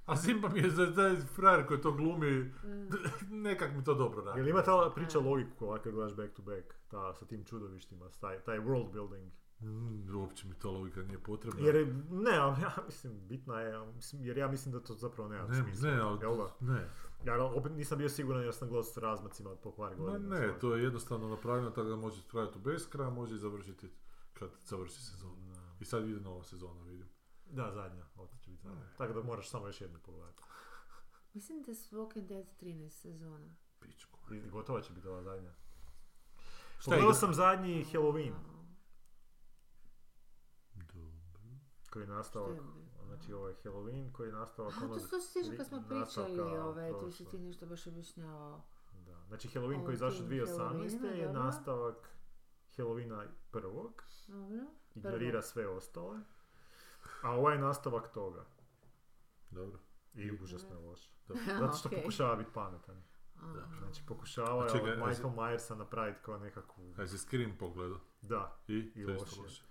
[SPEAKER 1] A Zimba mi je za taj frajer koji to glumi,
[SPEAKER 4] mm.
[SPEAKER 1] nekak mi to dobro
[SPEAKER 3] Jel
[SPEAKER 1] radi.
[SPEAKER 3] ima ta priča logiku ovako kad gledaš back to back, ta, sa tim čudovištima, s taj, taj world building?
[SPEAKER 1] Mm, uopće mi ta logika nije potrebna.
[SPEAKER 3] Jer, je- ne, ali ja mislim, bitna je, ali mislim, jer ja mislim da to zapravo nema
[SPEAKER 1] ne,
[SPEAKER 3] smisla.
[SPEAKER 1] ne, ali,
[SPEAKER 3] jel da?
[SPEAKER 1] ne,
[SPEAKER 3] Ja opet nisam bio siguran jer sam gledao s razmacima od po par
[SPEAKER 1] Ma
[SPEAKER 3] godina.
[SPEAKER 1] ne, to je jednostavno napravljeno tako da može trajati u beskraj, a može i završiti kad završi sezona. I sad ide nova sezona, vidim.
[SPEAKER 3] Da, zadnja, opet će biti zadnja. Tako da moraš samo još jednu pogledati.
[SPEAKER 4] Mislim da su Walking Dead 13 sezona.
[SPEAKER 1] Pičku.
[SPEAKER 3] I gotova će biti ova zadnja.
[SPEAKER 1] Šta
[SPEAKER 3] Pogledao
[SPEAKER 1] ide?
[SPEAKER 3] sam zadnji Halloween
[SPEAKER 4] Ono,
[SPEAKER 1] Dobro.
[SPEAKER 3] koji je
[SPEAKER 4] Što
[SPEAKER 3] nastao
[SPEAKER 4] je bilo?
[SPEAKER 3] Znači ovo je Halloween koji je nastao
[SPEAKER 4] A to
[SPEAKER 3] onog
[SPEAKER 4] su to sjećam kad smo
[SPEAKER 3] li-
[SPEAKER 4] pričali,
[SPEAKER 3] nastavka
[SPEAKER 4] ovaj, tu si
[SPEAKER 3] prošle.
[SPEAKER 4] ti nešto baš objašnjavao.
[SPEAKER 3] Da. Znači Halloween koji je
[SPEAKER 4] O,
[SPEAKER 3] izašao
[SPEAKER 4] tim
[SPEAKER 3] 2018.
[SPEAKER 4] Halloweenima,
[SPEAKER 3] je
[SPEAKER 4] dobro.
[SPEAKER 3] nastavak Halloweena prvog,
[SPEAKER 4] Dobro.
[SPEAKER 3] ignorira sve ostale. A ovaj je nastavak toga.
[SPEAKER 1] Dobro.
[SPEAKER 3] I užasno je loš.
[SPEAKER 4] Aha,
[SPEAKER 3] Zato što
[SPEAKER 4] okej.
[SPEAKER 3] pokušava biti pametan.
[SPEAKER 4] Aha.
[SPEAKER 3] Znači pokušava je
[SPEAKER 1] A čekaj,
[SPEAKER 3] od
[SPEAKER 1] a
[SPEAKER 3] Michael
[SPEAKER 1] zi-
[SPEAKER 3] Myersa napraviti kao nekakvu...
[SPEAKER 1] Kaj si Scream pogledao?
[SPEAKER 3] Da.
[SPEAKER 1] I?
[SPEAKER 3] I
[SPEAKER 1] To je
[SPEAKER 3] loše.
[SPEAKER 1] isto loše.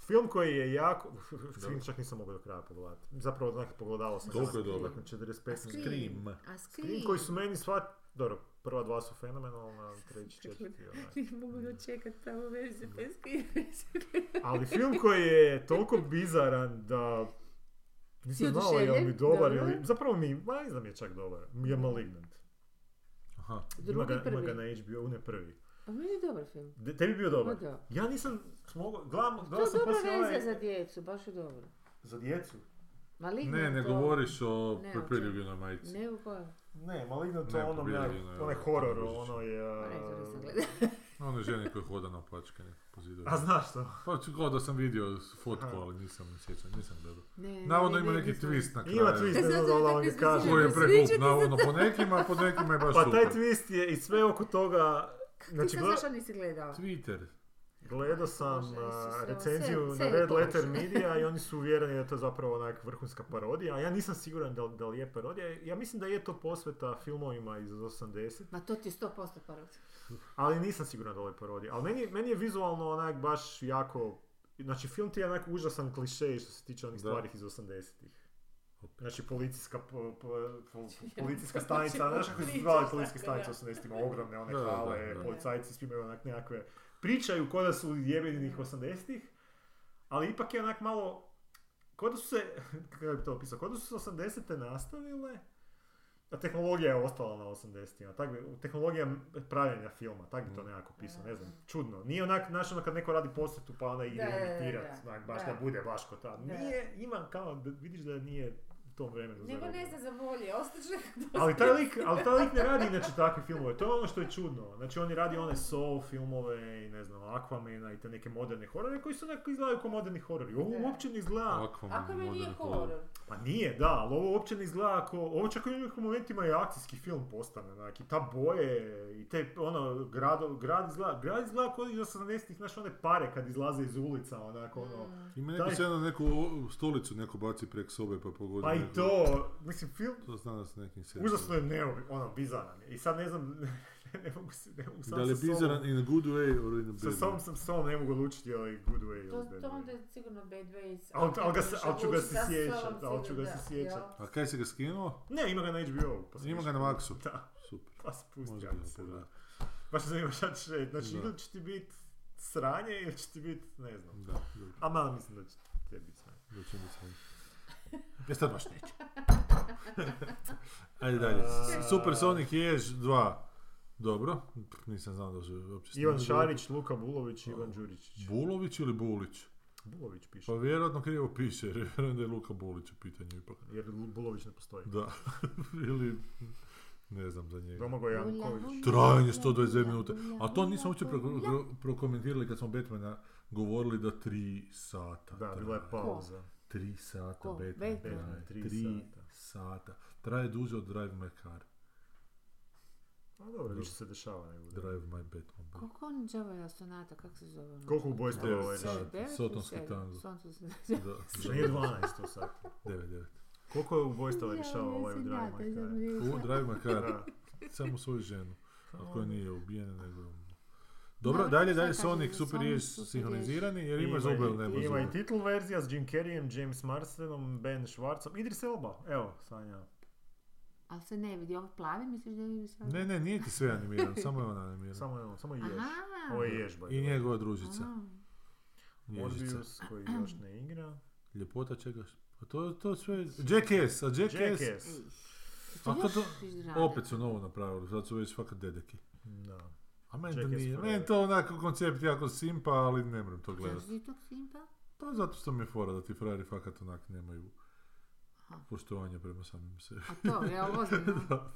[SPEAKER 3] Film koji je jako... Film čak nisam mogao do kraja pogledati. Zapravo onak pogledalo sam.
[SPEAKER 1] Koliko je
[SPEAKER 3] samo
[SPEAKER 1] dobar?
[SPEAKER 3] nakon
[SPEAKER 4] A
[SPEAKER 3] 45 minuta.
[SPEAKER 1] Scream.
[SPEAKER 4] A
[SPEAKER 3] Scream
[SPEAKER 4] Scream.
[SPEAKER 3] koji su meni sva... Dobro, prva dva su fenomenalna, treći, četvrti onaj.
[SPEAKER 4] Nije mogu dočekat pravu verziju bez Scream.
[SPEAKER 3] Ali film koji je toliko bizaran da
[SPEAKER 4] Si
[SPEAKER 3] nisam znao je li mi
[SPEAKER 4] oduševljen?
[SPEAKER 3] dobar
[SPEAKER 4] Dobro.
[SPEAKER 3] ili... Zapravo mi, ma ne znam je čak dobar, mi je malignant.
[SPEAKER 1] Aha.
[SPEAKER 3] Ima
[SPEAKER 4] Drugi,
[SPEAKER 3] ga, ima ga
[SPEAKER 4] prvi.
[SPEAKER 3] na HBO, ne prvi.
[SPEAKER 4] Pa meni je dobar film.
[SPEAKER 3] De, tebi bio dobar?
[SPEAKER 4] Pa da.
[SPEAKER 3] Ja nisam mogao, gledam,
[SPEAKER 4] To je
[SPEAKER 3] gledao sam
[SPEAKER 4] dobra
[SPEAKER 3] poslije ovaj...
[SPEAKER 4] veza za djecu, baš je dobro.
[SPEAKER 3] Za djecu?
[SPEAKER 4] Maligno
[SPEAKER 1] Ne, ne
[SPEAKER 4] to-
[SPEAKER 1] govoriš o
[SPEAKER 4] Ne, o čemu?
[SPEAKER 1] prepredivljenoj majici.
[SPEAKER 4] Ne u kojem.
[SPEAKER 3] Ne, malignant to
[SPEAKER 1] Ne,
[SPEAKER 3] je ono,
[SPEAKER 1] pobjeda
[SPEAKER 3] onak-
[SPEAKER 1] je na-
[SPEAKER 3] onaj horor,
[SPEAKER 1] na Božiću.
[SPEAKER 3] ono je...
[SPEAKER 4] Pa ne, to nisam gledala.
[SPEAKER 1] Ono žene koje hoda na pačkanje po zidu.
[SPEAKER 3] A znaš što?
[SPEAKER 1] Pa ću kao da sam vidio fotku,
[SPEAKER 3] Aha.
[SPEAKER 1] ali nisam ne sjećam, nisam gledao.
[SPEAKER 4] Ne, ne,
[SPEAKER 1] Navodno
[SPEAKER 4] ne,
[SPEAKER 1] ima
[SPEAKER 4] ne,
[SPEAKER 1] neki
[SPEAKER 4] nisam.
[SPEAKER 1] twist na kraju.
[SPEAKER 3] Ima twist, ne znam da li da vam ga
[SPEAKER 4] Zato je
[SPEAKER 3] kažem.
[SPEAKER 1] Koji je
[SPEAKER 4] Sviđa ti
[SPEAKER 1] preglup,
[SPEAKER 4] se.
[SPEAKER 1] navodno po nekima, a po nekima je baš
[SPEAKER 3] Pa taj
[SPEAKER 1] super.
[SPEAKER 3] twist je i sve oko toga...
[SPEAKER 4] Ti
[SPEAKER 3] Znači,
[SPEAKER 4] sam
[SPEAKER 3] gleda-
[SPEAKER 4] zašto nisi gledao?
[SPEAKER 1] Twitter.
[SPEAKER 3] Gledao sam
[SPEAKER 4] Bože,
[SPEAKER 3] a,
[SPEAKER 4] Isuse,
[SPEAKER 3] recenziju
[SPEAKER 4] sve- sve
[SPEAKER 3] na
[SPEAKER 4] je
[SPEAKER 3] Red
[SPEAKER 4] pogrešno.
[SPEAKER 3] Letter Media i oni su uvjereni da je to zapravo onak vrhunska parodija, a ja nisam siguran da, li- da li je parodija. Ja mislim da je to posveta filmovima iz 80
[SPEAKER 4] Ma to ti je 100% parodija.
[SPEAKER 3] ali nisam siguran da li je parodija. Ali meni, meni je vizualno onak baš jako... Znači film ti je onak užasan klišej što se tiče onih
[SPEAKER 1] Da.
[SPEAKER 3] stvari iz 80-ih. Znači policijska, po- po- po- policijska stanica, znaš kako
[SPEAKER 4] Znači,
[SPEAKER 3] su
[SPEAKER 4] Policijska,
[SPEAKER 3] zvali policijske
[SPEAKER 4] da.
[SPEAKER 3] stanice u 80-ima, ogromne one
[SPEAKER 1] Da, da, da,
[SPEAKER 3] hale,
[SPEAKER 1] da.
[SPEAKER 3] policajci svi imaju onak nekakve, pričaju ko da su jebenih 80-ih, ali ipak je onak malo, ko da su se, kako bi to opisao, ko da su se 80-te nastavile, a tehnologija je ostala na 80-ima, tak bi, tehnologija pravljenja filma, tak
[SPEAKER 4] Mm.
[SPEAKER 3] bi to nekako pisao, ne znam, čudno. Nije onak, znaš ono kad neko radi posjetu pa onda ide
[SPEAKER 4] Da, da, da,
[SPEAKER 3] imitirat,
[SPEAKER 4] da.
[SPEAKER 3] onak, baš
[SPEAKER 4] Da.
[SPEAKER 3] da bude baš ko ta.
[SPEAKER 4] Da.
[SPEAKER 3] Nije, ima kao, da vidiš da nije u tom vremenu
[SPEAKER 4] Nego ne
[SPEAKER 3] zarobljeno.
[SPEAKER 4] znam za volje, ostaće
[SPEAKER 3] Ali taj, lik, ali taj lik ne radi inače takve filmove, to je ono što je čudno. Znači oni radi one Saw filmove i ne znam, Aquamena i te neke moderne horore koji su onako izgledaju kao moderni horori. Ovo
[SPEAKER 4] Da.
[SPEAKER 3] uopće ne izgleda,
[SPEAKER 1] Aquaman
[SPEAKER 4] Ako mi nije
[SPEAKER 1] moderni
[SPEAKER 4] horor. Mm.
[SPEAKER 3] pa nije, da, ali ovo uopće ne izgleda kao, ovo čak i u nekim momentima je akcijski film postane, onak, i ta boje, i te, ono, grado, grad izgleda, grad izgleda kao iz 80-ih, znaš, one pare kad izlaze iz ulica, onako, ono,
[SPEAKER 4] Mm.
[SPEAKER 1] Ima neko
[SPEAKER 3] Taj-
[SPEAKER 1] se jedno neku o- stolicu neko baci prek sobe pa pogodi.
[SPEAKER 3] pa i
[SPEAKER 1] nekog.
[SPEAKER 3] to, mislim, film,
[SPEAKER 1] To zna da se nekim sjećam.
[SPEAKER 3] užasno je neobi, ono, bizaran je, i sad ne znam, ne, ne mogu se, ne mogu sam
[SPEAKER 1] Da li je
[SPEAKER 3] sa sobom-
[SPEAKER 1] bizaran in a good way or in a bad
[SPEAKER 3] Sa
[SPEAKER 1] way?
[SPEAKER 3] sobom sam sobom ne mogu odlučiti ovaj Good Way
[SPEAKER 4] To,
[SPEAKER 3] ili Bad
[SPEAKER 4] to onda
[SPEAKER 3] Way.
[SPEAKER 4] je sigurno bad ways.
[SPEAKER 3] Al- al ga
[SPEAKER 4] ne
[SPEAKER 3] se-
[SPEAKER 4] možeš
[SPEAKER 3] al ću ga
[SPEAKER 4] odlučit
[SPEAKER 3] se
[SPEAKER 4] da s
[SPEAKER 3] sjećat,
[SPEAKER 4] sobom
[SPEAKER 3] al ću ga
[SPEAKER 4] sigurno,
[SPEAKER 3] se
[SPEAKER 4] da,
[SPEAKER 3] sjećat.
[SPEAKER 4] jel?
[SPEAKER 1] A kaj si ga skinuo?
[SPEAKER 3] Ne, ima ga na HBO. Pa sam
[SPEAKER 1] Ima ga
[SPEAKER 3] išao.
[SPEAKER 1] na Maxu.
[SPEAKER 3] Da,
[SPEAKER 1] Super.
[SPEAKER 3] pa spusti
[SPEAKER 1] Možda
[SPEAKER 3] ga
[SPEAKER 1] bi ga
[SPEAKER 3] se. Da.
[SPEAKER 1] pogledao.
[SPEAKER 3] Baš se zanima šta će reći. Znači
[SPEAKER 1] Da.
[SPEAKER 3] ili će ti biti sranje ili će ti biti, ne znam.
[SPEAKER 1] Da, dobro.
[SPEAKER 3] A malo mislim da će ti biti sranje.
[SPEAKER 1] Da će mi se... Ja sad baš neću. Ajde dalje. S- Super Sonic Jež 2. Dobro. Pff, Nisam znao da su uopće
[SPEAKER 3] Ivan
[SPEAKER 1] snimili.
[SPEAKER 3] Šarić, Luka Bulović i Ivan Đuričić.
[SPEAKER 1] Bulović ili Bulić?
[SPEAKER 3] Bulović piše.
[SPEAKER 1] Pa vjerojatno krivo piše, jer vjerujem Pa- da je Luka Bulić u pitanju ipak.
[SPEAKER 3] Jer Bulović ne postoji.
[SPEAKER 1] Da. ili Ne znam za njega.
[SPEAKER 3] Domagoj Janković.
[SPEAKER 1] Trajanje 122 minute. A to nismo uopće pro- pro- prokomentirali kad smo Batmana govorili da 3 sata.
[SPEAKER 3] Da, bila je
[SPEAKER 1] traje.
[SPEAKER 3] pauza.
[SPEAKER 1] 3 sata
[SPEAKER 2] Ko?
[SPEAKER 1] Batman
[SPEAKER 2] Batman.
[SPEAKER 1] traje.
[SPEAKER 3] Tri
[SPEAKER 1] 3
[SPEAKER 3] sata.
[SPEAKER 1] sata. Traje duže od Drive My Car.
[SPEAKER 3] A dobro, više se dešava nego da.
[SPEAKER 1] Drive My Batman.
[SPEAKER 2] Koliko on džavaja sonata, kako se zove? ono?
[SPEAKER 3] Koliko ubojstva je
[SPEAKER 1] Devet
[SPEAKER 3] ovaj?
[SPEAKER 1] sati.
[SPEAKER 3] dan?
[SPEAKER 2] Devet ili
[SPEAKER 1] Sotonski
[SPEAKER 2] sedam?
[SPEAKER 1] tango.
[SPEAKER 2] Sotonski
[SPEAKER 1] Da,
[SPEAKER 2] tango.
[SPEAKER 3] Znači Nije
[SPEAKER 1] da.
[SPEAKER 3] 12 u sati.
[SPEAKER 1] 9,
[SPEAKER 3] Koliko je ubojstava rješava ovaj u
[SPEAKER 2] Sonata,
[SPEAKER 3] Drive My
[SPEAKER 2] da,
[SPEAKER 3] Car?
[SPEAKER 2] da,
[SPEAKER 1] 9. U, Drive My Car.
[SPEAKER 3] Da.
[SPEAKER 1] Samo svoju ženu. A koja nije ubijena, nego... je umrla. Dobro,
[SPEAKER 2] Dobro,
[SPEAKER 1] dalje,
[SPEAKER 2] šta
[SPEAKER 1] dalje
[SPEAKER 2] kažem,
[SPEAKER 1] Sonic,
[SPEAKER 2] za
[SPEAKER 1] Super
[SPEAKER 2] Sonic,
[SPEAKER 1] Riječ
[SPEAKER 2] Super Riječ.
[SPEAKER 1] sinhronizirani, jer ima
[SPEAKER 3] i-
[SPEAKER 1] zube ili nema
[SPEAKER 3] Ima i
[SPEAKER 1] zube.
[SPEAKER 3] titl verzija s Jim Carreyem, James Marstonom, Ben Schwartzom, Idris Elba. Evo, Sanja.
[SPEAKER 2] Ali se ne vidi, on plavi, misliš da je sad?
[SPEAKER 1] Ne, ne, nije ti sve animiran, samo je ona animirana.
[SPEAKER 3] Samo, evo, samo jež.
[SPEAKER 2] Aha.
[SPEAKER 3] Ovo je jež, by
[SPEAKER 1] I
[SPEAKER 3] the way.
[SPEAKER 1] njegova družica.
[SPEAKER 2] Aha.
[SPEAKER 1] Ježica.
[SPEAKER 3] Morbius koji još ne igra.
[SPEAKER 1] Ljepota čega? Pa to, to sve... Jackass, a Jackass...
[SPEAKER 3] Jackass.
[SPEAKER 2] To
[SPEAKER 1] A
[SPEAKER 2] još
[SPEAKER 1] kad to-
[SPEAKER 2] viš radi.
[SPEAKER 1] Opet su novo napravili, sad su već fakat dedeki.
[SPEAKER 3] Da.
[SPEAKER 1] A meni to
[SPEAKER 3] Jackass
[SPEAKER 1] nije,
[SPEAKER 3] forever.
[SPEAKER 1] meni to onako koncept jako simpa, ali ne moram to
[SPEAKER 2] Zašto
[SPEAKER 1] gledati.
[SPEAKER 2] si tog simpa?
[SPEAKER 1] Pa zato što mi je fora da ti frajeri fakat onak nemaju
[SPEAKER 2] Aha.
[SPEAKER 1] poštovanja prema samim sebi.
[SPEAKER 2] A to, je ovo ozbiljno.
[SPEAKER 1] da,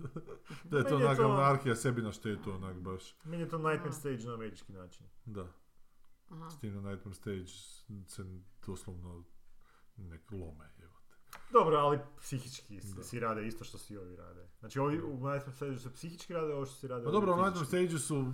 [SPEAKER 1] da je to
[SPEAKER 3] Meni je
[SPEAKER 1] onak
[SPEAKER 3] to-
[SPEAKER 1] anarhija sebi na štetu, onak baš.
[SPEAKER 3] Meni je to Nightmare
[SPEAKER 2] A.
[SPEAKER 3] Stage na američki način.
[SPEAKER 1] Da,
[SPEAKER 2] Aha.
[SPEAKER 1] s tim na Nightmare Stage se doslovno nek lome. Evo.
[SPEAKER 3] Dobro, ali psihički s-
[SPEAKER 1] Da.
[SPEAKER 3] si rade isto što svi ovi rade. Znači ovi u Nightmare Stage se psihički rade, ovo što si rade
[SPEAKER 1] Pa
[SPEAKER 3] ovi
[SPEAKER 1] dobro, u Nightmare Stage
[SPEAKER 3] fizički.
[SPEAKER 1] su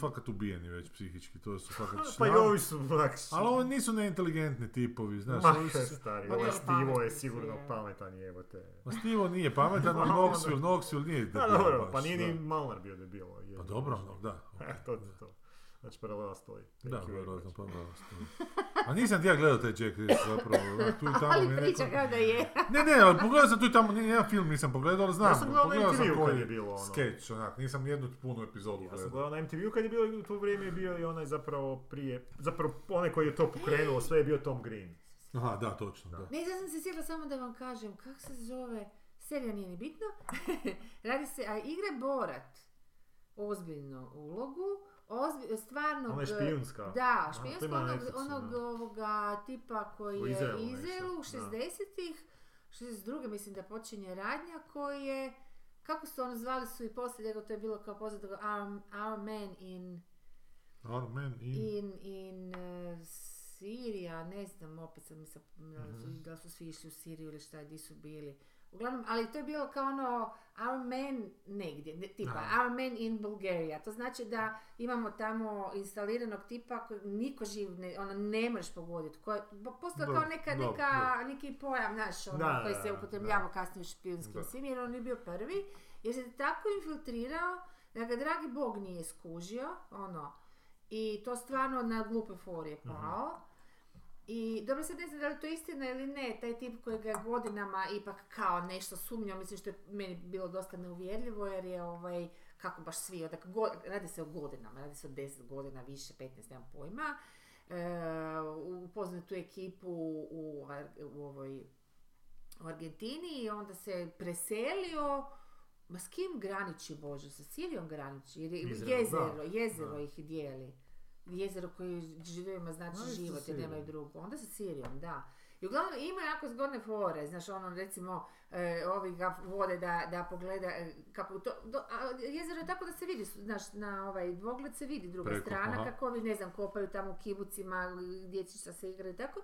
[SPEAKER 1] fakat ubijeni već psihički, to su fakat
[SPEAKER 3] A, Pa i
[SPEAKER 1] šljam.
[SPEAKER 3] ovi su onak...
[SPEAKER 1] Ali ovo nisu neinteligentni tipovi, znaš.
[SPEAKER 3] Ma,
[SPEAKER 1] ovi su-
[SPEAKER 3] stari,
[SPEAKER 1] Ma
[SPEAKER 3] ovaj
[SPEAKER 1] ne,
[SPEAKER 3] Stivo je
[SPEAKER 2] pametni su,
[SPEAKER 3] sigurno
[SPEAKER 2] je.
[SPEAKER 3] pametan jebote.
[SPEAKER 1] Ma Stivo nije pametan, a Noxville, Noxville nije
[SPEAKER 3] ono. Da,
[SPEAKER 1] debil
[SPEAKER 3] dobro,
[SPEAKER 1] baš,
[SPEAKER 3] pa nije
[SPEAKER 1] da.
[SPEAKER 3] ni Malnar bio debil. ovo je
[SPEAKER 1] Pa dobro,
[SPEAKER 3] baš.
[SPEAKER 1] no, da.
[SPEAKER 3] E, to ti to. Znači paralela stoji. Thank
[SPEAKER 1] Da,
[SPEAKER 3] you very
[SPEAKER 1] vjerojatno,
[SPEAKER 3] much.
[SPEAKER 1] pa da. ostaje. A nisam ti ja gledao taj Jack Reese zapravo, onak, tu i tamo mi
[SPEAKER 2] Ali
[SPEAKER 1] je
[SPEAKER 2] priča
[SPEAKER 1] rekao...
[SPEAKER 2] kao da je.
[SPEAKER 1] Ne, ne, ali pogledao sam tu i tamo, ni jedan film nisam pogledao, ali znam.
[SPEAKER 3] Ja
[SPEAKER 1] ga,
[SPEAKER 3] sam gledao na
[SPEAKER 1] pogledao sam
[SPEAKER 3] intervju kad
[SPEAKER 1] koji
[SPEAKER 3] je bilo ono.
[SPEAKER 1] Skeč, onak, nisam jednu punu epizodu
[SPEAKER 3] Ja sam
[SPEAKER 1] gledao.
[SPEAKER 3] gledao na MTV-u kad je bilo, u to vrijeme je bio i onaj zapravo prije, zapravo onaj koji je to pokrenuo, sve je bio Tom Green.
[SPEAKER 1] Aha, da, točno, da.
[SPEAKER 2] Ne, ja sam se sjetila samo da vam kažem, kak se zove, serija nije ni bitno, radi se, a igra Borat, ozbiljnu ulogu, ozbi, stvarnog...
[SPEAKER 3] Ona je špijunska.
[SPEAKER 2] e, Da,
[SPEAKER 3] to
[SPEAKER 2] špijunska
[SPEAKER 3] ima na
[SPEAKER 2] onog,
[SPEAKER 3] Netflixu,
[SPEAKER 2] onog
[SPEAKER 3] da.
[SPEAKER 2] ovoga tipa koji
[SPEAKER 3] U
[SPEAKER 2] je
[SPEAKER 3] Izraelu nešto,
[SPEAKER 2] Izraelu
[SPEAKER 3] da.
[SPEAKER 2] 60-ih, 62. mislim da počinje radnja koji je, kako su ono zvali su i poslije, nego to je bilo kao poznato, kao our, our man in
[SPEAKER 1] Our man in...
[SPEAKER 2] in, in eh, Sirija, ne znam, opet sam mislim, da li su svi išli u Siriju ili šta, gdje su bili. Uglavnom, ali to je bilo kao ono our man negdje, ne, tipa
[SPEAKER 3] Aha.
[SPEAKER 2] our man in Bulgaria. To znači da imamo tamo instaliranog tipa koji niko živ ne, ono, ne možeš pogoditi. Ko, postao
[SPEAKER 1] Dobro,
[SPEAKER 2] kao neka,
[SPEAKER 1] dobro,
[SPEAKER 2] neka, neki pojam, znaš, ono,
[SPEAKER 3] Da,
[SPEAKER 2] koji
[SPEAKER 3] da,
[SPEAKER 2] se
[SPEAKER 3] da,
[SPEAKER 2] upotrebljava kasnije u špijunskim
[SPEAKER 1] Da.
[SPEAKER 2] svim, jer on je bio prvi. Jer se tako infiltrirao da ga Dakle, dragi bog nije skužio, ono, i to stvarno na glupe forije pao. I dobro sad ne znam da li je to istina ili ne, taj tip koji ga je godinama ipak kao nešto sumnjao, mislim što je meni bilo dosta neuvjerljivo jer je ovaj, kako baš svi, odak, go- radi se o godinama, radi se o 10 godina, više, 15, nemam pojma, e, upoznao je tu ekipu u, Ar- u ovoj u Argentini i onda se preselio Ma s kim graniči Bože? Sa Sirijom graniči? Jer je
[SPEAKER 3] Izrael,
[SPEAKER 2] jezero,
[SPEAKER 3] da.
[SPEAKER 2] jezero
[SPEAKER 3] Da.
[SPEAKER 2] ih dijeli. Jezero koje živima znači
[SPEAKER 1] Ali sa
[SPEAKER 2] život jer
[SPEAKER 1] Sirijom.
[SPEAKER 2] nemaju drugo. Onda sa Sirijom, da. I uglavnom ima jako zgodne fore, znaš ono recimo e, ovi ga vode da, da pogleda e, kako to, do, a jezero je tako da se vidi, znaš na ovaj dvogled se vidi druga
[SPEAKER 1] Preko,
[SPEAKER 2] strana
[SPEAKER 1] aha.
[SPEAKER 2] kako ovi ne znam kopaju tamo u kibucima, dječica se igraju i tako.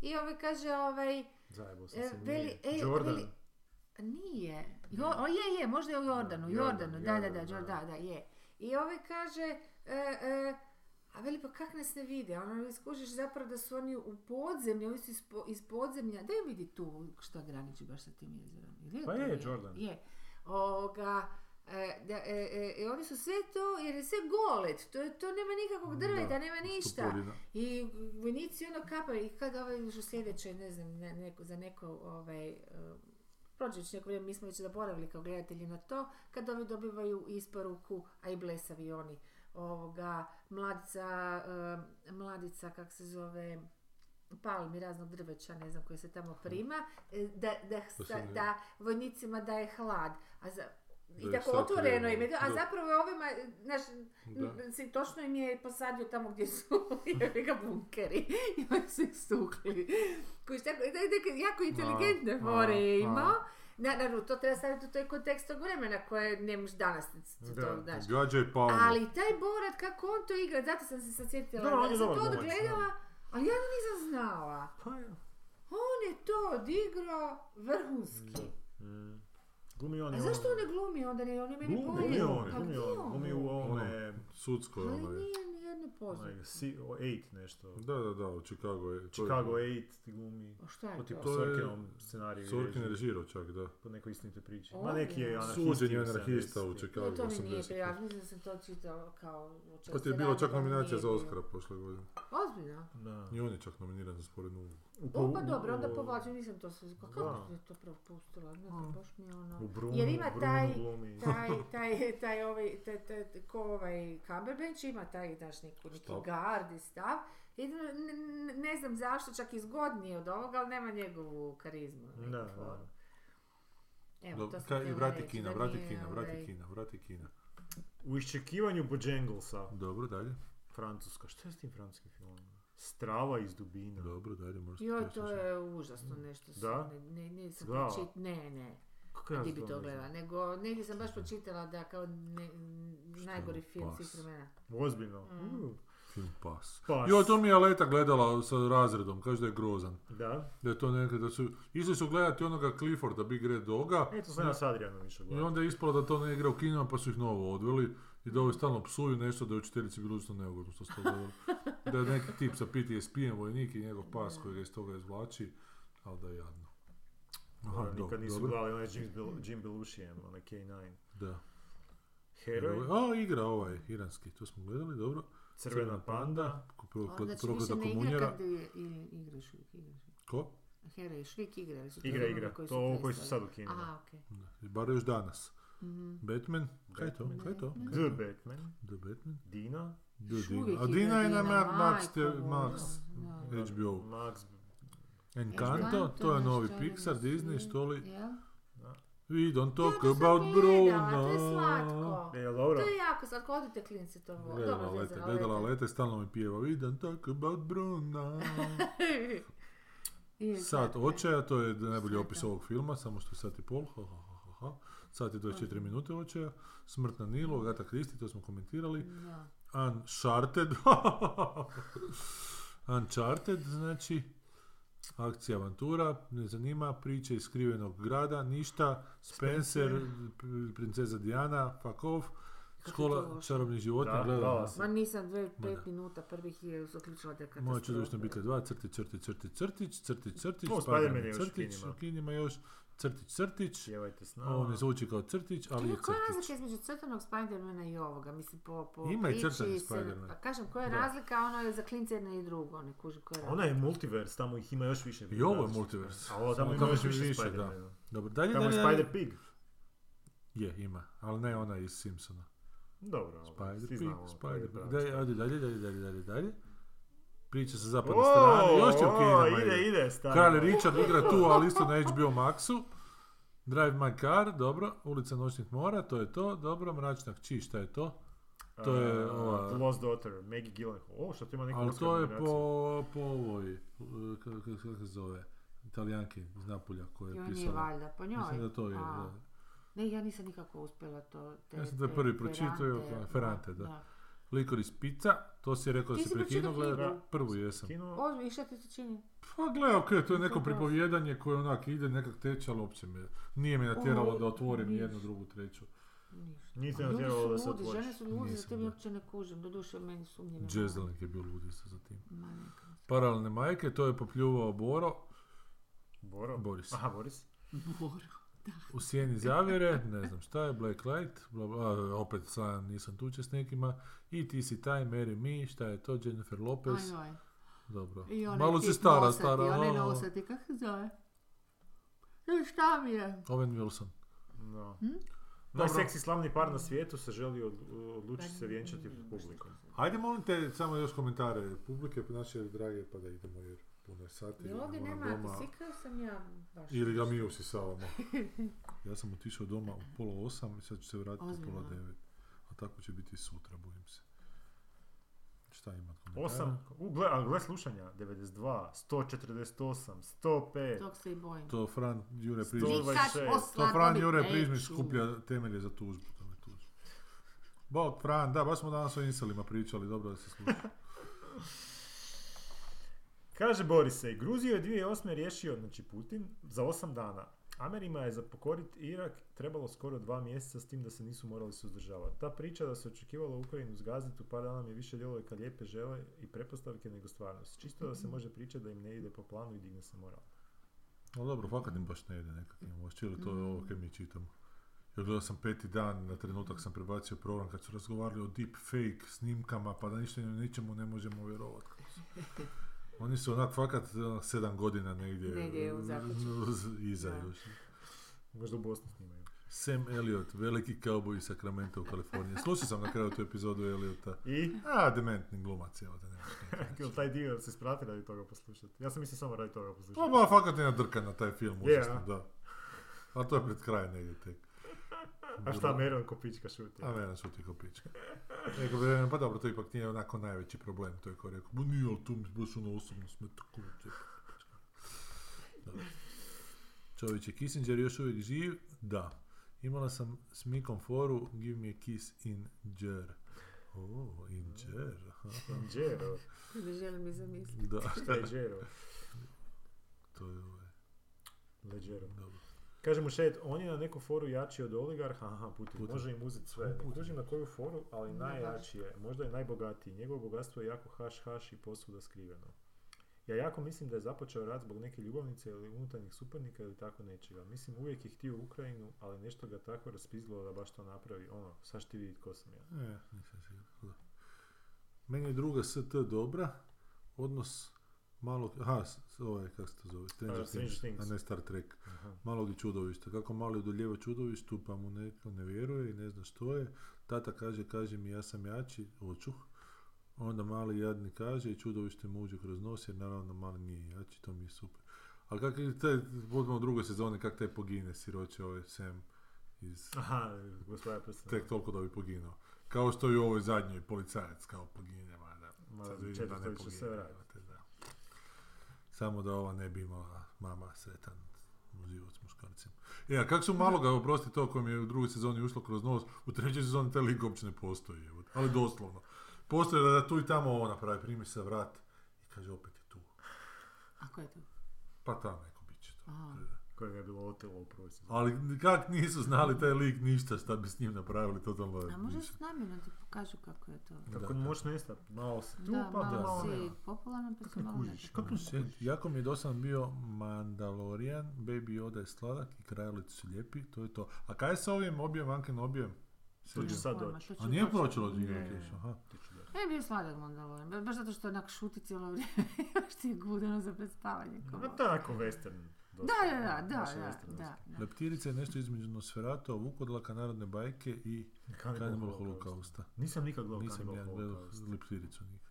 [SPEAKER 2] I ovi kaže ovaj,
[SPEAKER 3] Zajebo sam
[SPEAKER 2] E,
[SPEAKER 3] se.
[SPEAKER 2] veli,
[SPEAKER 3] nije.
[SPEAKER 2] e,
[SPEAKER 3] Jordan.
[SPEAKER 2] veli- Nije. Jo, o, je, je, možda je u Jordanu,
[SPEAKER 3] Jordan,
[SPEAKER 2] Jordanu, da, da, da,
[SPEAKER 3] Jordan,
[SPEAKER 2] Jordan,
[SPEAKER 3] da.
[SPEAKER 2] da, je. I ovaj kaže, e, e, a veli pa kak nas ne vide, ono iskužiš zapravo da su oni u podzemlju, oni su iz, po- iz podzemlja, da je vidi tu šta graniči baš sa tim jezerom. Ili
[SPEAKER 3] Pa
[SPEAKER 2] to
[SPEAKER 3] je, Jordan.
[SPEAKER 2] Je. Ovoga, e, da, e, e, e, oni su sve to, jer je sve golet, to, je- to nema nikakvog
[SPEAKER 1] Da,
[SPEAKER 2] drveta, nema ništa.
[SPEAKER 1] Stopolina.
[SPEAKER 2] I vojnici ono kapaju i kad ovaj još u sljedećoj, ne znam, ne- neko, za neko ovaj, e, prođe već neko vrijeme, mi smo već zaboravili kao gledatelji na to, kad ovi dobivaju isporuku, a i blesavi oni, ovoga, mladica, e, mladica, kak se zove, palmi raznog drveća, ne znam, koje se tamo prima, e, da, da,
[SPEAKER 1] To
[SPEAKER 2] da,
[SPEAKER 1] sam ja.
[SPEAKER 2] da vojnicima daje hlad, a za, i
[SPEAKER 1] Da je
[SPEAKER 2] tako
[SPEAKER 1] sad
[SPEAKER 2] otvoreno
[SPEAKER 1] krenuo,
[SPEAKER 2] im je, to, a
[SPEAKER 1] da.
[SPEAKER 2] zapravo je ovima, e, znaš,
[SPEAKER 1] Da.
[SPEAKER 2] se točno im je posadio tamo gdje su jebi ga bunkeri i oni su ih stukli. Koji šta, da, da, jako inteligentne
[SPEAKER 1] A,
[SPEAKER 2] fore je
[SPEAKER 1] a,
[SPEAKER 2] imao. Na, naravno, to treba staviti u taj kontekst tog vremena koje ne možeš danas to,
[SPEAKER 3] Da.
[SPEAKER 2] znaš.
[SPEAKER 1] Gađa i palmu.
[SPEAKER 2] Ali taj Borat, kako on to igra, zato sam se sad sjetila.
[SPEAKER 3] Da, on je
[SPEAKER 2] sam
[SPEAKER 3] dobar
[SPEAKER 2] to
[SPEAKER 3] glumac,
[SPEAKER 2] odgledala, ali ja ga nisam znala.
[SPEAKER 3] Pa ja.
[SPEAKER 2] On je to odigrao vrhunski.
[SPEAKER 3] Mm. Glumi on
[SPEAKER 2] A
[SPEAKER 3] i
[SPEAKER 2] zašto
[SPEAKER 3] ono-
[SPEAKER 2] on ne glumi onda? Ne, on je meni
[SPEAKER 3] Glumi,
[SPEAKER 2] bolji.
[SPEAKER 3] glumi on,
[SPEAKER 2] Pa
[SPEAKER 3] glumi
[SPEAKER 2] gdje
[SPEAKER 3] on, glumi u ovaj. ovome...
[SPEAKER 1] Sudsko je
[SPEAKER 2] Ali
[SPEAKER 1] ono je.
[SPEAKER 2] nije nijedno poznato.
[SPEAKER 3] onaj Si- o, 8 nešto.
[SPEAKER 1] Da, da, da, u Chicago je. to je-
[SPEAKER 3] Chicago 8 glumi.
[SPEAKER 2] A Pa Šta
[SPEAKER 3] Po
[SPEAKER 2] je
[SPEAKER 3] tipu
[SPEAKER 2] to?
[SPEAKER 1] To je-
[SPEAKER 3] Sorkinom scenariju. i
[SPEAKER 1] Sorkin je
[SPEAKER 3] režiju.
[SPEAKER 1] režirao čak, da.
[SPEAKER 3] po nekoj istinitoj priči.
[SPEAKER 2] O,
[SPEAKER 3] Ma neki je
[SPEAKER 2] ja.
[SPEAKER 3] anarhist.
[SPEAKER 1] Suđen je
[SPEAKER 3] ili
[SPEAKER 1] anarhista u
[SPEAKER 3] 70-ih.
[SPEAKER 1] Chicago.
[SPEAKER 2] No, to mi nije
[SPEAKER 1] 80-ih.
[SPEAKER 2] prijavljeno, mislim da sam to čitala kao... o čemu
[SPEAKER 1] Pa ti je
[SPEAKER 2] se
[SPEAKER 1] bilo
[SPEAKER 2] radi,
[SPEAKER 1] čak
[SPEAKER 2] ali
[SPEAKER 1] nominacija
[SPEAKER 2] nije
[SPEAKER 1] za
[SPEAKER 2] bilo.
[SPEAKER 1] Oscara prošle godine.
[SPEAKER 2] Ozbiljno?
[SPEAKER 3] Da.
[SPEAKER 1] I on je čak nominiran za sporednu ulogu.
[SPEAKER 2] O, pa
[SPEAKER 3] u-
[SPEAKER 2] dobro, onda
[SPEAKER 3] u-
[SPEAKER 2] povlačim, nisam to sve... Kako
[SPEAKER 3] Da.
[SPEAKER 2] ti je to propustila? Ne znam, baš mi je ono...
[SPEAKER 3] U Brunu,
[SPEAKER 2] Jer ima
[SPEAKER 3] Brunu
[SPEAKER 2] taj-
[SPEAKER 3] glumi.
[SPEAKER 2] taj, taj, taj, ovaj, taj, taj, taj- ko ovaj Cumberbatch ima taj, znaš, neku, neki
[SPEAKER 1] Stav.
[SPEAKER 2] gard i stav. I ne, ne- ne znam zašto, čak i zgodniji od ovoga, ali nema njegovu karizmu.
[SPEAKER 3] Da,
[SPEAKER 2] neku.
[SPEAKER 3] da, da.
[SPEAKER 2] Evo,
[SPEAKER 1] Da,
[SPEAKER 2] to sam
[SPEAKER 1] kaj-
[SPEAKER 2] htjela
[SPEAKER 1] vrati
[SPEAKER 2] reći,
[SPEAKER 1] Kina,
[SPEAKER 2] da
[SPEAKER 1] vrati
[SPEAKER 2] nije,
[SPEAKER 1] Kina, vrati
[SPEAKER 2] ovaj,
[SPEAKER 1] Kina, vrati Kina.
[SPEAKER 3] U iščekivanju Bojanglesa,
[SPEAKER 1] Dobro, dalje.
[SPEAKER 3] Francuska. Što je s tim francuskim filmom? Strava iz dubina.
[SPEAKER 1] Dobro, dalje, možete
[SPEAKER 2] Joj, to je užasno nešto.
[SPEAKER 3] Da?
[SPEAKER 2] Da? Ne, ne, nisam
[SPEAKER 3] Da.
[SPEAKER 2] pročit- ne, ne,
[SPEAKER 3] Kako ja
[SPEAKER 2] gdje bi
[SPEAKER 3] znam,
[SPEAKER 2] to
[SPEAKER 3] ne znam.
[SPEAKER 2] gledala. Nego, negdje sam baš pročitala da kao ne, najgori film svih
[SPEAKER 1] pas?
[SPEAKER 2] vremena.
[SPEAKER 3] Ozbiljno. pa
[SPEAKER 2] Mm.
[SPEAKER 3] Uh,
[SPEAKER 1] Film Pas.
[SPEAKER 3] Pas.
[SPEAKER 1] Jo, to mi je Aleta gledala sa razredom, kaže da je grozan.
[SPEAKER 3] Da.
[SPEAKER 1] Da je to nekad, da su, išli su gledati onoga Clifforda, Big Red Doga,
[SPEAKER 3] E, to sam ja s Adrianom išao
[SPEAKER 1] i
[SPEAKER 3] gledati.
[SPEAKER 1] onda je ispalo da to ne igra u kinima, pa su ih novo odveli. I da ovi stalno psuju nešto da je učiteljici bilo isto neugodno što se to gledalo. Da je neki tip sa PTSP-em vojnik i njegov pas koji ga iz toga izvlači, ali da je jadno. Aha,
[SPEAKER 3] Nikad
[SPEAKER 1] dobro,
[SPEAKER 3] nisu
[SPEAKER 1] dobro.
[SPEAKER 3] gledali onaj Jim, Bel- Jim Belushijem, onaj K9.
[SPEAKER 1] Da.
[SPEAKER 3] Heroj,
[SPEAKER 1] A, igra ovaj, iranski, to smo gledali, dobro.
[SPEAKER 3] Crvena panda.
[SPEAKER 1] Kod pro-
[SPEAKER 2] On,
[SPEAKER 1] kod
[SPEAKER 2] znači, više
[SPEAKER 1] Prohoda
[SPEAKER 2] ne igra
[SPEAKER 1] Komunjera.
[SPEAKER 2] kad je- ili igraš, uvijek igraš.
[SPEAKER 1] Ko?
[SPEAKER 2] Hera još uvijek igra. ili su to
[SPEAKER 3] Igra,
[SPEAKER 2] filmovi
[SPEAKER 3] igra.
[SPEAKER 2] koji su
[SPEAKER 3] To ovo koji su sad
[SPEAKER 2] prestali?
[SPEAKER 3] u kinima.
[SPEAKER 2] Aha, okej.
[SPEAKER 1] Da, Bar još danas.
[SPEAKER 2] Mhm.
[SPEAKER 1] Batman? Kaj je to? Kaj je to?
[SPEAKER 3] The Batman,
[SPEAKER 1] The Batman?
[SPEAKER 3] Dina,
[SPEAKER 1] The
[SPEAKER 2] Još
[SPEAKER 1] Dina.
[SPEAKER 2] uvijek
[SPEAKER 1] A Dina je na
[SPEAKER 2] igra Dina,
[SPEAKER 1] Mad Max,
[SPEAKER 2] majko
[SPEAKER 1] te-
[SPEAKER 2] moja,
[SPEAKER 1] Max,
[SPEAKER 2] da.
[SPEAKER 1] HBO.
[SPEAKER 3] Max,
[SPEAKER 1] Encanto,
[SPEAKER 2] Encanto,
[SPEAKER 1] to je
[SPEAKER 2] nešto
[SPEAKER 1] novi
[SPEAKER 2] je
[SPEAKER 1] Pixar,
[SPEAKER 2] mislim.
[SPEAKER 1] Disney, što li?
[SPEAKER 2] Jel?
[SPEAKER 1] We don't
[SPEAKER 2] Da,
[SPEAKER 1] talk
[SPEAKER 2] to sam
[SPEAKER 1] about
[SPEAKER 2] gledala, To je
[SPEAKER 1] Bruno.
[SPEAKER 2] slatko.
[SPEAKER 3] E, Laura,
[SPEAKER 2] To je jako slatko, odite klinci to vo-
[SPEAKER 1] Gledala
[SPEAKER 2] dobro,
[SPEAKER 1] lete,
[SPEAKER 2] zezala,
[SPEAKER 1] gledala
[SPEAKER 2] lete.
[SPEAKER 1] lete, stalno mi pjeva We don't talk about Bruno.
[SPEAKER 2] Je,
[SPEAKER 1] Sat
[SPEAKER 2] slatko je.
[SPEAKER 1] očaja, to je najbolji
[SPEAKER 2] Sat,
[SPEAKER 1] opis
[SPEAKER 2] da.
[SPEAKER 1] ovog filma, samo što je sat i pol, ha, ha, ha, ha, ha. Sat i 24 minute očaja, Smrt na Nilu,
[SPEAKER 2] Mhm.
[SPEAKER 1] Agatha Christie, to smo komentirali.
[SPEAKER 2] Da.
[SPEAKER 1] Uncharted. Uncharted znači akcija avantura, ne zanima, priče iz skrivenog grada, ništa, Spencer, p- princeza Diana, fuck off,
[SPEAKER 2] je to
[SPEAKER 1] škola
[SPEAKER 2] loše?
[SPEAKER 1] čarobnih životinja, ono.
[SPEAKER 3] Da,
[SPEAKER 1] gledala
[SPEAKER 3] hvala.
[SPEAKER 1] sam.
[SPEAKER 2] Ma nisam dve,
[SPEAKER 1] Ma
[SPEAKER 2] pet minuta prvih je zaključila da je katastrofa.
[SPEAKER 1] Moja čudovišna obitelj 2, crtić, crtić, crtić, crtić, crtić, crtić,
[SPEAKER 3] O,
[SPEAKER 1] Spider-Man
[SPEAKER 3] Spider-Man je još u
[SPEAKER 1] crtić,
[SPEAKER 3] kinima.
[SPEAKER 1] u kinima još, crtić, crtić,
[SPEAKER 3] pjevajte s nama.
[SPEAKER 1] on ne zvuči kao crtić, ali je
[SPEAKER 2] Čekaj, koja je razlika
[SPEAKER 1] crtić.
[SPEAKER 2] između crtanog Spidermana i ovoga? Mislim, po, po
[SPEAKER 1] Ima i
[SPEAKER 2] priči
[SPEAKER 1] crtani
[SPEAKER 2] se-
[SPEAKER 1] Spiderman.
[SPEAKER 2] Pa kažem, koja je
[SPEAKER 1] Da.
[SPEAKER 2] razlika, ono je za klince jedno i drugo, ne kuži koja je razlika.
[SPEAKER 3] Ona je multivers, tamo ih ima još više.
[SPEAKER 1] I ovo je
[SPEAKER 3] različitih.
[SPEAKER 1] multivers.
[SPEAKER 3] A ovo
[SPEAKER 1] Samo
[SPEAKER 3] tamo ima
[SPEAKER 1] tamo
[SPEAKER 3] još
[SPEAKER 1] je
[SPEAKER 3] više
[SPEAKER 1] više, da.
[SPEAKER 3] Spider-Mana.
[SPEAKER 1] Dobro, dalje,
[SPEAKER 3] Tamo je
[SPEAKER 1] dalje, dalje.
[SPEAKER 3] Spider-Pig.
[SPEAKER 1] Je, ima, ali ne ona iz Simpsona.
[SPEAKER 3] Dobro, ovo, svi
[SPEAKER 1] Spider-Pig,
[SPEAKER 3] znamo. pa
[SPEAKER 1] Spider-Pig.
[SPEAKER 3] Spider-Pig.
[SPEAKER 1] Dalje, ajde, dalje, dalje, dalje, dalje, dalje. Priča sa zapadne
[SPEAKER 3] O,
[SPEAKER 1] strane, pa još će u
[SPEAKER 3] o,
[SPEAKER 1] kinima
[SPEAKER 3] ide,
[SPEAKER 1] ide.
[SPEAKER 3] ide, stari.
[SPEAKER 1] Kralj Richard igra tu, ali isto na HBO Maxu. Drive My Car, dobro. Ulica noćnih mora, to je to. Dobro, Mračna kći, šta je to? to je
[SPEAKER 3] A,
[SPEAKER 1] ova-
[SPEAKER 3] The Lost Daughter, Maggie Gyllenhaal. O, što to ima neku
[SPEAKER 1] Ali
[SPEAKER 3] Oscar
[SPEAKER 1] to je
[SPEAKER 3] nominaciju.
[SPEAKER 1] po, po ovoj, eh, kako se zove, italijanki iz Napulja koja
[SPEAKER 2] I
[SPEAKER 1] je
[SPEAKER 2] on je
[SPEAKER 1] pisala.
[SPEAKER 2] valjda, po njoj.
[SPEAKER 1] Mislim da to je,
[SPEAKER 2] A,
[SPEAKER 1] da.
[SPEAKER 2] Ne, ja nisam nikako uspjela to. Te,
[SPEAKER 1] Ja sam to
[SPEAKER 2] te
[SPEAKER 1] prvi pročitao i
[SPEAKER 2] Ferrante,
[SPEAKER 1] od Ferrante, da. Likoris pizza, to si rekao da
[SPEAKER 2] Ti
[SPEAKER 1] si
[SPEAKER 2] si
[SPEAKER 1] prekinuo
[SPEAKER 2] pročitao knjigu?
[SPEAKER 1] gledati. Prvu jesam.
[SPEAKER 3] Kino,
[SPEAKER 2] Ozmi, i šta ti se čini?
[SPEAKER 1] Pa gle, okej, to je neko
[SPEAKER 2] Mislim, da.
[SPEAKER 1] pripovjedanje koje onak ide, nekak teče, ali uopće me, nije me natjeralo
[SPEAKER 2] Ovo,
[SPEAKER 1] da otvorim
[SPEAKER 2] niš.
[SPEAKER 1] jednu, drugu, treću.
[SPEAKER 2] Ništa.
[SPEAKER 3] nisi
[SPEAKER 2] A
[SPEAKER 3] nam
[SPEAKER 2] ljudi
[SPEAKER 3] tjeralo da
[SPEAKER 2] su
[SPEAKER 3] se
[SPEAKER 2] ludi,
[SPEAKER 3] otvoriš.
[SPEAKER 2] žene su ludi, za
[SPEAKER 1] Nisam,
[SPEAKER 2] tim
[SPEAKER 1] da.
[SPEAKER 2] uopće ne kužim. Doduše, meni sumnjivo.
[SPEAKER 1] Jezdelink je bio ludi sa za tim.
[SPEAKER 2] Ma, neka.
[SPEAKER 1] Paralelne majke, to je popljuvao Boro
[SPEAKER 3] Boro?
[SPEAKER 1] Boris.
[SPEAKER 3] Aha, Boris.
[SPEAKER 1] u sjeni zavjere, ne znam šta je, Black Light, bla, bla, opet sam nisam tuče s nekima, i ti si taj, Mary Me, šta je to, Jennifer Lopez,
[SPEAKER 2] Ajoj.
[SPEAKER 1] dobro.
[SPEAKER 2] I onaj
[SPEAKER 1] Malo si
[SPEAKER 2] tip
[SPEAKER 1] stara,
[SPEAKER 2] nosati,
[SPEAKER 1] stara,
[SPEAKER 2] Onaj
[SPEAKER 1] a,
[SPEAKER 2] nosati, kako se zove?
[SPEAKER 4] E,
[SPEAKER 2] Ne, šta mi je?
[SPEAKER 1] Owen Wilson.
[SPEAKER 3] No.
[SPEAKER 2] Hmm?
[SPEAKER 1] Dobro.
[SPEAKER 3] Najseksi slavni par na svijetu se želi od- odlučiti se vjenčati pred publikom.
[SPEAKER 1] Ajde, molim te, samo još komentare publike, naše drage, pa da idemo jer puno je sati.
[SPEAKER 2] I ovdje
[SPEAKER 3] Ono,
[SPEAKER 1] moram
[SPEAKER 2] nema,
[SPEAKER 1] doma.
[SPEAKER 2] sikao sam ja baš.
[SPEAKER 1] Ili ga mi usisavamo. Ja sam otišao doma u pola osam i sad ću se vratiti u pola
[SPEAKER 2] Ozbiljno?
[SPEAKER 1] devet. A tako će biti i sutra, bojim se. Šta ima? komentara?
[SPEAKER 3] 8, u, gle, a gle slušanja, 92, 148, 105,
[SPEAKER 4] Tog se i bojim.
[SPEAKER 1] To Fran Jure
[SPEAKER 3] Sto-
[SPEAKER 1] Prizmiš.
[SPEAKER 3] Nikad
[SPEAKER 1] To Fran Jure Prizmiš skuplja temelje za tužbu. to je tužba. Bog Fran, da, baš smo danas o inselima pričali, dobro da se sluša.
[SPEAKER 3] Kaže Borise, Gruziju je 2008. riješio, znači Putin, za 8 dana. Amerima je za pokorit Irak trebalo skoro dva mjeseca s tim da se nisu morali suzdržavati. Ta priča da se očekivalo Ukrajinu zgaziti u par dana mi više djeluje kad lijepe žele i pretpostavke nego stvarnost. Čisto da se
[SPEAKER 1] Mhm.
[SPEAKER 3] može pričati da im ne ide po planu i digne se moral.
[SPEAKER 1] No dobro, fakat im baš ne ide nekak. Možda ili to je ovo kaj mi čitamo. Jer gledao sam peti dan, na trenutak sam prebacio program kad su razgovarali o deep fake snimkama, pa da ništa ni ničemu ne možemo vjerovati. Oni su onak fakat onak, sedam godina negdje,
[SPEAKER 2] Negdje u zaključku.
[SPEAKER 1] iza
[SPEAKER 2] Da.
[SPEAKER 1] još.
[SPEAKER 3] Možda u Bosni snimaju.
[SPEAKER 1] Sam Elliot, veliki cowboy iz Sacramento u Kaliforniji. Slušao sam na kraju tu epizodu Elliota.
[SPEAKER 3] I
[SPEAKER 1] A, dementni glumac je ovdje.
[SPEAKER 3] Jel taj dio se sprati radi toga poslušati. Ja sam mislim samo radi toga
[SPEAKER 1] Pa
[SPEAKER 3] poslušati.
[SPEAKER 1] ba, fakat je nadrkan na taj film,
[SPEAKER 3] Je,
[SPEAKER 1] užasno,
[SPEAKER 3] a?
[SPEAKER 1] da. A to je pred kraj negdje tek.
[SPEAKER 3] A šta Meron Kopička šuti?
[SPEAKER 1] A ne, su ti ko pička. Rekao bi, "E, pa dobro, to ipak nije onako najveći problem, to je ko rekao. Ma nije, ali to mi baš ono osobno smeta kuće. Čovječe, Kissinger još uvijek živ? Da. Imala sam s Mikom foru, give me a kiss in jer. Oh, in jer. aha.
[SPEAKER 3] Džero.
[SPEAKER 4] Ne želim i zamisliti.
[SPEAKER 1] Da,
[SPEAKER 3] Šta je Džero?
[SPEAKER 1] to je ovaj,
[SPEAKER 3] Leđero.
[SPEAKER 1] dobro.
[SPEAKER 3] Kaže mu šet, on je na neku foru jači od oligarha, aha, Putin,
[SPEAKER 1] Putin.
[SPEAKER 3] može im uzeti sve. Ne
[SPEAKER 1] Putin.
[SPEAKER 3] kužim na koju foru, ali najjači je, možda je najbogatiji. Njegovo bogatstvo je jako haš haš i posvuda skriveno. Ja jako mislim da je započeo rat zbog neke ljubavnice ili unutarnjih suparnika ili tako nečega. Mislim, uvijek je htio Ukrajinu, ali nešto ga tako raspizlilo da baš to napravi. Ono, saš ti vidi ko sam ja.
[SPEAKER 1] E, nisam siguran, da. Meni je druga ST dobra, odnos malo, aha, s- s- ovaj, kako se to zove, Stranger
[SPEAKER 3] A, Stranger
[SPEAKER 1] Things,
[SPEAKER 3] Things.
[SPEAKER 1] a ne Star Trek.
[SPEAKER 3] Aha.
[SPEAKER 1] Malog je čudovište, kako mali odoljeva čudovištu, pa mu neko ne vjeruje i ne zna što je. Tata kaže, kaže mi ja sam jači, očuh. Onda mali jadni kaže i čudovište mu uđe kroz nos jer naravno mali nije jači, to mi je super. Ali kak je taj, potpuno u drugoj sezoni, kak taj pogine siroče ovaj Sam iz
[SPEAKER 3] Aha, gospoda prstena.
[SPEAKER 1] tek toliko da bi poginuo. Kao što i u ovoj zadnjoj policajac kao pogine, mada
[SPEAKER 3] Ma,
[SPEAKER 1] sad vidim da
[SPEAKER 3] četvrto
[SPEAKER 1] ne
[SPEAKER 3] će
[SPEAKER 1] pogine.
[SPEAKER 3] se vratiti.
[SPEAKER 1] brate, da. Samo da ova ne bi imala mama sretan život s muškarcem. E, a kak su maloga, oprosti to kojem je u drugoj sezoni ušlo kroz nos, u trećoj sezoni taj lik uopće ne postoji, evo, ali doslovno. Postoji da, da tu i tamo ovo napravi, primi se vrat i kaže opet je tu.
[SPEAKER 4] A ko je to?
[SPEAKER 1] Pa tamo neko bit će to.
[SPEAKER 4] Aha.
[SPEAKER 3] kojega je bilo otelo u prvoj sezoni.
[SPEAKER 1] Ali kak nisu znali taj lik ništa šta bi s njim napravili, totalno je
[SPEAKER 4] A možda
[SPEAKER 1] ništa.
[SPEAKER 4] su namjerno ti pokažu kako je to.
[SPEAKER 1] Da,
[SPEAKER 3] Kako
[SPEAKER 1] da.
[SPEAKER 3] možeš nestat, malo si tu,
[SPEAKER 4] Da,
[SPEAKER 3] pa
[SPEAKER 1] da,
[SPEAKER 4] malo
[SPEAKER 1] da.
[SPEAKER 4] si popularan, pa si malo
[SPEAKER 3] kužiš,
[SPEAKER 4] nešto.
[SPEAKER 3] kako
[SPEAKER 1] Sjeti, Jako mi je dosadan bio Mandalorian, Baby Yoda je sladak i krajolici su lijepi, to je to. A kaj je sa ovim objem, vanken objem?
[SPEAKER 3] To će
[SPEAKER 1] Serijom?
[SPEAKER 3] sad
[SPEAKER 4] Pojma,
[SPEAKER 3] doći.
[SPEAKER 4] to ću
[SPEAKER 1] A nije
[SPEAKER 4] doći.
[SPEAKER 1] počelo od njega
[SPEAKER 4] Ne.
[SPEAKER 1] još, aha.
[SPEAKER 4] Ja je bio sladak Mandalorian, ba- baš zato što onak šuti cijelo vrijeme, baš ti je good ono za prespavanje. ko
[SPEAKER 3] Ma
[SPEAKER 4] ono.
[SPEAKER 3] to je onako Pa western.
[SPEAKER 4] Da,
[SPEAKER 3] dosta,
[SPEAKER 4] da, da, da,
[SPEAKER 3] baš je
[SPEAKER 4] da,
[SPEAKER 3] western
[SPEAKER 4] da, da.
[SPEAKER 1] Leptirica je nešto između Nosferatu, Vukodlaka, Narodne bajke i
[SPEAKER 3] dosta.
[SPEAKER 1] Cannibal Holokausta.
[SPEAKER 3] Nisam nikad gledao
[SPEAKER 1] Nisam
[SPEAKER 3] Cannibal
[SPEAKER 1] ja gledao
[SPEAKER 3] Holocaust.
[SPEAKER 1] Leptiricu nikad.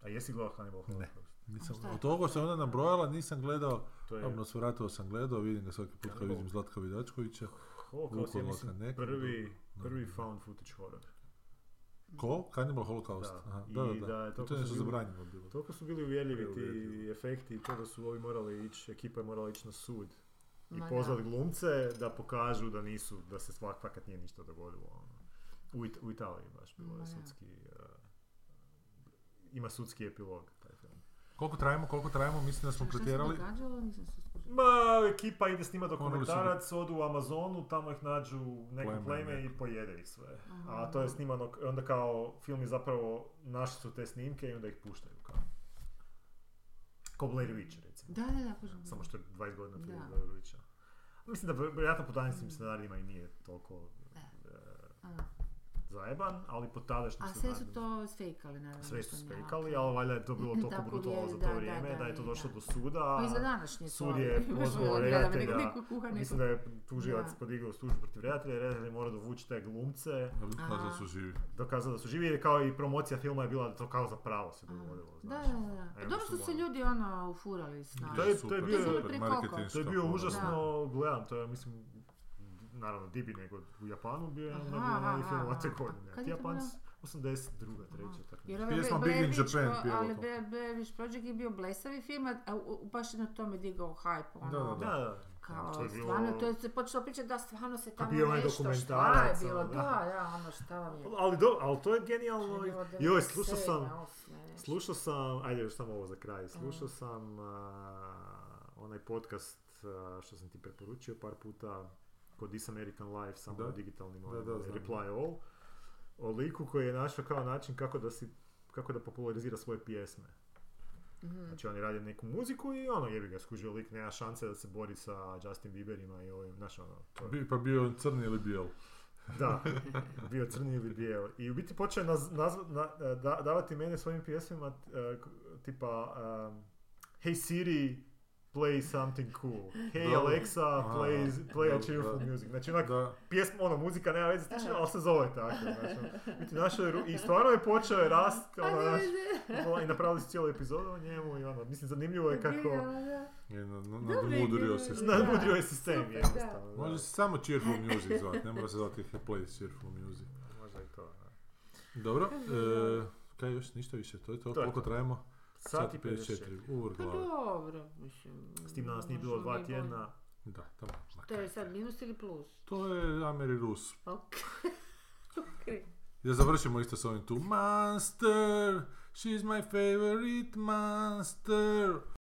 [SPEAKER 3] A jesi gledao Cannibal Holocaust?
[SPEAKER 1] Nisam,
[SPEAKER 4] A šta je
[SPEAKER 1] od
[SPEAKER 4] to?
[SPEAKER 1] toga što je ona nabrojala nisam gledao,
[SPEAKER 3] To je
[SPEAKER 1] dobro, Nosferatu sam gledao, vidim ga svaki put kad
[SPEAKER 3] Cannibal.
[SPEAKER 1] vidim Zlatka Vidačkovića.
[SPEAKER 3] Holocaust je
[SPEAKER 1] Vukodlaka
[SPEAKER 3] mislim
[SPEAKER 1] nekad,
[SPEAKER 3] prvi,
[SPEAKER 1] da.
[SPEAKER 3] prvi found footage horror.
[SPEAKER 1] Ko? Cannibal Holocaust.
[SPEAKER 3] Da.
[SPEAKER 1] Aha,
[SPEAKER 3] I
[SPEAKER 1] da, da,
[SPEAKER 3] da je
[SPEAKER 1] da. I
[SPEAKER 3] to
[SPEAKER 1] to je nešto
[SPEAKER 3] bilo-
[SPEAKER 1] zabranjeno bilo.
[SPEAKER 3] Toliko su bili uvjerljivi ti
[SPEAKER 1] Preuvjerljivo.
[SPEAKER 3] efekti i to da su ovi morali ići, ekipa je morala ići na sud. I
[SPEAKER 4] Ma da.
[SPEAKER 3] pozvali glumce da pokažu da nisu, da se svak fakat nije ništa dogodilo. ono. U, It- u Italiji baš bilo
[SPEAKER 4] Ma
[SPEAKER 3] je
[SPEAKER 4] da.
[SPEAKER 3] sudski, eh, ima sudski epilog taj film.
[SPEAKER 1] Koliko trajimo, koliko trajimo, mislim da
[SPEAKER 4] Šta
[SPEAKER 1] smo
[SPEAKER 4] se
[SPEAKER 1] pretjerali.
[SPEAKER 4] događalo, nisam se skužila.
[SPEAKER 3] Ma, ekipa ide snima
[SPEAKER 1] Morali Ono su ga-
[SPEAKER 3] dokumentarac, odu u Amazonu, tamo ih nađu neko
[SPEAKER 1] Pleme,
[SPEAKER 3] pleme,
[SPEAKER 1] neko.
[SPEAKER 3] i pojede ih sve.
[SPEAKER 4] Aha.
[SPEAKER 3] A to je snimano, k- onda kao film je zapravo, našli su te snimke i onda ih puštaju kao. Ko Blair Witch recimo.
[SPEAKER 4] Da, da, da, kužim.
[SPEAKER 3] Samo što je 20 godina prije
[SPEAKER 4] Mhm. Da. Mhm.
[SPEAKER 3] Blair Witcha. Mislim da vjerojatno po današnjim scenarijima i nije toliko
[SPEAKER 4] Da.
[SPEAKER 3] eh,
[SPEAKER 4] A,
[SPEAKER 3] zajeban, ali po tadašnjim
[SPEAKER 4] A sve su
[SPEAKER 3] scenarijima-
[SPEAKER 4] to sfejkali, naravno.
[SPEAKER 3] sve su
[SPEAKER 4] to ne,
[SPEAKER 3] spekali,
[SPEAKER 4] ok.
[SPEAKER 3] ali valjda je to bilo toliko
[SPEAKER 4] Tako
[SPEAKER 3] brutalno
[SPEAKER 4] je,
[SPEAKER 3] za
[SPEAKER 4] da,
[SPEAKER 3] to
[SPEAKER 4] da,
[SPEAKER 3] vrijeme da,
[SPEAKER 4] da,
[SPEAKER 3] je to
[SPEAKER 4] da,
[SPEAKER 3] došlo
[SPEAKER 4] da.
[SPEAKER 3] do suda.
[SPEAKER 4] Pa i za
[SPEAKER 3] a-
[SPEAKER 4] današnje su
[SPEAKER 3] sud
[SPEAKER 4] ovi,
[SPEAKER 3] je
[SPEAKER 4] baš
[SPEAKER 3] pozvao
[SPEAKER 4] ono,
[SPEAKER 3] redatelja.
[SPEAKER 4] gledam, nek- neko kuha, neko-
[SPEAKER 3] Mislim da je tužilac
[SPEAKER 4] Da.
[SPEAKER 3] podigao tužbu protiv redatelja, i redatelj je morao dovući te glumce,
[SPEAKER 1] Kazali su živi.
[SPEAKER 3] dokazao da su živi, jer kao i promocija filma je bila da to kao za pravo se dogodilo.
[SPEAKER 4] Da,
[SPEAKER 3] znaš.
[SPEAKER 4] da, da.
[SPEAKER 3] A
[SPEAKER 4] Pa
[SPEAKER 3] evo
[SPEAKER 4] Dobro
[SPEAKER 3] su
[SPEAKER 4] su se
[SPEAKER 3] ono.
[SPEAKER 4] ljudi ono ufurali s nama.
[SPEAKER 3] To je-
[SPEAKER 1] Super,
[SPEAKER 3] bio-
[SPEAKER 1] super,
[SPEAKER 4] To je bilo prije koliko?
[SPEAKER 3] To je bio
[SPEAKER 1] marketinška
[SPEAKER 3] užasno gledam, to je mislim, naravno Dibi nego u Japanu bio je jedan
[SPEAKER 4] Aha,
[SPEAKER 3] najbolji
[SPEAKER 4] aha,
[SPEAKER 3] film
[SPEAKER 4] aha.
[SPEAKER 3] te godine.
[SPEAKER 4] Kad je to
[SPEAKER 3] Japanci, 82. treća, tako
[SPEAKER 2] Jer
[SPEAKER 3] nešto.
[SPEAKER 2] ovaj
[SPEAKER 1] Pjesma
[SPEAKER 2] Be-
[SPEAKER 1] Big in
[SPEAKER 2] Blević,
[SPEAKER 1] Japan
[SPEAKER 2] o-
[SPEAKER 1] pjeva
[SPEAKER 2] ali
[SPEAKER 1] to.
[SPEAKER 2] Be- Blević Project je bio blesavi film, a- a u- u- baš je na tome digao hype, ono,
[SPEAKER 1] Da, da,
[SPEAKER 3] Da, da.
[SPEAKER 2] kao,
[SPEAKER 1] To je bilo-
[SPEAKER 2] stvarno, to je se počelo pričati da stvarno se tamo
[SPEAKER 3] bio onaj
[SPEAKER 2] nešto, šta je
[SPEAKER 3] dokumentarac,
[SPEAKER 2] bilo,
[SPEAKER 3] ono,
[SPEAKER 2] da,
[SPEAKER 3] da. Pa
[SPEAKER 2] da, ono, šta vam je,
[SPEAKER 3] Ali, do, ali to je
[SPEAKER 2] to je
[SPEAKER 3] genijalno.
[SPEAKER 2] bilo
[SPEAKER 3] Joj, slušao
[SPEAKER 2] 97.,
[SPEAKER 3] sam,
[SPEAKER 2] 8., nešto.
[SPEAKER 3] Slušao sam, ajde još samo ovo za kraj, slušao sam a, onaj podcast a, što sam ti preporučio par puta kod This American Life, samo
[SPEAKER 1] Da.
[SPEAKER 3] u digitalnim onim,
[SPEAKER 1] da, znam.
[SPEAKER 3] Reply All, o liku koji je našao kao način kako da si kako da popularizira svoje pjesme.
[SPEAKER 2] Mhm.
[SPEAKER 3] Znači oni rade neku muziku i ono jebi ga skužio lik, nema šanse da se bori sa Justin Bieberima i ovim, znaš ono, to je-
[SPEAKER 1] Bi, pa bio on crni ili bijel.
[SPEAKER 3] da, bio crni ili bijel. I u biti počeo je naz, nazva- na- e, da- davati mene svojim pjesmama eh, k- tipa em, Hey Siri, play something cool. Hey
[SPEAKER 1] Dobro.
[SPEAKER 3] Alexa,
[SPEAKER 1] Aha,
[SPEAKER 3] play, play a
[SPEAKER 1] dobro,
[SPEAKER 3] cheerful
[SPEAKER 1] da.
[SPEAKER 3] music. Znači onak
[SPEAKER 1] Da,
[SPEAKER 3] pjesma, ono, muzika nema veze s ničim, ali se zove tako. Znači, ono. U biti našao je ru- i stvarno je počeo je rast, ono, znaš, i napravili su cijelu epizodu o njemu i ono, mislim zanimljivo je kako...
[SPEAKER 2] Digao, da.
[SPEAKER 1] je, na, na,
[SPEAKER 2] Dobro je
[SPEAKER 1] nadmudrio
[SPEAKER 2] bilo,
[SPEAKER 1] se.
[SPEAKER 2] da.
[SPEAKER 3] Nadmudrio je sistem
[SPEAKER 2] Super,
[SPEAKER 3] jednostavno. da.
[SPEAKER 1] Može se samo cheerful music zvat, ne mora se zvati play cheerful music.
[SPEAKER 3] Možda i to, da.
[SPEAKER 1] Dobro,
[SPEAKER 2] Kako je
[SPEAKER 1] e, kaj još, ništa više, to je to,
[SPEAKER 3] To je
[SPEAKER 1] koliko
[SPEAKER 3] to.
[SPEAKER 1] trajemo?
[SPEAKER 3] Sat i 54.
[SPEAKER 1] 54, uvr
[SPEAKER 2] Pa
[SPEAKER 1] glave.
[SPEAKER 2] dobro, mislim.
[SPEAKER 3] S tim danas nije bilo
[SPEAKER 2] možda
[SPEAKER 3] dva
[SPEAKER 2] bi bolje.
[SPEAKER 3] tjedna,
[SPEAKER 1] Da, tamo. ma
[SPEAKER 2] To
[SPEAKER 1] kaj.
[SPEAKER 2] je sad minus ili plus?
[SPEAKER 1] To je Ameri Rus.
[SPEAKER 2] Ok. Ok.
[SPEAKER 1] Da završimo isto s ovim tu. Monster, she's my favorite monster.